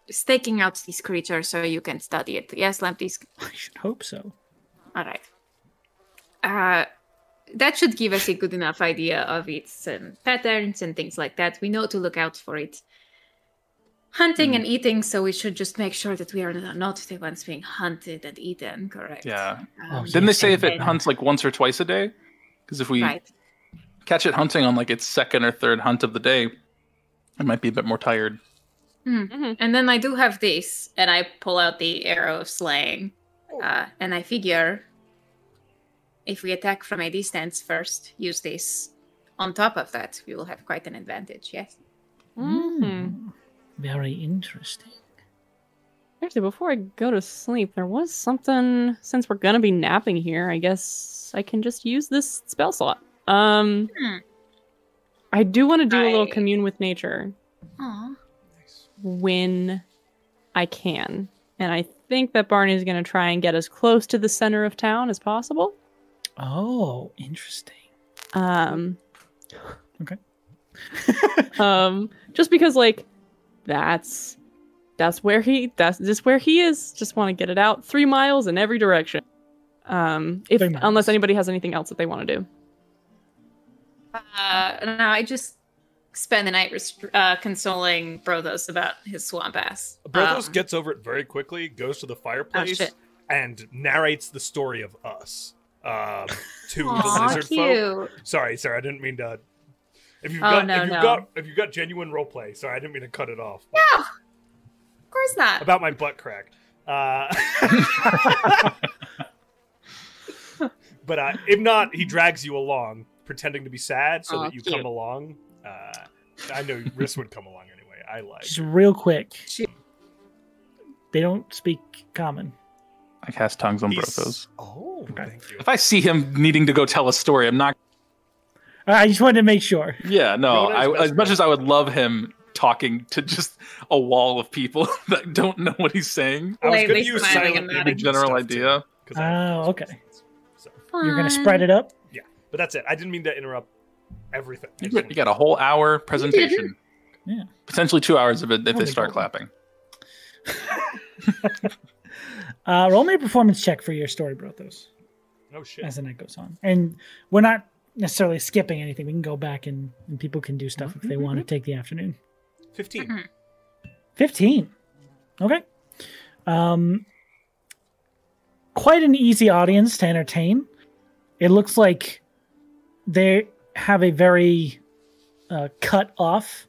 Speaker 5: staking out these creatures so you can study it. Yes, Lamptys.
Speaker 1: I should hope so.
Speaker 5: All right. Uh that should give us a good enough idea of its um, patterns and things like that. We know to look out for it.
Speaker 1: Hmm.
Speaker 5: Hunting and eating, so we should just make sure that we are not the ones being hunted and eaten, correct?
Speaker 2: Yeah.
Speaker 5: Um,
Speaker 2: Didn't they say if it
Speaker 5: and-
Speaker 2: hunts like once or twice a day? Because if we
Speaker 5: Right.
Speaker 2: catch it hunting on like its second or third hunt of the day, it might be a bit more tired.
Speaker 5: And then I do have this, and I pull out the arrow of slaying. Uh, and I figure if we attack from a distance first, use this on top of that, we will have quite an advantage, yes? Mm-hmm. Hmm.
Speaker 6: Mhm.
Speaker 1: Hmm. Very interesting.
Speaker 6: Actually, before I go to sleep, there was something. Since we're gonna be napping here, I guess I can just use this spell slot. Um,
Speaker 5: Hmm.
Speaker 6: I do want to do a little
Speaker 5: I-
Speaker 6: commune with nature
Speaker 5: Aw.
Speaker 6: when I can, and I think that Barney's gonna try and get as close to the center of town as possible.
Speaker 1: Oh, interesting.
Speaker 6: Um,
Speaker 1: Okay.
Speaker 6: [LAUGHS] um, just because like that's that's where he that's just where he is. Just want to get it out three miles in every direction. Um, if
Speaker 1: Three miles.
Speaker 6: unless anybody has anything else that they want to do.
Speaker 5: Uh, no, I just spend the night rest- uh, consoling Brothos about his swamp ass.
Speaker 4: Brothos
Speaker 5: Um,
Speaker 4: gets over it very quickly, goes to the fireplace,
Speaker 5: shit.
Speaker 4: and narrates the story of us um, to the
Speaker 5: aw,
Speaker 4: lizard folk.
Speaker 5: cute.
Speaker 4: Sorry, sorry, I didn't mean to. If you've
Speaker 5: Oh,
Speaker 4: got,
Speaker 5: no,
Speaker 4: if you've
Speaker 5: no.
Speaker 4: got, if you've got genuine roleplay, sorry, I didn't mean to cut it off.
Speaker 5: Of course not.
Speaker 4: About my butt crack. Uh, [LAUGHS] but uh, if not, he drags you along, pretending to be sad, so
Speaker 5: Aw,
Speaker 4: that you
Speaker 5: cute.
Speaker 4: come along. Uh, I know Riss would come along anyway. I like.
Speaker 1: Just real quick.
Speaker 5: She-
Speaker 1: They don't speak common.
Speaker 2: I cast tongues on
Speaker 4: He's-
Speaker 2: Brothos.
Speaker 4: Oh, thank you.
Speaker 2: If I see him needing to go tell a story, I'm not.
Speaker 1: I just wanted to make sure.
Speaker 2: Yeah, no.
Speaker 4: Brothos
Speaker 2: I,
Speaker 4: best
Speaker 2: as much
Speaker 4: friend.
Speaker 2: as I would love him talking to just a wall of people [LAUGHS] that don't know what he's saying,
Speaker 4: I was
Speaker 5: Like,
Speaker 4: going
Speaker 5: they
Speaker 4: to use
Speaker 5: smiling
Speaker 4: silent
Speaker 5: and nodding.
Speaker 2: a
Speaker 4: image
Speaker 2: general idea.
Speaker 1: Oh, okay.
Speaker 4: So,
Speaker 1: You're going to spread it up?
Speaker 4: but that's it. I didn't mean to interrupt everything. I
Speaker 2: You
Speaker 4: just
Speaker 2: got,
Speaker 4: wanted-
Speaker 2: you got a whole hour presentation.
Speaker 1: Yeah.
Speaker 2: Potentially two hours of it if
Speaker 1: Oh,
Speaker 2: they
Speaker 1: they
Speaker 2: start
Speaker 1: don't.
Speaker 2: clapping.
Speaker 1: Uh, roll me a performance check for your story, Brothos,
Speaker 4: No
Speaker 1: as
Speaker 4: shit.
Speaker 1: the night goes on. And we're not necessarily skipping anything. We can go back and, and people can do stuff if they want to take the afternoon.
Speaker 4: Fifteen.
Speaker 5: Mhm.
Speaker 1: 15. Okay. Um, quite an easy audience to entertain. It looks like they have a very uh, cut off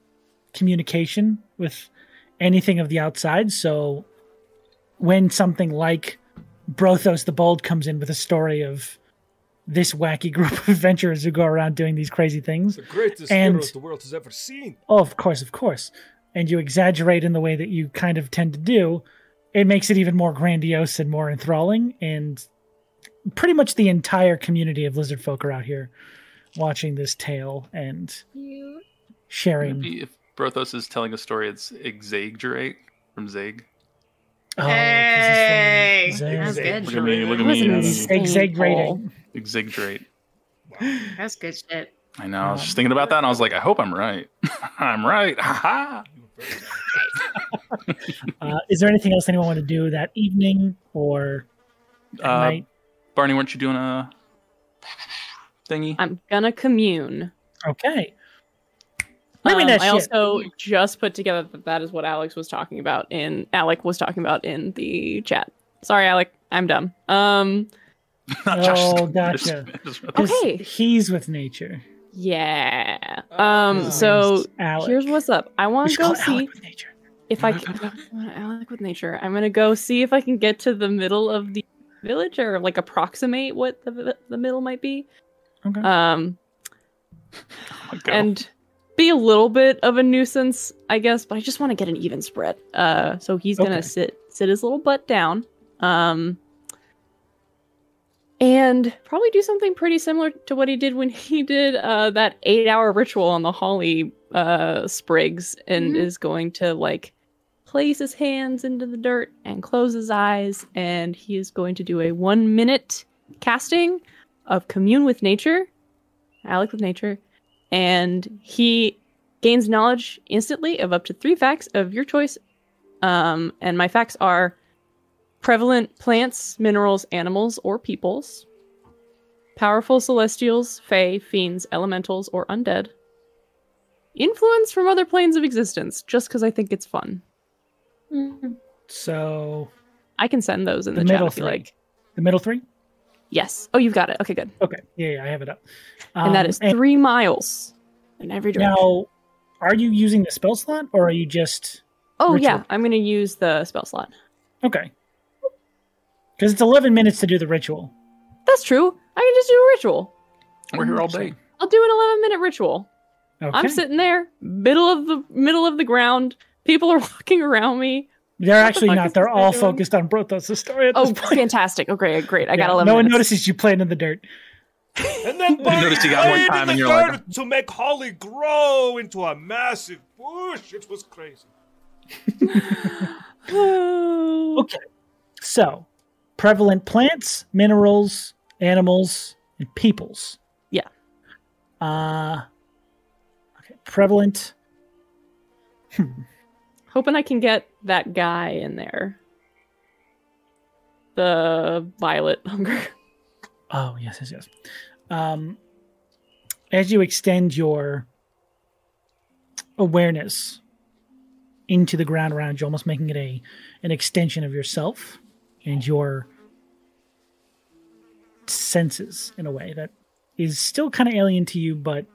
Speaker 1: communication with anything of the outside. So when something like Brothos the Bold comes in with a story of this wacky [LAUGHS] group of adventurers who go around doing these crazy things,
Speaker 7: The greatest
Speaker 1: And-
Speaker 7: heroes the world has ever seen.
Speaker 1: oh, of course, of course, and you exaggerate in the way that you kind of tend to do, it makes it even more grandiose and more enthralling. And pretty much the entire community of lizard folk are out here watching this tale and
Speaker 5: You
Speaker 1: sharing.
Speaker 2: Maybe if Brothos is telling a story, it's exaggerate from Zag.
Speaker 1: Oh, 'cause he's
Speaker 3: Hey,
Speaker 1: feeling
Speaker 3: that was
Speaker 1: zag-
Speaker 3: good.
Speaker 2: Look at me! Look at
Speaker 6: Wasn't
Speaker 2: me!
Speaker 6: this-
Speaker 1: Exaggerating.
Speaker 2: Exaggerate.
Speaker 3: That's good shit.
Speaker 2: I know. I was
Speaker 6: Um,
Speaker 2: just thinking about that, and I was like, I hope I'm right. [LAUGHS] I'm right. Ha ha.
Speaker 1: Uh, is there anything else anyone want to do that evening or at
Speaker 2: Uh,
Speaker 1: night?
Speaker 2: Barney, weren't you doing a thingy? [LAUGHS]
Speaker 6: I'm gonna commune.
Speaker 1: Okay. Maybe
Speaker 6: Um,
Speaker 1: that
Speaker 6: I
Speaker 1: shit.
Speaker 6: also just put together that that is what Alex was talking about in Alec was talking about in the chat. Sorry, Alec, I'm dumb. Um,
Speaker 1: Oh,
Speaker 2: [LAUGHS] Josh.
Speaker 1: gotcha.
Speaker 2: Oh
Speaker 6: Okay.
Speaker 1: 'Cause He's with nature.
Speaker 6: yeah. Um, so
Speaker 1: Alex.
Speaker 6: here's what's up. I
Speaker 1: we
Speaker 6: want to
Speaker 1: should call
Speaker 6: go
Speaker 1: it
Speaker 6: see
Speaker 1: Alec with nature.
Speaker 6: if
Speaker 1: [LAUGHS]
Speaker 6: I can. Alec with nature. I'm gonna go see if I can get to the middle of the village or like approximate what the vi- the middle might be.
Speaker 1: Okay.
Speaker 6: Um,
Speaker 2: Go.
Speaker 6: and be a little bit of a nuisance, I guess, but I just want to get an even spread. Uh, so he's
Speaker 1: Okay.
Speaker 6: gonna sit sit his little butt down, um, and probably do something pretty similar to what he did when [LAUGHS] he did uh, that eight hour ritual on the holly uh, sprigs, and
Speaker 5: Mhm.
Speaker 6: is going to like place his hands into the dirt and close his eyes, and he is going to do a one minute casting of commune with nature, Alec with nature, and he gains knowledge instantly of up to three facts of your choice. Um, and my facts are prevalent plants, minerals, animals, or peoples, powerful celestials, fae, fiends, elementals, or undead, influence from other planes of existence, just because I think it's fun.
Speaker 5: Mm-hmm.
Speaker 1: So
Speaker 6: I can send those in
Speaker 1: The
Speaker 6: the, chat
Speaker 1: middle
Speaker 6: if you
Speaker 1: three.
Speaker 6: like.
Speaker 1: the middle three.
Speaker 6: Yes. Oh, you've got it. Okay, good.
Speaker 1: Okay. Yeah, yeah I have it up.
Speaker 6: and that
Speaker 1: Um,
Speaker 6: is three miles in every direction.
Speaker 1: Now, are you using the spell slot or are you just
Speaker 6: oh,
Speaker 1: ritual.
Speaker 6: yeah. I'm going to use the spell slot.
Speaker 1: okay? Because it's eleven minutes to do the ritual.
Speaker 6: That's true. I can just do a ritual.
Speaker 2: We're here all day.
Speaker 6: I'll do an 11 minute ritual.
Speaker 1: Okay.
Speaker 6: I'm sitting there, middle of the middle of the ground. People are [LAUGHS] walking around me.
Speaker 1: They're
Speaker 6: the
Speaker 1: actually
Speaker 6: fuck
Speaker 1: not.
Speaker 6: is
Speaker 1: They're
Speaker 6: this
Speaker 1: all
Speaker 6: guy doing?
Speaker 1: focused on Brothos' story.
Speaker 6: [LAUGHS]
Speaker 1: At
Speaker 6: Oh,
Speaker 1: this point.
Speaker 6: fantastic! Oh, great, great! I
Speaker 1: Yeah,
Speaker 6: got 11.
Speaker 1: No one
Speaker 6: minutes.
Speaker 1: notices you playing in the dirt.
Speaker 7: And [LAUGHS] then
Speaker 2: You noticed you got one
Speaker 7: Barney
Speaker 2: time
Speaker 7: played
Speaker 2: and
Speaker 7: in
Speaker 2: you're
Speaker 7: the
Speaker 2: like-
Speaker 7: dirt to make Holly grow into a massive bush. It was crazy.
Speaker 6: Oh.
Speaker 1: So, prevalent plants, minerals, animals, and peoples.
Speaker 6: Yeah.
Speaker 1: Uh okay. Prevalent.
Speaker 6: Hoping I can get that guy in there. The violet hunger. [LAUGHS]
Speaker 1: Oh yes, yes, yes. Um, as you extend your awareness into the ground around you, almost making it a an extension of yourself and your senses in a way that is still kind of alien to you, but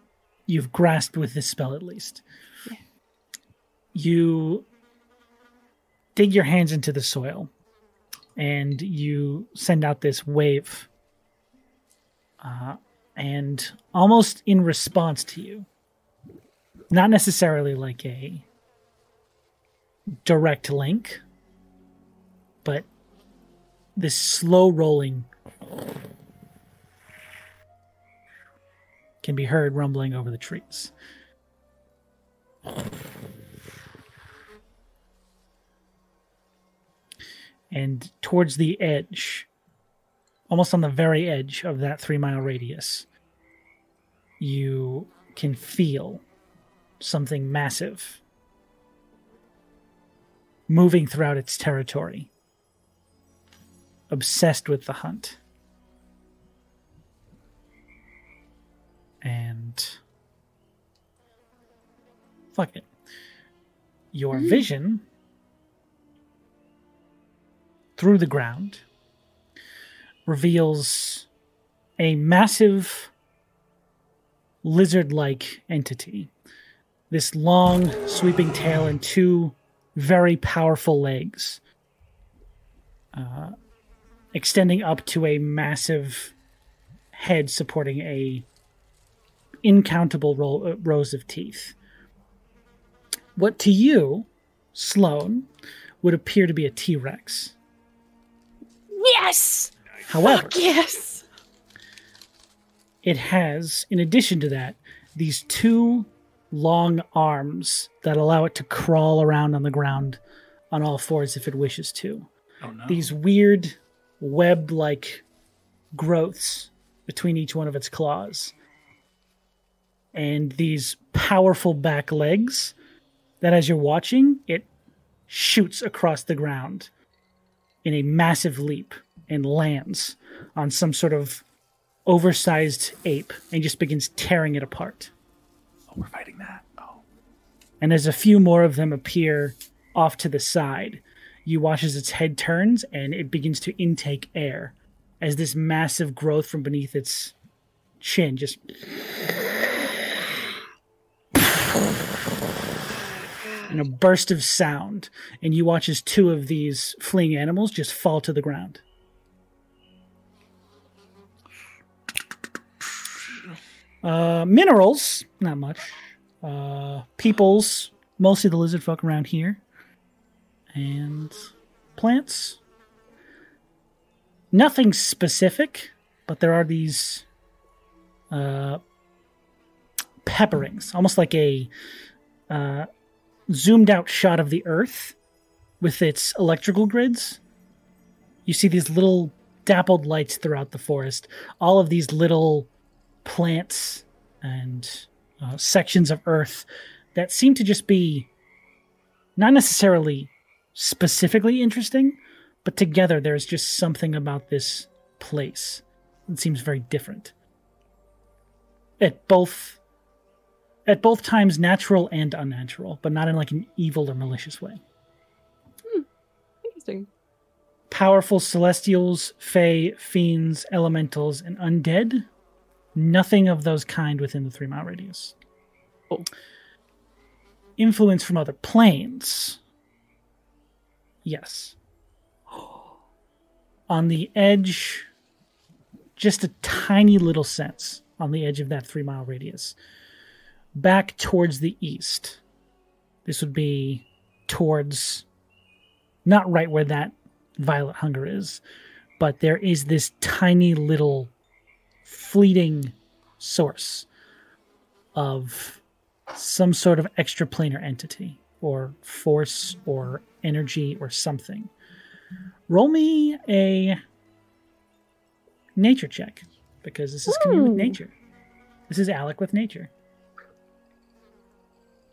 Speaker 1: you've grasped with this spell at least. You dig your hands into the soil and you send out this wave uh, and almost in response to you. Not necessarily like a direct link, but this slow rolling can be heard rumbling over the trees. And towards the edge, almost on the very edge of that three mile radius, you can feel something massive moving throughout its territory, obsessed with the hunt. And fuck it. Your vision through the ground, reveals a massive lizard like entity. This long, sweeping tail and two very powerful legs uh, extending up to a massive head supporting a incountable ro- uh, rows of teeth. What to you, Sloan, would appear to be a T Rex.
Speaker 6: Yes.
Speaker 1: However,
Speaker 6: Yes.
Speaker 1: it has, in addition to that, these two long arms that allow it to crawl around on the ground on all fours if it wishes to.
Speaker 2: Oh no.
Speaker 1: These weird web like growths between each one of its claws. And these powerful back legs that, as you're watching, it shoots across the ground in a massive leap and lands on some sort of oversized ape and just begins tearing it apart.
Speaker 2: oh, we're fighting that. Oh.
Speaker 1: And as a few more of them appear off to the side, you watch as its head turns and it begins to intake air as this massive growth from beneath its chin just in a burst of sound and you watch as two of these fleeing animals just fall to the ground uh, minerals not much uh, peoples, mostly the lizard folk around here, and plants. Nothing specific, but there are these uh, pepperings, almost like a uh, zoomed out shot of the earth with its electrical grids. You see these little dappled lights throughout the forest, all of these little plants and uh, sections of Earth that seem to just be not necessarily specifically interesting, but together there's just something about this place that seems very different. At both at both times natural and unnatural, but not in like an evil or malicious way.
Speaker 6: Interesting.
Speaker 1: Powerful celestials, fae, fiends, elementals, and undead. Nothing of those kind within the three mile radius influence from other planes. Yes. On the edge, just a tiny little sense on the edge of that three mile radius. Back towards the east. This would be towards, not right where that violet hunger is, but there is this tiny little fleeting source of some sort of extraplanar entity or force or energy or something. Roll me a nature check because this is commune with
Speaker 6: Ooh.
Speaker 1: nature. This is Alec with nature.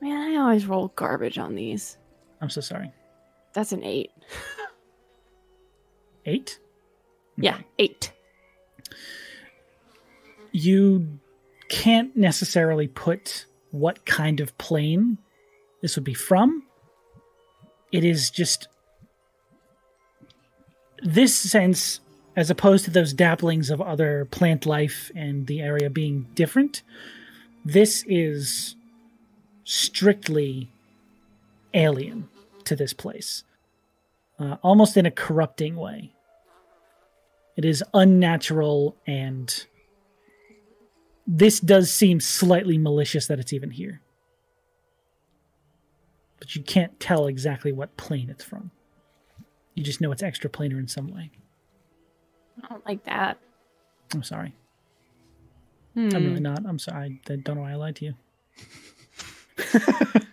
Speaker 6: Man, I always roll garbage on these.
Speaker 1: I'm so sorry.
Speaker 6: That's an eight.
Speaker 1: Eight.
Speaker 6: Yeah, eight.
Speaker 1: You can't necessarily put what kind of plane this would be from. It is just this sense, as opposed to those dapplings of other plant life and the area being different, this is strictly alien to this place, uh, almost in a corrupting way. It is unnatural and this does seem slightly malicious that it's even here. But you can't tell exactly what plane it's from. You just know it's extraplanar in some way.
Speaker 6: I don't like that.
Speaker 1: I'm sorry.
Speaker 6: Hmm.
Speaker 1: I'm really not. I'm sorry. I don't know why I lied to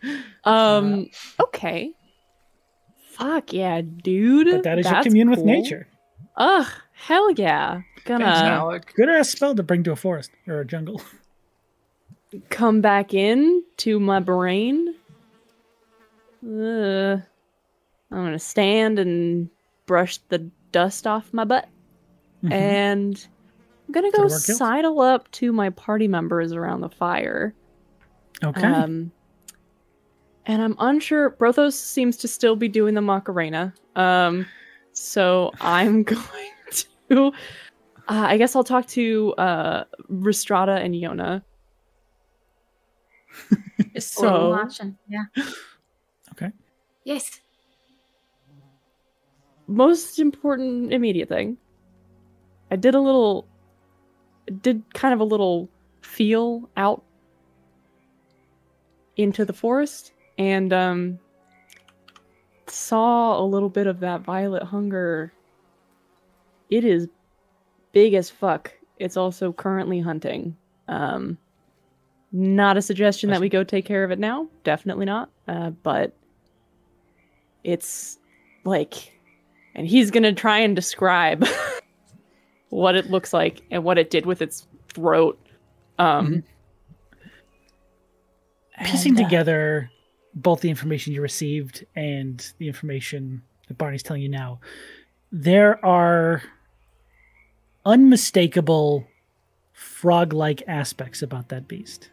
Speaker 1: you.
Speaker 6: Um. okay. Fuck yeah, dude.
Speaker 1: But that is your
Speaker 6: That's
Speaker 1: commune with
Speaker 6: cool.
Speaker 1: nature.
Speaker 6: Ugh. Hell yeah. Gonna
Speaker 2: Thanks, Alec.
Speaker 1: Good ass spell to bring to a forest or a jungle.
Speaker 6: come back in to my brain. Ugh. I'm gonna stand and brush the dust off my butt, Eh, and I'm gonna go
Speaker 1: Does Mm-hmm. it work, Gil?
Speaker 6: sidle up to my party members around the fire.
Speaker 1: [LAUGHS] okay.
Speaker 6: Um, and I'm unsure. Brothos seems to still be doing the Macarena. Um, So I'm [LAUGHS] going to. Uh, I guess I'll talk to uh, Ristrada and Yona.
Speaker 5: It's so
Speaker 6: So-
Speaker 5: option.
Speaker 4: [LAUGHS]
Speaker 5: Yeah.
Speaker 1: Okay.
Speaker 5: Yes.
Speaker 6: Most important immediate thing. I did a little. Did kind of a little feel out into the forest and um, saw a little bit of that violet hunger. It is big as fuck. It's also currently hunting. Um, not a suggestion that we go take care of it now. Definitely not. Uh, but it's like, and he's gonna try and describe [LAUGHS] what it looks like and what it did with its throat. Um,
Speaker 1: Piecing
Speaker 6: and, uh,
Speaker 1: together both the information you received and the information that Barney's telling you now, there are unmistakable frog like aspects about that beast.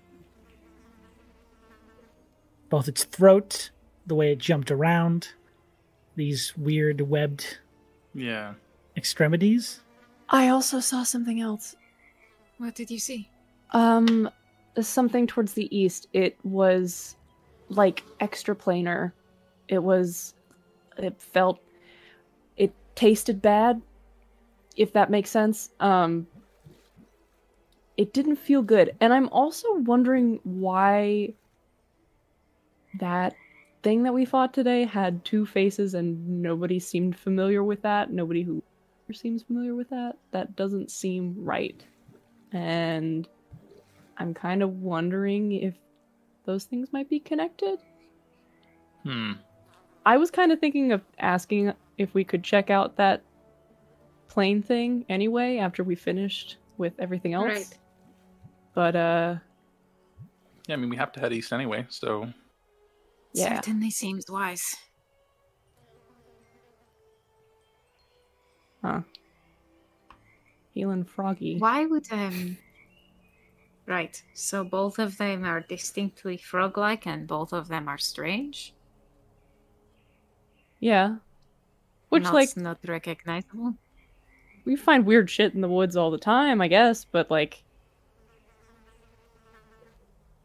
Speaker 1: Both its throat, the way it jumped around, these weird webbed
Speaker 2: Yeah.
Speaker 1: extremities.
Speaker 6: I also saw something else.
Speaker 3: What did you see?
Speaker 6: Um, something towards the east. It was like extraplanar. It was. It felt. It tasted bad, if that makes sense. Um. It didn't feel good, and I'm also wondering why. That thing that we fought today had two faces, and nobody seemed familiar with that. Nobody who seems familiar with that. That doesn't seem right, and I'm kind of wondering if those things might be connected.
Speaker 2: Hmm.
Speaker 6: I was kind of thinking of asking if we could check out that plane thing anyway after we finished with everything else.
Speaker 5: Right.
Speaker 6: But uh
Speaker 2: Yeah, I mean, we have to head east anyway, so
Speaker 6: yeah.
Speaker 3: Certainly seems wise.
Speaker 6: Healing Froggy.
Speaker 5: Why would um Right. So both of them are distinctly frog like and both of them are strange.
Speaker 6: Yeah. Which
Speaker 5: not,
Speaker 6: like
Speaker 5: not recognizable.
Speaker 6: we find weird shit in the woods all the time, I guess, but like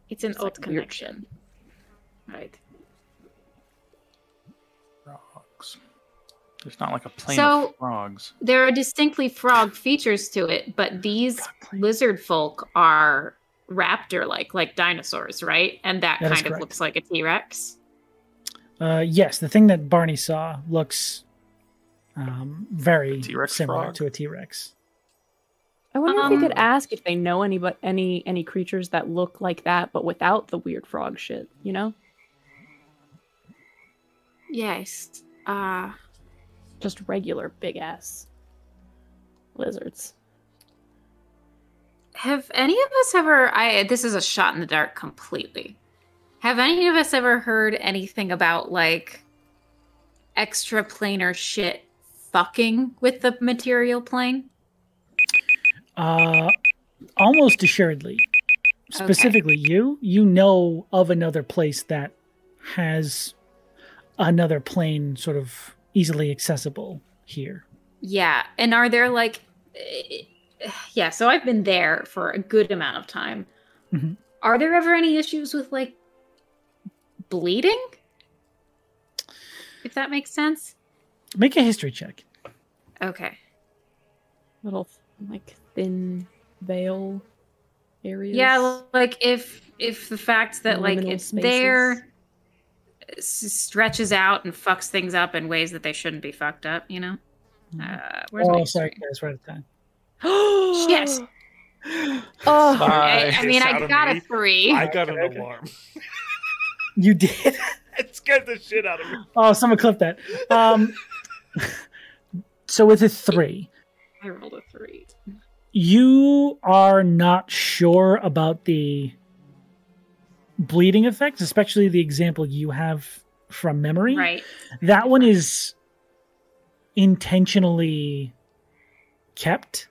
Speaker 5: It's an
Speaker 6: It's
Speaker 5: odd
Speaker 6: like weird
Speaker 5: connection. Right.
Speaker 2: frogs. There's not like a plane
Speaker 5: So-
Speaker 2: of frogs.
Speaker 5: There are distinctly frog features to it, but these lizard folk are raptor like, like dinosaurs, right? And that,
Speaker 1: That is
Speaker 5: kind of
Speaker 1: correct.
Speaker 5: looks like a T Rex.
Speaker 1: Uh, yes, the thing that Barney saw looks um, very
Speaker 2: T-Rex
Speaker 1: similar
Speaker 2: frog?
Speaker 1: to a T Rex.
Speaker 6: I wonder if we
Speaker 5: Um,
Speaker 6: could ask if they know any but any any creatures that look like that but without the weird frog shit, you know?
Speaker 5: Yes. Uh
Speaker 6: just regular big ass lizards.
Speaker 5: Have any of us ever? I this is a shot in the dark completely. Have any of us ever heard anything about like extraplanar shit fucking with the material plane?
Speaker 1: Uh, almost assuredly.
Speaker 5: Okay.
Speaker 1: Specifically, you you know of another place that has another plane sort of easily accessible here.
Speaker 5: Yeah, and are there like, [SIGHS] eh, yeah? So I've been there for a good amount of time.
Speaker 1: Mhm.
Speaker 5: Are there ever any issues with like bleeding? If that makes sense.
Speaker 1: Make a history check.
Speaker 5: Okay.
Speaker 6: Little like thin veil areas.
Speaker 5: Yeah,
Speaker 6: [GASPS]
Speaker 5: l- like if if the fact that like
Speaker 6: Liminal
Speaker 5: it's
Speaker 6: spaces.
Speaker 5: there s- stretches out and fucks things up in ways that they shouldn't be fucked up, you know. Uh, where's my
Speaker 1: oh, sorry,
Speaker 5: history?
Speaker 1: guys, we're out of time.
Speaker 5: [GASPS] Yes.
Speaker 6: Oh,
Speaker 5: I,
Speaker 2: Bye.
Speaker 5: I mean,
Speaker 7: It's
Speaker 5: I
Speaker 7: out of
Speaker 5: got
Speaker 7: me.
Speaker 5: a three.
Speaker 7: I got an
Speaker 1: Okay.
Speaker 7: alarm. [LAUGHS]
Speaker 1: You did. [LAUGHS]
Speaker 7: it scared the shit out of me.
Speaker 1: Oh, someone clipped that. Um, [LAUGHS] so with a three,
Speaker 5: I rolled a three.
Speaker 1: you are not sure about the bleeding effects, especially the example you have from memory.
Speaker 5: Right.
Speaker 1: That one is intentionally kept.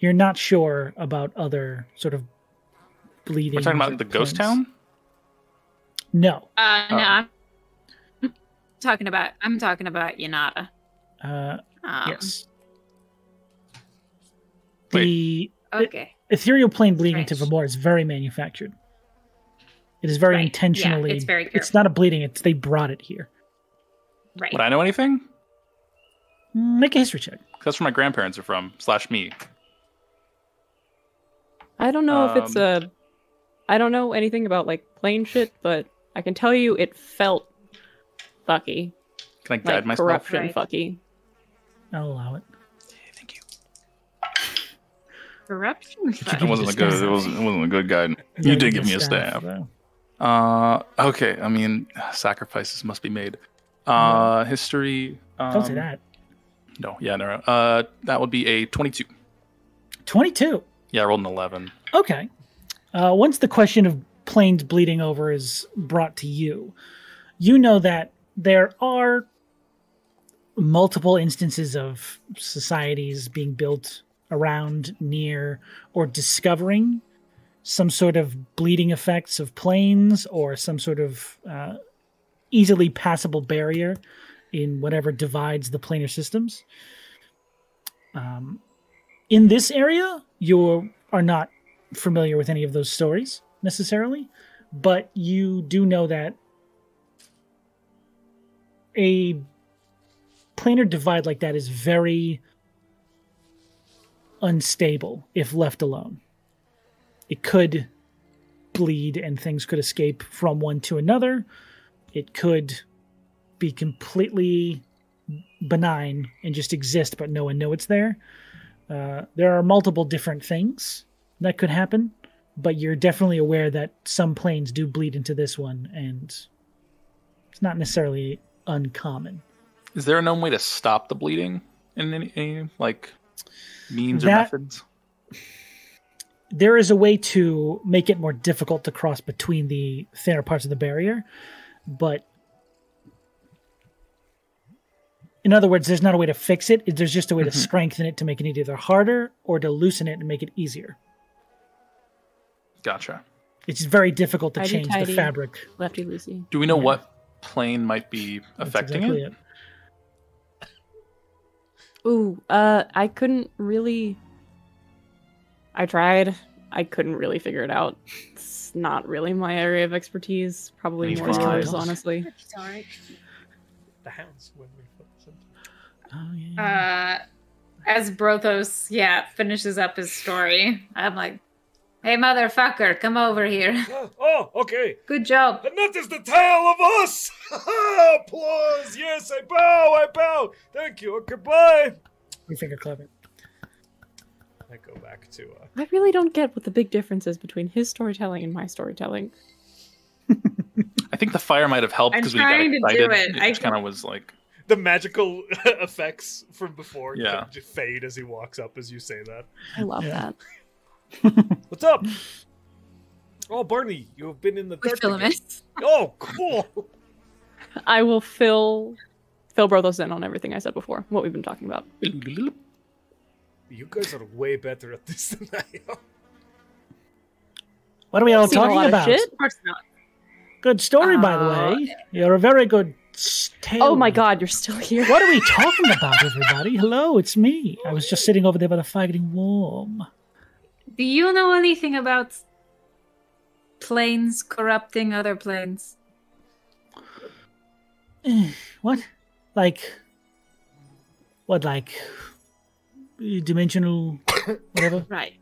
Speaker 1: You're not sure about other sort of bleeding.
Speaker 2: We're talking about the ghost
Speaker 1: plans.
Speaker 2: town?
Speaker 1: No.
Speaker 5: Uh, no,
Speaker 2: Oh.
Speaker 5: I'm talking about I'm talking about Yanata.
Speaker 1: Uh,
Speaker 5: Um,
Speaker 2: yes.
Speaker 1: the
Speaker 5: Okay.
Speaker 1: ethereal plane bleeding
Speaker 5: Right.
Speaker 1: to Vamor is very manufactured. It is very
Speaker 5: Right. Yeah,
Speaker 1: intentionally.
Speaker 5: it's very
Speaker 1: it's
Speaker 5: careful.
Speaker 1: not a bleeding. It's they brought it here.
Speaker 5: Right.
Speaker 2: Would I know anything?
Speaker 1: Make a history check.
Speaker 2: 'Cause That's where my grandparents are from, slash me.
Speaker 6: I don't know if it's
Speaker 2: Um,
Speaker 6: a. I don't know anything about like plane shit, but I can tell you it felt fucky,
Speaker 2: Can I guide
Speaker 6: like
Speaker 2: myself?
Speaker 6: corruption
Speaker 5: Right.
Speaker 6: fucky.
Speaker 1: I'll allow it.
Speaker 2: Thank you.
Speaker 5: Corruption.
Speaker 1: you
Speaker 5: fuck.
Speaker 2: [LAUGHS] It wasn't a good. It wasn't. It wasn't a good guide. You did give me a stab.
Speaker 1: though.
Speaker 2: Uh, okay. I mean, sacrifices must be made. Uh, history. Um,
Speaker 1: Don't say that.
Speaker 2: No. Yeah. No. Uh, that would be a twenty-two.
Speaker 1: Twenty-two.
Speaker 2: Yeah, I rolled an eleven.
Speaker 1: Okay. Uh, once the question of planes bleeding over is brought to you, you know that there are multiple instances of societies being built around, near, or discovering some sort of bleeding effects of planes or some sort of uh, easily passable barrier in whatever divides the planar systems. Um, in this area, you are not familiar with any of those stories necessarily, but you do know that a planar divide like that is very unstable if left alone. It could bleed and things could escape from one to another. It could be completely benign and just exist, but no one know it's there. Uh, there are multiple different things that could happen, but you're definitely aware that some planes do bleed into this one, and it's not necessarily uncommon.
Speaker 2: Is there a known way to stop the bleeding in any, any like means or
Speaker 1: That-
Speaker 2: methods?
Speaker 1: There is a way to make it more difficult to cross between the thinner parts of the barrier, but in other words, there's not a way to fix it. There's just a way to
Speaker 2: Mhm.
Speaker 1: strengthen it to make it either harder or to loosen it and make it easier.
Speaker 2: Gotcha.
Speaker 1: It's very difficult to
Speaker 6: Tidy,
Speaker 1: change
Speaker 6: tidy.
Speaker 1: the fabric
Speaker 6: Lefty Lucy.
Speaker 2: Do we know
Speaker 1: Yeah.
Speaker 2: what plane might be
Speaker 1: That's
Speaker 2: affecting
Speaker 1: exactly
Speaker 2: it?
Speaker 6: Ooh, uh, I couldn't really. I tried. I couldn't really figure it out. It's not really my area of expertise. Probably
Speaker 2: Any
Speaker 6: more yours,
Speaker 1: flies?
Speaker 6: honestly.
Speaker 5: It's all right.
Speaker 7: The hounds when we first entered.
Speaker 1: Oh, yeah.
Speaker 5: Uh, as Brothos, yeah, finishes up his story, I'm like, "Hey, motherfucker, come over here. [LAUGHS]
Speaker 7: Oh, [LAUGHS] oh, okay.
Speaker 5: Good job."
Speaker 7: And that is the tale of us. [LAUGHS] Applause. Yes, I bow. I bow. Thank you. Okay, bye.
Speaker 1: Your finger clapping.
Speaker 7: I go back to. Uh,
Speaker 6: I really don't get what the big difference is between his storytelling and my storytelling.
Speaker 2: I think the fire might have helped
Speaker 3: I'm
Speaker 2: because we got
Speaker 3: trying
Speaker 2: excited.
Speaker 3: to do it. I
Speaker 2: just kind of was like, [LAUGHS]
Speaker 7: the magical [LAUGHS] effects from before
Speaker 2: Yeah.
Speaker 7: j- fade as he walks up as you say that.
Speaker 6: I love
Speaker 1: Yeah.
Speaker 6: that.
Speaker 7: What's up? Oh, Barney, you have been in the
Speaker 5: We
Speaker 7: dirt.
Speaker 5: fill him
Speaker 7: again.
Speaker 5: in.
Speaker 7: Oh, cool.
Speaker 6: I will fill fill Brothos in on everything I said before, what we've been talking about.
Speaker 7: you guys are way better at this than I am.
Speaker 1: What are we all
Speaker 6: Seen a
Speaker 1: talking
Speaker 6: lot of
Speaker 1: about?
Speaker 6: shit.
Speaker 5: Of course not.
Speaker 1: Good story, by
Speaker 5: Uh,
Speaker 1: the way. You're a very good s- tale.
Speaker 6: Oh my god, you're still here.
Speaker 1: What are we talking about, everybody? Hello, it's me. I was just sitting over there by the fire getting warm.
Speaker 5: Do you know anything about planes corrupting other planes?
Speaker 1: Eh, what? Like, what? Like, eh, dimensional, whatever?
Speaker 5: Right.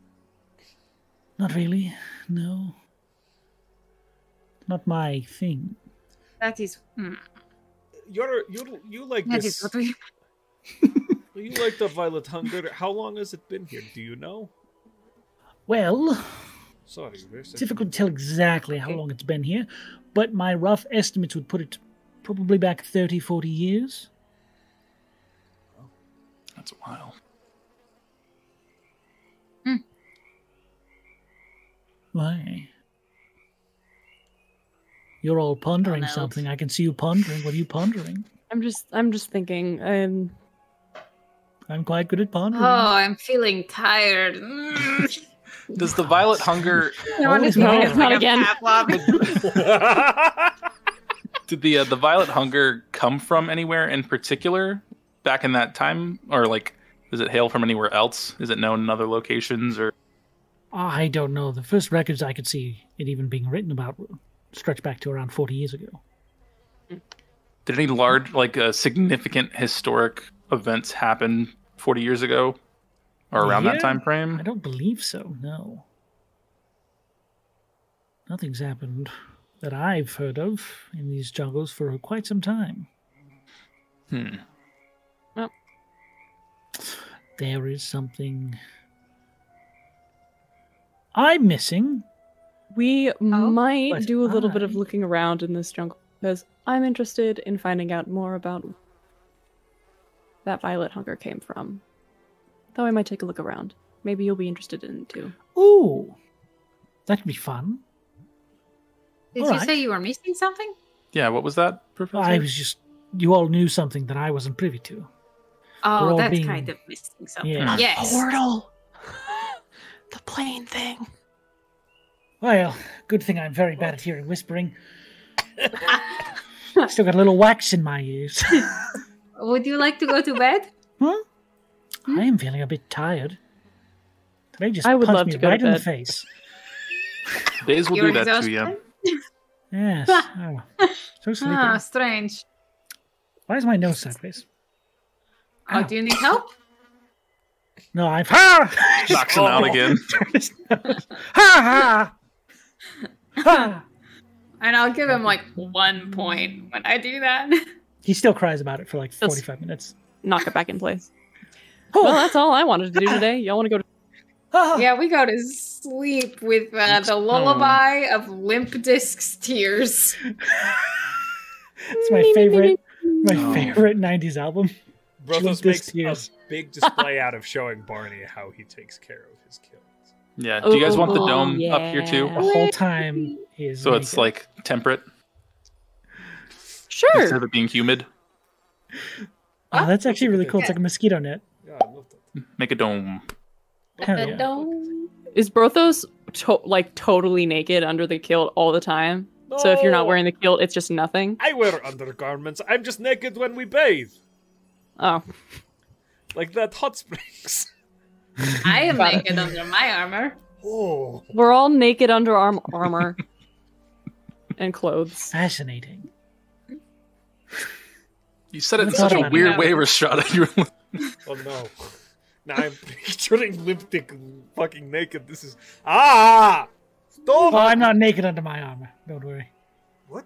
Speaker 1: Not really. No. Not my thing.
Speaker 5: That is. Mm,
Speaker 7: You're you you like
Speaker 5: that
Speaker 7: this.
Speaker 5: is what we. [LAUGHS]
Speaker 7: You like the Violet Hunger. How long has it been here? Do you know?
Speaker 1: Well,
Speaker 7: Sorry, where's [LAUGHS]
Speaker 1: It's difficult to tell exactly how long it's been here, but my rough estimates would put it probably back 30, 40 years.
Speaker 2: that's a while.
Speaker 1: Why? You're all pondering
Speaker 5: Don't know.
Speaker 1: something. I can see you pondering. What are you pondering?
Speaker 6: I'm just I'm just thinking. Um
Speaker 1: I'm quite good at
Speaker 5: Oh,
Speaker 1: pondering.
Speaker 5: I'm feeling tired. Mm.
Speaker 2: Does the violet hunger?
Speaker 5: I wanna
Speaker 1: Always
Speaker 5: go
Speaker 1: wrong.
Speaker 5: get, like,
Speaker 6: Not
Speaker 5: a
Speaker 6: again.
Speaker 5: Pavlov.
Speaker 2: Did the uh, the violet hunger come from anywhere in particular back in that time, or like does it hail from anywhere else? Is it known in other locations, or
Speaker 1: I don't know. The first records I could see it even being written about stretch back to around 40 years ago.
Speaker 2: did any large, like uh, significant historic events happen 40 years ago, or around
Speaker 1: Yeah.
Speaker 2: that time
Speaker 1: I
Speaker 2: frame?
Speaker 1: don't believe so, no. Nothing's happened that I've heard of in these jungles for quite some time.
Speaker 2: Hmm.
Speaker 6: Well.
Speaker 1: There is something I'm missing.
Speaker 6: We
Speaker 1: But
Speaker 6: might do a little bit of
Speaker 1: I-
Speaker 6: looking around in this jungle because I'm interested in finding out more about that Violet Hunger came from. Though I might take a look around. Maybe you'll be interested in it too.
Speaker 1: Ooh, that could be fun.
Speaker 5: Did
Speaker 1: All
Speaker 5: you
Speaker 1: right.
Speaker 5: say you were missing something?
Speaker 2: Yeah, what was that, Professor?
Speaker 1: I was just, you all knew something that I wasn't privy to. We're
Speaker 5: Oh,
Speaker 1: all
Speaker 5: that's
Speaker 1: being-
Speaker 5: kind of missing
Speaker 6: Oh,
Speaker 5: something.
Speaker 1: Yeah.
Speaker 5: Yes.
Speaker 6: Portal! the plane thing.
Speaker 1: Well, good thing I'm very bad at hearing
Speaker 6: [LAUGHS]
Speaker 1: whispering. Still got a little wax in my ears. [LAUGHS]
Speaker 5: Would you like to go to bed?
Speaker 1: I am feeling a bit tired. They just
Speaker 6: Hmm? I would
Speaker 1: punched
Speaker 6: love
Speaker 1: me
Speaker 6: to go to
Speaker 1: right in the
Speaker 6: bed.
Speaker 1: face.
Speaker 6: [LAUGHS]
Speaker 2: Days will
Speaker 5: You're
Speaker 2: do that to you.
Speaker 5: exhausted?
Speaker 1: Yes. Oh, so sleepy.
Speaker 5: Ah, strange.
Speaker 1: Why is my nose sideways?
Speaker 5: Oh,
Speaker 1: Ow.
Speaker 5: do you need help?
Speaker 1: No, I've [LAUGHS] ha
Speaker 2: Knocks him
Speaker 1: [LAUGHS]
Speaker 2: out again.
Speaker 1: ha ha ha.
Speaker 5: And I'll give him like one point when I do [LAUGHS] that.
Speaker 1: He still cries about it for like
Speaker 6: That's-
Speaker 1: forty-five minutes.
Speaker 6: Knock it back
Speaker 1: [LAUGHS]
Speaker 6: in place. Well, that's all I wanted to do today. Y'all want to go to.
Speaker 1: Ah.
Speaker 5: Oh. yeah, we go to sleep with uh, the lullaby of limp discs tears.
Speaker 1: It's my
Speaker 6: [LAUGHS]
Speaker 1: favorite, my
Speaker 2: No.
Speaker 1: favorite '90s album. Limp
Speaker 7: Brothos
Speaker 1: Bizkit
Speaker 7: makes
Speaker 1: tears.
Speaker 7: a big display out of showing Barney how he takes care of his kill.
Speaker 2: Yeah. Do you guys want
Speaker 1: Oh,
Speaker 2: the dome up here
Speaker 1: The
Speaker 2: too?
Speaker 6: yeah.
Speaker 1: whole time he is.
Speaker 2: So it's
Speaker 1: naked.
Speaker 2: like temperate instead
Speaker 6: Sure.
Speaker 2: of being humid.
Speaker 1: Oh, that's actually really cool. It's like a mosquito net.
Speaker 7: Yeah, I love that.
Speaker 2: Make a dome.
Speaker 1: Hell yeah.
Speaker 6: Is Brothos to- like totally naked under the kilt all the time? So if you're not
Speaker 1: Oh.
Speaker 7: No!
Speaker 6: wearing the kilt, it's just nothing?
Speaker 7: I wear undergarments. I'm just naked when we bathe,
Speaker 6: Oh.
Speaker 7: like that hot springs. [LAUGHS]
Speaker 5: I am naked under my armor.
Speaker 7: Oh,
Speaker 6: We're all naked under arm- armor and clothes.
Speaker 1: Fascinating.
Speaker 2: You said it in
Speaker 1: That's
Speaker 2: such a
Speaker 1: automatic.
Speaker 2: weird way, Restrada. [LAUGHS] You were
Speaker 7: oh no! [LAUGHS] Now I'm [LAUGHS] picturing lipstick fucking naked. This is ah. Stop!
Speaker 1: Oh, I'm not naked under my armor. Don't worry.
Speaker 7: What?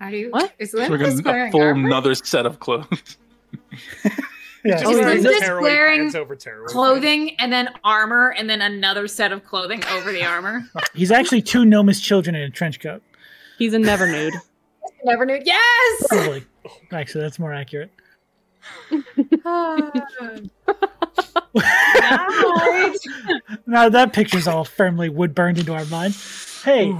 Speaker 5: Are you?
Speaker 6: What?
Speaker 5: Is
Speaker 2: we're
Speaker 5: limp
Speaker 2: gonna
Speaker 5: disc
Speaker 2: a
Speaker 5: wearing
Speaker 2: full
Speaker 5: armor?
Speaker 2: another set of clothes.
Speaker 1: Yeah.
Speaker 5: Oh,
Speaker 7: wearing
Speaker 5: he's just
Speaker 7: tearaway
Speaker 5: wearing
Speaker 7: pants over tearaway
Speaker 5: Clothing and then armor and then another set of clothing over the armor.
Speaker 1: He's actually two gnomish children in a trench coat.
Speaker 6: He's a never nude.
Speaker 5: [LAUGHS] Never knew. Yes. [LAUGHS]
Speaker 1: Probably. Actually, that's more accurate. Now that picture's all firmly wood burned into our minds. Hey,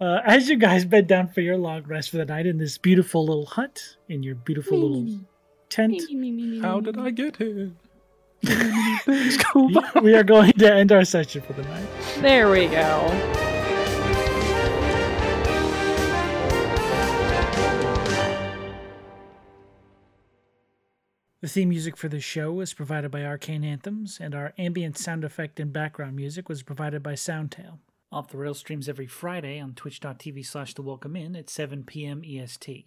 Speaker 1: uh, as you guys bed down for your long rest for the night in this beautiful little hut, in your beautiful little tent,
Speaker 2: How did I get here?
Speaker 1: we- [LAUGHS] we are going to end our session for the night.
Speaker 6: There we go.
Speaker 1: The theme music for this show was provided by Arcane Anthems, and our ambient sound effect and background music was provided by Soundtail. E Off the Rail streams every Friday on twitch.tv slash the welcome in at 7 p.m. EST.